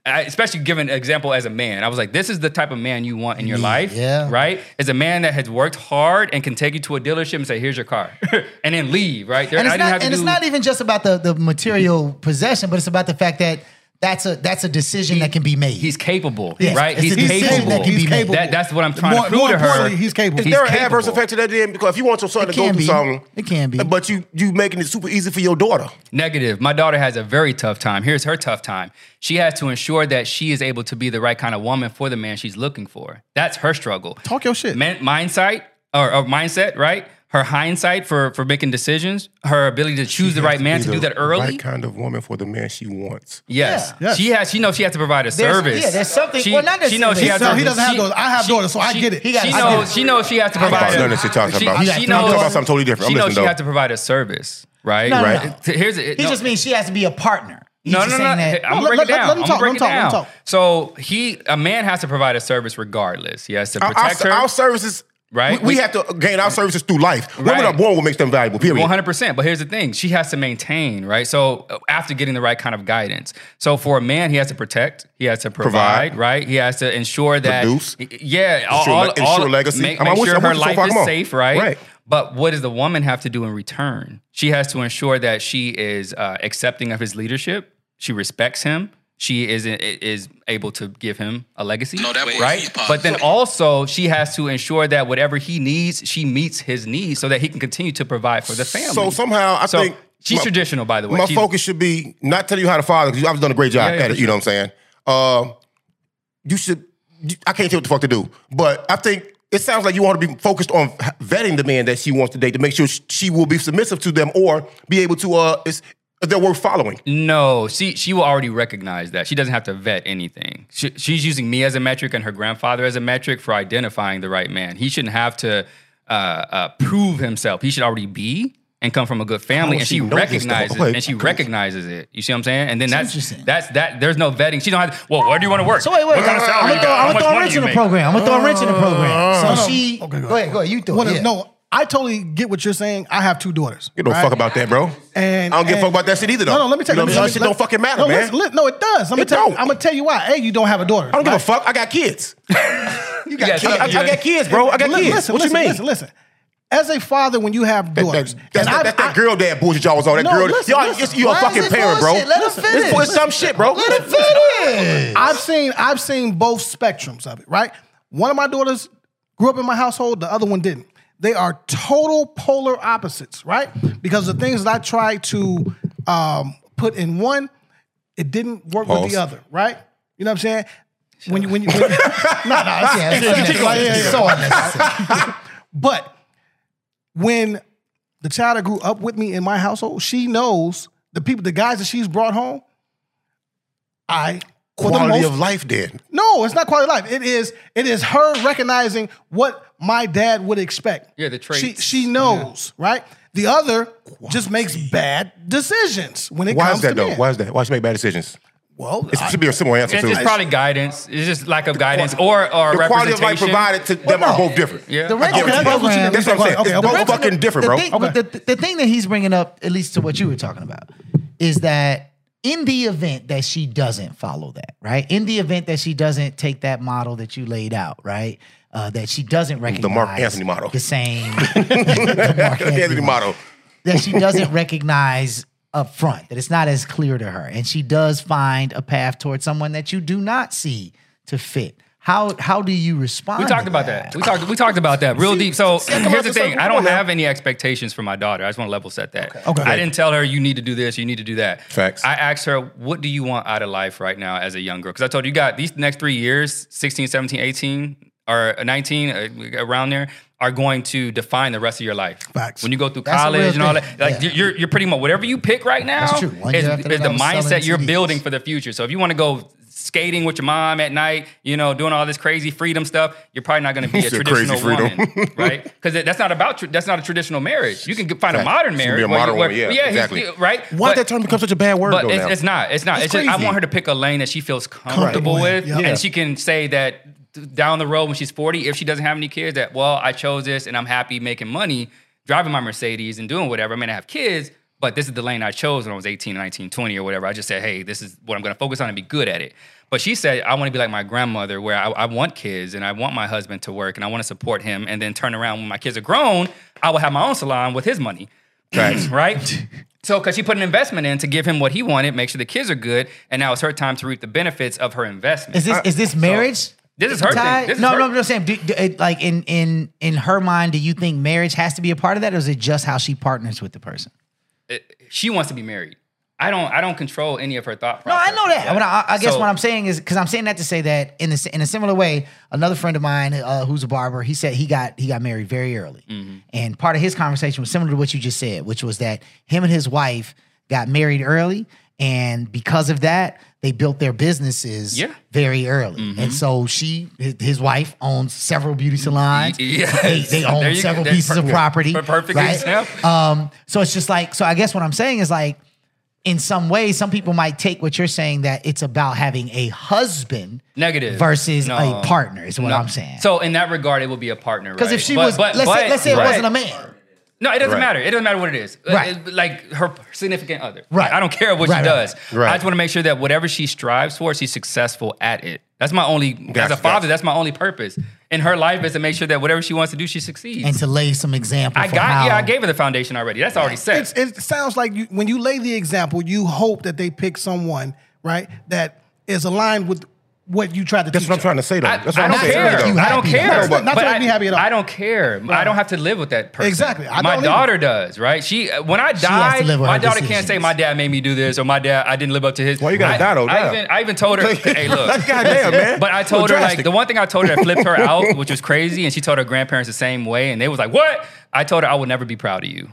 Speaker 11: I, especially given an example as a man, I was like, "This is the type of man you want in your life, yeah. right? Is a man that has worked hard and can take you to a dealership and say, here's your car, and then leave, right? There-
Speaker 6: and
Speaker 11: I
Speaker 6: it's
Speaker 11: didn't have
Speaker 6: not
Speaker 11: to
Speaker 6: and it's
Speaker 11: do- Mm-hmm.
Speaker 6: not even just about the the material possession, but it's about the fact that that's a that's a decision that can be made. He's
Speaker 11: capable, right?
Speaker 6: It's
Speaker 11: He's
Speaker 6: a decision
Speaker 11: capable.
Speaker 6: that can
Speaker 11: He's
Speaker 6: be made.
Speaker 11: capable. That- that's what I'm trying to More- prove more to her. importantly, he's capable.
Speaker 5: Is
Speaker 11: He's
Speaker 5: there an
Speaker 11: capable.
Speaker 5: adverse effect to that then? Because if you want your son to go
Speaker 6: can
Speaker 5: through
Speaker 6: be.
Speaker 5: something,
Speaker 6: It can be.
Speaker 5: But you you making it super easy for your daughter.
Speaker 11: Negative. My daughter has a very tough time. Here's her tough time. She has to ensure that she is able to be the right kind of woman for the man she's looking for. That's her struggle. Talk your shit. Man, mindset or, or mindset, right? Her hindsight for for making decisions. Her ability to choose the right man to, do that early.
Speaker 5: Right kind of woman for the man she wants.
Speaker 11: Yes. She has. She knows she has to provide a
Speaker 5: There's-
Speaker 11: service.
Speaker 5: yeah, there's something- well, not
Speaker 11: She knows she
Speaker 5: necessarily-
Speaker 11: has
Speaker 5: So
Speaker 11: to.
Speaker 5: he doesn't have
Speaker 11: she-
Speaker 5: those. I have
Speaker 11: she-
Speaker 5: daughters, so I
Speaker 11: she-
Speaker 5: get it. He
Speaker 11: She,
Speaker 5: got it. I get
Speaker 11: knows.
Speaker 5: it.
Speaker 11: She knows she has to
Speaker 5: I
Speaker 11: provide.
Speaker 5: got
Speaker 11: a-
Speaker 5: it. None of this you're talking
Speaker 11: she,
Speaker 5: about.
Speaker 11: She,
Speaker 5: You got-
Speaker 11: knows.
Speaker 5: I'm talking about something totally different.
Speaker 11: She
Speaker 5: I'm
Speaker 11: knows
Speaker 5: listening,
Speaker 11: she
Speaker 5: though.
Speaker 11: has to provide a service. Right.
Speaker 6: No, no,
Speaker 11: right.
Speaker 6: no.
Speaker 11: Here's
Speaker 6: He
Speaker 11: it. no,
Speaker 6: just means she has to be a partner. He's
Speaker 11: no, no,
Speaker 6: just
Speaker 11: no.
Speaker 6: saying
Speaker 11: I'm
Speaker 6: that-
Speaker 11: gonna break it down. I'm gonna break it down. So he, a man, has to provide a service regardless. He has to
Speaker 5: Our,
Speaker 11: protect
Speaker 5: our,
Speaker 11: her.
Speaker 5: our services,
Speaker 11: Right.
Speaker 5: We, we have to gain our services through life.
Speaker 11: Right.
Speaker 5: Women are born what makes them valuable. Period.
Speaker 11: One hundred percent. But here's the thing: she has to maintain, right? So uh, after getting the right kind of guidance, so for a man, he has to protect, he has to provide,
Speaker 5: Provide.
Speaker 11: right? He has to ensure that,
Speaker 5: Produce.
Speaker 11: yeah, all,
Speaker 5: Ensure le-
Speaker 11: all, all-
Speaker 5: ensure legacy.
Speaker 11: Make,
Speaker 5: I'm
Speaker 11: make
Speaker 5: with you-
Speaker 11: sure
Speaker 5: I'm
Speaker 11: her
Speaker 5: with you so
Speaker 11: life
Speaker 5: far.
Speaker 11: is
Speaker 5: Come on.
Speaker 11: safe, right?
Speaker 5: Right.
Speaker 11: But what does the woman have to do in return? She has to ensure that she is uh, accepting of his leadership. She respects him. She is is able to give him a legacy, no, that
Speaker 1: way
Speaker 11: right?
Speaker 1: he's positive.
Speaker 11: But then also, she has to ensure that whatever he needs, she meets his needs, so that he can continue to provide for the family.
Speaker 5: So somehow I
Speaker 11: So
Speaker 5: think
Speaker 11: she's
Speaker 5: my-
Speaker 11: traditional, by the way.
Speaker 5: My
Speaker 11: She's-
Speaker 5: focus should be not telling you how to father because I've done a great job
Speaker 11: Yeah, yeah,
Speaker 5: at it.
Speaker 11: for
Speaker 5: You know what I'm saying? Uh, you should. you- I can't tell you what the fuck to do, but I think it sounds like you want to be focused on vetting the man that she wants to date to make sure she will be submissive to them or be able to uh, it's, they're worth following.
Speaker 11: No, she she will already recognize that. She doesn't have to vet anything. She, she's using me as a metric and her grandfather as a metric for identifying the right man. He shouldn't have to uh, uh, prove himself. He should already be and come from a good family,
Speaker 5: How
Speaker 11: and
Speaker 5: Oh, she
Speaker 11: she
Speaker 5: know this stuff?
Speaker 11: recognizes
Speaker 5: Wait,
Speaker 11: and she
Speaker 5: okay.
Speaker 11: recognizes it. You see what I'm saying? And then
Speaker 6: That's
Speaker 11: that's that's that. There's no vetting. She don't have. To, well, where do you want to work?
Speaker 6: So wait, wait.
Speaker 11: What kind of salary
Speaker 6: I'm
Speaker 11: you
Speaker 6: gonna throw,
Speaker 11: got? How
Speaker 6: I'm gonna
Speaker 11: much
Speaker 6: throw a
Speaker 11: money
Speaker 6: wrench
Speaker 11: you
Speaker 6: in the
Speaker 11: make?
Speaker 6: program. I'm gonna throw a wrench in the program. So
Speaker 2: No, no.
Speaker 6: she.
Speaker 2: Okay,
Speaker 6: oh, go ahead, go ahead. You throw
Speaker 2: What
Speaker 6: it.
Speaker 2: if-
Speaker 6: Yeah.
Speaker 2: No, I totally get what you're saying. I have two daughters.
Speaker 5: You don't
Speaker 2: right?
Speaker 5: fuck about that, bro.
Speaker 2: And
Speaker 5: I don't give a
Speaker 2: and-
Speaker 5: fuck about that shit either, though.
Speaker 2: No, no, let me tell you.
Speaker 5: know,
Speaker 2: let me-
Speaker 5: that
Speaker 2: let me-
Speaker 5: shit don't fucking matter,
Speaker 2: no,
Speaker 5: man.
Speaker 2: listen, li- no, it does. I'm gonna
Speaker 5: It
Speaker 2: tell.
Speaker 5: don't.
Speaker 2: I'm gonna tell you why. A, you don't have a daughter.
Speaker 5: I don't give a fuck. I got kids.
Speaker 11: You
Speaker 5: got kids. I, I got kids, bro. I got
Speaker 2: Listen,
Speaker 5: kids.
Speaker 2: Listen,
Speaker 5: what
Speaker 2: listen,
Speaker 5: you mean?
Speaker 2: Listen, listen. As a father, when you have
Speaker 5: That- that-
Speaker 2: daughters,
Speaker 5: that's, that,
Speaker 2: and
Speaker 5: that's that girl dad bullshit y'all was on. That
Speaker 2: No,
Speaker 5: girl,
Speaker 2: listen,
Speaker 5: y'all,
Speaker 2: listen.
Speaker 5: it's- you a
Speaker 2: Why is
Speaker 5: fucking
Speaker 2: it
Speaker 5: parent, bro.
Speaker 2: bullshit? Let her
Speaker 5: It's-
Speaker 2: finish.
Speaker 5: It's some shit, bro.
Speaker 6: Let it finish.
Speaker 2: I've seen I've seen both spectrums of it, right? One of my daughters grew up in my household, the other one didn't. They are total polar opposites, right? Because the things that I tried to um, put in one, it didn't work with
Speaker 5: Pause.
Speaker 2: the other, right? You know what I'm saying? When you when you when, no, no, it's-
Speaker 6: Yeah, it's
Speaker 2: it's-
Speaker 6: unnecessary.
Speaker 2: yeah, yeah, yeah.
Speaker 6: So unnecessary.
Speaker 2: But when the child that grew up with me in my household, she knows the people, the guys that she's brought home, I for the
Speaker 5: Quality
Speaker 2: most-
Speaker 5: of life, then.
Speaker 2: No, it's not quality of life. It is it is her recognizing what my dad would expect.
Speaker 11: Yeah, the
Speaker 2: She
Speaker 11: traits.
Speaker 2: she knows, right? The other just makes bad decisions when it
Speaker 5: Why
Speaker 2: comes
Speaker 5: is that
Speaker 2: to
Speaker 5: though?
Speaker 2: men.
Speaker 5: Why is that? Why she make bad decisions?
Speaker 2: Well,
Speaker 5: it should be a simple answer
Speaker 11: It's
Speaker 5: too.
Speaker 11: just probably guidance. It's just lack of guidance or or
Speaker 5: the quality of life
Speaker 11: representation.
Speaker 5: provided to them are both different.
Speaker 11: Yeah.
Speaker 6: The
Speaker 5: I
Speaker 6: rent
Speaker 5: get what
Speaker 6: okay,
Speaker 5: you mean. That's what I'm saying. It's both fucking different,
Speaker 6: the
Speaker 5: bro.
Speaker 6: Thing, but the, the thing that he's bringing up, at least to what you were talking about, is that in the event that she doesn't follow that, right? In the event that she doesn't take that model that you laid out, right? Uh, that she doesn't recognize
Speaker 5: The Mark Anthony model.
Speaker 6: the same
Speaker 5: Anthony model.
Speaker 6: that she doesn't recognize up front, that it's not as clear to her. And she does find a path towards someone that you do not see to fit. How how do you respond?
Speaker 11: We talked
Speaker 6: to
Speaker 11: about that. We talked. We talked about that real deep. So
Speaker 6: see, come
Speaker 11: here's
Speaker 6: on,
Speaker 11: the
Speaker 6: just
Speaker 11: thing:
Speaker 6: like,
Speaker 11: I
Speaker 6: come
Speaker 11: don't
Speaker 6: on now.
Speaker 11: have any expectations for my daughter. I just want to level set that.
Speaker 6: Okay.
Speaker 11: I didn't tell her you need to do this, you need to do that.
Speaker 5: Facts.
Speaker 11: I asked her, "What do you want out of life right now as a young girl?" Because I told her, you got these next three years 16, 17, 18, or 19, uh, around there, are going to define the rest of your life.
Speaker 2: Facts.
Speaker 11: When you go through
Speaker 6: That's a
Speaker 11: college
Speaker 6: real
Speaker 11: and all
Speaker 6: thing.
Speaker 11: that, like
Speaker 6: Yeah.
Speaker 11: you're you're pretty much whatever you pick right now
Speaker 6: That's true. One
Speaker 11: is,
Speaker 6: year after
Speaker 11: is
Speaker 6: that,
Speaker 11: the
Speaker 6: I was selling
Speaker 11: mindset you're
Speaker 6: CDs.
Speaker 11: building building for the future. So if you want to go skating with your mom at night, you know, doing all this crazy freedom stuff, you're probably not going to be a
Speaker 5: Said crazy
Speaker 11: traditional
Speaker 5: freedom.
Speaker 11: woman, right? Because that's not about tr- that's not a traditional marriage. You can get- find a
Speaker 5: Right.
Speaker 11: modern
Speaker 5: It's gonna
Speaker 11: marriage.
Speaker 5: be a
Speaker 11: where you-
Speaker 5: modern
Speaker 11: where-
Speaker 5: one, yeah,
Speaker 11: yeah, he's-
Speaker 5: exactly.
Speaker 11: yeah, right.
Speaker 5: Why
Speaker 11: But-
Speaker 5: did that term become such a bad word
Speaker 11: But
Speaker 5: though
Speaker 11: it's,
Speaker 5: now?
Speaker 11: it's not. It's not.
Speaker 5: It's
Speaker 11: It's, just, I
Speaker 5: crazy.
Speaker 11: want her to pick a lane that she feels comfortable
Speaker 5: Correct.
Speaker 11: with,
Speaker 5: Yeah. Yeah.
Speaker 11: and she can say that th- down the road when she's forty, if she doesn't have any kids, that well, I chose this and I'm happy making money, driving my Mercedes and doing whatever. I mean, I have kids, but this is the lane I chose when I was 18, 19, 20 or whatever. I just said, hey, this is what I'm going to focus on and be good at it. But she said, I want to be like my grandmother, where I, I want kids and I want my husband to work and I want to support him, and then turn around when my kids are grown, I will have my own salon with his money.
Speaker 5: Facts.
Speaker 11: right? So, because she put an investment in to give him what he wanted, make sure the kids are good, and now it's her time to reap the benefits of her investment.
Speaker 6: Is this is this
Speaker 11: So,
Speaker 6: marriage?
Speaker 11: this is her
Speaker 6: Ty?
Speaker 11: thing. This is
Speaker 6: no,
Speaker 11: her-
Speaker 6: no, I'm just saying. Do, do, it- like in in in her mind, do you think marriage has to be a part of that, or is it just how she partners with the person?
Speaker 11: it- she wants to be married. I don't. I don't control any of her thought
Speaker 6: No,
Speaker 11: process.
Speaker 6: I know that. But I, I guess
Speaker 11: So-
Speaker 6: what I'm saying is because I'm saying that to say that in the, in a similar way, another friend of mine uh, who's a barber, he said he got he got married very early,
Speaker 11: Mm-hmm.
Speaker 6: and part of his conversation was similar to what you just said, which was that him and his wife got married early, and because of that, they built their businesses
Speaker 11: Yeah. Mm-hmm.
Speaker 6: very early, and so she his, his wife owns several beauty salons.
Speaker 11: Yes.
Speaker 6: They, they
Speaker 11: There
Speaker 6: own
Speaker 11: you go.
Speaker 6: several
Speaker 11: That's
Speaker 6: pieces of
Speaker 11: perfect.
Speaker 6: property.
Speaker 11: Perfect example.
Speaker 6: Um, so it's just like so. I guess what I'm saying is like in some ways, some people might take what you're saying that it's about having a husband
Speaker 11: Negative
Speaker 6: versus
Speaker 11: No.
Speaker 6: a partner is what
Speaker 11: No.
Speaker 6: I'm saying.
Speaker 11: So in that regard, it will be a partner.
Speaker 6: Because
Speaker 11: right?
Speaker 6: if she
Speaker 11: But-
Speaker 6: was,
Speaker 11: but-
Speaker 6: let's, say,
Speaker 11: but-
Speaker 6: let's say it
Speaker 11: right.
Speaker 6: wasn't a man.
Speaker 11: No, it doesn't
Speaker 6: Right.
Speaker 11: matter. It doesn't matter what it is.
Speaker 6: Right.
Speaker 11: Uh, Like her significant other.
Speaker 6: Right.
Speaker 11: I don't care what
Speaker 6: Right,
Speaker 11: she
Speaker 6: right,
Speaker 11: does.
Speaker 5: right.
Speaker 11: I just want to make sure that whatever she strives for, she's successful at it. That's my only. as
Speaker 5: Gotcha,
Speaker 11: a father, that's my only purpose in her life is to make sure that whatever she wants to do, she succeeds.
Speaker 6: And to lay some example.
Speaker 11: I
Speaker 6: for
Speaker 11: got.
Speaker 6: how-
Speaker 11: Yeah, I gave her the foundation already. That's already set.
Speaker 2: It's, it sounds like you, when you lay the example, you hope that they pick someone right that is aligned with what you tried to
Speaker 5: That's
Speaker 2: teach
Speaker 5: what I'm trying to say, though.
Speaker 11: I,
Speaker 5: That's what
Speaker 11: I
Speaker 5: I'm
Speaker 11: don't
Speaker 5: saying.
Speaker 11: care.
Speaker 5: though.
Speaker 11: I don't care.
Speaker 5: That's
Speaker 11: but-
Speaker 5: not-
Speaker 11: but
Speaker 5: to
Speaker 11: I,
Speaker 5: make me happy at all.
Speaker 11: I don't care. I don't have to live with that person.
Speaker 2: Exactly. I
Speaker 11: my
Speaker 2: don't either.
Speaker 11: daughter does, right? She uh, when I
Speaker 2: She has
Speaker 11: die,
Speaker 2: to live with
Speaker 11: my
Speaker 2: her
Speaker 11: daughter
Speaker 2: decisions.
Speaker 11: can't say my dad made me do this or my dad I didn't live up to his. Why
Speaker 5: you gotta
Speaker 11: I,
Speaker 5: die, though,
Speaker 11: I
Speaker 5: damn.
Speaker 11: even, I even told her, hey, look,
Speaker 5: Goddamn, man.
Speaker 11: But I
Speaker 5: Little
Speaker 11: told her like
Speaker 5: drastic.
Speaker 11: the one thing I told her that flipped her out, which was crazy, and she told her grandparents the same way, and they was like, "What?" I told her I would never be proud of you.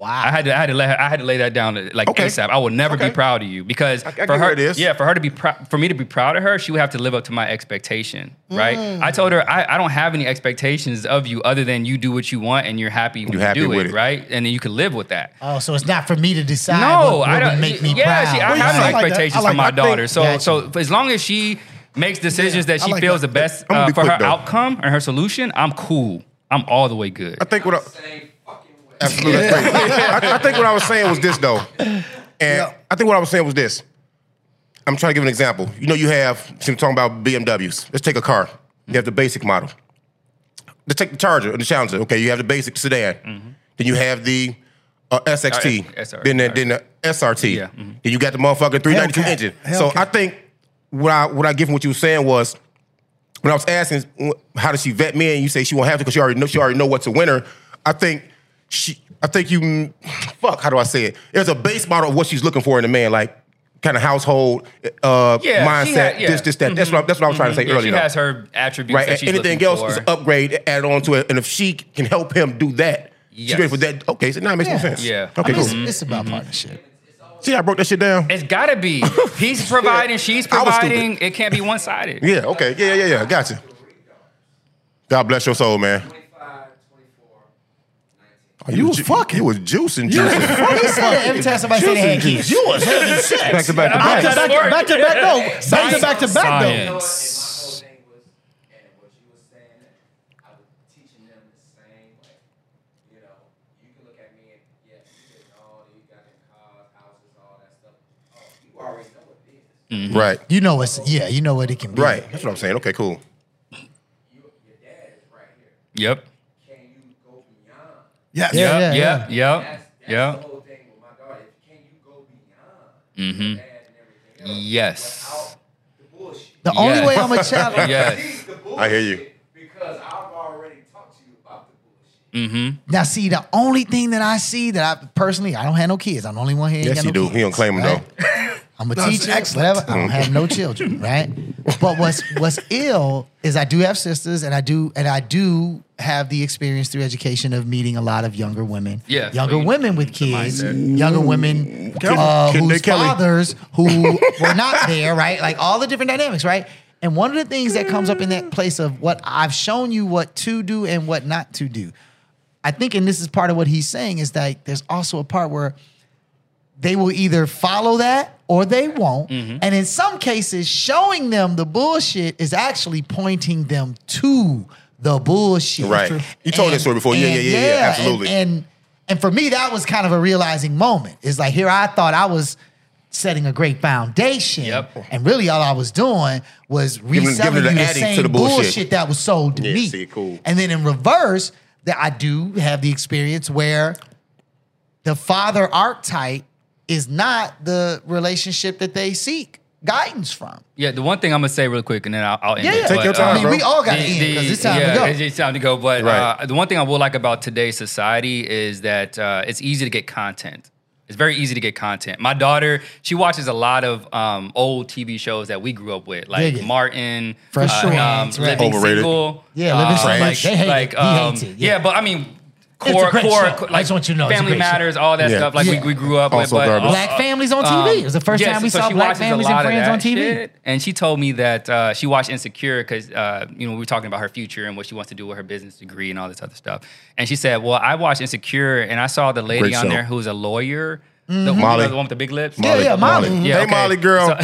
Speaker 11: Wow. I had to, I had to let her, I had to lay that down like ASAP. I will never be proud of you because for
Speaker 5: get
Speaker 11: her,
Speaker 5: where it is.
Speaker 11: yeah, for her to be prou- for me to be proud of her, she would have to live up to my expectation, right?
Speaker 5: Mm.
Speaker 11: I told her I, I don't have any expectations of you other than you do what you want and you're happy when
Speaker 5: You
Speaker 11: you,
Speaker 5: happy
Speaker 11: do
Speaker 5: with
Speaker 11: it,
Speaker 5: it.
Speaker 11: right? And then you can live with that.
Speaker 6: Oh, so it's not for me to decide.
Speaker 11: No,
Speaker 6: what, what
Speaker 11: I don't
Speaker 6: Would make me
Speaker 11: yeah,
Speaker 6: proud.
Speaker 11: She, I have no expectations for my daughter. so,
Speaker 6: Gotcha.
Speaker 11: so as long as she makes decisions that
Speaker 5: I
Speaker 11: she
Speaker 5: like
Speaker 11: feels
Speaker 5: that.
Speaker 11: the best
Speaker 5: I'm gonna
Speaker 11: uh,
Speaker 5: be
Speaker 11: for
Speaker 5: quick,
Speaker 11: her
Speaker 5: though.
Speaker 11: outcome and her solution, I'm cool. I'm all the way good. I
Speaker 5: think what I, Absolutely. I, I think what I was saying was this though, and I think what I was saying was this. I'm trying to give an example. You know, you have since we're talking about BMWs. Let's take a car. You have the basic model. Let's take the Charger and the Challenger. Okay, you have the basic sedan. Then you have the uh, SXT.
Speaker 11: Mm-hmm. Uh, S- SR.
Speaker 5: then the, then the SRT.
Speaker 11: mm-hmm.
Speaker 5: Then you got the motherfucking 392 engine. So I think what I what I give from what you were saying was when I was asking wh- how does she vet me, and you say she won't have to because she already know she already know what's a winner. I think she, I think you, fuck, how do I say it? There's a base model of what she's looking for in a man, like kind of household uh,
Speaker 11: Yeah, she
Speaker 5: mindset,
Speaker 11: had- yeah. Mm-hmm.
Speaker 5: this, this, that. That's what I, that's what I was trying to say
Speaker 11: Yeah,
Speaker 5: earlier.
Speaker 11: She
Speaker 5: though.
Speaker 11: has her attributes.
Speaker 5: right,
Speaker 11: That
Speaker 5: and
Speaker 11: she's
Speaker 5: anything
Speaker 11: looking
Speaker 5: else
Speaker 11: for.
Speaker 5: is an upgrade, add on to it, and if she can help him do that, she's
Speaker 11: Yes.
Speaker 5: ready for that. Okay, so now it makes more
Speaker 11: Yeah.
Speaker 5: sense.
Speaker 11: Yeah.
Speaker 5: okay,
Speaker 11: I mean,
Speaker 5: cool.
Speaker 11: it's- it's
Speaker 6: about partnership.
Speaker 5: See, I broke that shit down.
Speaker 11: It's gotta be. He's providing, she's
Speaker 5: I was stupid.
Speaker 11: providing. It can't be one sided.
Speaker 5: Yeah, okay. Yeah, yeah, yeah, yeah. Gotcha. God bless your soul, man. Oh, you, was fucking. You was juicing,
Speaker 6: You was
Speaker 5: juicing.
Speaker 6: fucking He said it every time somebody said they had
Speaker 5: Juicing,
Speaker 6: kids.
Speaker 5: juicing.
Speaker 6: You was having sex.
Speaker 5: Back to back to back.
Speaker 6: I'm just working. Back to back, no. Back to back to back, though.
Speaker 11: Science.
Speaker 5: Right.
Speaker 6: You know what's yeah. You know what it can be.
Speaker 5: Right. That's what I'm saying. Okay, cool.
Speaker 11: Yep.
Speaker 2: Yes.
Speaker 11: Yep.
Speaker 2: Yeah, yeah,
Speaker 11: yep. Yep. Yep. Mm-hmm. Yes.
Speaker 6: The only way I'm a child.
Speaker 11: yes.
Speaker 5: I hear you.
Speaker 11: Mm-hmm.
Speaker 6: Now, see, the only thing that I see that I personally, I don't have no kids. I'm the only one here. ain't
Speaker 5: Yes,
Speaker 6: got
Speaker 5: you
Speaker 6: no
Speaker 5: do.
Speaker 6: kids.
Speaker 5: He don't claim them
Speaker 6: right?
Speaker 5: though.
Speaker 6: I'm a
Speaker 2: That's
Speaker 6: teacher,
Speaker 2: excellent.
Speaker 6: whatever. I don't have no children, right? But what's what's ill is I do have sisters, and I do and I do have the experience through education of meeting a lot of younger women,
Speaker 11: Yeah, so
Speaker 6: younger
Speaker 11: you-
Speaker 6: women with kids, younger women
Speaker 5: Kid-
Speaker 6: uh,
Speaker 5: Kid
Speaker 6: whose
Speaker 5: Nick Kelly.
Speaker 6: fathers who were not there, right? Like all the different dynamics, right? And one of the things that comes up in that place of what I've shown you what to do and what not to do. I think, and this is part of what he's saying, is that there's also a part where they will either follow that or they won't. And in some cases, showing them the bullshit is actually pointing them to the bullshit.
Speaker 5: Right. That's true. You told
Speaker 6: And-
Speaker 5: that story before. Yeah,
Speaker 6: and
Speaker 5: yeah, yeah, yeah,
Speaker 6: and-
Speaker 5: absolutely.
Speaker 6: And, and for me, that was kind of a realizing moment. It's like here I thought I was setting a great foundation, and really all I was doing was
Speaker 5: Giving- giving
Speaker 6: reselling
Speaker 5: the
Speaker 6: you the
Speaker 5: adding to
Speaker 6: same
Speaker 5: the bullshit.
Speaker 6: bullshit. that was sold to
Speaker 5: Yeah,
Speaker 6: me.
Speaker 5: see, cool.
Speaker 6: And then in reverse, that I do have the experience where the father archetype is not the relationship that they seek guidance from.
Speaker 11: Yeah, the one thing I'm gonna say real quick, and then I'll, I'll end
Speaker 6: Yeah,
Speaker 11: it.
Speaker 6: yeah. Take your time, I mean, bro. we all gotta
Speaker 11: the-
Speaker 6: end, 'cause
Speaker 11: the-
Speaker 6: it's time to
Speaker 11: yeah,
Speaker 6: go.
Speaker 11: It's, it's time to go. But
Speaker 5: Right.
Speaker 11: uh, the one thing I will like about today's society is that uh, it's easy to get content. It's very easy to get content. My daughter, she watches a lot of um, old TV shows that we grew up with, like
Speaker 6: Dig it.
Speaker 11: Martin,
Speaker 6: Fresh
Speaker 11: uh,
Speaker 6: Prince, right.
Speaker 11: Living
Speaker 5: Overrated.
Speaker 11: Single.
Speaker 6: Yeah, Living Single.
Speaker 11: Like,
Speaker 6: They hate it.
Speaker 11: like,
Speaker 6: He
Speaker 11: um,
Speaker 6: hates it,
Speaker 11: Yeah. but I mean,
Speaker 6: It's a
Speaker 11: core,
Speaker 6: great
Speaker 11: core,
Speaker 6: show.
Speaker 11: co- like
Speaker 6: I just want you to know it's a
Speaker 11: Family
Speaker 6: great show.
Speaker 11: Matters, all that
Speaker 5: Yeah.
Speaker 11: stuff. Like
Speaker 6: Yeah.
Speaker 11: we, we grew up with,
Speaker 5: Also
Speaker 11: but
Speaker 5: garbage.
Speaker 6: Black families on TV. It was the first time we
Speaker 11: Uh, um, so
Speaker 6: saw
Speaker 11: she
Speaker 6: black
Speaker 11: watches a
Speaker 6: families and
Speaker 11: lot of
Speaker 6: friends
Speaker 11: that
Speaker 6: on TV.
Speaker 11: shit. And she told me that uh, she watched Insecure because uh, you know we were talking about her future and what she wants to do with her business degree and all this other stuff. And she said, "Well, I watched Insecure and I saw the lady
Speaker 5: Great
Speaker 11: on
Speaker 5: show.
Speaker 11: there who's a lawyer."
Speaker 6: Mm-hmm.
Speaker 11: The,
Speaker 5: Molly.
Speaker 11: the one with the big lips.
Speaker 5: Molly,
Speaker 6: yeah, Molly.
Speaker 11: Yeah,
Speaker 5: hey,
Speaker 11: okay.
Speaker 5: Molly, girl.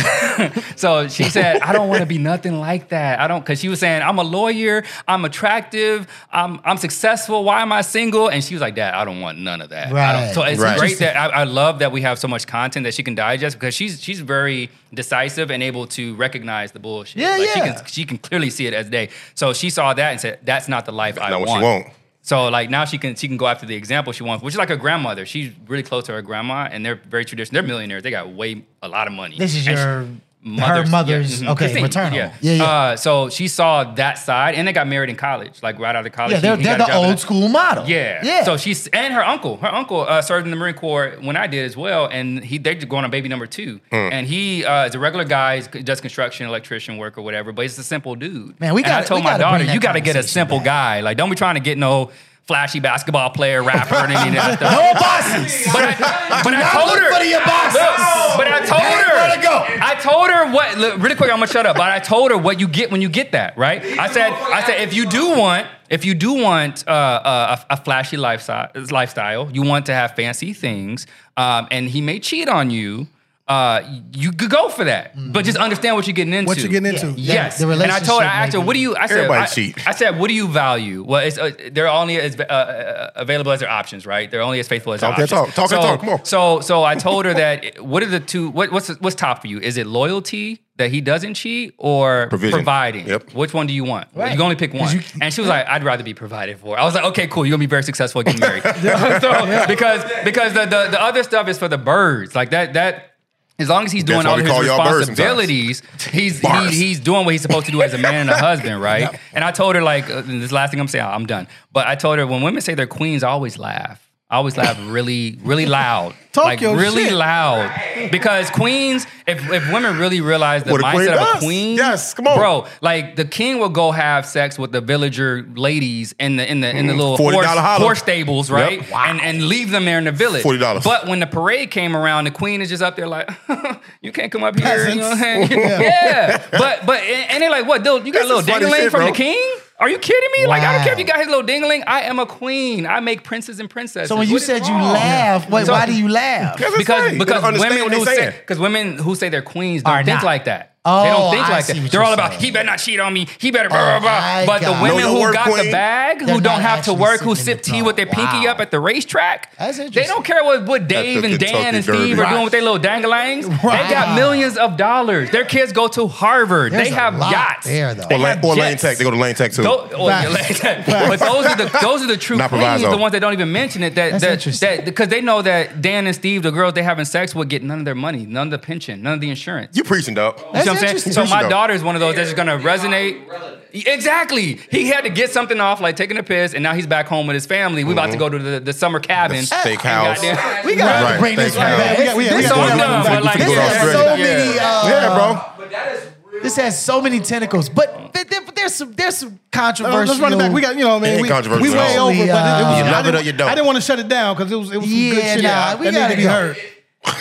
Speaker 11: So she said, I don't want to be nothing like that. I don't, because she was saying, I'm a lawyer, I'm attractive, I'm, I'm successful, why am I single? And she was like, Dad, I don't want none of that. I don't-
Speaker 6: Right,
Speaker 11: So it's
Speaker 5: right.
Speaker 11: great that I, I love that we have so much content that she can digest because she's she's very decisive and able to recognize the bullshit.
Speaker 6: Yeah,
Speaker 11: She
Speaker 6: yeah.
Speaker 11: can, she can clearly see it as day. So she saw that and said, That's not the life I
Speaker 5: not
Speaker 11: want.
Speaker 5: what you want.
Speaker 11: So like now she can she can go after the example she wants, which is like her grandmother. She's really close to her grandma, and they're very traditional. They're millionaires. They got way a lot of money.
Speaker 6: This is
Speaker 11: And she-
Speaker 6: your
Speaker 11: mother's,
Speaker 6: Her mother's-
Speaker 11: mhm,
Speaker 6: okay, maternal.
Speaker 11: Yeah,
Speaker 6: Yeah, yeah.
Speaker 11: Uh, so she saw that side, and they got married in college, like right out of college.
Speaker 6: Yeah,
Speaker 11: he-
Speaker 6: they're,
Speaker 11: he
Speaker 6: they're
Speaker 11: got a
Speaker 6: the
Speaker 11: job in
Speaker 6: old school model.
Speaker 11: yeah.
Speaker 6: Yeah.
Speaker 11: So she's and her uncle, her uncle uh, served in the Marine Corps when I did as well, and he they're going on baby number two,
Speaker 6: Mm.
Speaker 11: and he uh, is a regular guy, he's does construction, electrician work or whatever, but he's a simple dude.
Speaker 6: Man, we
Speaker 11: And I
Speaker 6: gotta-
Speaker 11: told
Speaker 6: we
Speaker 11: my
Speaker 6: gotta
Speaker 11: daughter,
Speaker 6: bring that
Speaker 11: you got to get a
Speaker 6: conversation
Speaker 11: simple guy. Like, don't be trying to get no. Flashy basketball player, rapper, and any of that stuff.
Speaker 6: No bosses.
Speaker 11: But I, but
Speaker 6: Do
Speaker 11: I
Speaker 6: not
Speaker 11: told
Speaker 6: look
Speaker 11: her.
Speaker 6: for your bosses.
Speaker 11: Look, But I told
Speaker 6: Hey,
Speaker 11: her.
Speaker 6: let it go.
Speaker 11: I told her what. Look, really quick, I'm gonna shut up. But I told her what you get when you get that. Right? I said. I said if you do want, if you do want uh, uh, a, a flashy lifestyle, lifestyle, you want to have fancy things, um, and he may cheat on you. Uh, you could go for that, but just understand what you're getting into.
Speaker 2: What you're getting into. Yeah,
Speaker 11: yes.
Speaker 2: the- the
Speaker 11: and I told her,
Speaker 2: relationship
Speaker 11: I asked her,
Speaker 2: may be-
Speaker 11: "What do you?" I said,
Speaker 2: Everybody
Speaker 11: I-
Speaker 2: cheat.
Speaker 11: I said, "What do you value?" Well, it's, uh, they're only as uh, uh, available as their options, right? They're only as faithful as
Speaker 5: Talk
Speaker 11: their
Speaker 5: that talk.
Speaker 11: options.
Speaker 5: Talk that
Speaker 11: so,
Speaker 5: talk. Come on.
Speaker 11: So, so I told her that what are the two? What, what's what's top for you? Is it loyalty that he doesn't cheat or
Speaker 5: Provision.
Speaker 11: providing? Yep. Which one do you want? You can only pick one. and she was like, "I'd rather be provided for." I was like, "Okay, cool. You're gonna be very successful at getting married." so, because because the, the the other stuff is for the birds. Like that that. As long as he's
Speaker 5: That's
Speaker 11: doing
Speaker 5: why
Speaker 11: all
Speaker 5: we
Speaker 11: his
Speaker 5: call y'all birds
Speaker 11: responsibilities, he's he,
Speaker 5: Bars.
Speaker 11: he's doing what he's supposed to do as a man and a husband, right? And I told her like uh, this last thing I'm saying, I'm done. But I told her when women say they're queens, I always laugh. I always laugh really, really loud,
Speaker 2: Talk
Speaker 11: like
Speaker 2: your
Speaker 11: really
Speaker 2: shit.
Speaker 11: loud, because queens, if if women really realize the
Speaker 5: What a
Speaker 11: mindset
Speaker 5: queen
Speaker 11: of a
Speaker 5: does.
Speaker 11: queen,
Speaker 5: Yes, come on.
Speaker 11: bro. Like the king will go have sex with the villager ladies in the in the in the
Speaker 5: Mm,
Speaker 11: little
Speaker 5: $40
Speaker 11: horse,
Speaker 5: holler.
Speaker 11: horse stables,
Speaker 5: Yep.
Speaker 11: right? And and leave them there in the village.
Speaker 5: $40.
Speaker 11: But when the parade came around, the queen is just up there like, you can't come up here. You know what I'm saying?
Speaker 5: Peasants.
Speaker 11: yeah, but but and and they're like, what? Dude, you got
Speaker 5: That's
Speaker 11: a little
Speaker 5: some funny
Speaker 11: dingling
Speaker 5: shit,
Speaker 11: from
Speaker 5: bro.
Speaker 11: the king? Are you kidding me? Like I don't
Speaker 6: Wow.
Speaker 11: care if you got his little dingling. I am a queen. I make princes and princesses.
Speaker 6: So when you
Speaker 11: What is
Speaker 6: said you
Speaker 11: wrong?
Speaker 6: laugh, wait,
Speaker 11: So-
Speaker 6: why do you laugh?
Speaker 11: Because because, women who say because women who say they're queens don't
Speaker 6: Are
Speaker 11: think
Speaker 6: not.
Speaker 11: like that.
Speaker 6: Oh,
Speaker 11: they don't think
Speaker 6: I
Speaker 11: like
Speaker 6: see
Speaker 11: that.
Speaker 6: what
Speaker 11: They're
Speaker 6: you're
Speaker 11: all about
Speaker 6: saying.
Speaker 11: he better not cheat on me. He better
Speaker 6: Oh,
Speaker 11: blah blah
Speaker 6: I
Speaker 11: blah. But the
Speaker 6: got it.
Speaker 11: women
Speaker 6: Know your
Speaker 11: who
Speaker 6: work,
Speaker 11: got
Speaker 6: queen.
Speaker 11: the bag,
Speaker 6: They're
Speaker 11: who don't
Speaker 6: not
Speaker 11: have to
Speaker 6: actually
Speaker 11: work, who
Speaker 6: sitting in
Speaker 11: sip
Speaker 6: the
Speaker 11: tea with their pinky
Speaker 6: Wow.
Speaker 11: up at the racetrack,
Speaker 6: That's
Speaker 11: they don't care what, what Dave
Speaker 5: the
Speaker 11: and Dan
Speaker 5: Kentucky
Speaker 11: and Steve
Speaker 5: Derby.
Speaker 11: are doing with their little dangalangs. They got millions of dollars. Their kids go to Harvard.
Speaker 5: There's
Speaker 11: they
Speaker 5: a
Speaker 11: have
Speaker 5: lot
Speaker 11: yachts.
Speaker 5: there,
Speaker 11: though.
Speaker 5: Or, Lane, or Lane Tech. They go to Lane Tech too.
Speaker 11: Tho- oh, yeah, like that. but those are the those are the true
Speaker 5: Not
Speaker 11: queens,
Speaker 5: proviso.
Speaker 11: the ones that don't even mention it. That that that because they know that Dan and Steve, the girls they're having sex with, get none of their money, none of the pension, none of the insurance.
Speaker 5: you preaching, dog.
Speaker 11: you know what I'm saying? So my daughter is one of those that's just gonna resonate. Exactly. He had to get something off, like taking a piss, and now he's back home with his family. We about to go to the, the summer cabin.
Speaker 5: Mm-hmm. The steakhouse.
Speaker 11: And goddamn-
Speaker 5: We gotta Right, bring this steakhouse. one back. We got- we got-
Speaker 11: This
Speaker 5: we got-
Speaker 11: all
Speaker 5: we got-
Speaker 11: done,
Speaker 5: we got-
Speaker 11: but like-
Speaker 5: we
Speaker 6: This
Speaker 5: got-
Speaker 6: has so
Speaker 5: Australia.
Speaker 6: many.
Speaker 5: Yeah.
Speaker 6: Uh,
Speaker 5: Yeah, bro.
Speaker 6: This has so many tentacles, but th- th- there's some there's some
Speaker 2: No,
Speaker 6: controversial.
Speaker 2: Uh, let's run it back. We got, you know,
Speaker 5: It
Speaker 2: man,
Speaker 5: ain't
Speaker 2: we,
Speaker 5: controversial
Speaker 2: we
Speaker 5: at
Speaker 2: way
Speaker 5: all.
Speaker 2: over, but it, it was,
Speaker 5: You
Speaker 2: I,
Speaker 5: love it or
Speaker 2: didn't,
Speaker 5: you don't.
Speaker 2: I didn't want to shut it down because it was, it was some good
Speaker 6: Yeah,
Speaker 2: shit
Speaker 6: nah, we
Speaker 2: that needed
Speaker 6: gotta
Speaker 2: to be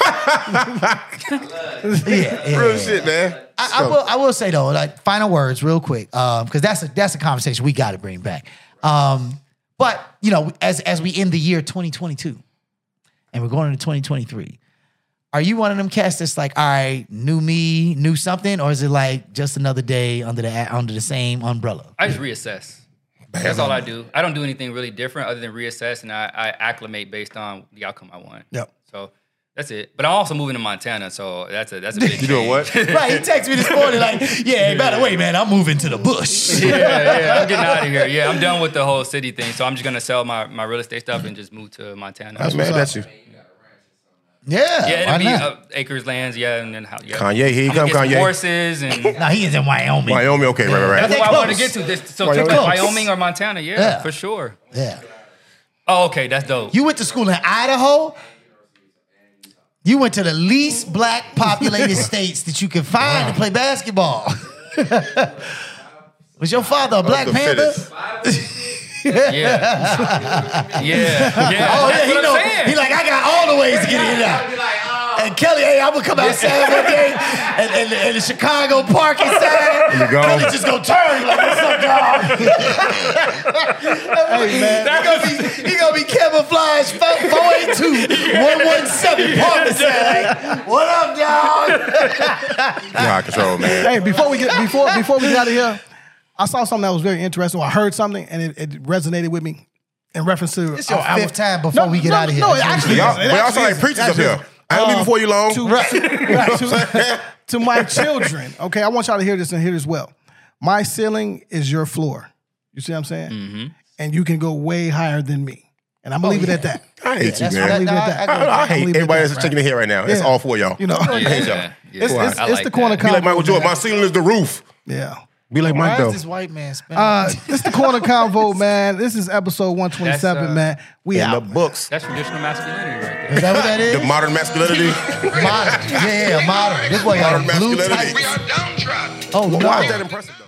Speaker 6: go.
Speaker 2: heard.
Speaker 6: yeah, yeah.
Speaker 5: Real shit, man.
Speaker 6: I, I will. I will say though, like final words, real quick, because that's a that's a conversation we got to bring back. Um, but you know, as as we end the year 2022, and we're going into 2023, are you one of them cats that's like, all right, new me, new something, or is it like just another day under the under the same umbrella?
Speaker 11: I just reassess. That's all I do. I don't do anything really different other than reassess and I, I acclimate based on the outcome I want.
Speaker 2: Yep.
Speaker 11: So that's it. But I'm also moving to Montana, so that's a that's a big.
Speaker 5: You doing what?
Speaker 6: right, he texted me this morning like, yeah, hey, by the way, man, I'm moving to the bush.
Speaker 11: yeah, yeah, I'm getting out of here. Yeah, I'm done with the whole city thing. So I'm just gonna sell my, my real estate stuff and just move to Montana.
Speaker 5: That's mad at you.
Speaker 6: Yeah,
Speaker 11: Yeah,
Speaker 6: why
Speaker 11: it'll be
Speaker 6: not?
Speaker 11: uh, acres, lands, yeah, and then how, yeah.
Speaker 5: Kanye, here you
Speaker 11: I'ma
Speaker 5: come,
Speaker 11: get some
Speaker 5: Kanye.
Speaker 11: Horses and
Speaker 6: Nah, he is in Wyoming.
Speaker 5: Wyoming, okay, right, right,
Speaker 11: That's
Speaker 5: right.
Speaker 11: where I
Speaker 6: close.
Speaker 11: want to get to. This, so
Speaker 6: Wyoming.
Speaker 11: Wyoming.
Speaker 6: Close.
Speaker 11: Wyoming or Montana, yeah,
Speaker 6: Yeah.
Speaker 11: for sure.
Speaker 6: Yeah.
Speaker 11: Oh, okay, that's dope.
Speaker 6: You went to school in Idaho. You went to the least black populated states that you can find to play basketball. Was your father a Black
Speaker 5: the
Speaker 6: Panther?
Speaker 11: Yeah. Yeah, yeah,
Speaker 6: Oh yeah,
Speaker 11: that's
Speaker 6: he
Speaker 11: what I'm
Speaker 6: know.
Speaker 11: saying.
Speaker 6: He like I got all the ways to get in and out.
Speaker 11: oh.
Speaker 6: And Kelly, hey, I'm gonna come outside one day and, and, and the Chicago parking
Speaker 5: Here
Speaker 6: side.
Speaker 5: we go.
Speaker 6: Kelly just gonna turn like what's up, dog?
Speaker 2: Hey, man.
Speaker 6: That gonna be he gonna be camouflage 482 117 parking side. Like, what up, dog?
Speaker 5: You're out of control, man.
Speaker 2: hey, before we get before before we get out of here, I saw something that was very interesting. Or I heard something and it, it resonated with me in reference to.
Speaker 6: It's your
Speaker 2: our-
Speaker 6: fifth time before we get
Speaker 2: no,
Speaker 6: out of here.
Speaker 2: No, it actually,
Speaker 5: Y'all-
Speaker 2: is.
Speaker 5: but
Speaker 2: It
Speaker 5: y'all
Speaker 2: actually
Speaker 5: sound like
Speaker 2: is.
Speaker 5: preachers
Speaker 2: It
Speaker 5: up
Speaker 2: actually
Speaker 5: here.
Speaker 2: is.
Speaker 5: I ain't be before you long.
Speaker 2: To,
Speaker 5: Right.
Speaker 2: to- right, to- to my children, okay, I want y'all to hear this and hear this well. My
Speaker 5: Mm-hmm.
Speaker 2: ceiling is your floor. You see what I'm saying? And you can go way higher than me. And I'm
Speaker 6: Oh,
Speaker 2: gonna leave it at that.
Speaker 5: I hate you,
Speaker 2: I'm
Speaker 5: man.
Speaker 2: gonna leave it at
Speaker 5: I,
Speaker 2: that.
Speaker 5: I- I hate
Speaker 2: I'm gonna leave it at
Speaker 5: everybody that's
Speaker 2: that.
Speaker 5: shaking their head right now. That's
Speaker 2: Yeah.
Speaker 5: all for y'all.
Speaker 2: You know,
Speaker 5: I hate y'all.
Speaker 2: It's, it's, it's the corner
Speaker 5: Be
Speaker 2: combo.
Speaker 5: like Michael Jordan. My ceiling is the roof.
Speaker 2: Yeah.
Speaker 5: Be like Mike
Speaker 6: Why
Speaker 5: though.
Speaker 6: is this white man spending?
Speaker 2: Uh, this the corner convo, man. This is episode one twenty
Speaker 11: That's,
Speaker 2: seven,
Speaker 11: uh,
Speaker 2: man. We
Speaker 5: in
Speaker 2: out.
Speaker 5: the books.
Speaker 11: That's traditional masculinity right there.
Speaker 6: Is that what that is?
Speaker 5: The modern masculinity.
Speaker 6: modern. Yeah, yeah, modern. This boy got a
Speaker 5: modern
Speaker 6: blue
Speaker 5: masculinity.
Speaker 6: tight. Oh, no.
Speaker 5: Why is that impressive? though?